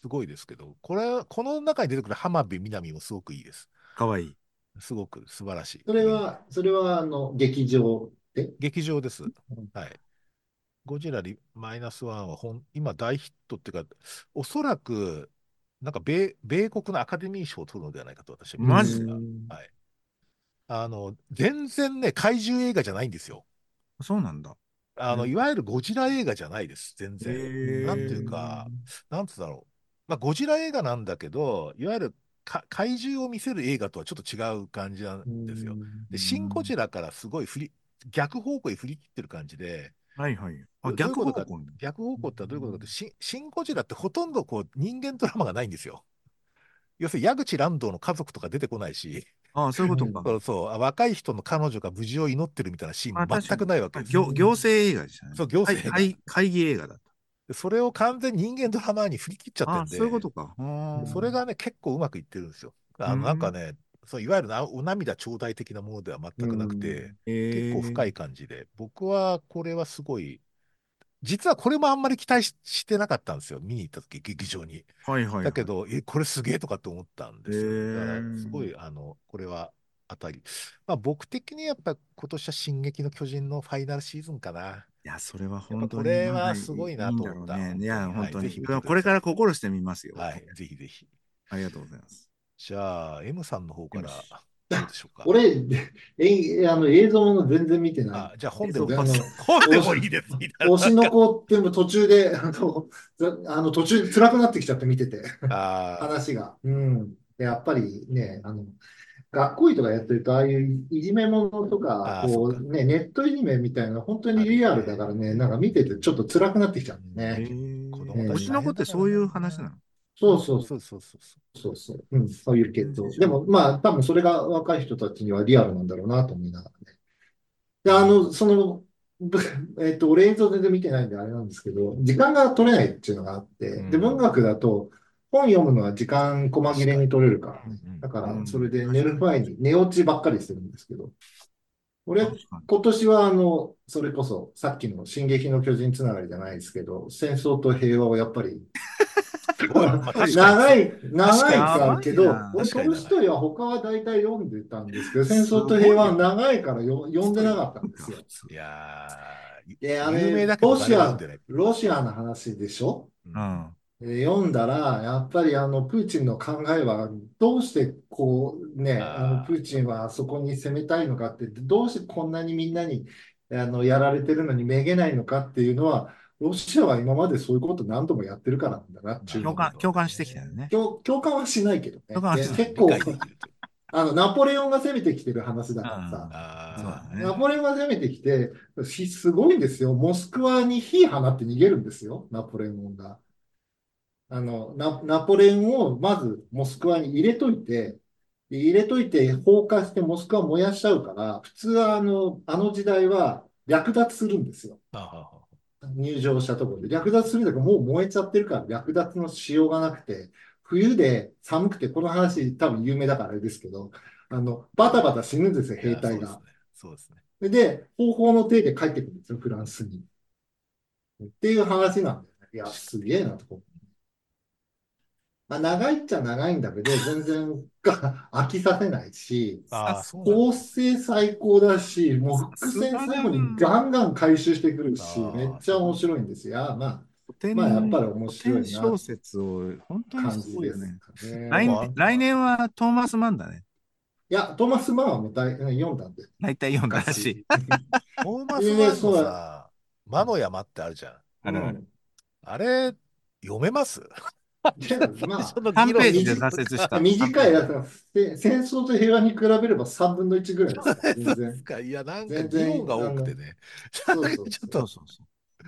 Speaker 1: すごいですけど、これ、この中に出てくる浜辺美波もすごくいいです。
Speaker 2: 可愛い。
Speaker 1: すごく素晴らしい。
Speaker 3: それ
Speaker 1: 演技。
Speaker 3: は、それは、あの、劇場で、
Speaker 1: 劇場です。
Speaker 3: うん
Speaker 1: はい。ゴジラリマイナスワンは本、今大ヒットっていうか、おそらく、なんか米、米国のアカデミー賞を取るのではないかと私は見て
Speaker 2: マ
Speaker 1: ま
Speaker 2: ジ
Speaker 1: す
Speaker 2: で
Speaker 1: が、
Speaker 3: うん
Speaker 1: はい。あの、全然ね、怪獣映画じゃないんですよ。
Speaker 2: そうなんだ。
Speaker 1: あ
Speaker 2: え
Speaker 1: の、いわゆるゴジラ映画じゃないです、全
Speaker 2: え
Speaker 1: 然。なんていうか、
Speaker 3: う
Speaker 1: なんつうんだろう。まあ、ゴジラ映画なんだけど、いわゆるか怪獣を見せる映画とはちょっと違う感じなん
Speaker 3: ー
Speaker 1: ですよ。
Speaker 3: ん
Speaker 1: で、シン・ゴジ
Speaker 2: ん。
Speaker 1: ラからすごい振り、逆方向へ振り切ってる感じで、
Speaker 2: はいはい。あ、
Speaker 1: ど、どういう
Speaker 2: 逆
Speaker 1: こと
Speaker 2: 方
Speaker 1: か、
Speaker 2: 向に。
Speaker 1: 逆方
Speaker 3: う
Speaker 1: 向ってのはどういうことかって、
Speaker 3: ん
Speaker 1: シン、シン・ゴジラってほとんどこう人間ドラマがないんですよ。要するに矢口乱道の家族とか出てこないし、
Speaker 2: ああ、そういう
Speaker 3: う
Speaker 2: こと
Speaker 3: ん
Speaker 2: か。
Speaker 1: そうそう、あ若い人の彼女が無事を祈ってるみたいなシーン
Speaker 2: あ、
Speaker 1: も
Speaker 2: 確か
Speaker 1: 全く
Speaker 2: に。
Speaker 1: ないわけ
Speaker 2: あ、
Speaker 1: ですよ。
Speaker 2: 行、行政映画でしたね。
Speaker 1: そう、行
Speaker 2: 会、
Speaker 1: 政映画。
Speaker 2: 会、会議映画だった。
Speaker 1: でそれを完全に人間ドラマに振り切っちゃって
Speaker 2: ああ、
Speaker 1: ん
Speaker 2: そういうこ
Speaker 1: で、
Speaker 2: とか。
Speaker 1: で
Speaker 2: あ
Speaker 1: それがね、結構うまくいってるんですよ。
Speaker 2: あ。
Speaker 1: あ
Speaker 2: う
Speaker 1: の、なんか
Speaker 2: ん。
Speaker 1: ね、そういわゆるなお涙頂戴的なものでは全
Speaker 3: う
Speaker 1: くなくて、
Speaker 3: ん
Speaker 1: 結構
Speaker 2: ええ
Speaker 1: 深い感じで、僕はこれはすごい、実はこれもあんまり期待し、してなかったんですよ。見に行った時、劇場に。
Speaker 2: はいはい
Speaker 1: だけ
Speaker 2: は
Speaker 1: ど、え、これすげえとかって思ったん
Speaker 2: い。
Speaker 1: で
Speaker 2: え
Speaker 1: すよね。だから、すご
Speaker 2: え
Speaker 1: い、あの、これは当たり。まあ、僕的にやっぱ今年は「進撃の巨人」のファイナルシーズンかな。
Speaker 2: いや、それは
Speaker 1: やっぱ
Speaker 2: 本
Speaker 1: こ
Speaker 2: 当に
Speaker 1: れ
Speaker 2: まだ
Speaker 1: はいすごい
Speaker 2: い
Speaker 1: ない
Speaker 2: ん
Speaker 1: と
Speaker 2: だ
Speaker 1: 思っ
Speaker 2: ろう
Speaker 1: た。
Speaker 2: ね。
Speaker 1: 本
Speaker 2: い
Speaker 1: 当
Speaker 2: や、
Speaker 1: に。は
Speaker 2: 本
Speaker 1: い。
Speaker 2: 当
Speaker 1: ぜ
Speaker 2: に。
Speaker 1: ひ
Speaker 2: い
Speaker 1: 見て
Speaker 2: や
Speaker 1: く
Speaker 2: こ
Speaker 1: だ
Speaker 2: れ
Speaker 1: さ
Speaker 2: か
Speaker 1: い。
Speaker 2: ら心してみますよ。
Speaker 1: は
Speaker 2: こ
Speaker 1: い。
Speaker 2: れ
Speaker 1: ぜひぜひ。
Speaker 2: ありがとうございます。
Speaker 1: じゃあ、M さんの方か
Speaker 2: よし。
Speaker 1: らどうでしょうか。
Speaker 3: 俺、え、あの、映像もの全然見てないん
Speaker 1: あ、
Speaker 3: で。
Speaker 1: じゃあ本
Speaker 2: 映
Speaker 1: で
Speaker 2: 像
Speaker 1: もいい
Speaker 3: あ
Speaker 1: です。
Speaker 3: の、
Speaker 1: 本で
Speaker 3: 推し、
Speaker 1: もいいです。みたいな。
Speaker 3: 推
Speaker 1: な
Speaker 3: し
Speaker 1: ん
Speaker 3: の
Speaker 1: か。
Speaker 3: 子っても途中で、 <laughs> あの、ざあの途中辛くなってきちゃって見てて、
Speaker 1: あ
Speaker 3: 話が。うん。でやっぱりね、あの、学校医とかやってると、ああいういじめものと
Speaker 1: あ、
Speaker 3: か、
Speaker 1: ああ、そっ
Speaker 3: こ
Speaker 1: か。
Speaker 3: うね、ネットいじめみたいな、本当に
Speaker 1: ある
Speaker 3: リ
Speaker 1: よ
Speaker 3: アルだ
Speaker 1: ね。
Speaker 3: からね、なんか見ててちょっと辛くなってきちゃ
Speaker 1: う
Speaker 3: うん
Speaker 1: ん。
Speaker 2: え
Speaker 3: ね。
Speaker 1: 子供
Speaker 2: え推
Speaker 1: たち
Speaker 2: し
Speaker 1: 大
Speaker 2: の子っ
Speaker 1: 変だか
Speaker 2: てそ
Speaker 1: ら
Speaker 2: うい
Speaker 1: な。
Speaker 2: う話なの
Speaker 3: そ
Speaker 1: そう
Speaker 3: う
Speaker 1: そ
Speaker 3: そうう、
Speaker 1: そうそうそうそう。
Speaker 3: そうそう。うん、そういう系
Speaker 2: 全然
Speaker 3: 統。
Speaker 2: 知
Speaker 3: で
Speaker 2: らな
Speaker 3: も、まあ、多分それが若い人たちにはリアルなんだろうなと思いながらね。で、
Speaker 1: う
Speaker 3: あ
Speaker 1: ん。
Speaker 3: の、その、 <laughs> ぶえっと、俺映像全然見てないんであれなんですけど、時間が取れないっていうのがあっ
Speaker 1: う
Speaker 3: て、で、文
Speaker 1: ん。
Speaker 3: 学だと本読むのは時間細
Speaker 1: 確
Speaker 3: 切れ
Speaker 1: かに。
Speaker 3: に取れるから
Speaker 1: う
Speaker 3: ね。
Speaker 1: ん
Speaker 3: だか
Speaker 1: うん。う
Speaker 3: ら、そ
Speaker 2: い
Speaker 3: れ
Speaker 2: た。うん。
Speaker 3: で寝
Speaker 2: 確
Speaker 3: る
Speaker 2: かに
Speaker 3: 前
Speaker 2: 確
Speaker 3: に寝落ちばっかりしてるんですけど、
Speaker 2: かに。
Speaker 3: 俺、
Speaker 2: 確かに。
Speaker 3: 今年はあの、それこそさっきの進撃の巨人つながりじゃないですけど、戦争と平和をやっぱり
Speaker 1: すごい。まあ確かに
Speaker 3: 長
Speaker 1: そう。
Speaker 3: い、長い
Speaker 2: や
Speaker 3: か
Speaker 2: ば
Speaker 3: け
Speaker 2: い
Speaker 3: ど、
Speaker 2: な。
Speaker 3: 俺、
Speaker 2: 確
Speaker 3: ト
Speaker 2: かに
Speaker 3: ルス
Speaker 2: 長
Speaker 3: ト
Speaker 2: い。
Speaker 3: イは他は大体読んでたんですけど、戦
Speaker 2: す
Speaker 3: 争と
Speaker 2: ご
Speaker 3: 平
Speaker 2: い
Speaker 3: 和
Speaker 2: よ。
Speaker 3: 長いからよ読ん
Speaker 2: スト
Speaker 3: でな
Speaker 2: イ
Speaker 3: か
Speaker 2: ッ
Speaker 3: った
Speaker 2: ク
Speaker 3: んです
Speaker 2: か。
Speaker 3: よ。
Speaker 1: いやー、い
Speaker 3: で、あ
Speaker 1: 有名
Speaker 3: れ、
Speaker 1: だけ
Speaker 3: ロ
Speaker 1: ど誰
Speaker 3: シ
Speaker 1: も読ん
Speaker 3: ア、
Speaker 1: でないっていう
Speaker 3: ロシアの話でしょ
Speaker 1: う。
Speaker 2: うんん。
Speaker 3: で読んだら、やっぱりあの、プーチンの考えは、どうしてこうね、あの、プ
Speaker 1: あ
Speaker 3: ーチンはあそこに攻めたいのかって、どうしてこんなにみんなに、あの、やられてるのにめげないのかっていうのは、ロシアは今までそういうこと何度もやってるからなんだな
Speaker 1: あ、
Speaker 3: っ
Speaker 1: な
Speaker 3: てい
Speaker 1: る
Speaker 2: 共
Speaker 3: うの
Speaker 1: ほ
Speaker 3: は、
Speaker 2: 感、
Speaker 1: ど
Speaker 2: 共感してきたよ
Speaker 1: ね。
Speaker 2: ね。
Speaker 3: 共、共感はしないけど
Speaker 2: 共
Speaker 3: ね。
Speaker 2: 感はして
Speaker 3: で、
Speaker 2: た
Speaker 1: 理
Speaker 2: ね。
Speaker 3: 結構、
Speaker 1: 解できるという。
Speaker 3: あの、ナポレオンが攻めてきてる話だ
Speaker 2: う
Speaker 3: からさ、
Speaker 2: ん。そうだ
Speaker 1: ああ、
Speaker 3: ナ
Speaker 2: ね。
Speaker 3: ポレオンが攻めてきて、ひすごいんですよ。モスクワに火放って逃げるんですよ、ナポレオンが。あの、ナ、ナポレオンをまずモスクワに入れといて、で入れといて放火してモスクワ燃やしちゃうから、普通はあの、あの時代は略奪するんですよ。
Speaker 1: ああ、
Speaker 3: 入場したところで。略奪するんだけど、もう燃えちゃってるから略奪のしようがなくて、冬で寒くて、この話多分有名だからあれですけど、あの、バタバタ死ぬんですよ、
Speaker 1: い
Speaker 3: 兵
Speaker 1: や、そ
Speaker 3: 隊
Speaker 1: うです
Speaker 3: が。
Speaker 1: ね。そうですね。
Speaker 3: で、方法の手で帰ってくるんですよ、フランスに。っていう話なんだよね。いや、すげえなとこ。まあ、長いっちゃ長いんだけど、全然飽きさせないし、
Speaker 2: さ
Speaker 1: ああ、
Speaker 2: す、
Speaker 1: そうなん
Speaker 3: 構
Speaker 1: ですね。
Speaker 3: 成最高だし、もう
Speaker 2: さ
Speaker 3: 伏
Speaker 2: す
Speaker 3: 線
Speaker 2: が
Speaker 3: 最
Speaker 2: だ
Speaker 3: 後に
Speaker 2: な。
Speaker 3: ガンガン回収してくるし、め
Speaker 1: あ
Speaker 3: っ
Speaker 1: あ、
Speaker 3: ちゃ
Speaker 1: そう
Speaker 3: 面
Speaker 1: なん
Speaker 3: 白い
Speaker 1: だ。
Speaker 3: んですよ。いやまあ、
Speaker 2: 古
Speaker 3: まあ、やっぱ
Speaker 2: 典、
Speaker 3: り面
Speaker 2: 古
Speaker 3: 白
Speaker 2: 典
Speaker 3: いな
Speaker 2: 小
Speaker 3: って
Speaker 2: 説を、本当に
Speaker 3: 感
Speaker 2: す
Speaker 3: じ
Speaker 2: ごい
Speaker 3: で
Speaker 2: よ
Speaker 3: す
Speaker 2: ね。
Speaker 3: かね。
Speaker 2: 来
Speaker 1: もうあ
Speaker 2: 年、
Speaker 1: ん
Speaker 2: 来
Speaker 1: な、
Speaker 2: 年はトーマス・マンだね。
Speaker 3: いや、トーマス・マンはもう大読んだんで、
Speaker 2: 大体読んだらし
Speaker 3: 昔。
Speaker 2: い。
Speaker 1: トーマス・
Speaker 3: で、
Speaker 1: マンの
Speaker 3: そう、
Speaker 1: さ、魔の山ってあるじゃん。
Speaker 2: あ
Speaker 3: う
Speaker 2: るある。
Speaker 3: ん。
Speaker 1: あれ、読めます
Speaker 3: で、
Speaker 1: 最
Speaker 3: ま
Speaker 1: 初
Speaker 3: あ、
Speaker 1: の議
Speaker 2: 3ペ
Speaker 1: 論
Speaker 2: ー
Speaker 1: <laughs>
Speaker 2: ジ
Speaker 1: の
Speaker 2: で
Speaker 1: 部
Speaker 3: 短
Speaker 2: 挫折し
Speaker 1: か
Speaker 2: た。
Speaker 1: ら
Speaker 2: 3ペ
Speaker 3: 短
Speaker 2: ー
Speaker 3: い
Speaker 2: ジ
Speaker 3: やつ
Speaker 2: で。
Speaker 3: は、せ戦争と平和に比べれば3分の1ぐらいですから、
Speaker 1: そ
Speaker 3: 全
Speaker 1: うです
Speaker 3: 然、
Speaker 1: か。いや、なんか
Speaker 3: 全
Speaker 1: 議論
Speaker 3: 然、
Speaker 1: が
Speaker 3: あ
Speaker 1: 多くて
Speaker 3: の、
Speaker 1: ね。なん
Speaker 3: そう
Speaker 1: か
Speaker 3: そ
Speaker 1: <laughs>
Speaker 3: う
Speaker 1: ちょっ
Speaker 2: そう
Speaker 1: と、
Speaker 2: そうそう。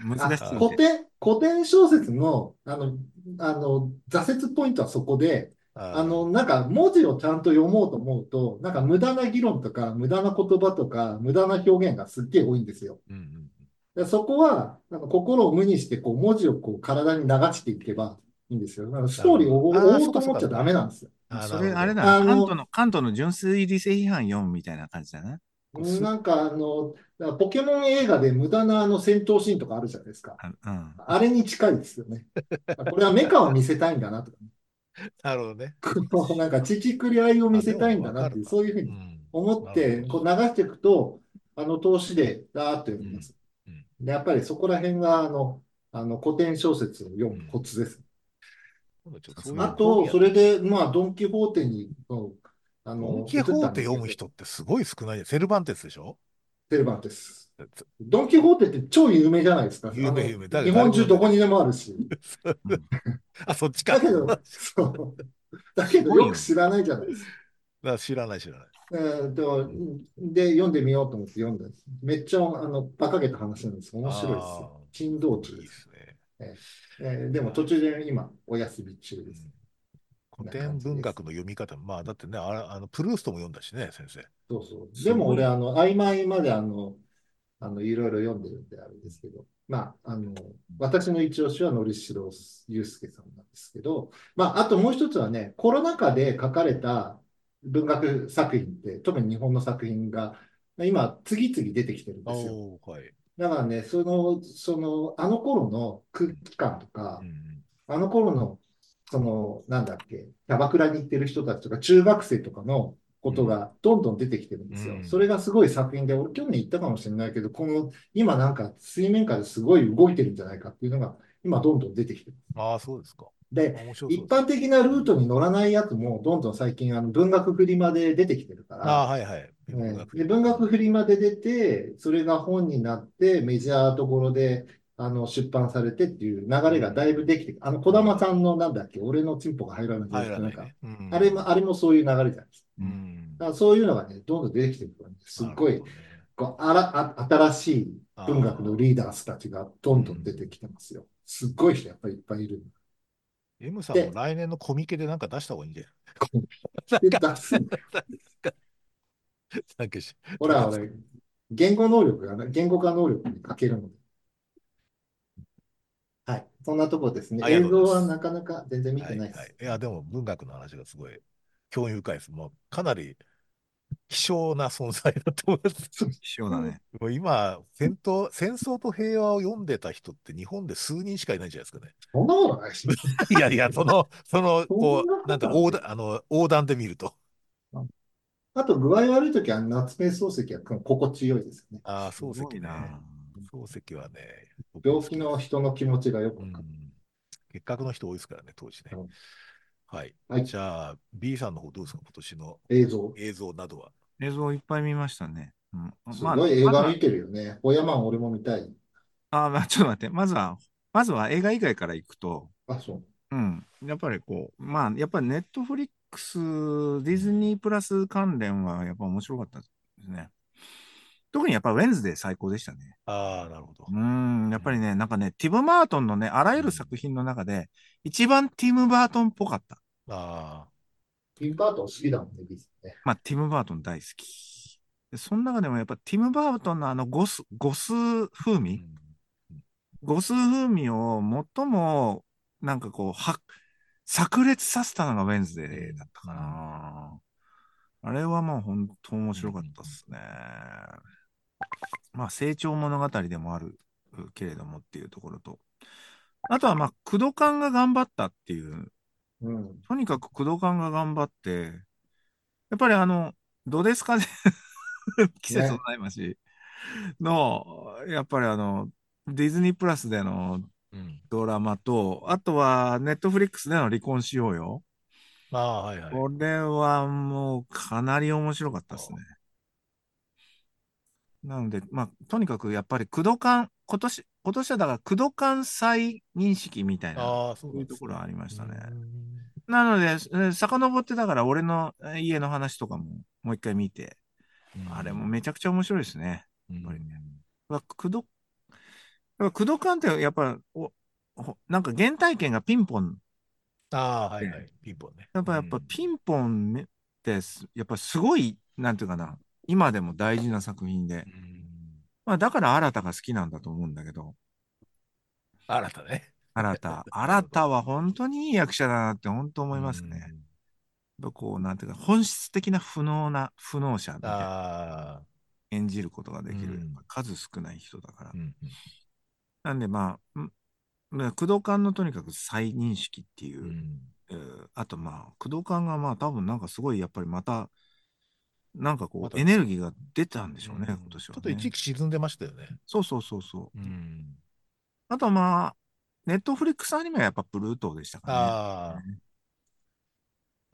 Speaker 2: 難し
Speaker 3: あ、
Speaker 2: す
Speaker 1: あ
Speaker 2: ぎ
Speaker 1: ー
Speaker 3: 古
Speaker 2: て。
Speaker 3: 典、古典小説の、あの、あの、挫折ポイントはそこで、あ
Speaker 1: あ
Speaker 3: の、なんか文字をちゃんと読もうと思うと、なんか無駄な議論とか、無駄な言葉とか、無駄な表現がすっげえ多いんですよ。
Speaker 1: ー、うんうんうん。
Speaker 3: でそこは、なんか心を無にして、こう、文字をこう、体に流していけばいいんですよ。なんかス
Speaker 1: なる
Speaker 3: トー
Speaker 1: ほ
Speaker 3: リー
Speaker 1: ど。
Speaker 3: を
Speaker 1: ああ、
Speaker 3: 追お
Speaker 1: そうう
Speaker 3: と
Speaker 1: かそう
Speaker 3: 思っ
Speaker 1: か
Speaker 3: ち
Speaker 1: そ
Speaker 3: ゃ
Speaker 1: う
Speaker 3: ダメ
Speaker 1: か。
Speaker 3: なんですよ。
Speaker 1: ああ、
Speaker 2: そ
Speaker 1: なる
Speaker 2: れ、
Speaker 1: ほ
Speaker 2: あれ
Speaker 1: ど。
Speaker 2: だな。
Speaker 3: あ
Speaker 2: 関東
Speaker 3: の、
Speaker 2: の、関東の純粋理性批判4みたいな感じだな。こうす、
Speaker 3: なんかあの、だからポケモン映画で無駄なあの戦闘シーンとかあるじゃないですか。
Speaker 2: あ、うん。
Speaker 3: あれに近いです
Speaker 1: <laughs>
Speaker 3: よね。これはメカを見せたいんだなとか、
Speaker 1: なるほどね。
Speaker 3: こうなんか乳繰り合いを見
Speaker 1: あ、で
Speaker 3: せたい
Speaker 1: も
Speaker 3: んだ
Speaker 1: わ
Speaker 3: な
Speaker 1: か
Speaker 3: って
Speaker 1: る
Speaker 3: いう、
Speaker 1: か。
Speaker 3: そういうふう
Speaker 1: う
Speaker 3: に
Speaker 1: ん。
Speaker 3: 思っ
Speaker 1: なるほ
Speaker 3: て、
Speaker 1: ど。
Speaker 3: こう流していくと、あの、通しで、だーっと読
Speaker 1: う
Speaker 3: みま
Speaker 1: ん。
Speaker 3: す。
Speaker 1: うん。
Speaker 3: で、やっぱりそこら辺が、あの、あの古典小説を読
Speaker 1: う
Speaker 3: むコ
Speaker 1: ん。
Speaker 3: ツです。
Speaker 1: 今度ちょっと
Speaker 2: さ
Speaker 1: そ
Speaker 2: す
Speaker 1: ういう
Speaker 3: あ
Speaker 2: がだ。
Speaker 1: 講義やっ
Speaker 3: と、そ
Speaker 1: て
Speaker 3: れ
Speaker 1: みよ
Speaker 3: で、まあ、ドン・キホーテに、うんあ
Speaker 1: う。ドン・
Speaker 3: の、
Speaker 1: キ
Speaker 3: 移っ
Speaker 1: ホー
Speaker 3: たん
Speaker 1: テ
Speaker 3: です
Speaker 1: 読
Speaker 3: け
Speaker 1: む
Speaker 3: ど、
Speaker 1: 人ってすごい少ない。セルバンテスでしょ
Speaker 3: セルバンテス。
Speaker 1: つ
Speaker 3: ドン・キホーテって超有名じゃないですか。
Speaker 1: 有
Speaker 3: あ
Speaker 1: 名、有
Speaker 3: の、
Speaker 1: 名。誰、
Speaker 3: 日
Speaker 1: 誰
Speaker 3: 本
Speaker 1: も
Speaker 3: 中
Speaker 1: 読んで
Speaker 3: ど
Speaker 1: な
Speaker 3: こ
Speaker 1: い。
Speaker 3: にでもあるし。
Speaker 2: うん。
Speaker 1: あ、そっち
Speaker 3: だ
Speaker 1: か。
Speaker 3: け
Speaker 1: <laughs> その
Speaker 3: ど、
Speaker 1: 話か。
Speaker 3: そう。だ
Speaker 2: す
Speaker 3: けど、
Speaker 2: ごい
Speaker 3: よく
Speaker 2: よね。
Speaker 3: 知らないじゃないですか。
Speaker 1: な知らない、知らない。
Speaker 3: えーと、
Speaker 1: うん、
Speaker 3: で、読んでみようと思って読んだんです。めっちゃ、あの、馬鹿げた話なんです。面白いですよ。
Speaker 1: ああ、
Speaker 3: 珍
Speaker 1: す
Speaker 3: 道
Speaker 1: ごい
Speaker 3: 中
Speaker 1: いい
Speaker 3: で。
Speaker 1: ですすね。
Speaker 3: えーえー
Speaker 1: い
Speaker 3: でも
Speaker 1: や、
Speaker 3: 途中で今、お休み中
Speaker 1: う
Speaker 3: です。
Speaker 1: ん、
Speaker 3: こ
Speaker 1: 古
Speaker 3: んな感
Speaker 1: 典
Speaker 3: じ
Speaker 1: 文
Speaker 3: で
Speaker 1: 学
Speaker 3: す。
Speaker 1: の読み方、まあ、だってね、あら、あの、プルーストも読んだしね、先生。
Speaker 3: そうそう。
Speaker 2: す
Speaker 3: でも
Speaker 2: ごい
Speaker 3: 俺、
Speaker 2: よ。
Speaker 3: あの、曖昧まで、あの、あの、いろいろ読んでるんであれ
Speaker 1: う
Speaker 3: で
Speaker 1: ん
Speaker 3: すけど、まあ、あの、私の一押しはのりしろゆうすけさんなんですけど、まあ、あともう一つはね、コロナ禍で書かれた文学作品って、特に日本の作品が、今、次々出てきてるんですよ。
Speaker 1: おー、はい。
Speaker 3: だからね、その、その、あの頃の
Speaker 1: う
Speaker 3: 空
Speaker 1: ん、
Speaker 3: 気感と
Speaker 1: う
Speaker 3: か、
Speaker 1: ん、
Speaker 3: あの頃の、その、なんだっけ、キャバクラに行ってる人たちとか、中学生とかのこ
Speaker 1: う
Speaker 3: と
Speaker 1: ん、
Speaker 3: がどんどん出てきてるん
Speaker 1: う
Speaker 3: ですよ。それ
Speaker 1: ん。
Speaker 3: がすごい作品で、俺去年行ったかもしれないけど、この、今なんか水面下ですごい動いてるんじゃないかっていうのが、今どんどん出てきてる。
Speaker 1: ああ、そうですか。
Speaker 3: で、
Speaker 1: 面白そ
Speaker 3: 一
Speaker 1: うですね。
Speaker 3: 般的な
Speaker 1: う
Speaker 3: ルー
Speaker 1: ん。
Speaker 3: トに乗らないやつも、どんどん最近、あの、文学フリマで出てきてるか
Speaker 1: ああ、
Speaker 3: ら、
Speaker 1: はいはい。文
Speaker 3: ね
Speaker 1: 学フ
Speaker 3: で、
Speaker 1: リ
Speaker 3: 文
Speaker 1: マ。う
Speaker 3: 学
Speaker 1: ん。
Speaker 3: フリまで出て、それが本になって、メジャーところで、あの、出版されてっていう流
Speaker 1: う
Speaker 3: れがだいぶで
Speaker 1: ん。
Speaker 3: きて、あの、児
Speaker 1: う
Speaker 3: 玉
Speaker 1: ん。
Speaker 3: さんのなんだっけ、俺のチンポが入らない
Speaker 1: 入
Speaker 3: で、
Speaker 1: ら
Speaker 3: な
Speaker 1: なんい
Speaker 3: か、
Speaker 1: ね。う
Speaker 3: あれ
Speaker 1: ん。
Speaker 3: も、あれもそういう流れじゃないですか。
Speaker 2: う。
Speaker 1: うんん。
Speaker 3: だからそういうのがね、どんどん出てきてるからね、すっ
Speaker 1: なる
Speaker 3: ご
Speaker 1: ほ
Speaker 3: い、
Speaker 1: どね。
Speaker 3: こう、あら、あ、新しい文学の
Speaker 1: ああ、
Speaker 3: リーダーたちがど
Speaker 1: うん
Speaker 3: どん出て
Speaker 1: ん。
Speaker 3: きてますよ。すっごい人やっぱりいっぱいいる。
Speaker 1: M さんも
Speaker 3: で、
Speaker 1: 来年のコミケでなんか出した方がいいんじゃ <laughs> ないなん
Speaker 3: で、
Speaker 1: か、
Speaker 3: 出すんだよ。
Speaker 1: なんかし、
Speaker 3: ほ
Speaker 1: なん
Speaker 3: ら、
Speaker 1: か作
Speaker 3: 俺、言語能力がな、言語化能力に欠けるので。はい。そんなとこですね。
Speaker 1: ありが
Speaker 3: 映
Speaker 1: とうございま
Speaker 3: 像は
Speaker 1: す。
Speaker 3: なかなか全然見
Speaker 1: は
Speaker 3: て
Speaker 1: い
Speaker 3: ないで
Speaker 1: はい。
Speaker 3: す。
Speaker 1: いや、でも文学の話がすごい興味深いです。もうかなり希少な存在だと思います。
Speaker 2: 貴重だね。
Speaker 1: もう今、戦闘、戦争と平和を読んでた人って日本で数人しかいないんじゃないですかね。
Speaker 3: そんなことないし。
Speaker 1: <laughs> いやいや、その、その、
Speaker 3: そ
Speaker 1: こ
Speaker 3: ん
Speaker 1: う、な
Speaker 3: な
Speaker 1: ん
Speaker 3: こと
Speaker 1: か
Speaker 3: は
Speaker 1: 横断、あの、横断で見ると。
Speaker 3: <laughs> あと、具合悪いときは夏目漱石は心地よいですよね。
Speaker 1: ああ、
Speaker 2: す
Speaker 1: 漱
Speaker 2: ごい
Speaker 1: 石ね。
Speaker 2: な。
Speaker 1: 漱石はね、僕も好
Speaker 3: 病気
Speaker 1: きで
Speaker 3: の
Speaker 1: す。
Speaker 3: 人の気持ちがよく
Speaker 1: う
Speaker 3: わかる。
Speaker 1: ん。結核の人多いですからね、当時ね。
Speaker 3: うん
Speaker 1: はい。
Speaker 3: はい、
Speaker 1: じゃあ、B さんの方どうですか、今年の
Speaker 3: 映像。
Speaker 1: 映像などは。
Speaker 2: 映像いっぱい見ましたね。うん、
Speaker 3: す
Speaker 2: まあ、
Speaker 3: ごい映
Speaker 2: まず
Speaker 3: 画
Speaker 2: は、
Speaker 3: 見てるよね。ホヤマン俺も見たい。
Speaker 2: あ、まあちょっと待って。まずは、まずは映画以外から行くと、
Speaker 3: あ、そう。
Speaker 2: うん、やっぱりこう、まあ、やっぱりネットフリックス、デ
Speaker 1: う
Speaker 2: ィズ
Speaker 1: ん
Speaker 2: ニープラス関連はやっぱ面白かったですね。特にやっぱウェンズデー最高でしたね。
Speaker 1: ああ、なるほど。
Speaker 2: うん、や
Speaker 1: う
Speaker 2: っぱり
Speaker 1: ん。
Speaker 2: ね、なんかね、ティム・バートンのね、あら
Speaker 1: う
Speaker 2: ゆる
Speaker 1: ん。
Speaker 2: 作品の中で、一番ティム・バートンっぽかった。
Speaker 1: ああ、
Speaker 3: ティンバートン好きだもんね、ビスね。
Speaker 2: まあ、ティム・バートン大好き。で、その中でもやっぱティム・バートンのあのゴス、ゴス風
Speaker 1: う
Speaker 2: 味
Speaker 1: ん。
Speaker 2: ゴス風味を最も、なんかこう、は、炸裂させたのがウェンズ
Speaker 1: う
Speaker 2: デーだ
Speaker 1: ん。
Speaker 2: った
Speaker 1: う
Speaker 2: か
Speaker 1: ん。
Speaker 2: な。あれはもう本当面
Speaker 1: うん。
Speaker 2: 白か
Speaker 1: う
Speaker 2: っ
Speaker 1: ん
Speaker 2: たっすね。まあ成長物語でもあるけれどもっていうところと。あとはまあ、工藤官が頑張ったっていう、
Speaker 3: うん。
Speaker 2: とにかく工藤官が頑張って、やっぱりあの、どうです <laughs> かね季節の
Speaker 3: ね。
Speaker 2: ないしの、やっぱりあの、ディズニープラスでの
Speaker 1: うん
Speaker 2: ドラマと、あとはネットフリックスでの離婚しようよ。
Speaker 1: ああ、はいはい。
Speaker 2: これはもうかなり面白かったです
Speaker 1: あ
Speaker 2: ね。なので、まあ、とにかくやっぱり、工藤官、今年、今年はだから、工藤官再認識みたいな、
Speaker 1: ああ、そう
Speaker 2: そう
Speaker 1: ないん
Speaker 2: う
Speaker 1: で
Speaker 2: と
Speaker 1: す
Speaker 2: ころ
Speaker 1: ね。
Speaker 2: はありまし
Speaker 1: う
Speaker 2: たね。
Speaker 1: ん。
Speaker 2: なので、えー遡ってだから、俺のえー家の話とかも、もう一回見て、
Speaker 1: う
Speaker 2: あれも
Speaker 1: ん。
Speaker 2: めちゃくちゃ面白いですね。やっ
Speaker 1: う
Speaker 2: ぱりね。
Speaker 1: ん。
Speaker 2: まあ、工藤、やっぱ工藤官って、やっぱ、お、ほなんか原体験がピンポン
Speaker 1: ああ、はい
Speaker 2: で、
Speaker 1: はい。ピンポンね。
Speaker 2: やっ
Speaker 1: う
Speaker 2: ぱ、やっぱ
Speaker 1: ん。
Speaker 2: ピンポンねってす、やっぱすごい、なんていうかな、今でも大事な作品
Speaker 1: う
Speaker 2: で、
Speaker 1: ん。
Speaker 2: まあ、だから新たが好きなんだと思うんだけど、
Speaker 1: 新たね。
Speaker 2: 新た。
Speaker 1: なる
Speaker 2: 新
Speaker 1: ほど。
Speaker 2: たは本当にいい役者だなって本当
Speaker 1: う
Speaker 2: 思いますね。
Speaker 1: ん。
Speaker 2: やっぱこう、なんていうか、本質的な不能な、不能者みたい
Speaker 1: ああ、
Speaker 2: な、演じることが
Speaker 1: う
Speaker 2: できる、やっぱ
Speaker 1: ん。
Speaker 2: 数少ない人だから。
Speaker 1: うん。
Speaker 2: なんでまあ、んまあ工藤官のとにかく再認識っていうう、
Speaker 1: ん。
Speaker 2: えーあとまあ、工藤官がまあ多分なんかすごいやっぱりまた、なんか
Speaker 1: ま
Speaker 2: こう、
Speaker 1: た、
Speaker 2: エネルギーが出たんで
Speaker 1: う
Speaker 2: しょうね、今
Speaker 1: ん。
Speaker 2: 年
Speaker 1: ちょっ
Speaker 2: は
Speaker 1: と一
Speaker 2: ね。
Speaker 1: 時期沈んでましたよね。
Speaker 2: そうそうそうそうう。
Speaker 1: ん。
Speaker 2: あとまあ、ネットフリックスアニメはやっぱプルートでしたかね。
Speaker 1: ああ、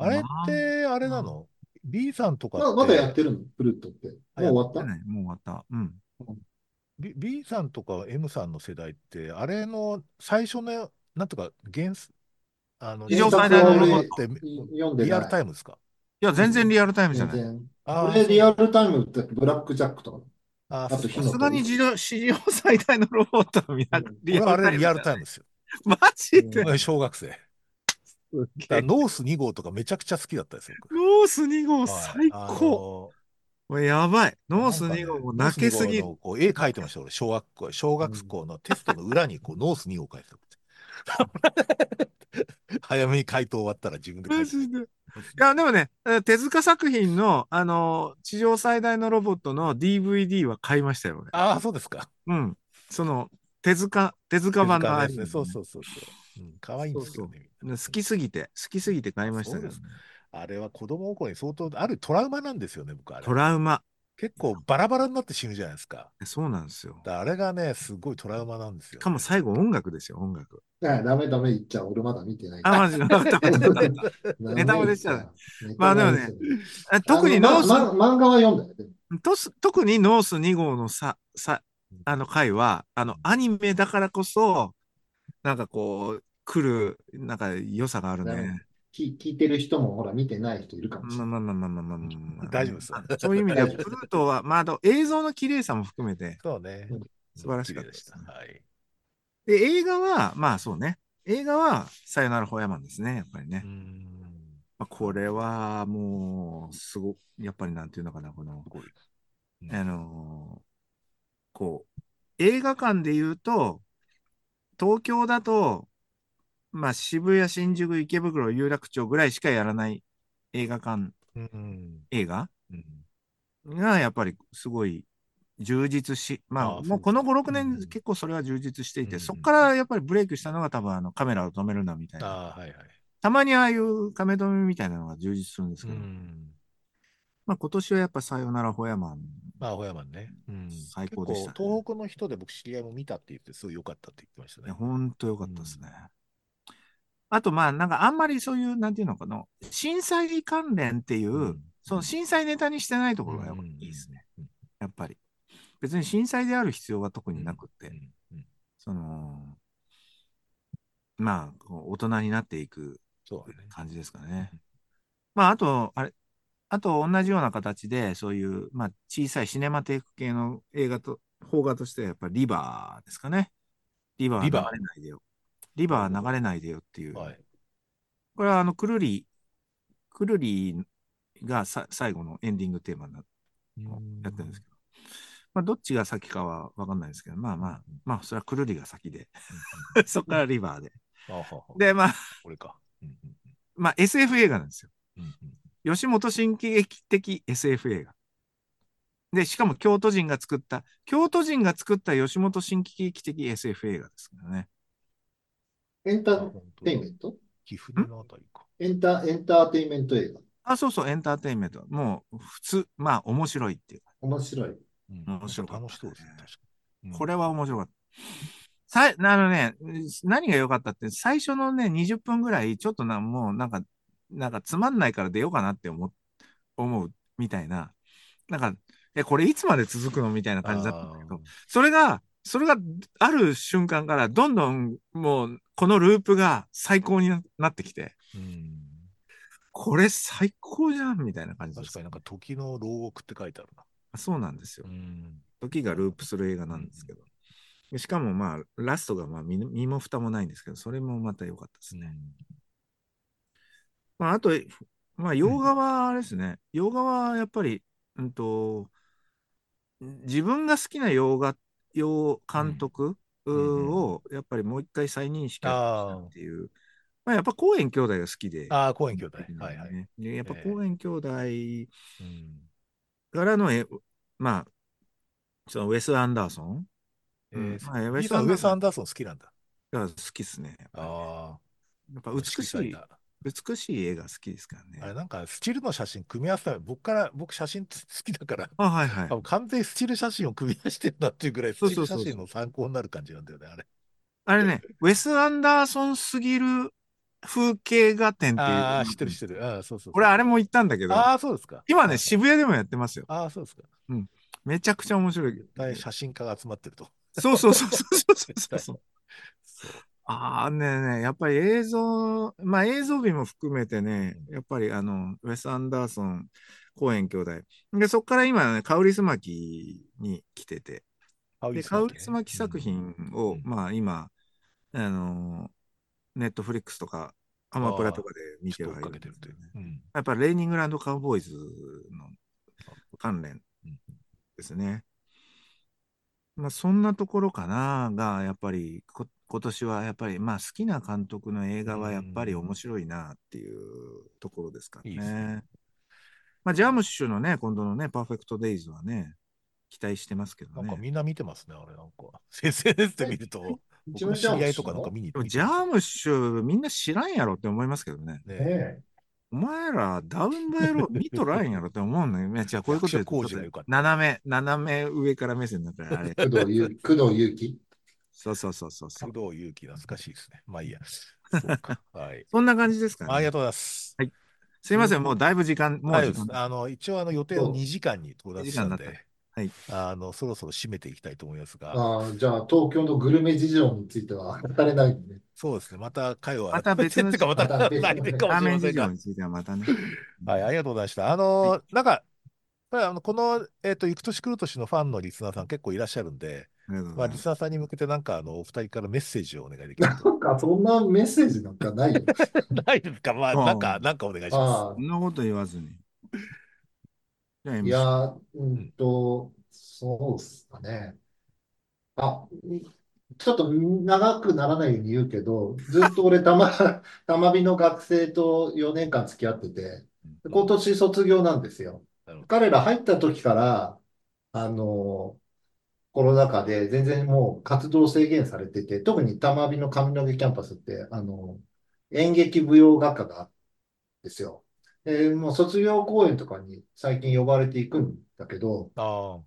Speaker 1: あれ
Speaker 2: ま
Speaker 1: っ
Speaker 2: あ、
Speaker 1: て、あれ
Speaker 2: う。
Speaker 1: なんの ?B さんとかっ
Speaker 3: ま、まだや
Speaker 1: て、
Speaker 3: ってるのプルートって。
Speaker 1: あ、
Speaker 3: も
Speaker 1: や
Speaker 3: う
Speaker 1: っ
Speaker 3: 終
Speaker 2: じ
Speaker 3: わ
Speaker 2: ゃ
Speaker 3: っ
Speaker 2: ない、もう終わった。うん。
Speaker 3: たうん
Speaker 1: B, B さんとか M さんの世代って、あれの最初の、なんとか、原す、あの、
Speaker 2: 史
Speaker 3: 原
Speaker 2: 上
Speaker 1: 原
Speaker 2: 最大
Speaker 3: 作
Speaker 1: 作
Speaker 2: の
Speaker 3: は
Speaker 2: ロ
Speaker 1: は
Speaker 2: ボッ
Speaker 1: っ
Speaker 2: ト。
Speaker 3: 俺
Speaker 1: て
Speaker 3: い読んで
Speaker 1: リアル
Speaker 3: な
Speaker 1: タイ
Speaker 3: い。
Speaker 1: ムですか
Speaker 2: いや、
Speaker 3: う
Speaker 2: 全然
Speaker 3: ん、
Speaker 2: リアルタイムじゃ
Speaker 3: 全
Speaker 2: ない。
Speaker 3: 然。
Speaker 1: ああー、
Speaker 3: 俺、
Speaker 1: そう
Speaker 3: リ
Speaker 1: な
Speaker 3: ア
Speaker 1: んだ。
Speaker 3: ルタイムってブラックジャックとか、
Speaker 1: ああ、
Speaker 3: あ
Speaker 1: そうそう
Speaker 3: と火
Speaker 2: さ
Speaker 3: の
Speaker 2: すがに
Speaker 3: 鳥と
Speaker 2: 史
Speaker 3: か。
Speaker 2: 上史上 <laughs> 最大のロボットはリ
Speaker 3: う
Speaker 2: アル
Speaker 3: ん、
Speaker 2: リア
Speaker 1: 俺はあ
Speaker 2: ル
Speaker 1: れ
Speaker 2: タイ
Speaker 1: リア
Speaker 2: ムじ
Speaker 1: ル
Speaker 2: ゃ
Speaker 1: タイム
Speaker 2: ない。
Speaker 1: ですよ。
Speaker 2: マジで。
Speaker 1: 俺小学生。だか
Speaker 2: すげ
Speaker 1: ら
Speaker 2: え
Speaker 1: ノース2号とかめちゃくちゃ好きだったです、僕。
Speaker 2: ノース2号
Speaker 1: はい。
Speaker 2: 最
Speaker 1: あ
Speaker 2: 高。
Speaker 1: の
Speaker 2: これやばい。
Speaker 1: ー
Speaker 2: ノー
Speaker 1: なん
Speaker 2: ス
Speaker 1: か
Speaker 2: 2号
Speaker 1: ね、ノ
Speaker 2: も
Speaker 1: ー
Speaker 2: 泣
Speaker 1: ス
Speaker 2: け
Speaker 1: 2
Speaker 2: す
Speaker 1: 号
Speaker 2: ぎる。
Speaker 1: のこう絵描いてました、俺。小学校、小
Speaker 3: う
Speaker 1: 学
Speaker 3: ん、
Speaker 1: 校のテストの裏にこうノース2号書いてた。 <laughs> 早めに回答終わったら自分で書
Speaker 2: マ
Speaker 1: いて帰っ
Speaker 2: ジ
Speaker 1: て。
Speaker 2: で。いや、でもね、えー手塚作品の、あのー、地上最大のロボットの DVD は買いましたよ、俺。
Speaker 1: ああ、そうですか。
Speaker 2: うん。その、手塚、手塚
Speaker 1: 手
Speaker 2: 版
Speaker 1: 塚
Speaker 2: の
Speaker 1: の
Speaker 2: ア
Speaker 1: や
Speaker 2: ニ
Speaker 1: つね。
Speaker 2: メ
Speaker 1: そう
Speaker 2: ね。
Speaker 1: そうそうそう。うん、可愛いん
Speaker 2: そ
Speaker 1: で
Speaker 2: う
Speaker 1: すけど
Speaker 2: そ
Speaker 1: ね、みん
Speaker 2: う。
Speaker 1: な。
Speaker 2: ね
Speaker 1: う
Speaker 2: 好き
Speaker 1: ん
Speaker 2: すぎて、好きすぎて買いまし
Speaker 1: そ
Speaker 2: た
Speaker 1: う
Speaker 2: け
Speaker 1: で
Speaker 2: どね。
Speaker 1: すね。あれは子供心に相当あるトラウマなんですよね、僕あ
Speaker 2: ト
Speaker 1: れ。
Speaker 2: ラウマ。
Speaker 1: 結構バラバラになって死ぬじゃないですか。
Speaker 2: そうなんですよ。
Speaker 1: だあれがね、すごいトラウマなんです
Speaker 2: し
Speaker 1: よ
Speaker 2: かも
Speaker 1: ね。
Speaker 2: 最後音楽ですよ、音楽。
Speaker 3: あダメダメ言っちゃう。俺まだ見てない
Speaker 2: あ、
Speaker 3: か
Speaker 2: マジで、ダメダメ
Speaker 3: ら。
Speaker 1: <laughs>
Speaker 2: ダメ
Speaker 3: <laughs>
Speaker 2: ダメ。
Speaker 3: ダ
Speaker 2: ネタ
Speaker 3: メ
Speaker 2: バ
Speaker 3: 言
Speaker 2: レ
Speaker 3: っ
Speaker 2: しち
Speaker 3: ち
Speaker 2: ゃ
Speaker 3: ゃ
Speaker 2: う。
Speaker 3: う。ネ
Speaker 2: ま
Speaker 3: タ
Speaker 2: あで
Speaker 3: バ
Speaker 2: も
Speaker 3: レす
Speaker 2: ね、
Speaker 3: る。
Speaker 2: あ
Speaker 3: あ
Speaker 2: 特
Speaker 3: の、
Speaker 2: にノ
Speaker 3: ま、
Speaker 2: ース、
Speaker 3: ま、漫画は読んだよ。でも
Speaker 2: とす特にノース2号のさ、さ、
Speaker 1: うん
Speaker 2: あの回は、あの、アニメだからこそ、なんかこう、来る、なんか良さがある
Speaker 3: ダメ
Speaker 2: ね。
Speaker 3: 聞、聞いてる人もほら見てない人いるかもし
Speaker 2: ま
Speaker 3: れ
Speaker 2: あ
Speaker 3: な
Speaker 2: まあまあ
Speaker 3: い。
Speaker 2: まあまあまあまあまあ
Speaker 1: 大丈夫です。
Speaker 2: まあそういう意味で
Speaker 3: 大
Speaker 2: は、
Speaker 3: 丈夫。
Speaker 2: プルートは、まあ、あと映像の綺麗さも含めて、
Speaker 1: そうね。
Speaker 3: うん
Speaker 1: う
Speaker 2: 素
Speaker 1: ん、
Speaker 2: 晴らし
Speaker 1: 綺
Speaker 2: か
Speaker 1: 麗で
Speaker 2: ったで
Speaker 1: し
Speaker 2: す
Speaker 1: た。
Speaker 2: ね。
Speaker 1: はい。
Speaker 2: で、映画は、まあそうね。映画は、さよならホヤマンですね、やっぱり
Speaker 1: うー
Speaker 2: ね。
Speaker 1: ん。
Speaker 2: まあ、
Speaker 1: な
Speaker 2: こ
Speaker 1: る
Speaker 2: れ
Speaker 1: ほど。
Speaker 2: は、もう、すご、やっぱりなんていうのかな、この、
Speaker 1: すごい。う
Speaker 2: あ
Speaker 1: ん。
Speaker 2: のーこう、映画館で言うと、東京だと、まあ渋谷、新宿、池袋、有楽町ぐらいしかやらない映画館、
Speaker 1: うん。
Speaker 2: 映画
Speaker 1: うん。
Speaker 2: がやっぱりすごい充実し、まあ、
Speaker 1: ああ
Speaker 2: もうこの5、6
Speaker 1: うん
Speaker 2: 年結構それは充実してい
Speaker 1: う
Speaker 2: て、
Speaker 1: ん
Speaker 2: そこからやっぱりブレイクしたのが多分あのカメラを止めるなみたいな。
Speaker 1: ああ、はいはい。
Speaker 2: たまにああいうカメ止めみたいなのが充実するんです
Speaker 1: う
Speaker 2: けど、
Speaker 1: ん。
Speaker 2: まあ今年はやっぱさよならホヤマン。
Speaker 1: まあ、ホヤマンね。うん。
Speaker 2: 最高でしたね
Speaker 1: 結構、東北の人で僕知り合いも見たって言って、すごい良かったって言ってました
Speaker 2: いや
Speaker 1: ね。
Speaker 2: ほんとよかったですね。あとまあなんかあんまりそういう、なんていうのかな、震災関連っていう、
Speaker 1: うん
Speaker 2: その震災ネタにしてないところがやっぱいいですね。。
Speaker 1: うん
Speaker 2: やっぱり。別に震災である必要は特になくって、
Speaker 1: うんうん
Speaker 2: その、まあ、こう大人になっていく
Speaker 1: そうだね。
Speaker 2: 感じですかね。まあ、あと、あれ、あと同じような形で、そういう、まあ、小さいシネマテイク系の映画と、邦画としてはやっぱりリバーですかね。リバー
Speaker 1: リ
Speaker 2: 流
Speaker 1: バー
Speaker 2: れないでよ。リバー流れないでよっていう。
Speaker 1: はい。
Speaker 2: これはあの、くるり、くるりがさ最後のエンディングテーマになってやってるんですけど。まあ、どっちが先かは分かんないですけど、まあまあ、まあ、それはくるりが先で、 <laughs> そこからリバーで。
Speaker 1: ああはは
Speaker 2: で、まあ、
Speaker 1: これか。うんうん
Speaker 2: まあ、SF 映画なんですよ。
Speaker 1: うんうん
Speaker 2: 吉本新喜劇的 SF 映画。で、しかも京都人が作った、京都人が作った吉本新喜劇的 SF 映画ですからね。
Speaker 3: エン
Speaker 1: あ
Speaker 3: ター
Speaker 1: 本当
Speaker 3: テ
Speaker 1: だ
Speaker 3: インメント
Speaker 1: 貴船のあたりか。
Speaker 3: エンタ、エンターテインメント映画。
Speaker 2: あ、そうそう、エンターテインメント。もう、普通、まあ、面白いっていうか。
Speaker 3: 面白い。
Speaker 1: うん
Speaker 2: 面白かったね
Speaker 1: 楽しそうですね、確かに。
Speaker 2: これは面白かった。さいあのね、何が良かったって、最初のね、20分ぐらい、ちょっとな、もうなんか、なんかつまんないから出ようかなって思う、思うみたいな。なんか、え、これいつまで続くのみたいな感じだったんだけど、それが、それがある瞬間から、どんどんもう、このループが最高にななってきて、
Speaker 1: あーうん
Speaker 2: これ最高じゃんみたいな感じで
Speaker 1: 確
Speaker 2: す。
Speaker 1: かになんか時の牢獄って書いてあるな。
Speaker 2: そうなんですよ
Speaker 1: う。ん
Speaker 2: 時がループする映画なんですけど。でしかもまあ、ラストがまあ身の身も蓋もないんですけど、それもまた良かったですね。まあ、あと、まあ、洋画はあれですね。洋画はやっぱり、うんと、自分が好きな洋画、洋監督
Speaker 1: んうん
Speaker 2: を、やっぱりもう一回再認識をしたっていう。まあ、やっぱ公園兄弟が好きで。
Speaker 1: ああ、公園兄弟。はいはい。
Speaker 2: ねでやっぱ公園兄弟
Speaker 1: うん
Speaker 2: からの、えまあ、そのウェス・アンダーソン
Speaker 1: え
Speaker 2: うんまあ
Speaker 1: ー、
Speaker 2: ウェ
Speaker 1: B
Speaker 2: ス
Speaker 1: さん、ウェス・ア
Speaker 2: ア
Speaker 1: ン
Speaker 2: ン
Speaker 1: ダーソン好きなんだ。
Speaker 2: が好きですね。
Speaker 1: あ
Speaker 2: やっぱ
Speaker 1: あ、
Speaker 2: 美しい、
Speaker 1: あ
Speaker 2: 美しい絵が好きですからね。
Speaker 1: れ、なんか、スチールの写真組み合わせたら、僕から、僕写真つ好きだから、
Speaker 2: あ、はいはい
Speaker 1: 多。分完全にスチール写真を組み合わせてるなっていうぐらい、スチ
Speaker 2: そう
Speaker 1: ー
Speaker 2: そ
Speaker 1: ル
Speaker 2: うそ
Speaker 1: 写
Speaker 2: うそう
Speaker 1: 真の参考になる感じなんだよね、あれ。
Speaker 2: あれね、ウェス・アンダーソンすぎる風景画展っていう。
Speaker 1: ああ、知ってる知ってる。ああ、そうそうそう。
Speaker 2: 俺、あれも行ったんだけど、
Speaker 1: ああ、そうですか。
Speaker 2: 今
Speaker 1: は
Speaker 2: ね、
Speaker 1: い
Speaker 2: 渋谷でもやってますよ。
Speaker 1: ああ、そうですか。
Speaker 2: めちゃくちゃ面白い
Speaker 1: 絶。対写真家が集まってると。
Speaker 2: そうそうそうそうそうそ
Speaker 1: <laughs>
Speaker 2: うそう。
Speaker 1: そう
Speaker 2: ああねえねえ、やっぱり映像、まあ映像美も含めてね、やっぱりあの、ウェス・アンダーソン、コエン兄弟。で、そこから今ね、カウリスマキに来てて、
Speaker 1: カウ
Speaker 2: で、
Speaker 1: リス
Speaker 2: カ
Speaker 1: マ
Speaker 2: ウ
Speaker 1: キね
Speaker 2: リスマキ作品を、
Speaker 1: うん
Speaker 2: まあ今、あのー、ネットフリックスとか、アマプラとかで見
Speaker 1: ち
Speaker 2: て
Speaker 1: ょっと
Speaker 2: はい
Speaker 1: 追っ
Speaker 2: る
Speaker 1: か
Speaker 2: ん
Speaker 1: け
Speaker 2: で
Speaker 1: てると
Speaker 2: すけ
Speaker 1: いう
Speaker 2: どね。。
Speaker 1: うん
Speaker 2: やっぱレーニングランドカウボーイズの関連
Speaker 1: うん
Speaker 2: ですね。まあそんなところかなが、やっぱりこ今年はやっぱりまあ好きな監督の映画はやっぱり面白いなっていうところですかね。
Speaker 1: いいですね
Speaker 2: まあジャムッシュのね、今度のね、パーフェクトデイズはね、期待してますけど
Speaker 1: なんか
Speaker 2: ね。
Speaker 1: みんな見てますね、あれなんか。SNS で見ると、僕の知り合いとかなんか見に
Speaker 2: で
Speaker 1: 行
Speaker 2: もジャムッシュみんな知らんやろって思いますけどね。
Speaker 1: ね、
Speaker 3: ね
Speaker 2: お前らダウンバ
Speaker 1: <laughs>
Speaker 2: イロー見とらんやろって思うんだよね。じゃあこういうこと言う
Speaker 1: 役所
Speaker 2: と
Speaker 1: 広司がよかった
Speaker 2: 斜め、斜め上から目線になったら
Speaker 1: <laughs>
Speaker 2: あれ。
Speaker 3: え工藤
Speaker 2: <laughs>
Speaker 3: ゆ、工藤祐樹。
Speaker 2: そうそうそうそうそう。
Speaker 1: 工藤勇気懐かしいですね。まあいいや。そうか。 <laughs> はい。
Speaker 2: そんな感じですか
Speaker 1: あり
Speaker 2: ね
Speaker 1: が。とうございます。
Speaker 2: すいません、もうだいぶ時間、もう
Speaker 1: はい
Speaker 2: 時間。
Speaker 1: あの一応あの予定を2時間に到達したん
Speaker 2: 2時間だ
Speaker 1: で、
Speaker 2: たはい
Speaker 1: あのそろそろ締めていきたいと思いますが、
Speaker 3: ああ、じゃあ、東京のグルメ事情については語れないんで。
Speaker 1: そうですね、また会を
Speaker 2: また別の
Speaker 1: <laughs> っていうか、また
Speaker 3: また別の
Speaker 1: 来年かも
Speaker 2: ラー
Speaker 1: しれ
Speaker 2: メン
Speaker 1: ませ
Speaker 2: 事
Speaker 1: んが
Speaker 2: 情、については
Speaker 1: <laughs>
Speaker 2: またね。
Speaker 1: はい、ありがとうございました。あの、なんか、やっぱりあのこの、えっ、と、行く年来る年のファンのリスナーさん結構いらっしゃるんで、
Speaker 2: ありがとう
Speaker 1: ま
Speaker 2: ご
Speaker 1: あ、
Speaker 2: ざい
Speaker 1: リ
Speaker 2: ます。
Speaker 1: スナーさんに向けて、なんか、あの、お二人からメッセージをお願いできる
Speaker 3: なんか、そんなメッセージなんか <laughs>
Speaker 2: <laughs>
Speaker 3: ないよ。
Speaker 1: と。ないですかまあ、
Speaker 2: うん
Speaker 1: なんか、なんかお願いしま
Speaker 3: あ
Speaker 2: そんなこと言わずに。じゃあ、
Speaker 3: あ、い
Speaker 2: MC
Speaker 3: や、うんと、そうっすかね。あ、ちょっと長くならないように言うけど、ずっと俺、たま、たまびの学生と4年間付き合ってて、今年卒業なんですよ。
Speaker 1: なるほど。
Speaker 3: 彼ら入った時から、あの、コロナ禍で全然もう活動制限されてて、特に玉美の上野毛キャンパスって、あの、演劇舞踊学科があるんですよ。で、もう卒業公演とかに最近呼ばれていくんだけど、
Speaker 1: ああ。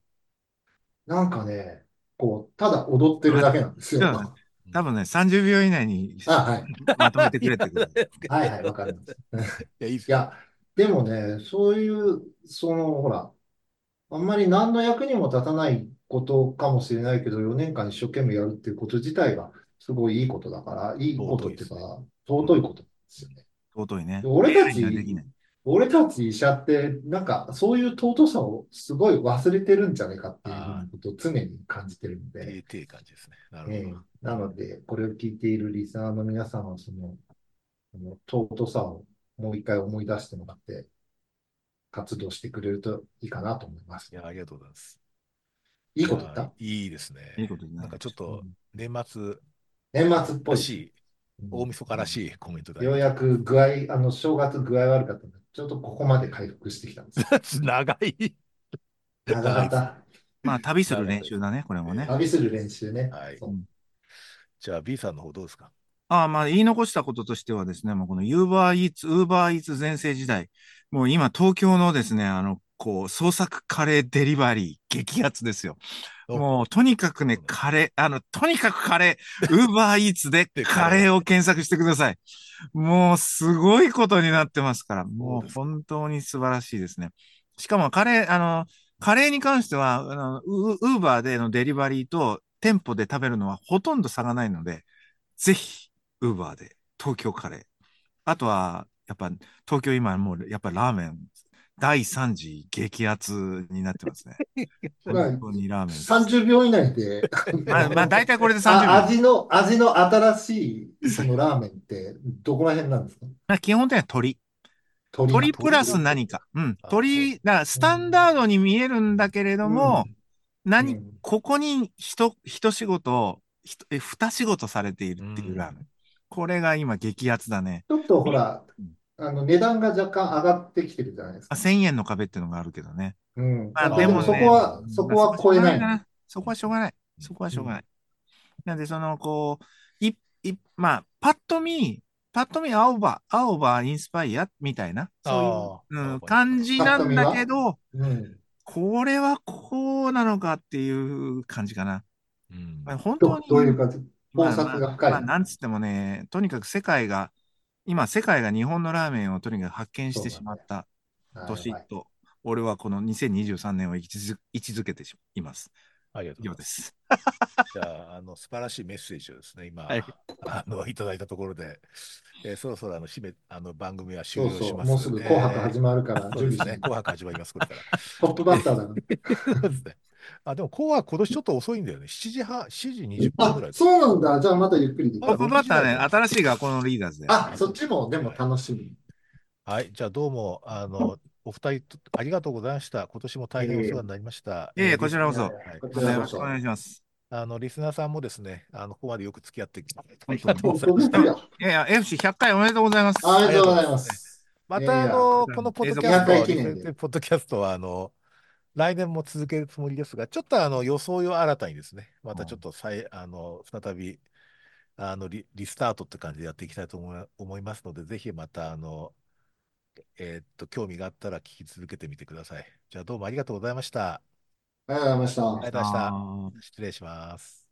Speaker 3: なんかね、こう、ただ踊ってるだけなん
Speaker 1: <laughs>
Speaker 3: です
Speaker 2: そうだね
Speaker 3: よ。
Speaker 2: 多分ね、30秒以内に
Speaker 3: あ、はい。
Speaker 2: まとめてく
Speaker 1: い
Speaker 2: れ
Speaker 1: や、
Speaker 2: ってこ
Speaker 1: そ
Speaker 2: と
Speaker 1: う
Speaker 3: <laughs>
Speaker 1: ですか。
Speaker 3: はいはい、わかります。
Speaker 1: いや、いいで
Speaker 3: い
Speaker 1: すよ。
Speaker 3: や、でもね、そういう、その、ほら、あんまり何の役にも立たないことかもしれないけど、4年間一生懸命やるっていうこと自体が、すごいいいことだから、いいこ
Speaker 1: 尊
Speaker 3: と
Speaker 1: い
Speaker 3: っ
Speaker 1: で
Speaker 3: ていう
Speaker 1: す
Speaker 3: か、
Speaker 1: ね。う
Speaker 3: 尊い
Speaker 1: ん。
Speaker 3: ことなんですよね。
Speaker 2: 尊いね。
Speaker 3: で俺た
Speaker 2: AI にはでき
Speaker 3: ち、
Speaker 2: ない。
Speaker 3: 俺たち医者って、なんか、そういう尊さをすごい忘れてるんじゃないかっていうふう
Speaker 1: あ
Speaker 3: な
Speaker 1: あ、
Speaker 3: ことを常に感じてるの
Speaker 1: ええ
Speaker 3: で、
Speaker 1: っていう感じですね。なる
Speaker 3: え
Speaker 1: ほ
Speaker 3: え
Speaker 1: ど。
Speaker 3: なので、これを聞いているリスナーの皆さんは、その、その尊さをもう一回思い出してもらって、活動してくれるといいかなと思いま
Speaker 1: い
Speaker 3: す。
Speaker 1: や、ありがとうございます。
Speaker 3: いい
Speaker 1: い
Speaker 3: こと言っ
Speaker 1: や、
Speaker 3: た
Speaker 1: いいですね。
Speaker 2: いいことに
Speaker 1: な
Speaker 2: な
Speaker 1: ん
Speaker 2: り
Speaker 1: か
Speaker 2: ま
Speaker 1: ちょっ
Speaker 2: した。う
Speaker 1: と、
Speaker 2: ん
Speaker 1: 年末
Speaker 3: 年末っぽ
Speaker 1: ら
Speaker 3: い
Speaker 1: し
Speaker 3: ですね。
Speaker 1: い、
Speaker 3: う
Speaker 1: 大
Speaker 3: ん
Speaker 1: 晦日らしいコメントいただき
Speaker 3: よう
Speaker 1: まし
Speaker 3: やく具合、あの、正月具合悪かったので、ちょっとここまで回復してき
Speaker 2: <laughs>
Speaker 3: たんですよ。
Speaker 1: た。長い。
Speaker 3: 長
Speaker 1: 長
Speaker 3: か
Speaker 1: いです。
Speaker 3: った。
Speaker 2: まあ、旅する
Speaker 1: 長かっ
Speaker 2: 練
Speaker 1: たで
Speaker 2: 習
Speaker 1: す。
Speaker 2: だね、これもね。
Speaker 1: え
Speaker 3: 旅する練習ね。
Speaker 1: えはい。
Speaker 2: う
Speaker 3: そ
Speaker 2: ん
Speaker 1: じゃあ、B さんの方どうですか
Speaker 2: ああ、まあ、言い残したこととしてはですね、もうこの Uber Eats、Uber Eats 全盛時代、もう今東京のですね、あの、こう、創作カレーデリバリー激アツですよ。
Speaker 1: お、
Speaker 2: もう、とにかくね、
Speaker 1: そうなんです
Speaker 2: カ
Speaker 1: ね。
Speaker 2: レー、あの、とにかくカレー、Uber
Speaker 1: <laughs>
Speaker 2: Eats で
Speaker 1: で、カ
Speaker 2: カ
Speaker 1: レ
Speaker 2: レ
Speaker 1: ー。
Speaker 2: ーを検索してください。もう、すごいことになってますから、
Speaker 1: そう
Speaker 2: もう
Speaker 1: ですか。
Speaker 2: 本当に素晴らしいですね。しかも、カレー、あの、カレーに関しては、あの、ウーバーでのデリバリーと店舗で食べるのはほとんど差がないので、ぜひ、ウーバーで、東京カレー。あとは、やっぱ、東京今もう、やっぱラーメン、第3次激アツになって
Speaker 3: <laughs>
Speaker 2: ますね。
Speaker 3: う。ま
Speaker 2: 本
Speaker 3: あ、
Speaker 2: 当にラーメン。
Speaker 3: 30秒以内で、あ
Speaker 2: <laughs> まあ、まあ、大
Speaker 3: の、
Speaker 2: 体これで30
Speaker 3: あ、
Speaker 2: 秒で
Speaker 3: 味
Speaker 2: す。
Speaker 3: の、味の新しい、そのラーメンって、どこら辺なんですか
Speaker 2: まあ基本的には鳥。
Speaker 3: 鳥
Speaker 1: あ、
Speaker 2: 鳥
Speaker 3: なんで
Speaker 2: プ
Speaker 1: 鳥
Speaker 2: ラ
Speaker 3: す
Speaker 1: な
Speaker 2: ス
Speaker 1: ん
Speaker 3: ね。
Speaker 1: だ。
Speaker 2: 何か。うん。
Speaker 1: あ、そう
Speaker 2: 鳥、
Speaker 1: な
Speaker 2: だからス
Speaker 3: う
Speaker 2: タンダードに見えるんだけれど
Speaker 3: ん。
Speaker 2: も、
Speaker 3: う
Speaker 2: 何、
Speaker 3: ん。
Speaker 2: ここに一、一仕事、ひとえ二仕事されている
Speaker 1: う
Speaker 2: っていうラー
Speaker 1: ん。
Speaker 2: メン。これが今激アツだね。
Speaker 3: ちょっとほ
Speaker 2: み
Speaker 3: ら、あの、値段が若干上がってきてるじゃないです
Speaker 2: あ
Speaker 3: か。
Speaker 2: 1000円の壁っていうのがあるけどね。
Speaker 3: うん。
Speaker 2: まあ
Speaker 3: だ
Speaker 1: あ
Speaker 3: け
Speaker 2: で
Speaker 3: ど、でも
Speaker 2: も
Speaker 3: そこ
Speaker 2: ね、
Speaker 3: は、
Speaker 1: あ、
Speaker 3: そ
Speaker 2: まあ
Speaker 3: こ
Speaker 2: そこはしょ
Speaker 3: は超
Speaker 2: う
Speaker 3: え
Speaker 2: がな
Speaker 3: ないい
Speaker 2: か
Speaker 3: の。
Speaker 2: な。そこはしょうがない。そこはし
Speaker 3: う。
Speaker 2: ょうがなんい。なんでその、こう、い、い、まあ、パッと見、パッと見、青葉、青葉インスパイアみたいな、そういう、
Speaker 1: ああ、
Speaker 2: う
Speaker 1: 青
Speaker 2: ん、
Speaker 1: 葉インスパ
Speaker 2: 感
Speaker 1: イ
Speaker 2: じ
Speaker 3: パッ
Speaker 2: な
Speaker 3: と
Speaker 2: ん
Speaker 3: 見
Speaker 2: だけ
Speaker 3: は
Speaker 2: ど、
Speaker 3: うん。
Speaker 2: これはこうなのかっていう感じかな。
Speaker 1: ア。う
Speaker 2: まあ、
Speaker 1: ん。
Speaker 2: 本
Speaker 3: ど、
Speaker 2: 当
Speaker 3: どうい
Speaker 2: に、
Speaker 3: う感じ考
Speaker 2: まあま
Speaker 3: 察
Speaker 2: あ、
Speaker 3: が深
Speaker 2: ま
Speaker 3: い
Speaker 2: あ、
Speaker 3: な。
Speaker 2: なんつってもね、とにかく世界が、今世界が日本のラーメンをとにかく発見し
Speaker 3: そ
Speaker 2: て
Speaker 3: うだ
Speaker 2: しまっ
Speaker 3: ね。
Speaker 2: た
Speaker 3: あー、や
Speaker 2: 年
Speaker 3: ばい。
Speaker 2: と、俺はこの2023年を位置づ位置づけてしいます。
Speaker 1: ありがとう
Speaker 2: 以
Speaker 1: ございま。
Speaker 2: 上ですす。
Speaker 1: じゃあ、あの、素晴らしいメッセージをですね、
Speaker 2: は
Speaker 1: 今、
Speaker 2: い。
Speaker 1: あの、いただいたところで、えーそろそろ、あの、締め、あの、番組は終
Speaker 3: そう
Speaker 1: 了し
Speaker 3: そう。
Speaker 1: ま
Speaker 3: もう
Speaker 1: す
Speaker 3: す
Speaker 1: ん
Speaker 3: ぐ紅白
Speaker 1: で、
Speaker 3: 始まるから
Speaker 1: そう
Speaker 3: 準
Speaker 1: です
Speaker 3: 備し
Speaker 1: ね、
Speaker 3: ない
Speaker 1: 紅白
Speaker 3: と。
Speaker 1: 始まります、これから。
Speaker 3: トップバ
Speaker 1: え
Speaker 3: ッターだか
Speaker 1: ーそうですね。 <laughs> あ、でも、紅白、今年ちょっと遅いんだよね。7時半、7時20
Speaker 3: ら。
Speaker 1: 分ぐ
Speaker 3: あ、
Speaker 1: らいだよ
Speaker 3: そ
Speaker 1: ね。
Speaker 3: うなんだ。じゃあまたゆっくりでき
Speaker 2: ト
Speaker 1: あ、
Speaker 2: ップ
Speaker 1: 6
Speaker 2: バッ
Speaker 1: 時
Speaker 2: ター
Speaker 1: 台
Speaker 2: ね、
Speaker 1: だよね。
Speaker 2: 新しい学校のリーダーズだよ
Speaker 3: あ、
Speaker 2: ね。
Speaker 3: そっちもでも
Speaker 1: はい。
Speaker 3: 楽しみ。
Speaker 1: はい。じゃあ、どうも、あの、お二人と、ありがとうございました。今年も大変お世話
Speaker 3: え
Speaker 1: に
Speaker 3: え
Speaker 1: なりました。
Speaker 2: いえい
Speaker 1: えー
Speaker 2: え、
Speaker 1: リ
Speaker 2: こち
Speaker 1: ス、
Speaker 2: らこ
Speaker 3: い
Speaker 2: そ。
Speaker 3: やいや、
Speaker 1: はい。
Speaker 3: こ
Speaker 2: ま
Speaker 3: ち
Speaker 2: た
Speaker 3: ら
Speaker 2: よ
Speaker 3: こ
Speaker 2: ろしくお
Speaker 3: そ。
Speaker 2: 願いします。
Speaker 1: あの、リスナーさんもですね、あの、ここまでよく付き合っていただいてあ
Speaker 2: 本
Speaker 1: り
Speaker 2: 当
Speaker 1: が
Speaker 2: に。
Speaker 1: とうご
Speaker 3: 本
Speaker 1: ざい
Speaker 3: 当
Speaker 1: ま
Speaker 3: で
Speaker 1: し
Speaker 3: す
Speaker 1: た。
Speaker 3: よ。
Speaker 2: いやいや、FC100 回おめでとうございま
Speaker 3: あり
Speaker 2: す。
Speaker 1: あ
Speaker 3: が
Speaker 1: りがとう
Speaker 3: とうご
Speaker 1: ござ
Speaker 3: ざ
Speaker 1: い
Speaker 3: い
Speaker 1: ま
Speaker 3: ます
Speaker 1: ね。
Speaker 3: す。
Speaker 1: ま
Speaker 3: いや
Speaker 1: た、あ
Speaker 3: いや、
Speaker 1: の、こ
Speaker 2: 100回
Speaker 1: の
Speaker 2: も
Speaker 1: ポッ
Speaker 2: 継
Speaker 1: ドキ
Speaker 2: 続
Speaker 1: ャ
Speaker 2: し
Speaker 1: ス
Speaker 3: 200
Speaker 2: てい
Speaker 1: ト、リフレ
Speaker 2: き
Speaker 3: 回記念
Speaker 1: クティ
Speaker 3: で。
Speaker 1: ブポッドキャストは、あの、来年も続けるつもりですが、ちょっとあの、装いを新たにですね、ま
Speaker 2: う
Speaker 1: たちょっ
Speaker 2: ん
Speaker 1: と再、あの、再び、あのリ、リスタートって感じでやっていきたいと思い、思いますので、ぜひまた、あの、えーっと、興味があったら聞き続けてみてください。じゃあ、どうもありがとうございました。
Speaker 3: ありがとうございまし。
Speaker 2: でした
Speaker 1: ありがとうございました。
Speaker 2: た。
Speaker 1: 失礼します。